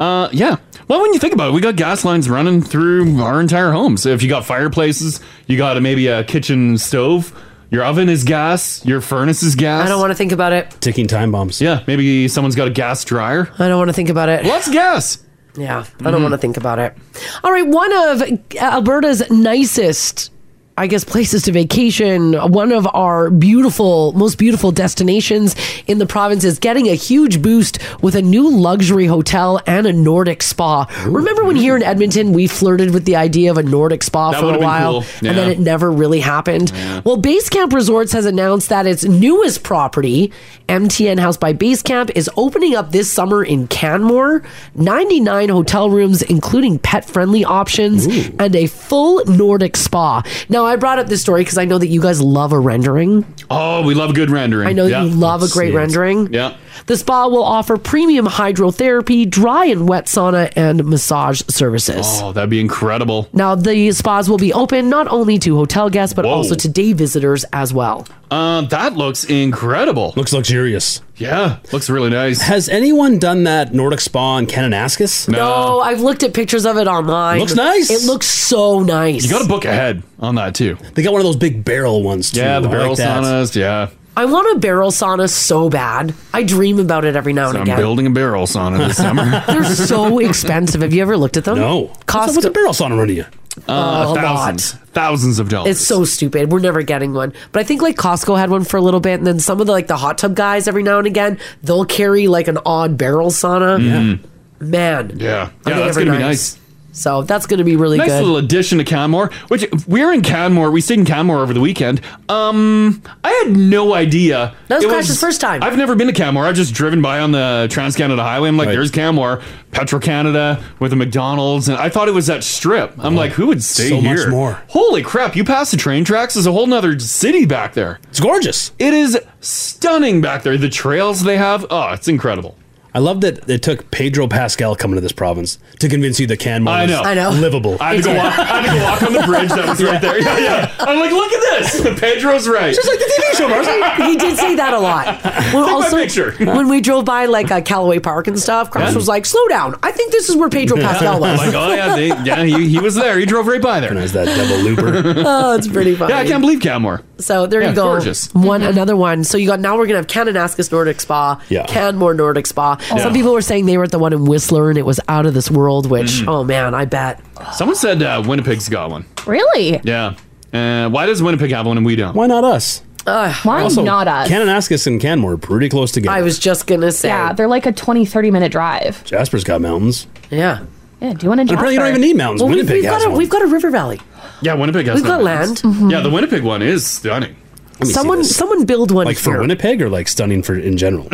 Speaker 4: Uh, yeah. Well, when you think about it, we got gas lines running through our entire homes. If you got fireplaces, you got a, maybe a kitchen stove. Your oven is gas. Your furnace is gas. I don't want
Speaker 2: to think about it.
Speaker 8: Ticking time bombs.
Speaker 4: Yeah, maybe someone's got a gas dryer.
Speaker 2: I don't want to think about it.
Speaker 4: What's gas?
Speaker 2: Yeah, I don't want to think about it. All right, one of Alberta's nicest, I guess, places to vacation, one of our beautiful, most beautiful destinations in the province is getting a huge boost with a new luxury hotel and a Nordic spa. Remember when here in Edmonton we flirted with the idea of a Nordic spa
Speaker 4: That
Speaker 2: for a
Speaker 4: would've been
Speaker 2: while
Speaker 4: cool.
Speaker 2: and then
Speaker 4: Yeah.
Speaker 2: it never really happened? Well, Basecamp Resorts has announced that its newest property, MTN House by Basecamp, is opening up this summer in Canmore. 99 hotel rooms, including pet friendly options and a full Nordic spa. Now, I brought up this story because I know that you guys love a rendering.
Speaker 4: Oh, we love good rendering.
Speaker 2: I know that you love a great rendering.
Speaker 4: Yeah.
Speaker 2: The spa will offer premium hydrotherapy, dry and wet sauna, and massage services.
Speaker 4: Oh, that'd be incredible.
Speaker 2: Now, the spas will be open not only to hotel guests, but
Speaker 4: Whoa.
Speaker 2: also to day visitors as well.
Speaker 4: Um, that looks incredible.
Speaker 8: Looks luxurious.
Speaker 4: Yeah, looks really nice.
Speaker 8: Has anyone done that Nordic spa in Kananaskis?
Speaker 2: No, I've looked at pictures of it online.
Speaker 8: Looks nice.
Speaker 2: It looks so nice.
Speaker 4: You got to book ahead on that too.
Speaker 8: They got one of those big barrel ones too.
Speaker 4: Yeah, the
Speaker 8: I like
Speaker 4: barrel
Speaker 8: that.
Speaker 4: saunas. Yeah.
Speaker 2: I want a barrel sauna so bad. I dream about it every now and
Speaker 4: I'm
Speaker 2: again.
Speaker 4: building a barrel sauna
Speaker 2: [LAUGHS]
Speaker 4: this summer.
Speaker 2: They're so expensive. Have you ever looked at them?
Speaker 4: No.
Speaker 2: Cost
Speaker 4: What's a
Speaker 8: barrel sauna run you?
Speaker 4: Uh,
Speaker 2: a
Speaker 4: thousands, thousands of dollars.
Speaker 2: It's so stupid. We're never getting one. But I think like Costco had one for a little bit, and then some of the like the hot tub guys every now and again they'll carry like an odd barrel sauna.
Speaker 4: Mhm.
Speaker 2: Man.
Speaker 4: Yeah,
Speaker 2: Are
Speaker 4: yeah,
Speaker 2: they
Speaker 4: that's
Speaker 2: ever
Speaker 4: gonna be
Speaker 2: nice?
Speaker 4: nice.
Speaker 2: So that's gonna be really
Speaker 4: nice
Speaker 2: good.
Speaker 4: little addition to Canmore. Which we're in Canmore. We stayed in Canmore over the weekend. Um, I had no idea.
Speaker 2: That was
Speaker 4: It
Speaker 2: Crash's first time.
Speaker 4: I've never been to Canmore. I've just driven by on the Trans Canada Highway. I'm like, there's Canmore, Petro Canada with a McDonald's, and I thought it was that strip. I'm like, who would stay
Speaker 8: so
Speaker 4: here?
Speaker 8: much more.
Speaker 4: Holy crap! You pass the train tracks. There's a whole nother city back there.
Speaker 8: It's gorgeous.
Speaker 4: It is stunning back there. The trails they have. Oh, it's incredible.
Speaker 8: I love that it took Pedro Pascal coming to this province to convince you that Canmore
Speaker 4: I
Speaker 8: is
Speaker 4: know. I know.
Speaker 8: livable.
Speaker 4: I had to go walk. I had to go walk on the bridge that was right there. [LAUGHS] Yeah, yeah. [LAUGHS] I'm like, look at this. [LAUGHS] Pedro's right.
Speaker 2: Just like
Speaker 8: the TV show, Marcy.
Speaker 2: [LAUGHS] he did say that a lot. Well,
Speaker 4: Take my
Speaker 2: also,
Speaker 4: picture.
Speaker 2: [LAUGHS] when we drove by like uh, Callaway Park and stuff, Crash
Speaker 4: Yeah.
Speaker 2: was like, "Slow down. I think this is where
Speaker 4: [LAUGHS]
Speaker 2: Pedro Pascal was."
Speaker 4: like, oh yeah, they, yeah, he, he was there. He drove right by there. There's
Speaker 8: that double looper.
Speaker 2: [LAUGHS] Oh, it's pretty funny.
Speaker 4: Yeah, I can't believe Canmore.
Speaker 2: So there
Speaker 4: Yeah,
Speaker 2: you go.
Speaker 4: gorgeous.
Speaker 2: One another one. So you got now we're gonna have Kananaskis Nordic Spa,
Speaker 4: Yeah.
Speaker 2: Canmore Nordic Spa.
Speaker 4: Yeah.
Speaker 2: Some people were saying they were at the one in Whistler and it was out of this world. Which
Speaker 4: Mm.
Speaker 2: oh man, I bet.
Speaker 4: Someone said uh, Winnipeg's got one.
Speaker 5: Really?
Speaker 4: Yeah. Uh, why does Winnipeg have one and we don't?
Speaker 8: Why not us?
Speaker 5: Why not us?
Speaker 8: Kananaskis and Canmore are pretty close together.
Speaker 2: I was just gonna say.
Speaker 5: yeah, they're like a 20, 30 minute drive.
Speaker 8: Jasper's got mountains.
Speaker 2: Yeah.
Speaker 5: Yeah, do you want to?
Speaker 8: And apparently you don't even need mountains.
Speaker 2: Well, we've,
Speaker 8: Winnipeg
Speaker 2: we've got
Speaker 8: has
Speaker 2: a,
Speaker 8: one.
Speaker 2: we've got a river valley.
Speaker 4: Yeah, Winnipeg has.
Speaker 2: We've got
Speaker 4: mountains.
Speaker 2: land. Mhm.
Speaker 4: Yeah, the Winnipeg one is
Speaker 8: [LAUGHS]
Speaker 4: stunning.
Speaker 2: Someone someone build one
Speaker 8: Like for
Speaker 2: here.
Speaker 8: Winnipeg or like stunning for
Speaker 2: [LAUGHS]
Speaker 8: in general? [LAUGHS]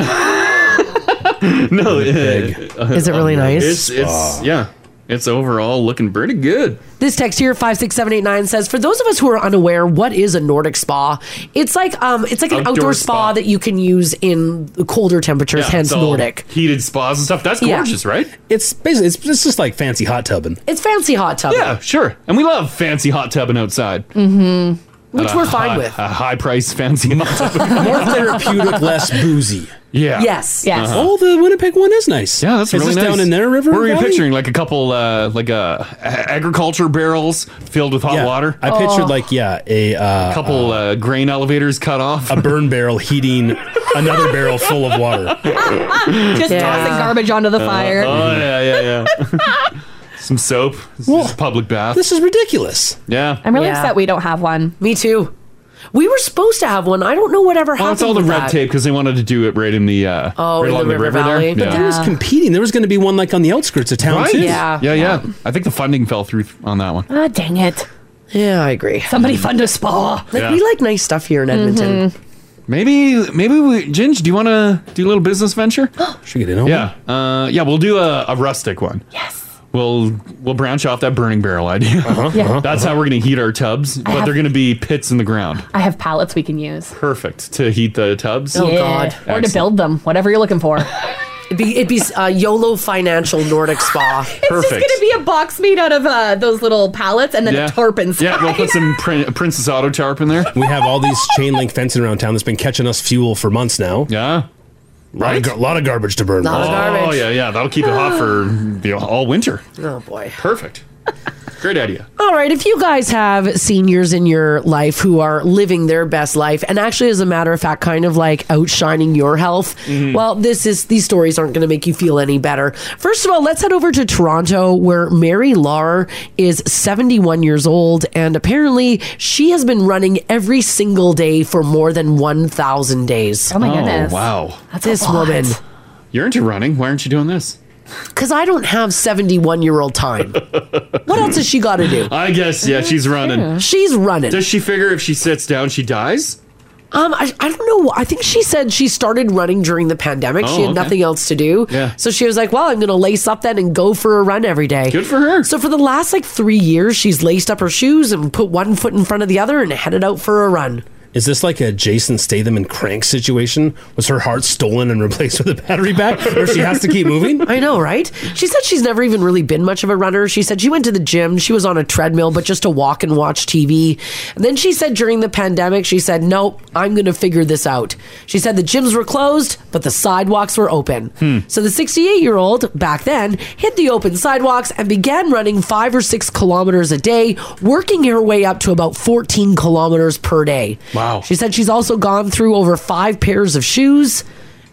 Speaker 4: no,
Speaker 2: Is it really nice?
Speaker 4: It's, it's yeah. It's overall looking pretty good.
Speaker 2: This text here five six seven eight nine says for those of us who are unaware, what is a Nordic spa? It's like um, it's like an outdoor,
Speaker 4: Outdoor
Speaker 2: spa, that you can use in colder temperatures,
Speaker 4: Yeah,
Speaker 2: hence
Speaker 4: it's all
Speaker 2: Nordic.
Speaker 4: heated spas and stuff. That's
Speaker 2: Yeah.
Speaker 4: gorgeous, right?
Speaker 8: It's basically it's, it's just like fancy hot tubbing.
Speaker 2: It's fancy hot tub.
Speaker 4: Yeah, sure. And we love fancy hot tubbing outside.
Speaker 2: Mm-hmm. Which
Speaker 4: At a
Speaker 2: we're fine
Speaker 4: high-
Speaker 2: with.
Speaker 4: A high price
Speaker 8: [LAUGHS]
Speaker 4: fancy hot tub.
Speaker 8: More therapeutic, less boozy.
Speaker 4: Yeah. Uh-huh.
Speaker 2: Yes. Yes.
Speaker 8: Oh, the Winnipeg one is nice. Yeah,
Speaker 4: That's really
Speaker 8: this
Speaker 4: nice.
Speaker 8: down in there, River.
Speaker 4: What were you
Speaker 8: Valley?
Speaker 4: picturing? Like a couple, uh, like uh, a- agriculture barrels filled with hot
Speaker 8: Yeah.
Speaker 4: water.
Speaker 8: I pictured like yeah, a uh,
Speaker 4: couple uh, grain elevators cut off,
Speaker 8: a burn barrel heating another barrel full of water.
Speaker 5: [LAUGHS] Just tossing garbage onto the
Speaker 4: Uh,
Speaker 5: fire.
Speaker 4: oh yeah, yeah,
Speaker 5: [LAUGHS]
Speaker 4: yeah. Some soap. This is public bath.
Speaker 8: This is ridiculous.
Speaker 4: Yeah.
Speaker 5: I'm really
Speaker 2: Yeah.
Speaker 5: upset we don't have one.
Speaker 2: Me too. We were supposed to have one. I don't know whatever
Speaker 4: Well,
Speaker 2: happened.
Speaker 4: it's all the
Speaker 2: with
Speaker 4: red
Speaker 2: that.
Speaker 4: tape because they wanted to do it right in the uh,
Speaker 2: Oh,
Speaker 4: right
Speaker 2: in
Speaker 4: along
Speaker 2: the river valley.
Speaker 4: there.
Speaker 2: But
Speaker 8: There was competing. There was going to be one like on the outskirts of town
Speaker 4: Right?
Speaker 8: too.
Speaker 4: Yeah. yeah, I think the funding fell through on that one.
Speaker 5: Ah, dang it.
Speaker 2: Yeah, I agree.
Speaker 5: Somebody fund a spa. Mm-hmm.
Speaker 2: Like we like nice stuff here in Edmonton.
Speaker 4: Maybe, maybe we, Ginge, do you want to do a little
Speaker 2: [GASPS]
Speaker 4: business venture?
Speaker 8: Should get in on
Speaker 4: Yeah, uh, yeah. We'll do a, a rustic one. Yes. We'll we'll branch off that burning barrel idea.
Speaker 5: Yeah. uh-huh,
Speaker 4: That's how we're going to heat our tubs, but
Speaker 5: have-
Speaker 4: they're going to be pits in the ground.
Speaker 5: I have pallets we can use.
Speaker 4: Perfect to heat the tubs.
Speaker 2: Oh,
Speaker 5: Yeah. Or to build them, whatever you're looking for.
Speaker 2: [LAUGHS] It'd be it'd be uh, YOLO Financial Nordic Spa.
Speaker 5: [LAUGHS] It's just gonna be a box made out of uh, those little pallets and then a tarp inside.
Speaker 4: Yeah, we'll put some prin- Princess Auto tarp in there.
Speaker 8: We have all these chain link fencing around town that's been catching us fuel for months now.
Speaker 4: Yeah.
Speaker 8: Right? A lot of, garbage to burn.
Speaker 4: oh, yeah, yeah. That'll keep it
Speaker 2: [SIGHS]
Speaker 4: hot for the, all winter.
Speaker 2: Oh boy. [LAUGHS]
Speaker 4: Perfect. Great idea.
Speaker 2: All right, if you guys have seniors in your life who are living their best life and actually as a matter of fact kind of like outshining your health, well, this is these stories aren't going to make you feel any better. First of all, let's head over to Toronto where Mary Lar is 71 years old and apparently she has been running every single day for more than 1,000 days.
Speaker 5: Oh my goodness.
Speaker 4: wow.
Speaker 5: That's a
Speaker 2: this
Speaker 5: lot.
Speaker 2: woman
Speaker 4: You're into running. Why aren't you doing this?
Speaker 2: cuz I don't have 71 year old time. what else has she got to do?
Speaker 4: I guess, yeah, she's running.
Speaker 2: She's running.
Speaker 4: Does she figure if she sits down, she dies?
Speaker 2: Um, I, I don't know. I think she said she started running during the pandemic.
Speaker 4: Oh,
Speaker 2: she had
Speaker 4: okay.
Speaker 2: nothing else to do.
Speaker 4: Yeah.
Speaker 2: So she was like, well, I'm going to lace up then and go for a run every day. Good
Speaker 4: for her.
Speaker 2: So for the last like three years, she's laced up her shoes and put one foot in front of the other and headed out for a run.
Speaker 8: Is this like a Jason Statham and Crank situation? Was her heart stolen and replaced with a battery pack, or she has to keep moving?
Speaker 2: I know, right? She said she's never even really been much of a runner. She said she went to the gym, she was on a treadmill, but just to walk and watch TV. And then she said during the pandemic, she said, Nope, I'm going to figure this out. She said the gyms were closed, but the sidewalks were open.
Speaker 8: Hmm.
Speaker 2: So the 68 year old back then hit the open sidewalks and began running five or six kilometers a day, working her way up to about 14 kilometers per day. Wow. She said she's also gone through over five pairs of shoes.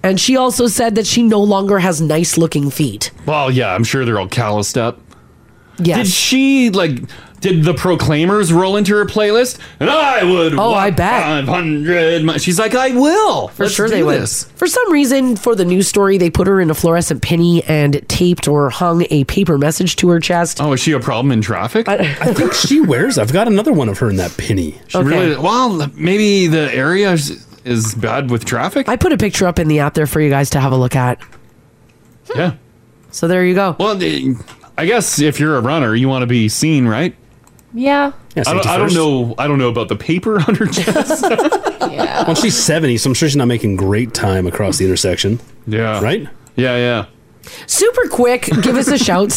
Speaker 2: And she also said that she no longer has nice looking feet.
Speaker 4: Well, yeah, I'm sure they're all calloused up.
Speaker 2: Yes.
Speaker 4: Did she like? Did the Proclaimers roll into her playlist? And I would.
Speaker 2: Oh, I bet.
Speaker 4: Five hundred. She's like, I will.
Speaker 2: For
Speaker 4: Let's
Speaker 2: sure they
Speaker 4: do
Speaker 2: would.
Speaker 4: this."
Speaker 2: For some reason, for the news story, they put her in a fluorescent penny and taped or hung a paper message to her chest.
Speaker 4: Oh, is she a problem in traffic? I,
Speaker 8: think she wears. I've got another one of her in that penny.
Speaker 4: She really. Well, maybe the area is, is bad with traffic.
Speaker 2: I put a picture up in the app there for you guys to have a look at.
Speaker 4: Yeah.
Speaker 2: So there you go.
Speaker 4: Well, the- I guess if you're a runner, you want to be seen, right?
Speaker 5: Yeah.
Speaker 4: I, don't, I don't know. I don't know about the paper [LAUGHS] on her chest. [LAUGHS]
Speaker 8: Well, she's seventy, so I'm sure she's not making great time across the intersection.
Speaker 4: Yeah.
Speaker 8: Right.
Speaker 4: Yeah. Yeah.
Speaker 2: Super quick, give
Speaker 4: [LAUGHS]
Speaker 2: us a shout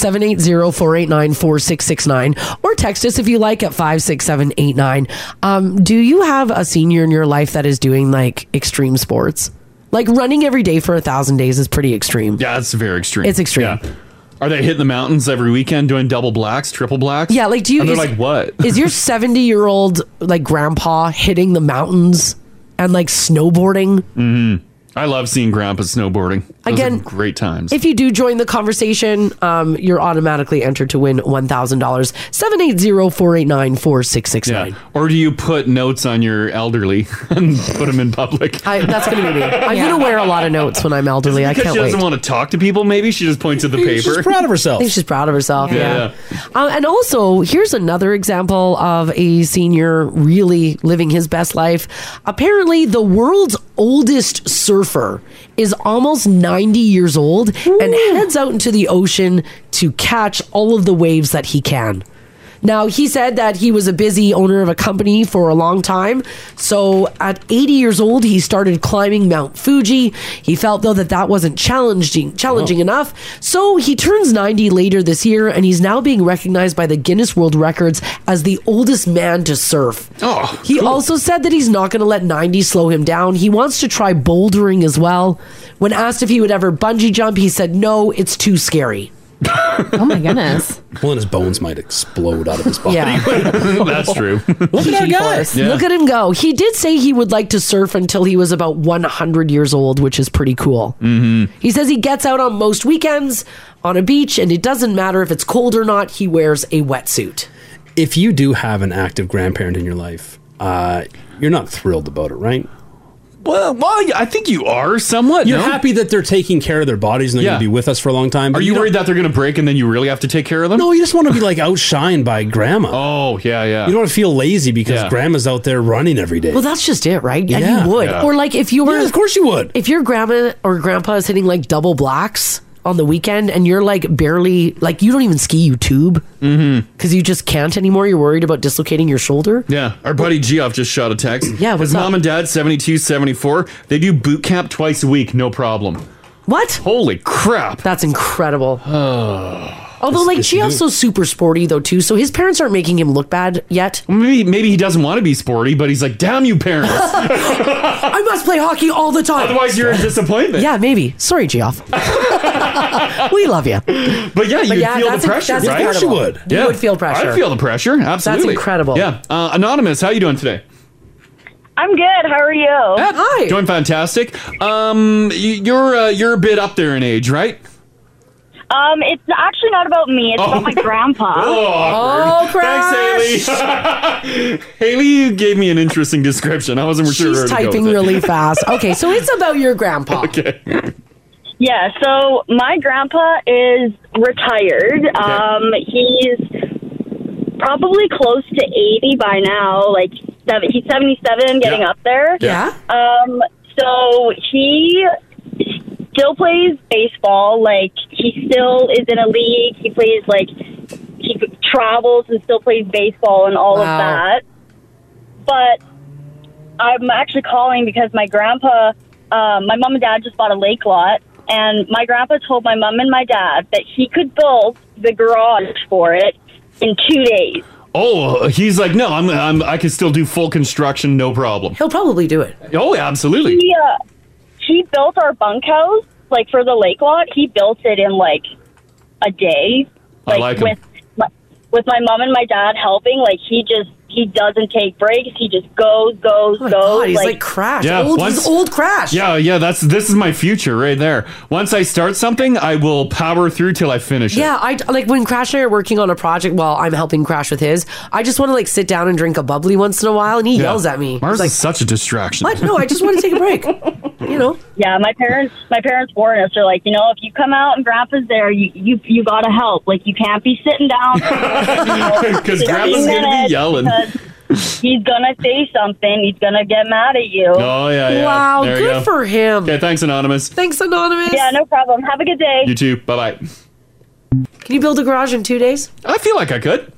Speaker 2: 780-489-4669 or text us if you like at 56789. Um do you have a senior in your life that is doing like extreme sports? Like running every day for a thousand days is pretty extreme.
Speaker 4: Yeah, it's very extreme.
Speaker 2: It's extreme.
Speaker 4: Yeah. Are they hitting the mountains every weekend doing double blacks, triple blacks?
Speaker 2: Yeah, like do you
Speaker 4: And they're
Speaker 2: is-
Speaker 4: like, what?
Speaker 2: [LAUGHS] is
Speaker 4: [LAUGHS]
Speaker 2: your 70-year-old like grandpa hitting the mountains and like snowboarding?
Speaker 4: hmm I love seeing Grandpa snowboarding. Those
Speaker 2: Again,
Speaker 4: are great times.
Speaker 2: If you do join the conversation, um, you're automatically entered to win $1,000. 780-489-4669.
Speaker 4: or do you put notes on your elderly [LAUGHS] and put them in public?
Speaker 2: I, that's going to
Speaker 4: [LAUGHS]
Speaker 2: be me. I'm going to wear a lot of notes when I'm elderly. I
Speaker 4: because
Speaker 2: can't
Speaker 4: she
Speaker 2: wait.
Speaker 4: doesn't want to talk to people. Maybe she just points at the paper.
Speaker 2: I think she's proud of herself.
Speaker 4: Yeah.
Speaker 2: Yeah. Um, and also, here's another example of a senior really living his best life. Apparently, the world's oldest surfer is almost 90 years old and heads out into the ocean to catch all of the waves that he can. Now, he said that he was a busy owner of a company for a long time. So at 80 years old, he started climbing Mount Fuji. He felt, though, that that wasn't challenging, challenging enough. So he turns 90 later this year, and he's now being recognized by the Guinness World Records as the oldest man to surf.
Speaker 4: Oh,
Speaker 2: he also said that he's not going to let 90 slow him down. He wants to try bouldering as well. When asked if he would ever bungee jump, he said, no, it's too scary.
Speaker 5: [LAUGHS] Oh my goodness.
Speaker 8: Well, and his bones might explode out of his body.
Speaker 2: Yeah.
Speaker 4: [LAUGHS] That's true.
Speaker 8: Look at our guy.
Speaker 4: Yeah.
Speaker 2: Look at him go. He did say he would like to surf until he was about 100 years old, which is pretty cool.
Speaker 4: Mm-hmm.
Speaker 2: He says he gets out on most weekends on a beach, and it doesn't matter if it's cold or not, he wears a wetsuit.
Speaker 8: If you do have an active grandparent in your life, uh, you're not thrilled about it, right?
Speaker 4: Well, well, I think you are somewhat.
Speaker 8: You're
Speaker 4: no?
Speaker 8: happy that they're taking care of their bodies and they're
Speaker 4: Yeah.
Speaker 8: going to be with us for a long time.
Speaker 4: Are you worried that they're going to break and then you really have to take care of them? No,
Speaker 8: you just want to be like outshined by grandma.
Speaker 4: Oh, yeah, yeah.
Speaker 8: You don't want to feel lazy because
Speaker 4: Yeah.
Speaker 8: grandma's out there running every day.
Speaker 2: Well, that's just it, right?
Speaker 8: Yeah.
Speaker 2: And you would.
Speaker 8: Yeah.
Speaker 2: Or like if you were.
Speaker 8: of course you would.
Speaker 2: If your grandma or grandpa is hitting like double blacks on the weekend and you're like barely, like you don't even ski, you tube
Speaker 8: Mm-hmm.
Speaker 2: because you just can't anymore. You're worried about dislocating your shoulder.
Speaker 4: Yeah, our buddy Geoff just shot a text.
Speaker 2: Yeah, what's
Speaker 4: his
Speaker 2: up?
Speaker 4: mom and dad, 72, 74, they do boot camp twice a week, no problem.
Speaker 2: What?
Speaker 4: Holy crap!
Speaker 2: That's
Speaker 4: [SIGHS]
Speaker 2: incredible. Although,
Speaker 4: It's-
Speaker 2: like,
Speaker 4: it's
Speaker 2: she
Speaker 4: new.
Speaker 2: also super sporty though too, so his parents aren't making him look bad yet.
Speaker 4: Maybe maybe he doesn't want to be sporty, but he's like, damn you parents.
Speaker 2: [LAUGHS] I must play hockey all the time.
Speaker 4: Otherwise you're a disappointment.
Speaker 2: Yeah,
Speaker 4: [LAUGHS]
Speaker 2: maybe. Sorry, Geoff. we love you.
Speaker 4: But yeah, you'd feel the
Speaker 2: that's
Speaker 4: pressure,
Speaker 2: that's
Speaker 4: right? Of course you
Speaker 2: incredible.
Speaker 4: would.
Speaker 2: You
Speaker 4: Yeah.
Speaker 2: would feel pressure.
Speaker 4: I feel the pressure. Absolutely.
Speaker 2: incredible.
Speaker 4: Yeah. Uh, Anonymous, how you doing today?
Speaker 3: I'm good. How are you?
Speaker 2: Hi.
Speaker 4: Doing fantastic. Um, y- you're uh, you're a bit up there in age, right?
Speaker 3: Um, it's actually not about me. It's about my grandpa.
Speaker 4: [LAUGHS] Oh, awkward. Thanks, [LAUGHS] Haley. Haley, you gave me an interesting description. I wasn't sure. where
Speaker 2: She's
Speaker 4: to go with
Speaker 2: typing
Speaker 4: it. [LAUGHS]
Speaker 2: really fast. Okay, so it's about your grandpa.
Speaker 4: Okay.
Speaker 3: Yeah, so my grandpa is retired. Um, he's probably close to 80 by now. Like, seven, he's 77, getting
Speaker 10: Yeah.
Speaker 3: up there.
Speaker 10: Yeah.
Speaker 3: Um, so he still plays baseball. Like, he still is in a league. He plays, like, he travels and still plays baseball and all
Speaker 2: Wow.
Speaker 3: of that. But
Speaker 7: I'm actually calling because my grandpa, um, my mom and dad just bought a lake lot, and my grandpa told my mom and my dad that he could build the garage for it in two days.
Speaker 4: Oh, he's like, no, I'm, I'm, I can still do full construction, no problem. He'll
Speaker 2: probably do it.
Speaker 4: Oh, yeah, absolutely.
Speaker 7: He, uh, he built our bunkhouse, like for the lake lot. He built it in like a day.
Speaker 4: I like him.
Speaker 7: with my, with my mom and my dad helping. Like he just he doesn't take breaks. He just goes, goes, goes.
Speaker 2: Oh he's like Crash. Old- he's old Crash.
Speaker 4: Yeah, yeah. That's this is my future right there. Once I start something, I will power through till I finish it.
Speaker 2: Yeah, I like when Crash and I are working on a project. Well, I'm helping Crash with his. I just want to like sit down and drink a bubbly once in a while, and he
Speaker 4: Yeah.
Speaker 2: yells at me.
Speaker 4: Mars
Speaker 2: He's like,
Speaker 4: is [LAUGHS] such a distraction.
Speaker 2: "What? No, I just want to take a break." you know.
Speaker 7: [LAUGHS] Yeah, my parents my parents warned us. They're like, you know, if you come out and grandpa's there, you you you gotta help. Like you can't be sitting
Speaker 4: [LAUGHS]
Speaker 7: down [LAUGHS]
Speaker 4: because grandpa's gonna be yelling.
Speaker 7: He's gonna say something. He's gonna get mad at you.
Speaker 4: Oh yeah, yeah. There you go.
Speaker 2: him.
Speaker 4: Okay, thanks, anonymous.
Speaker 2: Thanks, anonymous.
Speaker 7: Yeah, no problem. Have a good day.
Speaker 4: You too. Bye bye.
Speaker 2: Can you build a garage in two days?
Speaker 4: I feel like I could.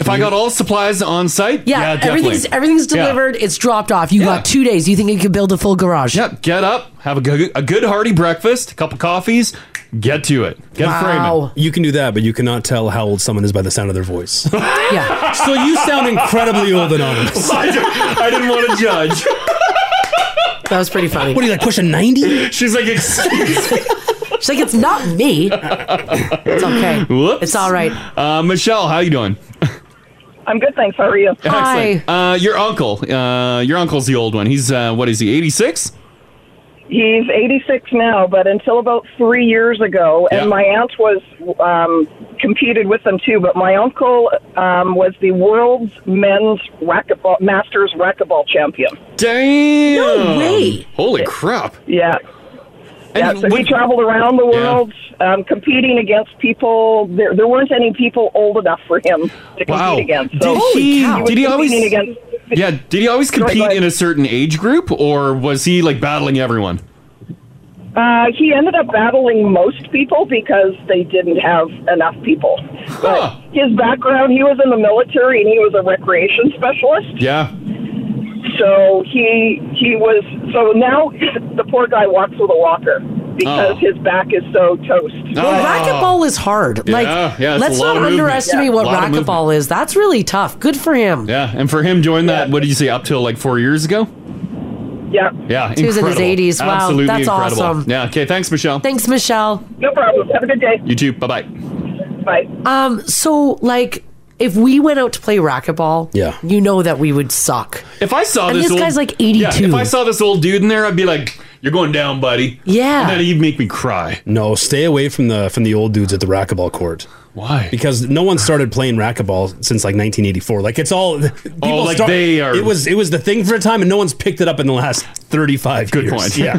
Speaker 4: If I got all supplies on site, yeah, definitely.
Speaker 2: everything's everything's
Speaker 4: Yeah.
Speaker 2: delivered. It's dropped off. You got two days. You think you could build a full garage?
Speaker 4: Yep. [LAUGHS] Get up, have a good, a good hearty breakfast, a couple coffees, get to it. Get
Speaker 2: Wow.
Speaker 8: You can do that, but you cannot tell how old someone is by the sound of their voice.
Speaker 4: [LAUGHS]
Speaker 8: [LAUGHS]
Speaker 2: Yeah.
Speaker 8: so you sound incredibly old, anonymous.
Speaker 4: I, did, I didn't want to judge.
Speaker 2: [LAUGHS] That was pretty funny.
Speaker 8: What are you like pushing ninety?
Speaker 4: She's
Speaker 2: [LAUGHS]
Speaker 4: like, excuse
Speaker 2: me. She's like, it's not me. It's okay.
Speaker 4: [LAUGHS] Whoops.
Speaker 2: It's all right.
Speaker 4: Uh, Michelle, how you doing?
Speaker 10: I'm good, thanks. How are you?
Speaker 4: Excellent. Uh, your uncle. Uh, your uncle's the old one. He's uh, what is he? Eighty six.
Speaker 10: He's 86 now, but until about three years ago,
Speaker 4: Yeah.
Speaker 10: and my aunt was um, competed with them too. But my uncle um, was the world's men's racquetball masters racquetball champion.
Speaker 4: Damn!
Speaker 10: No way!
Speaker 4: Um, Holy crap!
Speaker 10: Yeah. Yeah, so he traveled around the world um, competing against people. There, there weren't any people old enough for him to compete
Speaker 4: Wow.
Speaker 10: against. So
Speaker 4: Did he?
Speaker 10: was
Speaker 4: Did he always?
Speaker 10: competing against
Speaker 4: Yeah. Did he always
Speaker 10: Sorry, go
Speaker 4: compete
Speaker 10: ahead.
Speaker 4: in a certain age group, or was he like battling everyone?
Speaker 10: Uh, he ended up battling most people because they didn't have enough people. But his background, he was in the military and he was a recreation specialist.
Speaker 4: Yeah.
Speaker 10: So he he was so now the poor guy walks with a walker
Speaker 4: Oh.
Speaker 10: because his back is so toast.
Speaker 2: Well, racquetball is hard.
Speaker 4: Yeah,
Speaker 2: like,
Speaker 4: yeah, it's
Speaker 2: let's
Speaker 4: a lot
Speaker 2: not
Speaker 4: of movement.
Speaker 2: underestimate
Speaker 4: Yeah.
Speaker 2: what
Speaker 4: Lot of
Speaker 2: racquetball is. That's really tough. Good for him.
Speaker 4: Yeah. And for him, join that. What did you say? Up till like four years ago.
Speaker 10: Yeah.
Speaker 4: Yeah.
Speaker 2: He was in his
Speaker 4: incredible.
Speaker 2: 80s. Wow,
Speaker 4: Absolutely
Speaker 2: that's
Speaker 4: incredible.
Speaker 2: awesome.
Speaker 4: Yeah. Okay. Thanks, Michelle.
Speaker 2: Thanks, Michelle.
Speaker 10: No problem. Have a good day.
Speaker 4: You too. Bye bye.
Speaker 10: Bye.
Speaker 2: Um. So, like, if we went out to play racquetball,
Speaker 4: Yeah.
Speaker 2: you know that we would suck.
Speaker 4: If I saw
Speaker 2: And
Speaker 4: this,
Speaker 2: this
Speaker 4: old,
Speaker 2: guy's like
Speaker 4: Yeah,
Speaker 2: 82.
Speaker 4: if I saw this old dude in there, I'd be like, "You're going down, buddy."
Speaker 2: Yeah.
Speaker 4: And then he'd make me cry.
Speaker 8: No, stay away from the from the old dudes at the racquetball court.
Speaker 4: Why?
Speaker 8: Because no one started playing racquetball since like 1984. Like it's all people
Speaker 4: Oh, like they are-
Speaker 8: It was it was the thing for a time, and no one's picked it up in the last 35 Good years.
Speaker 4: point.
Speaker 8: Yeah,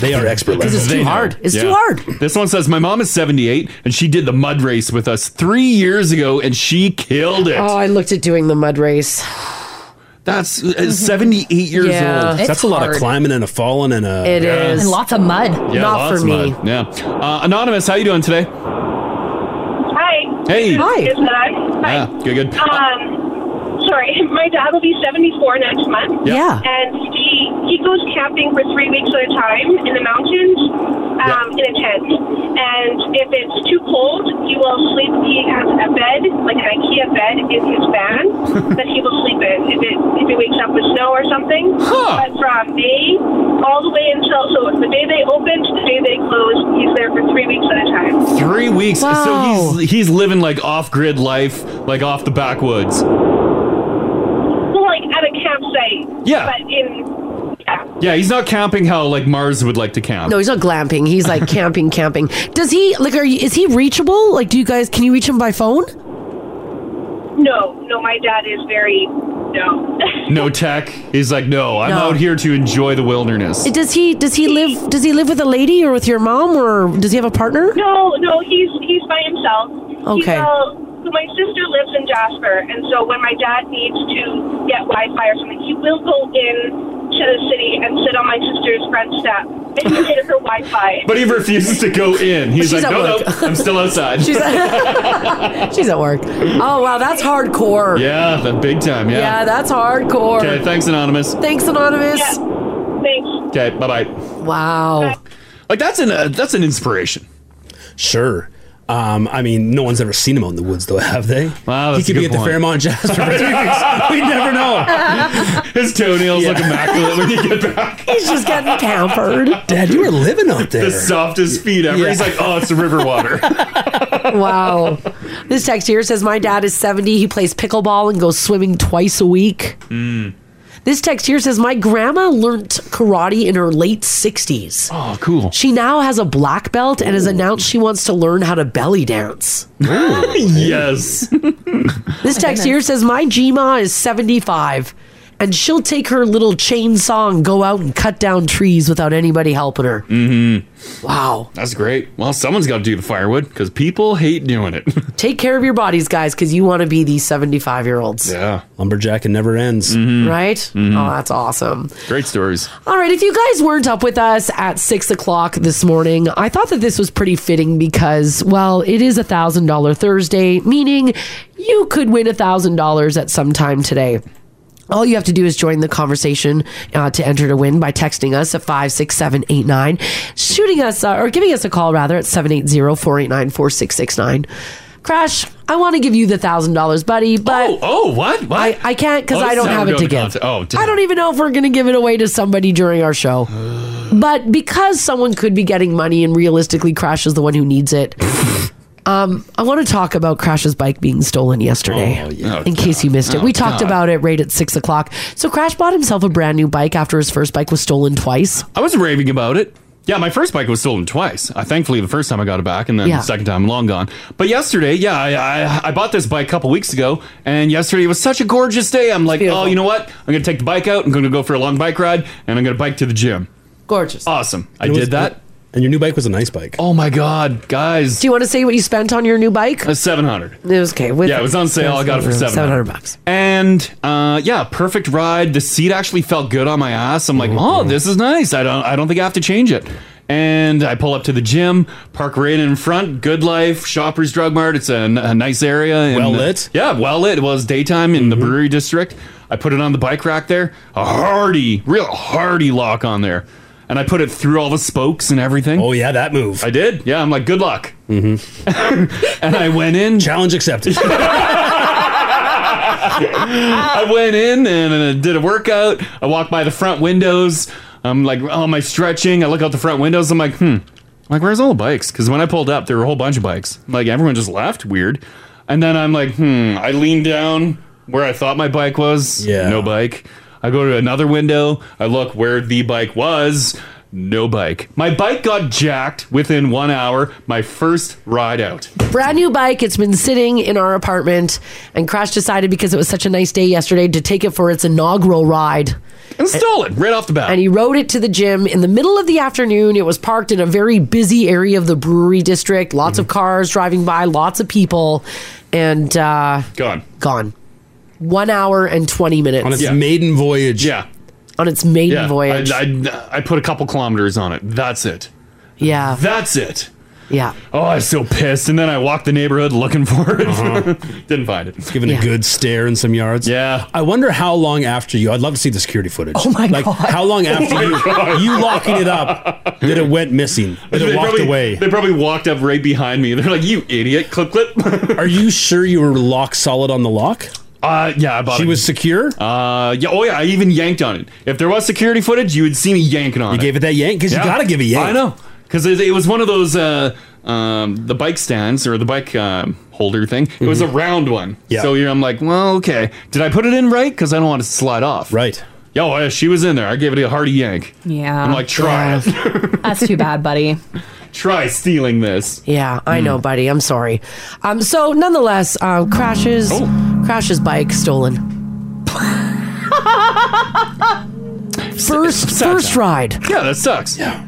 Speaker 8: they are expert.
Speaker 4: [LAUGHS] Because
Speaker 8: level. They know. Yeah.
Speaker 4: This one says, My mom is 78 and she did the mud race with us three years ago and she killed it.
Speaker 2: Oh, I looked at doing the mud race.
Speaker 4: That's uh, 78 years
Speaker 2: Yeah.
Speaker 4: old.
Speaker 2: It's That's a lot of hard. climbing
Speaker 8: and a falling and a.
Speaker 2: It is.
Speaker 5: And lots of mud.
Speaker 4: Yeah,
Speaker 5: Not
Speaker 4: lots
Speaker 5: for
Speaker 4: of
Speaker 5: me.
Speaker 4: mud. Yeah. Uh, Anonymous, how you doing today?
Speaker 16: Hi.
Speaker 4: Hey.
Speaker 16: This is- this is Matt. Hi.
Speaker 4: Yeah, Ah, good, good.
Speaker 16: Um, sorry, [LAUGHS] my dad will be 74 next month.
Speaker 4: Yeah. Yeah.
Speaker 16: And he, he goes camping for three weeks at a time in the mountains um, in a tent. And if it's too cold, he will sleep. He has a bed, like an IKEA bed, in his
Speaker 4: [LAUGHS]
Speaker 16: van that he will sleep in if it if it wakes up with snow or something. But from May all the way until so the day they opened, the day they closed, he's there for three weeks at a time.
Speaker 4: Three weeks. So he's he's living like off grid life, like off the backwoods.
Speaker 16: Well, like at a campsite.
Speaker 4: Yeah.
Speaker 16: But in
Speaker 4: Yeah, he's not camping how like Mars would like to camp.
Speaker 2: No, he's not glamping. He's like camping, camping. Does he like? Are you, is he reachable? Like, do you guys can you reach him by phone?
Speaker 16: no, no, my dad is very no.
Speaker 4: No tech. He's like, no, I'm
Speaker 2: No.
Speaker 4: out here to enjoy the wilderness.
Speaker 2: Does he? Does he live? Does he live with a lady or with your mom or does he have a partner?
Speaker 16: No, no, he's he's by himself. He's
Speaker 2: Okay.
Speaker 16: all- so my sister lives in Jasper, and so when my dad needs to get Wi-Fi or something, he will go in to the city and sit on my sister's front step and
Speaker 2: [LAUGHS]
Speaker 16: he did her Wi-Fi.
Speaker 4: But he refuses to go in. He's
Speaker 2: She's at
Speaker 4: like, no, no, I'm still outside.
Speaker 2: [LAUGHS]
Speaker 16: [LAUGHS]
Speaker 2: She's at, she's at work. Oh wow, that's hardcore.
Speaker 4: yeah, the big time. Yeah.
Speaker 2: Yeah, that's hardcore.
Speaker 4: Okay, thanks, Anonymous.
Speaker 2: Thanks, anonymous.
Speaker 16: Thanks.
Speaker 4: Okay, bye bye.
Speaker 2: Wow.
Speaker 4: Like that's an uh, that's an inspiration.
Speaker 8: Sure. Um, I mean, no one's ever seen him out in the woods, though, have they? Wow,
Speaker 4: that's
Speaker 8: he
Speaker 4: a
Speaker 8: could
Speaker 4: good
Speaker 8: be at the
Speaker 4: point.
Speaker 8: Fairmont Jazz. [LAUGHS]
Speaker 4: [LAUGHS]
Speaker 8: we never know.
Speaker 4: His toenails look immaculate when you get back.
Speaker 2: He's just getting
Speaker 8: [LAUGHS]
Speaker 2: pampered.
Speaker 8: Dad, you were living out there.
Speaker 4: The softest feet ever. He's like, oh, it's river
Speaker 8: [LAUGHS]
Speaker 4: water.
Speaker 2: wow. This text here says my dad is 70. He plays pickleball and goes swimming twice a week.
Speaker 4: Mm.
Speaker 2: This text here says my grandma learnt karate in her late 60s.
Speaker 4: Oh, cool.
Speaker 2: She now has a black belt and has announced she wants to learn how to belly
Speaker 4: [LAUGHS]
Speaker 2: dance.
Speaker 4: yes.
Speaker 2: This text here says my Gma is 75 and she'll take her little chainsaw and go out and cut down trees without anybody helping her.
Speaker 4: Mm-hmm.
Speaker 2: Wow.
Speaker 4: That's great. Well, someone's got to do the firewood because people hate
Speaker 2: [LAUGHS]
Speaker 4: doing it.
Speaker 2: Take care of your bodies, guys, because you want to be these 75 year olds.
Speaker 4: [LAUGHS] yeah.
Speaker 8: Lumberjack and never ends.
Speaker 2: Right? Oh, that's awesome.
Speaker 4: Mm-hmm. Great stories.
Speaker 2: All right, if you guys weren't up with us at six o'clock this morning, I thought that this was pretty fitting because, well, it is a thousand dollar Thursday, meaning you could win a thousand dollars at some time today. All you have to do is join the conversation uh, to enter to win by texting us at 56789, shooting us uh, or giving us a call rather at 780 489 4669. Crash, I want to give you the thousand dollars, buddy, but.
Speaker 4: Oh, what? What?
Speaker 2: I, I can't because
Speaker 4: Oh,
Speaker 2: I don't
Speaker 4: now
Speaker 2: have
Speaker 4: we're
Speaker 2: it to
Speaker 4: doing the
Speaker 2: give.
Speaker 4: concept. Oh, damn.
Speaker 2: I don't even know if we're going to give it away to somebody during
Speaker 12: [SIGHS]
Speaker 2: our show. but because someone could be getting money and realistically Crash is the one who
Speaker 12: [LAUGHS]
Speaker 2: needs it, um, I want to talk about Crash's bike being stolen yesterday. in case you missed it,
Speaker 12: Oh,
Speaker 2: we talked
Speaker 12: God.
Speaker 2: about it right at six o'clock. So Crash bought himself a brand new bike after his first bike was stolen twice.
Speaker 4: I was raving about it. Yeah, my first bike was stolen twice. I thankfully the first time I got it back, and then
Speaker 2: Yeah.
Speaker 4: the second time long gone. But yesterday, yeah, I, I I bought this bike a couple weeks ago, and yesterday was such a gorgeous day. I'm like, oh, you know what? I'm gonna take the bike out. I'm gonna go for a long bike ride, and I'm gonna bike to the gym.
Speaker 2: Gorgeous.
Speaker 4: Awesome. I
Speaker 8: And it was-
Speaker 4: did that.
Speaker 8: And your new bike was a nice bike.
Speaker 4: Oh my god, guys!
Speaker 2: Do you want to say what you spent on your new bike? It
Speaker 4: Uh, seven hundred.
Speaker 2: was okay. With
Speaker 4: yeah, it was on sale. I got it for seven
Speaker 2: hundred bucks.
Speaker 4: And uh, yeah, perfect ride. The seat actually felt good on my ass. I'm like, oh, this is nice. I don't, I don't think I have to change it. And I pull up to the gym, park right in front. Good Life Shoppers Drug Mart. It's a, n- a nice area. in-
Speaker 8: Well lit? Mm-hmm.
Speaker 4: Yeah, well lit. It was daytime in the brewery district. I put it on the bike rack there. A hardy, real hardy lock on there. And I put it through all the spokes and everything. Oh
Speaker 8: yeah, that move.
Speaker 4: I did. Yeah, I'm like, good luck. Mm-hmm. and I went in.
Speaker 8: Challenge accepted.
Speaker 4: [LAUGHS] I went in and uh, did a workout. I walked by the front windows. I'm like, oh, my stretching. I look out the front windows. I'm like, hmm. I'm like, where's all the bikes? Because when I pulled up, there were a whole bunch of bikes. Like, everyone just left. Weird. And then I'm like, hmm. I lean down where I thought my bike was. Yeah. No bike. I go to another window. I look where the bike was. No bike. My bike got jacked within one hour. My first ride out.
Speaker 2: Brand new bike. It's been sitting in our apartment, and Crash decided because it was such a nice day yesterday to take it for its inaugural ride.
Speaker 4: And stole it right off the bat.
Speaker 2: And he rode it to the gym in the middle of the afternoon. It was parked in a very busy area of the brewery district. Lots of cars driving by, lots of people, and uh,
Speaker 4: gone,
Speaker 2: gone. One hour and twenty minutes
Speaker 4: On its Yeah.
Speaker 8: maiden voyage.
Speaker 4: Yeah.
Speaker 2: On its maiden voyage.
Speaker 4: I, I, I put a couple kilometers on it. That's it.
Speaker 2: Yeah.
Speaker 4: That's it.
Speaker 2: Yeah.
Speaker 4: Oh, I was so pissed. And then I walked the neighborhood looking for it. [LAUGHS] Didn't find it. It's
Speaker 8: given Uh-huh. a good stare in some yards.
Speaker 4: Yeah.
Speaker 8: I wonder how long after you. I'd love to see the security footage.
Speaker 4: Oh my
Speaker 8: like,
Speaker 4: God.
Speaker 8: How long
Speaker 4: [LAUGHS]
Speaker 8: after
Speaker 4: Oh my God.
Speaker 8: you, you locking it up that it went missing? That it walked
Speaker 4: probably,
Speaker 8: away?
Speaker 4: They probably walked up right behind me. [LAUGHS] They're like, "You idiot!" Clip, clip. [LAUGHS]
Speaker 8: Are you sure you were lock solid on the lock?
Speaker 4: Uh, yeah, I bought
Speaker 8: She
Speaker 4: it.
Speaker 8: was secure.
Speaker 4: Uh, yeah. Oh, yeah. I even yanked on it. If there was security footage, you would see me yanking on it. You
Speaker 8: gave it that yank 'Cause you gotta give a yank.
Speaker 4: I know. Because it, it was one of those uh, um, the bike stands or the bike um, holder thing. It was a round one.
Speaker 8: Mm-hmm. Yeah.
Speaker 4: So here I'm like, well, okay. Did I put it in right? Because I don't want it to slide off.
Speaker 8: Right.
Speaker 4: Yo, yeah, she was in there. I gave it a hearty yank.
Speaker 5: Yeah.
Speaker 4: I'm like, try it.
Speaker 5: That's too bad, buddy.
Speaker 4: try stealing this. Hmm.
Speaker 2: Yeah, I know, buddy. I'm sorry. Um, so nonetheless, uh, crashes,
Speaker 4: Oh.
Speaker 2: crashes bike
Speaker 4: [LAUGHS]
Speaker 2: stolen. First, first ride.
Speaker 4: Yeah, that sucks. Yeah.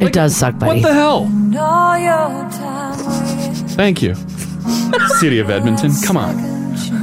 Speaker 2: It does suck, buddy.
Speaker 4: What the hell? Thank you. City of Edmonton. Come on.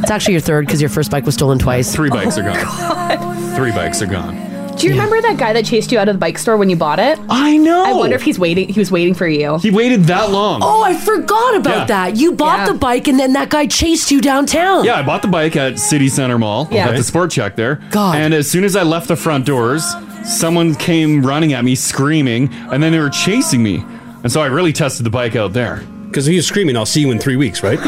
Speaker 2: It's actually your third because your first bike was stolen twice.
Speaker 4: Three bikes are gone. Three bikes are gone.
Speaker 5: Do you remember that guy that chased you out of the bike store when you bought it?
Speaker 4: I know.
Speaker 5: I wonder if he's waiting. He was waiting for you.
Speaker 4: He waited that long.
Speaker 2: Oh, I forgot about
Speaker 4: Yeah.
Speaker 2: that. You bought the bike and then that guy chased you downtown.
Speaker 4: Yeah, I bought the bike at City Center Mall
Speaker 2: Yeah.
Speaker 4: at the Sport Check there.
Speaker 2: God.
Speaker 4: And as soon as I left the front doors, someone came running at me screaming, and then they were chasing me. And so I really tested the bike out there.
Speaker 8: Because he was screaming, I'll see you
Speaker 4: [LAUGHS]
Speaker 8: in three weeks, right?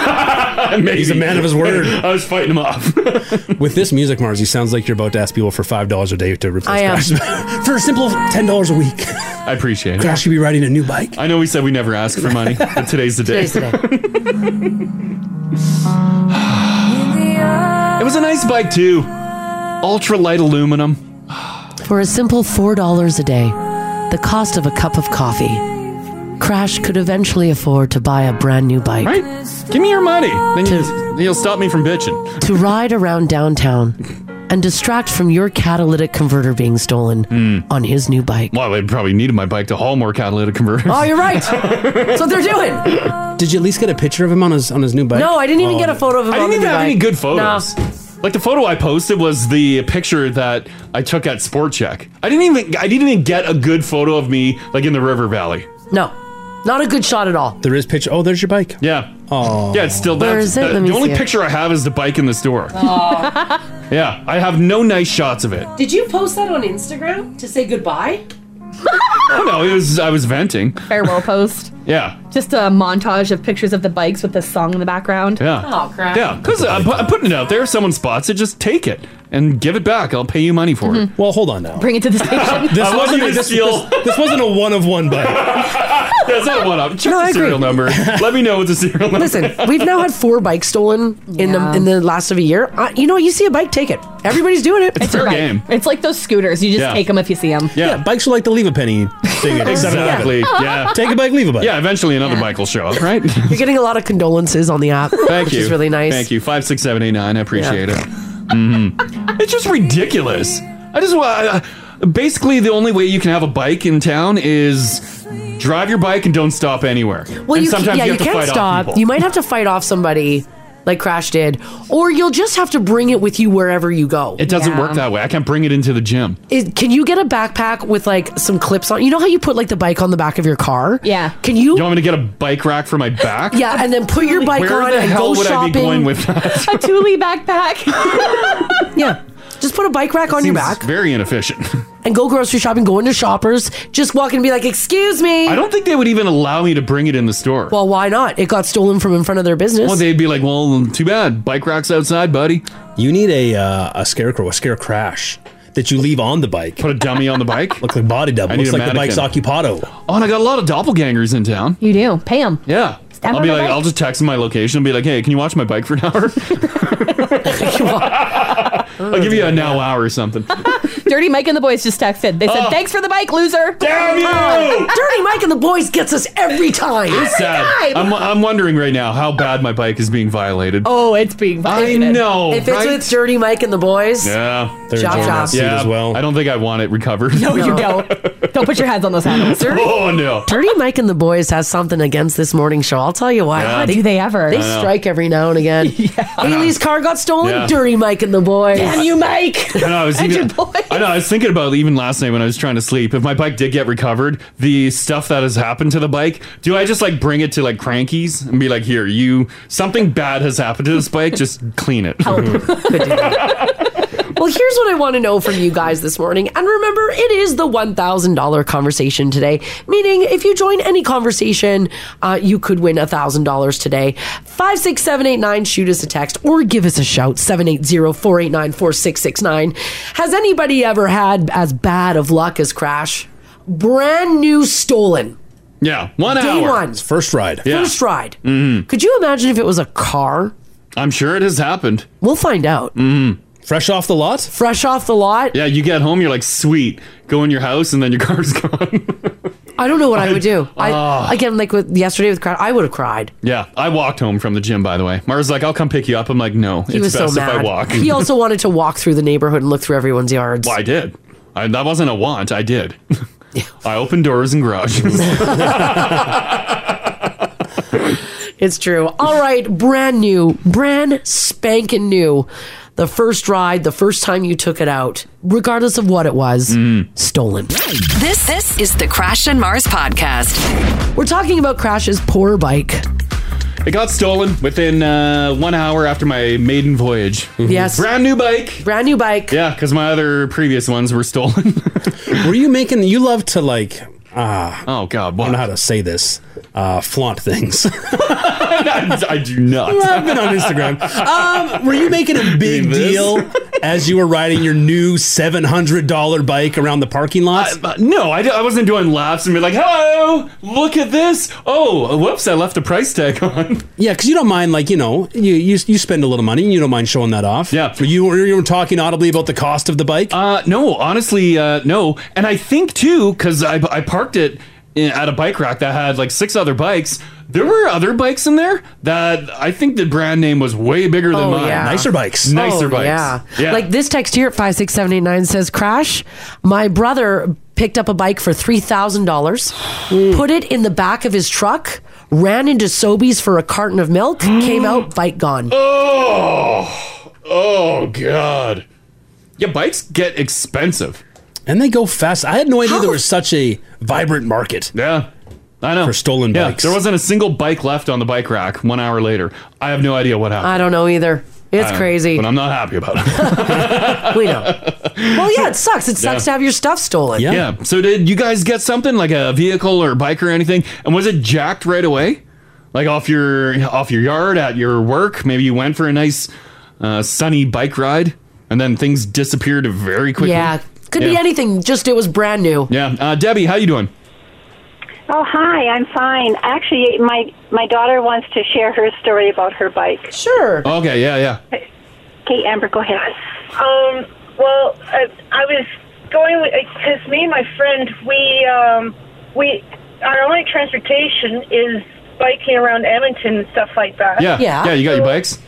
Speaker 8: He's a man of his word.
Speaker 4: I was fighting him off. [LAUGHS]
Speaker 8: With this music, Mars, he sounds like you're about to ask people for five dollars a day to replace.
Speaker 2: I
Speaker 8: Crash.
Speaker 2: am.
Speaker 8: [LAUGHS] For a simple ten dollars a
Speaker 2: [LAUGHS]
Speaker 8: week.
Speaker 4: I appreciate it.
Speaker 8: Crash should be riding a new bike.
Speaker 4: I know we said we never ask for money, but today's the day.
Speaker 8: Today's the
Speaker 4: it was a nice bike too. Ultra light aluminum.
Speaker 2: For a simple $4 a day, the cost of a cup of coffee, Crash could eventually afford to buy a brand new bike.
Speaker 4: Right? Give me your money. Then you, he'll stop me from bitching.
Speaker 2: to ride around downtown and distract from your catalytic converter being stolen on his new
Speaker 4: [LAUGHS]
Speaker 2: bike.
Speaker 4: Well, I probably needed my bike to haul more catalytic converters.
Speaker 2: Oh, you're
Speaker 4: [LAUGHS]
Speaker 2: right. That's what they're doing.
Speaker 8: [LAUGHS] Did you at least get a picture of him on his on his new bike?
Speaker 2: No, I didn't even get a photo of him
Speaker 4: I
Speaker 2: on
Speaker 4: didn't
Speaker 2: the
Speaker 4: even
Speaker 2: new
Speaker 4: have any
Speaker 2: bike.
Speaker 4: good photos. Like the photo I posted was the picture that I took at Sport Check. I didn't even I didn't even get a good photo of me like in the River Valley.
Speaker 2: No, not a good shot at all.
Speaker 8: There is picture. Oh, there's your bike.
Speaker 4: Yeah.
Speaker 8: Oh.
Speaker 4: Yeah, it's still there.
Speaker 2: Where is it?
Speaker 4: The,
Speaker 2: Let me
Speaker 4: the only
Speaker 2: see it.
Speaker 4: picture I have is the bike in the store. Yeah, I have no nice shots of it.
Speaker 2: Did you post that on Instagram to say goodbye?
Speaker 4: Oh no, it was I was
Speaker 5: [LAUGHS]
Speaker 4: venting.
Speaker 5: Farewell post.
Speaker 4: Yeah.
Speaker 5: Just a montage of pictures of the bikes with the song in the background.
Speaker 4: Yeah.
Speaker 5: Oh crap.
Speaker 4: Yeah, because I'm, pu- I'm putting it out there. If someone spots it, just take it and give it back. I'll pay you money for it.
Speaker 8: Mm-hmm. Well,
Speaker 4: [LAUGHS]
Speaker 8: hold on now.
Speaker 5: Bring it to the station.
Speaker 4: This I wasn't a
Speaker 8: this,
Speaker 4: steal.
Speaker 5: [LAUGHS]
Speaker 8: this- this wasn't a one of one bike.
Speaker 4: [LAUGHS] That's not one up. Check the serial number. Let me know what the serial number.
Speaker 2: Listen, we've now had four bikes stolen in
Speaker 5: Yeah.
Speaker 2: the in the last of a year. Uh, you know, what? you see a bike, take it. Everybody's doing it.
Speaker 5: It's your bike. It's like those scooters. You just
Speaker 4: Yeah.
Speaker 5: take them if you see them.
Speaker 4: Yeah.
Speaker 8: bikes are like the leave a penny thing. It doesn't happen.
Speaker 4: exactly. Yeah.
Speaker 8: [LAUGHS] Take a bike, leave a bike.
Speaker 4: Yeah, eventually another bike will show up, [LAUGHS] right?
Speaker 2: You're getting a lot of condolences on the app.
Speaker 4: Thank
Speaker 2: which
Speaker 4: you.
Speaker 2: Is really nice.
Speaker 4: Thank you. Five six seven eight nine. I appreciate
Speaker 2: Yeah.
Speaker 4: it. Mhm. It's just ridiculous. I just wa- I- I- basically the only way you can have a bike in town is drive your bike and don't stop anywhere.
Speaker 2: Well,
Speaker 4: and
Speaker 2: you can, yeah, you, can't stop. You might have to fight off somebody like Crash did, or you'll just have to bring it with you wherever you go.
Speaker 4: It doesn't work that way. I can't bring it into the gym.
Speaker 2: Is- can you get a backpack with like some clips on? You know how you put like the bike on the back of your car? Yeah. Can you?
Speaker 4: You want me to get a bike rack for my back?
Speaker 2: Yeah, and then put your bike
Speaker 4: Where
Speaker 2: on
Speaker 4: the
Speaker 2: and
Speaker 4: hell
Speaker 2: go
Speaker 4: would
Speaker 2: shopping.
Speaker 4: I be going with
Speaker 5: [LAUGHS]
Speaker 4: that?
Speaker 5: a Thule backpack.
Speaker 2: [LAUGHS] yeah. Just put a bike rack on your
Speaker 4: Seems
Speaker 2: back
Speaker 4: Very inefficient.
Speaker 2: [LAUGHS] and go grocery shopping, go into shoppers, just walk in and be like, excuse me.
Speaker 4: I don't think they would even allow me to bring it in the store.
Speaker 2: Well, why not? It got stolen from in front of their business.
Speaker 4: Well, they'd be like, "Well, um, too bad. Bike rack's outside, buddy."
Speaker 8: You need a uh, a scarecrow, a scare crash that you leave on the bike.
Speaker 4: Put a dummy on the bike.
Speaker 8: Look like body double.
Speaker 4: I need
Speaker 8: Looks
Speaker 4: a
Speaker 8: like the bike's
Speaker 4: mannequin.
Speaker 8: occupado.
Speaker 4: Oh, and I got a lot of doppelgangers in town.
Speaker 5: You do. Pay them.
Speaker 4: Yeah.
Speaker 5: Stand
Speaker 4: I'll
Speaker 5: on
Speaker 4: be
Speaker 5: my
Speaker 4: like,
Speaker 5: bike.
Speaker 4: I'll just text them my location and be like, "Hey, can you watch my bike for an hour?" I'll give you
Speaker 5: Oh,
Speaker 4: a now hour or something.
Speaker 5: [LAUGHS] Dirty Mike and the boys just texted. They said,
Speaker 4: Oh.
Speaker 5: "Thanks for the bike, loser." [LAUGHS]
Speaker 4: Damn you!
Speaker 2: Dirty Mike and the boys gets us every time.
Speaker 4: It's sad. I'm, I'm wondering right now how bad my bike is being violated.
Speaker 5: Oh, it's being
Speaker 4: violated. I know,
Speaker 2: If it's
Speaker 4: right?
Speaker 2: with Dirty Mike and the boys,
Speaker 4: Yeah,
Speaker 2: They're Chop, enjoying that chop. seat as
Speaker 4: well. I don't think I want it recovered. [LAUGHS]
Speaker 5: No, you don't. [LAUGHS] Don't put your hands on those handles. Dirty.
Speaker 4: Oh no.
Speaker 2: Dirty Mike and the boys has something against this morning show. I'll tell you why.
Speaker 4: Yeah. God, do
Speaker 5: they ever?
Speaker 2: They
Speaker 4: I know.
Speaker 2: strike every now and again.
Speaker 5: [LAUGHS]
Speaker 2: Haley's car got stolen.
Speaker 4: Yeah.
Speaker 2: Dirty Mike and the boys.
Speaker 4: Damn
Speaker 5: you, Mike.
Speaker 4: I know, I, was
Speaker 2: And
Speaker 4: even,
Speaker 2: your boys.
Speaker 4: I know. I was thinking about even last night when I was trying to sleep. If my bike did get recovered, the stuff that has happened to the bike, do I just like bring it to like Crankies and be like, "Here, you something bad has happened to this bike. Just clean it." [LAUGHS]
Speaker 2: Well, here's what I want to know from you guys this morning. And remember, it is the $1,000 conversation today, meaning if you join any conversation, uh, you could win $1,000 today. 56789, shoot us a text or give us a shout 780 489 4669. Has anybody ever had as bad of luck as Crash? Brand new stolen.
Speaker 4: Yeah, one
Speaker 2: Day
Speaker 4: hour.
Speaker 2: one.
Speaker 8: First ride.
Speaker 2: First ride.
Speaker 4: Mm-hmm.
Speaker 2: Could you imagine if it was a car?
Speaker 4: I'm sure it has happened.
Speaker 2: We'll find out.
Speaker 4: Mm-hmm.
Speaker 8: Fresh off the lot.
Speaker 2: Fresh off the lot.
Speaker 4: Yeah, you get home, you're like, "Sweet." Go in your house, and then your [LAUGHS] car's gone.
Speaker 2: I don't know what I, would
Speaker 4: [LAUGHS]
Speaker 2: do.
Speaker 4: Ah.
Speaker 2: I again, like with yesterday with crowd, I would have cried.
Speaker 4: Yeah, I walked home from the gym. By the way, Mara's like, "I'll come pick you up." I'm like, "No,
Speaker 2: He
Speaker 4: it's
Speaker 2: was
Speaker 4: best
Speaker 2: so mad.
Speaker 4: if I walk."
Speaker 2: he
Speaker 4: [LAUGHS]
Speaker 2: also wanted to walk through the neighborhood and look through everyone's yards.
Speaker 4: Well, I did. I, that wasn't a want.
Speaker 2: [LAUGHS]
Speaker 4: I did. I opened doors and garages.
Speaker 2: It's true. All right, brand new, brand spanking new. The the first ride, the first time you took it out, regardless of what it was, stolen.
Speaker 6: This this is the Crash and Mars podcast.
Speaker 2: We're talking about Crash's poor bike.
Speaker 4: It got stolen within uh, one hour after my maiden voyage.
Speaker 2: Yes.
Speaker 4: Brand new bike.
Speaker 2: Brand new bike.
Speaker 4: Yeah, because my other previous ones were stolen. [LAUGHS]
Speaker 8: were you making? You love to like. ah
Speaker 4: oh God!
Speaker 8: I don't know how to say this. Uh, flaunt things.
Speaker 4: [LAUGHS] I, do not.
Speaker 8: I've been on Instagram. Um, were you
Speaker 4: [LAUGHS]
Speaker 8: making a big
Speaker 4: Doing this?
Speaker 8: deal as you were riding your new seven hundred dollar bike around the parking lot?
Speaker 4: no, I, d- I wasn't doing laps and be like, hello, look at this. Oh, whoops, I left a price tag [LAUGHS] on.
Speaker 8: Yeah, because you don't mind, like you know, you, you you spend a little money, and you don't mind showing that off. Yeah, you were you were talking audibly about the cost of the bike.
Speaker 4: Uh, no, honestly, uh, no. And I think too, because I, I parked it in, at a bike rack that had like six other bikes. There were other bikes in there that I think the brand name was way bigger than
Speaker 2: Oh,
Speaker 4: mine.
Speaker 2: yeah.
Speaker 4: Nicer
Speaker 2: Oh,
Speaker 4: bikes.
Speaker 2: Yeah.
Speaker 4: yeah.
Speaker 2: Like this text here at 56789 says Crash, my brother picked up a bike for
Speaker 4: Hmm.
Speaker 2: $3,000, put it in the back of his truck, ran into Sobeys for a carton of
Speaker 4: [GASPS]
Speaker 2: milk, came out, bike gone.
Speaker 4: [LAUGHS] Oh, oh God. Yeah, bikes get expensive.
Speaker 8: And they go fast. I had no idea there was such a vibrant market.
Speaker 4: Yeah. I know. For
Speaker 8: stolen
Speaker 4: yeah,
Speaker 8: bikes.
Speaker 4: There wasn't a single bike left on the bike rack one hour later. I have no idea what happened.
Speaker 2: I don't know either. It's
Speaker 4: I-
Speaker 2: crazy.
Speaker 4: But I'm not happy about it.
Speaker 2: we know. Well, yeah, it sucks. It sucks
Speaker 4: Yeah.
Speaker 2: to have your stuff stolen.
Speaker 4: Yeah. So did you guys get something like a vehicle or bike or anything? And was it jacked right away? Like off your off your yard at your work? Maybe you went for a nice uh, sunny bike ride, and then things disappeared very quickly.
Speaker 2: Yeah. Could be anything. Just it was brand new.
Speaker 4: Yeah. Uh, Debbie, how you doing?
Speaker 12: Oh, hi. I'm fine. Actually, my my daughter wants to share her story about her bike.
Speaker 2: Sure.
Speaker 4: Okay. Yeah. Yeah.
Speaker 12: Okay, Amber, go ahead.
Speaker 16: Um, well, I, I was going because me and my friend, we um, we our only transportation is biking around Edmonton and stuff like that.
Speaker 4: Yeah. Yeah. You got your bikes?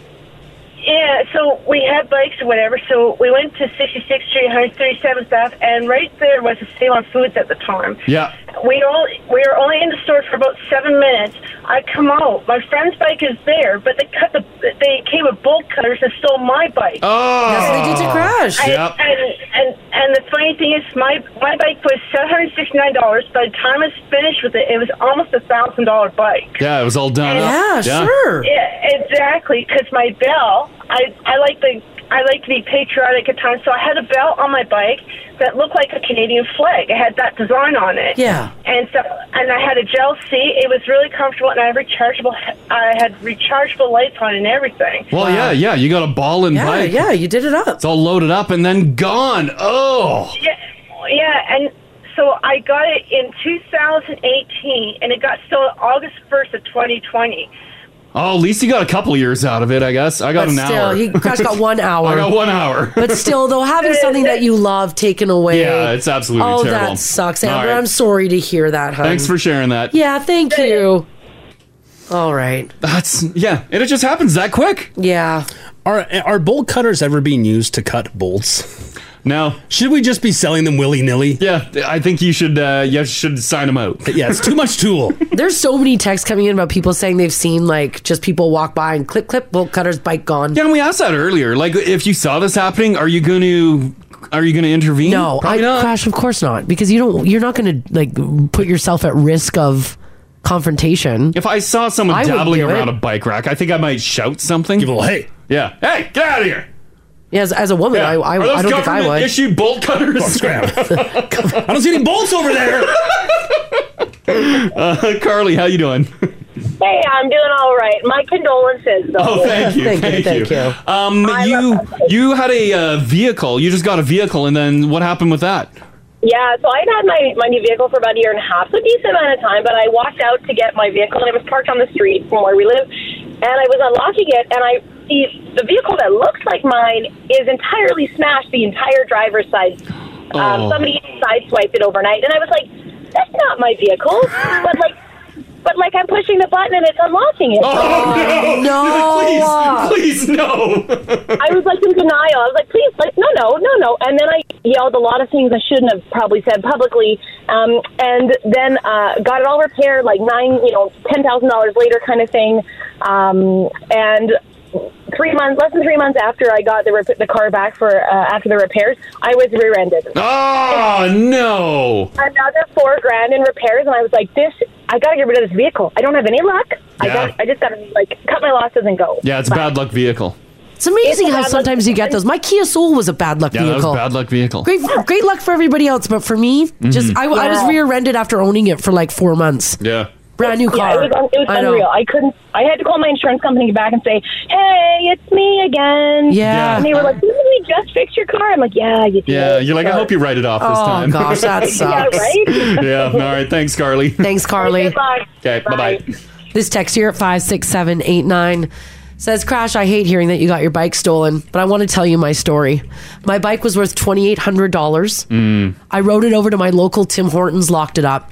Speaker 16: Yeah, so we had bikes or whatever, so we went to 66th Street, 137th Ave, and right there was a sale on foods at the time.
Speaker 4: Yeah.
Speaker 16: We all we were only in the store for about seven minutes. I come out, my friend's bike is there, but they cut the they came with bolt cutters and stole my bike.
Speaker 4: Oh,
Speaker 16: that's
Speaker 4: what they did to Crash.
Speaker 16: And,
Speaker 4: Yep.
Speaker 16: and, and and the funny thing is, my my bike was seven hundred sixty nine dollars. By the time I was finished with it, it was almost a thousand dollar bike.
Speaker 4: Yeah. It was all done.
Speaker 16: And-
Speaker 4: up.
Speaker 16: Yeah, exactly. Because my bell, I I like the I like to be patriotic at times, so I had a bell on my bike that looked like a Canadian flag. It had that design on it.
Speaker 2: Yeah.
Speaker 16: And so, and I had a gel seat. It was really comfortable, and I had rechargeable. I had rechargeable lights on and everything.
Speaker 4: Well, yeah, yeah, you got a ball and
Speaker 16: Yeah,
Speaker 4: bike.
Speaker 16: yeah,
Speaker 2: you did it up.
Speaker 4: It's all loaded up and then gone. Oh,
Speaker 16: Yeah, yeah, and so I got it in 2018, and it got stolen August 1st of 2020.
Speaker 4: oh. At least you got a couple years out of it, I guess. I got
Speaker 2: But
Speaker 4: an
Speaker 2: still,
Speaker 4: hour.
Speaker 2: he- Crash got
Speaker 4: [LAUGHS]
Speaker 2: one hour.
Speaker 4: I got one hour.
Speaker 2: [LAUGHS] But still, though,
Speaker 4: [LAUGHS]
Speaker 2: having something that you love taken away.
Speaker 4: Yeah, it's absolutely
Speaker 2: oh,
Speaker 4: terrible.
Speaker 2: that sucks,
Speaker 4: All
Speaker 2: Amber.
Speaker 4: right.
Speaker 2: I'm sorry to hear that, hun.
Speaker 4: Thanks for sharing that.
Speaker 2: Yeah, thank you. All right.
Speaker 4: That's yeah, and it just happens that quick.
Speaker 2: Yeah.
Speaker 8: Are are bolt cutters ever being used to cut bolts?
Speaker 4: No.
Speaker 8: Should we just be selling them willy nilly?
Speaker 4: Yeah, I think you should. Uh, you should sign them out.
Speaker 8: Yeah, it's too much tool.
Speaker 2: There's so many texts coming in about people saying they've seen like just people walk by and clip clip bolt cutters bike gone.
Speaker 4: [LAUGHS] Yeah, and we asked that earlier. Like, if you saw this happening, are you going to are you going to intervene?
Speaker 2: No, I crash. Of course not, because you don't. You're not going to like put yourself at risk of confrontation.
Speaker 4: If I saw someone
Speaker 2: I wouldn't
Speaker 4: dabbling
Speaker 2: do
Speaker 4: around
Speaker 2: it.
Speaker 4: a bike rack, I think I might shout something. Give a
Speaker 8: little hey.
Speaker 4: Yeah. Hey, get out of here.
Speaker 2: Yeah, as, as a woman, I, I,
Speaker 4: Are those
Speaker 2: Oh, I don't think I
Speaker 4: government
Speaker 2: would.
Speaker 4: Issue bolt cutters. [LAUGHS]
Speaker 8: I don't see any bolts over there.
Speaker 4: uh, Carly, how you doing?
Speaker 14: Hey, I'm doing all right. My condolences, though.
Speaker 4: Oh, [LAUGHS] thank you, thank, you. Um, you you had a uh, vehicle. You just got a vehicle, and then what happened with that?
Speaker 14: Yeah, so I'd had my, my new vehicle for about a year and a half, so a decent amount of time, but I walked out to get my vehicle, and it was parked on the street from where we live, and I was unlocking it, and I see the vehicle that looks like mine is entirely smashed, the entire driver's side.
Speaker 15: Oh.
Speaker 14: Um, somebody sideswiped it overnight, and I was like, that's not my vehicle, but like, but like I'm pushing the button and it's unlocking it.
Speaker 4: Oh,
Speaker 14: no!
Speaker 4: Please, please, no!
Speaker 14: I was like in denial. I was like, please, like, no, no, no, no. And then I yelled a lot of things I shouldn't have probably said publicly. Um, and then uh, got it all repaired, like nine, you know, ten thousand dollars later, kind of thing. Um, and
Speaker 16: three months, less than three months after I got the rep- the car back for uh, after the repairs, I was rear-ended.
Speaker 4: Oh no!
Speaker 16: Another four grand in repairs, and I was like, "This, I gotta get rid of this vehicle. I don't have any luck. I
Speaker 4: Yeah.
Speaker 16: got, I just gotta like cut my losses and go."
Speaker 4: Yeah, it's a bad luck vehicle.
Speaker 2: It's amazing how sometimes you get those. My Kia Soul was a bad luck
Speaker 4: Yeah, that was
Speaker 2: vehicle.
Speaker 4: a bad luck vehicle.
Speaker 2: Great, great luck for everybody else, but for me, just
Speaker 4: Mhm.
Speaker 2: I, I was
Speaker 16: Yeah.
Speaker 2: rear-ended after owning it for like four months.
Speaker 4: Yeah.
Speaker 2: Brand new
Speaker 16: Yeah,
Speaker 2: car.
Speaker 16: it was, un- it was
Speaker 2: I know.
Speaker 16: unreal. I couldn't. I had to call my insurance company back and say, "Hey, it's me again."
Speaker 2: Yeah.
Speaker 16: And they were like, "Didn't we just fix your car?" I'm like, "Yeah, you did."
Speaker 4: Yeah, you're like, I hope you write it off this
Speaker 16: Oh,
Speaker 4: time.
Speaker 16: gosh,
Speaker 4: [LAUGHS]
Speaker 16: that sucks. Yeah, right?
Speaker 4: yeah, all right. Thanks, Carly.
Speaker 2: Thanks, Carly.
Speaker 4: Okay, bye bye.
Speaker 2: This text here at 56789 says, Crash, I hate hearing that you got your bike stolen, but I want to tell you my story. My bike was worth $2,800. I rode it over to my local Tim Hortons, locked it up.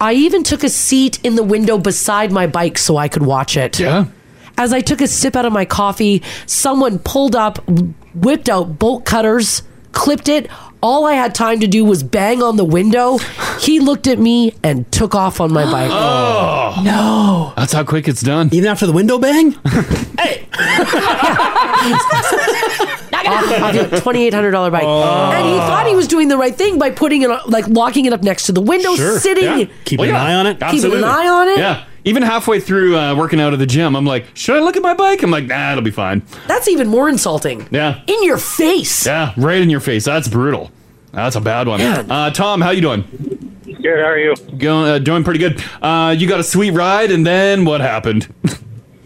Speaker 2: I even took a seat in the window beside my bike so I could watch it.
Speaker 4: Yeah.
Speaker 2: As I took a sip out of my coffee, someone pulled up, whipped out bolt cutters, clipped it. All I had time to do was bang on the window. He looked at me and took off on
Speaker 4: [GASPS]
Speaker 2: my bike.
Speaker 4: Oh.
Speaker 2: No.
Speaker 4: That's how quick it's done.
Speaker 8: Even after the window bang?
Speaker 2: twenty eight hundred dollar bike, and he thought he was doing the right thing by putting it on- like locking it up next to the window, sitting. Oh,
Speaker 4: Well, yeah,
Speaker 2: keeping an
Speaker 4: absolutely.
Speaker 2: eye on it.
Speaker 4: Yeah. Even halfway through uh, working out of the gym, I'm like, should I look at my bike? I'm like, nah, it'll be fine.
Speaker 2: that's even more insulting.
Speaker 4: Yeah.
Speaker 2: In your face.
Speaker 4: Yeah, right in your face. That's brutal. That's a bad one. Uh, Tom, how you doing?
Speaker 25: Good. How are you?
Speaker 4: Going, uh, doing pretty good. Uh, you got a sweet ride, and then what happened? [LAUGHS]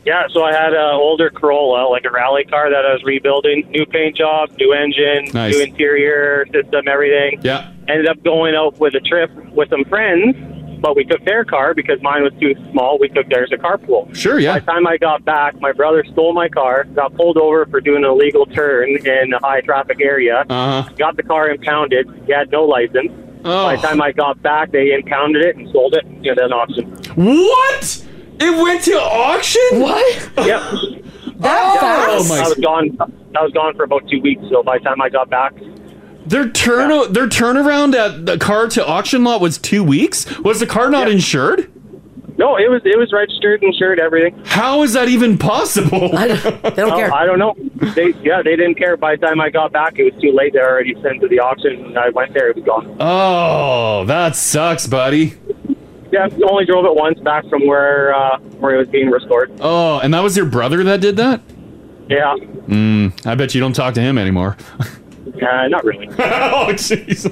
Speaker 25: Yeah, so I had an older Corolla, like a rally car that I was rebuilding. New paint job, new engine,
Speaker 4: Nice.
Speaker 25: new interior system, everything.
Speaker 4: Yeah.
Speaker 25: Ended up going out with a trip with some friends, but we took their car because mine was too small. We took theirs to carpool.
Speaker 4: Sure, yeah.
Speaker 25: By the time I got back, my brother stole my car, got pulled over for doing an illegal turn in a high traffic area,
Speaker 4: Uh-huh. Oh.
Speaker 25: got the car impounded. He had no license. By the time I got back, they impounded it and sold it at an auction.
Speaker 4: What? It went to auction? Oh
Speaker 2: What?
Speaker 25: Yep.
Speaker 2: That
Speaker 4: fast?
Speaker 25: I was gone. I was gone for about two weeks. So by the time I got back,
Speaker 4: Their turn their turnaround at the car to auction lot was two weeks. Was the car not insured?
Speaker 25: no, it was it was registered, insured, everything.
Speaker 4: How is that even possible? I
Speaker 2: don't, they
Speaker 25: Oh, I don't know. They yeah, they didn't care. By the time I got back, it was too late. They already sent to the auction. And I went there. It was gone.
Speaker 4: Oh, that sucks, buddy.
Speaker 25: Yeah, only drove it once back from where uh, where it was being restored.
Speaker 4: Oh, and that was your brother that did that?
Speaker 25: Yeah,
Speaker 4: Mm, I bet you don't talk to him anymore.
Speaker 25: uh, not
Speaker 4: [LAUGHS]
Speaker 25: really.
Speaker 4: oh jeez.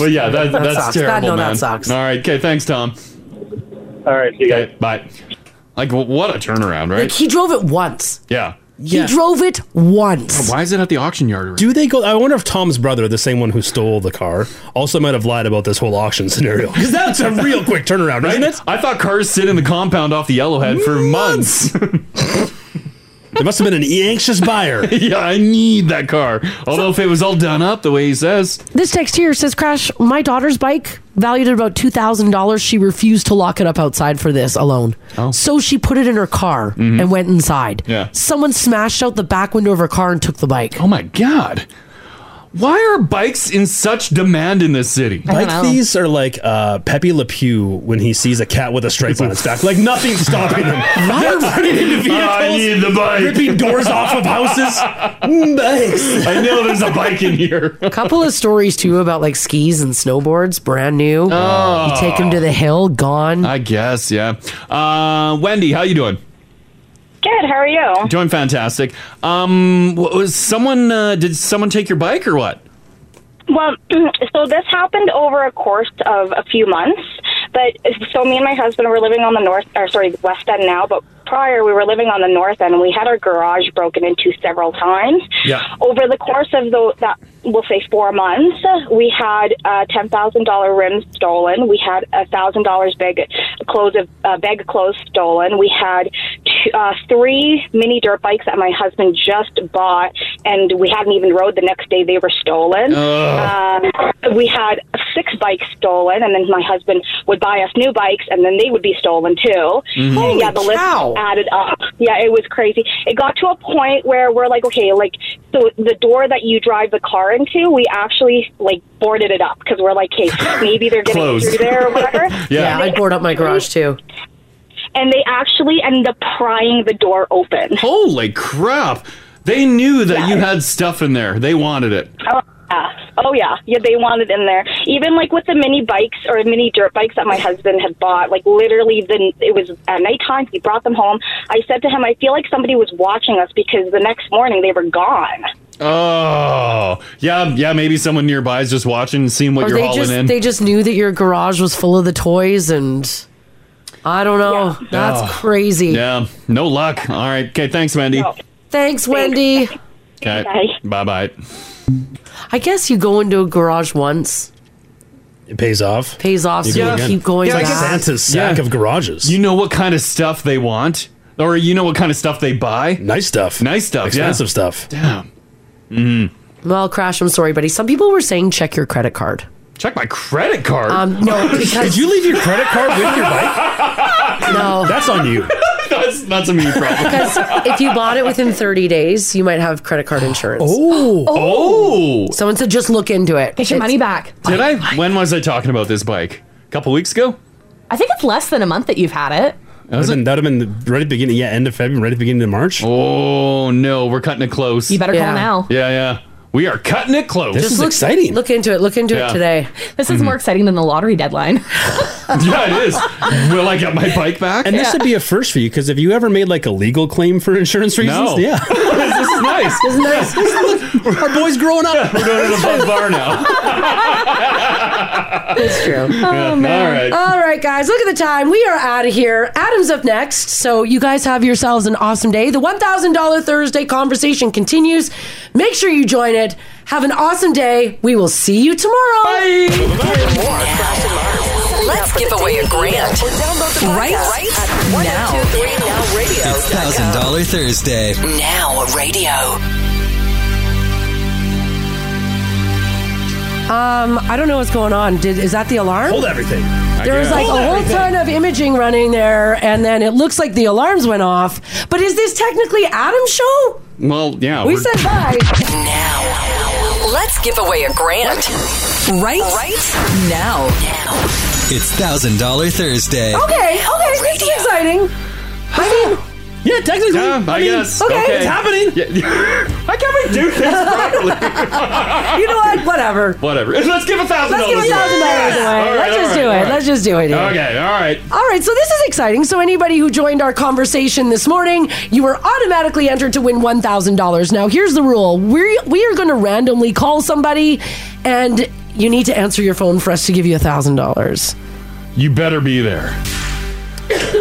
Speaker 4: well, yeah, that,
Speaker 25: That
Speaker 4: that's
Speaker 25: sucks. That-
Speaker 4: terrible,
Speaker 25: no, that
Speaker 4: man.
Speaker 25: sucks.
Speaker 4: All right, okay, thanks, Tom.
Speaker 25: All right, see you
Speaker 4: guys. Bye. Like, wh- what a turnaround, right?
Speaker 2: Like he drove it once.
Speaker 4: yeah.
Speaker 2: He [LAUGHS] drove it once.
Speaker 4: Why is it at the auction yard?
Speaker 8: Do they go? I wonder if Tom's brother, the same one who stole the car, also might have lied about this whole
Speaker 4: [LAUGHS]
Speaker 8: auction scenario. Because that's a real quick turnaround, right?
Speaker 4: Isn't it? I thought cars sit in the compound off the Yellowhead for months.
Speaker 8: There must have been an anxious buyer.
Speaker 4: [LAUGHS] yeah, I need that car. Although if it was all done up the way he says,
Speaker 2: This text here says, "Crash, my daughter's bike, valued at about two thousand dollars. She refused to lock it up outside for this alone, so she put it in her car and went inside.
Speaker 4: Oh. Mm-hmm. Yeah.
Speaker 2: Someone smashed out the back window of her car and took the bike.
Speaker 4: Oh my god! why are bikes in such demand in this city?
Speaker 8: Bike thieves are like uh, Pepe Le Pew when he sees a cat with a stripe on its back.
Speaker 4: [LAUGHS]
Speaker 8: Like nothing's stopping them. They're running into vehicles.
Speaker 4: Ah, I need the bike.
Speaker 8: Ripping doors off of houses. Mm, Bikes.
Speaker 4: I know there's a bike in here.
Speaker 2: A [LAUGHS] couple of stories too about like skis and snowboards, brand new.
Speaker 4: Oh.
Speaker 2: You take them to the hill, gone.
Speaker 4: I guess, yeah. Uh, Wendy, how you doing?
Speaker 15: Good. How are you?
Speaker 4: Doing fantastic. Um, what was someone? Uh, did someone take your bike or what?
Speaker 15: Well, [CLEARS THROAT] so this happened over a course of a few months. But so me and my husband were living on the north, or sorry, the west end now. But prior, we were living on the north end, and we had our garage broken into several times.
Speaker 4: Yeah.
Speaker 15: Over the course of the that we'll say four months, we had uh, ten thousand dollar rims stolen. We had a thousand dollars bag clothes of uh, bag of clothes stolen. We had two, uh, three mini dirt bikes that my husband just bought, and we hadn't even rode. The next day, they were stolen.
Speaker 13: Ugh.
Speaker 15: Um, we had six bikes stolen, and then my husband would buy us new bikes, and then they would be stolen too.
Speaker 13: Mhm.
Speaker 15: And yeah, the
Speaker 13: Holy
Speaker 15: list
Speaker 13: cow.
Speaker 15: added up. Yeah, it was crazy. It got to a point where we're like, okay, like so the door that you drive the car into, we actually like boarded it up because we're like, hey, maybe they're getting
Speaker 2: Closed. [LAUGHS]
Speaker 15: through there or whatever.
Speaker 2: yeah, I board up my garage too.
Speaker 15: and they actually ended up prying the door open.
Speaker 4: Holy crap! They knew that you had stuff in there. They wanted it.
Speaker 15: Oh yeah. Oh yeah. Yeah, they wanted in there. Even like with the mini bikes or mini dirt bikes that my husband had bought, like literally the it was at nighttime, he brought them home. I said to him, I feel like somebody was watching us because the next morning they were gone.
Speaker 4: Oh, yeah, yeah. Maybe someone nearby is just watching, and seeing what
Speaker 2: or
Speaker 4: you're
Speaker 2: they
Speaker 4: hauling
Speaker 2: just
Speaker 4: in.
Speaker 2: they just knew that your garage was full of the toys and I don't know. That's
Speaker 4: Oh.
Speaker 2: crazy.
Speaker 4: Yeah, no luck. All right. Okay. Thanks, Wendy.
Speaker 2: Thanks, Wendy.
Speaker 4: Okay. Bye bye.
Speaker 2: I guess you go into a garage once.
Speaker 8: It pays off.
Speaker 2: Pays off, so you keep going
Speaker 8: It's like
Speaker 2: back.
Speaker 8: Santa's sack of garages.
Speaker 4: You know what kind of stuff they want, or you know what kind of stuff they buy.
Speaker 8: Nice stuff.
Speaker 4: Nice stuff.
Speaker 8: Expensive
Speaker 4: yeah.
Speaker 8: stuff.
Speaker 4: Damn. Mm.
Speaker 2: Well, Crash, I'm sorry, buddy. Some people were saying check your credit card.
Speaker 4: Check my credit card.
Speaker 2: Um,
Speaker 4: [LAUGHS]
Speaker 2: no,
Speaker 8: Did
Speaker 2: because
Speaker 8: you leave your credit card with your bike?
Speaker 2: no,
Speaker 8: That's on you.
Speaker 4: that's that's a me
Speaker 2: [LAUGHS]
Speaker 4: problem.
Speaker 2: because if you bought it within 30 days, you might have credit card insurance.
Speaker 8: Oh,
Speaker 4: oh!
Speaker 2: Someone said just look into it.
Speaker 5: Get your money back.
Speaker 4: Did I? When was I talking about this bike? A couple weeks ago.
Speaker 5: I think it's less than a month that you've had it.
Speaker 8: That would have been, that'd have been the- right at the beginning, yeah, end of February, right at the beginning of March.
Speaker 4: Oh no, we're cutting it close.
Speaker 5: You better call Yeah. now.
Speaker 4: Yeah, yeah. We are cutting it close.
Speaker 2: Look into it. Look into
Speaker 4: Oh. Yeah. Mm-hmm.
Speaker 2: it today.
Speaker 5: This is more exciting than the lottery deadline.
Speaker 4: [LAUGHS] yeah, it is. Will I get my bike back?
Speaker 8: And this
Speaker 5: Yeah.
Speaker 8: would be a first for you because have you ever made like a legal claim for insurance
Speaker 4: No.
Speaker 8: reasons? Yeah.
Speaker 4: [LAUGHS] this is nice.
Speaker 2: This is nice.
Speaker 8: [LAUGHS] Look, our boy's growing up.
Speaker 4: we're going to the Bud Bar now.
Speaker 2: It's true.
Speaker 4: [LAUGHS] Yeah, all right.
Speaker 2: Oh, All right, guys. Look at the time. We are out of here. Adam's up next. So you guys have yourselves an awesome day. The $1,000 Thursday conversation continues. Make sure you join it. Have an awesome day. We will see you tomorrow.
Speaker 6: Let's give away a grand right, right now.
Speaker 17: It's Thousand Dollar Thursday.
Speaker 6: Now radio.
Speaker 2: Um, I don't know what's going on. Did is that the alarm?
Speaker 8: Hold everything.
Speaker 2: There was like a whole ton of imaging running there, and then it looks like the alarms went off. But is this technically Adam's show?
Speaker 4: Well, yeah.
Speaker 2: we
Speaker 4: we're-
Speaker 2: said bye.
Speaker 6: Let's give away a grand right, right now.
Speaker 17: It's Thousand Dollar Thursday.
Speaker 2: Okay, okay, this is exciting. I mean,
Speaker 8: yeah, technically,
Speaker 4: Yeah, I, guess.
Speaker 2: okay,
Speaker 4: It's
Speaker 8: happening.
Speaker 4: I can't [LAUGHS] do this properly.
Speaker 2: [LAUGHS] you know what? Whatever.
Speaker 4: Whatever. Let's give a thousand
Speaker 2: Let's
Speaker 4: dollars.
Speaker 2: give a thousand dollars away. Let's just do it. Let's just do it. here.
Speaker 4: Okay. All right.
Speaker 2: All right, so this is exciting. So, anybody who joined our conversation this morning, you were automatically entered to win $1,000. Now, here's the rule we we are going to randomly call somebody, and you need to answer your phone for us to give you $1,000.
Speaker 4: You better be there.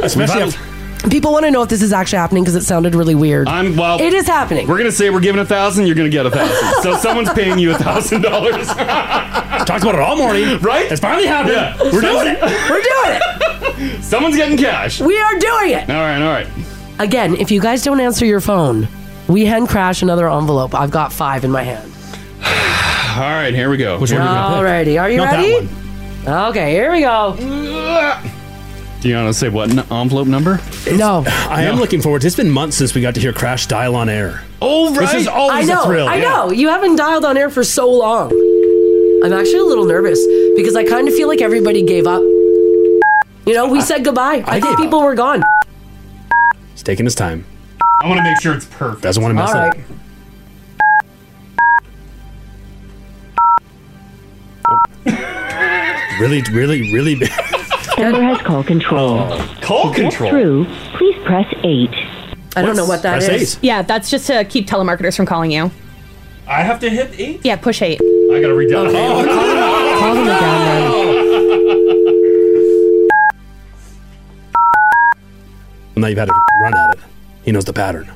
Speaker 8: Especially
Speaker 4: if
Speaker 2: People want to know if this is actually happening because it sounded really weird.
Speaker 4: I'm well.
Speaker 2: It is happening.
Speaker 4: We're gonna say we're giving a thousand. You're gonna get a
Speaker 2: [LAUGHS]
Speaker 4: thousand. So someone's paying you a thousand dollars.
Speaker 8: Talked about it all morning,
Speaker 4: right?
Speaker 8: It's finally happening. We're doing
Speaker 2: [LAUGHS]
Speaker 8: it.
Speaker 2: We're doing
Speaker 4: it. Someone's getting cash.
Speaker 2: We are doing it.
Speaker 4: All right. All right.
Speaker 2: Again, if you guys don't answer your phone, we hand crash another envelope. I've got five in my hand.
Speaker 4: All right. Here we go. Which
Speaker 2: Alrighty, are you ready? Okay, here we go.
Speaker 4: Do you want to say what n- envelope number?
Speaker 2: no.
Speaker 8: I am looking forward to It's been months since we got to hear Crash dial on air.
Speaker 4: Oh,
Speaker 8: This is always
Speaker 2: I know,
Speaker 8: a thrill.
Speaker 2: I
Speaker 8: yeah.
Speaker 2: know. You haven't dialed on air for so long. I'm actually a little nervous because I kind of feel like everybody gave up. You know, we said goodbye. I, think people were gone.
Speaker 8: He's taking his time.
Speaker 4: I want to make sure it's perfect.
Speaker 8: Doesn't want to mess
Speaker 2: All
Speaker 8: up.
Speaker 2: right.
Speaker 8: Really, really, really [LAUGHS] big.
Speaker 13: Member has call control.
Speaker 4: Oh, Call
Speaker 13: to
Speaker 4: control.
Speaker 13: Get through, please press 8.
Speaker 2: I don't know what that is.
Speaker 5: Yeah, that's just to keep telemarketers from calling you.
Speaker 4: I have to hit eight.
Speaker 5: Yeah, push eight.
Speaker 4: I gotta read down. Oh,
Speaker 2: Call them
Speaker 4: [LAUGHS]
Speaker 8: Now you've had a run at it. He knows the pattern.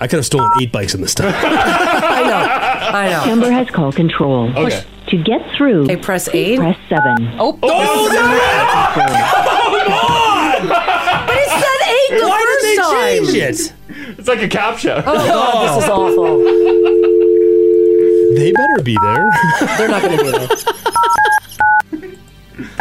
Speaker 8: I could have stolen eight bikes in this time.
Speaker 4: [LAUGHS]
Speaker 2: I know. I know.
Speaker 13: Member has call control.
Speaker 8: Okay.
Speaker 13: To get through,
Speaker 2: okay, press 8.
Speaker 13: Press 7.
Speaker 5: Oh,
Speaker 13: oh
Speaker 2: But it said 8 the
Speaker 13: Why
Speaker 2: first
Speaker 13: did
Speaker 2: time.
Speaker 4: It's like a captcha.
Speaker 2: Oh, God,
Speaker 4: [LAUGHS]
Speaker 2: this is awful.
Speaker 8: They better be there.
Speaker 2: They're not going to be there.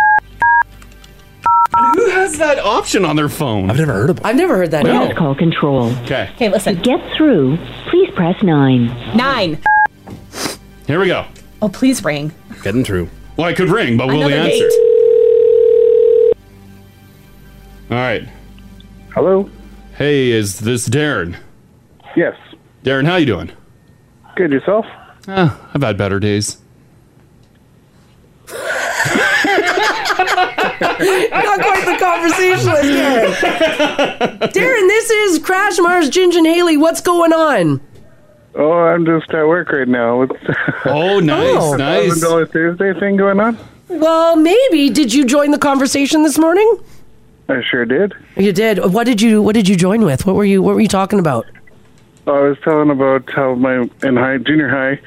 Speaker 4: And who has that option on their phone? I've
Speaker 8: never heard of it.
Speaker 2: I've never heard that.
Speaker 13: Member
Speaker 4: No.
Speaker 13: has call control. Okay.
Speaker 4: Okay,
Speaker 5: listen.
Speaker 13: To get through, please press 9.
Speaker 2: [LAUGHS]
Speaker 5: Nine.
Speaker 4: Here we go.
Speaker 5: Oh, please ring.
Speaker 8: Getting through.
Speaker 4: Well, I could ring, but will they
Speaker 5: Another
Speaker 4: answer?
Speaker 5: eight.
Speaker 4: All right.
Speaker 26: Hello.
Speaker 4: Hey, is this Darren?
Speaker 26: Yes.
Speaker 4: Darren, how you doing? Eh,
Speaker 26: Good yourself.
Speaker 4: I've had better days.
Speaker 2: Not quite the
Speaker 13: [LAUGHS]
Speaker 2: conversationalist, Darren. Darren, this is Crash Mars, Ginge, and Haley. What's going on?
Speaker 26: Oh, I'm just at work right now.
Speaker 4: [LAUGHS] oh,
Speaker 2: nice, Oh. nice.
Speaker 26: Thousand dollar Thursday thing going on.
Speaker 2: Well, maybe. Did you join the conversation this morning?
Speaker 26: I sure did.
Speaker 2: You did. What did you What did you join with? What were you What were you talking about?
Speaker 26: I was telling about how my in high junior high,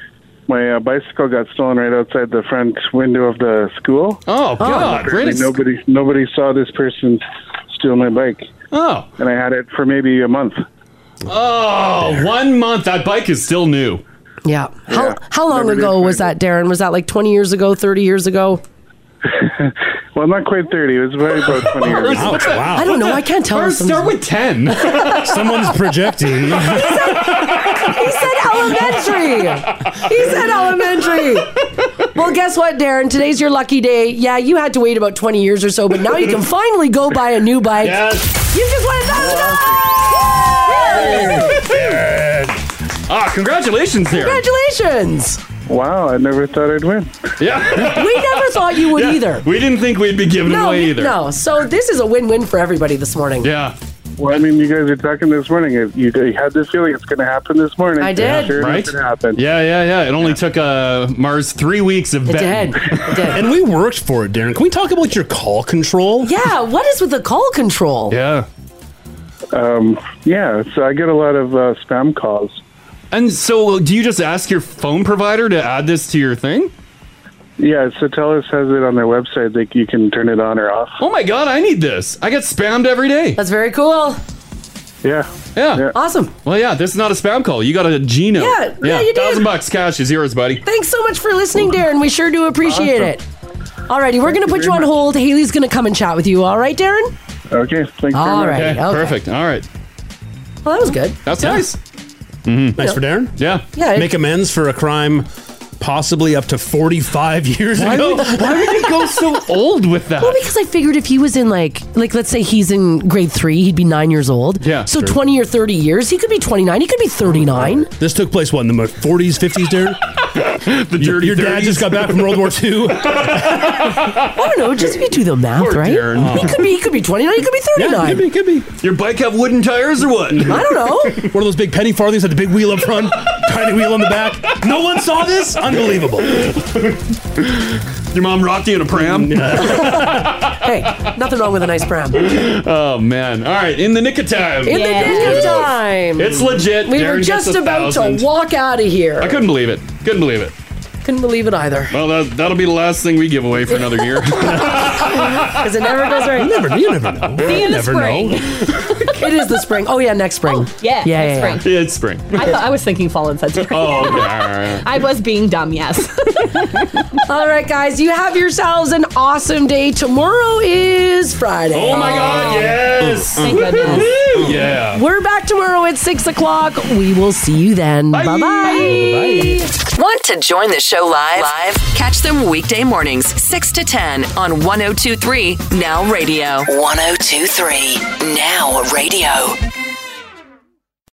Speaker 26: my uh, bicycle got stolen right outside the front window of the school.
Speaker 4: Oh God,
Speaker 26: Apparently
Speaker 4: great.
Speaker 26: Nobody nobody saw this person steal my bike.
Speaker 4: Oh,
Speaker 26: and I had it for maybe a month.
Speaker 4: Oh, one month. That bike is still new.
Speaker 2: Yeah. How How long ago was that, Darren? Was that like twenty years ago, thirty years ago?
Speaker 26: Well, not quite thirty. It was probably
Speaker 2: [LAUGHS]
Speaker 26: about twenty years.
Speaker 2: Wow, wow. I don't know. I can't tell.
Speaker 4: First, start with ten.
Speaker 2: [LAUGHS]
Speaker 8: Someone's
Speaker 4: [LAUGHS]
Speaker 8: projecting.
Speaker 2: He said elementary. He said elementary. Well, guess what, Darren? Today's your lucky day. Yeah, you had to wait about 20 years or so, but now
Speaker 4: [LAUGHS]
Speaker 2: you can finally go buy a new bike. You just won a thousand
Speaker 4: Ah, congratulations, Darren.
Speaker 2: Congratulations.
Speaker 26: Wow, I never thought I'd win.
Speaker 4: Yeah.
Speaker 2: We never thought you would
Speaker 4: Yeah,
Speaker 2: either.
Speaker 4: We didn't think we'd be giving
Speaker 2: No,
Speaker 4: away either.
Speaker 2: no. So this is a win-win for everybody this morning.
Speaker 4: Yeah.
Speaker 26: Well, I mean, you guys are talking this morning. You, you had this feeling it's going to happen this morning.
Speaker 2: I did.
Speaker 26: Sure enough,
Speaker 4: Right?
Speaker 26: it happened.
Speaker 4: Yeah, yeah, yeah. It only took uh, Mars three weeks of betting.
Speaker 8: and we worked for it, Darren. Can we talk about your call control?
Speaker 2: Yeah, what is with the call control?
Speaker 4: Yeah.
Speaker 26: Um, yeah, so I get a lot of uh, spam calls.
Speaker 4: And so, do you just ask your phone provider to add this to your thing?
Speaker 26: Yeah, so Telus has it on their website that you can turn it on or off.
Speaker 4: Oh my god, I need this. I get spammed every day.
Speaker 2: That's very cool.
Speaker 26: Yeah.
Speaker 4: Yeah.
Speaker 2: Awesome.
Speaker 4: Well, yeah, this is not a spam call. You got a Gino.
Speaker 2: Yeah, yeah, you did.
Speaker 4: Thousand bucks cash is yours, buddy.
Speaker 2: Thanks so much for listening, Darren. We sure do appreciate it. Alrighty, we're gonna put you on hold. Haley's gonna come and chat with you. All right, Darren?
Speaker 26: Okay, thanks
Speaker 2: All
Speaker 26: very much.
Speaker 2: right,
Speaker 4: Okay,
Speaker 2: okay.
Speaker 4: Perfect. All right.
Speaker 2: Well, that was good.
Speaker 4: That's
Speaker 2: Yeah.
Speaker 4: nice.
Speaker 8: Mm-hmm. Nice for Darren.
Speaker 4: Yeah.
Speaker 2: Yeah, it-
Speaker 8: Make amends for a crime possibly up to 45 [LAUGHS] years
Speaker 4: Why
Speaker 8: ago.
Speaker 4: would- why would you go so old with that?
Speaker 2: Well, because I figured if he was in like like let's say he's in grade three, he'd be nine years old. Yeah. So
Speaker 8: sure.
Speaker 2: twenty or thirty years, he could be twenty nine, he could be thirty nine.
Speaker 8: [LAUGHS] This took place, what, in the mo- 40s, 50s,
Speaker 4: [LAUGHS]
Speaker 8: Darren?
Speaker 4: the
Speaker 8: your, your dad just got back from
Speaker 4: [LAUGHS]
Speaker 8: World War
Speaker 2: [LAUGHS]
Speaker 8: II.
Speaker 2: I don't know, just if you do the math, right?
Speaker 4: Darren.
Speaker 2: He could
Speaker 4: [LAUGHS]
Speaker 2: be he could be twenty nine, he could be thirty nine.
Speaker 8: could be, could be.
Speaker 4: Your bike have wooden tires or what? I
Speaker 2: don't know.
Speaker 8: [LAUGHS] One of those big penny farthings had the big wheel up front, tiny wheel on the back. No one saw this? Unbelievable.
Speaker 4: Your mom rocked you in a pram?
Speaker 2: [LAUGHS] hey, nothing wrong with a nice pram.
Speaker 4: [LAUGHS] oh man! All right, in the nick of time.
Speaker 2: In the nick of time.
Speaker 4: It's legit.
Speaker 2: We
Speaker 4: Darren
Speaker 2: were
Speaker 4: gets
Speaker 2: just
Speaker 4: a
Speaker 2: about
Speaker 4: thousand.
Speaker 2: to walk out of here.
Speaker 4: I couldn't believe it. Couldn't believe it.
Speaker 2: Couldn't believe it either.
Speaker 4: Well, that, that'll be the last thing we give away for another
Speaker 2: [LAUGHS]
Speaker 4: year. [LAUGHS]
Speaker 2: Because it never goes right.
Speaker 8: You never, you never know.
Speaker 2: See you in the
Speaker 8: never
Speaker 2: spring.
Speaker 8: know.
Speaker 2: [LAUGHS] it is the spring. Oh yeah, next spring.
Speaker 5: yeah, next
Speaker 2: yeah, yeah, yeah.
Speaker 5: spring.
Speaker 4: It's spring.
Speaker 5: [LAUGHS] I thought I was thinking fall and sunset.
Speaker 4: Oh, okay. All right.
Speaker 5: [LAUGHS] I was being dumb, yes.
Speaker 2: [LAUGHS] All right, guys, you have yourselves an awesome day. Tomorrow is Friday.
Speaker 4: [LAUGHS] Oh my God! Yes.
Speaker 2: Thank goodness.
Speaker 4: Woo-hoo, Yeah.
Speaker 2: We're back tomorrow at 6 o'clock. We will see you then. Bye-bye.
Speaker 6: Want to join the show live? Live? Catch them weekday mornings, 6 to 10 on 1023 Now Radio. 1023 Now Radio.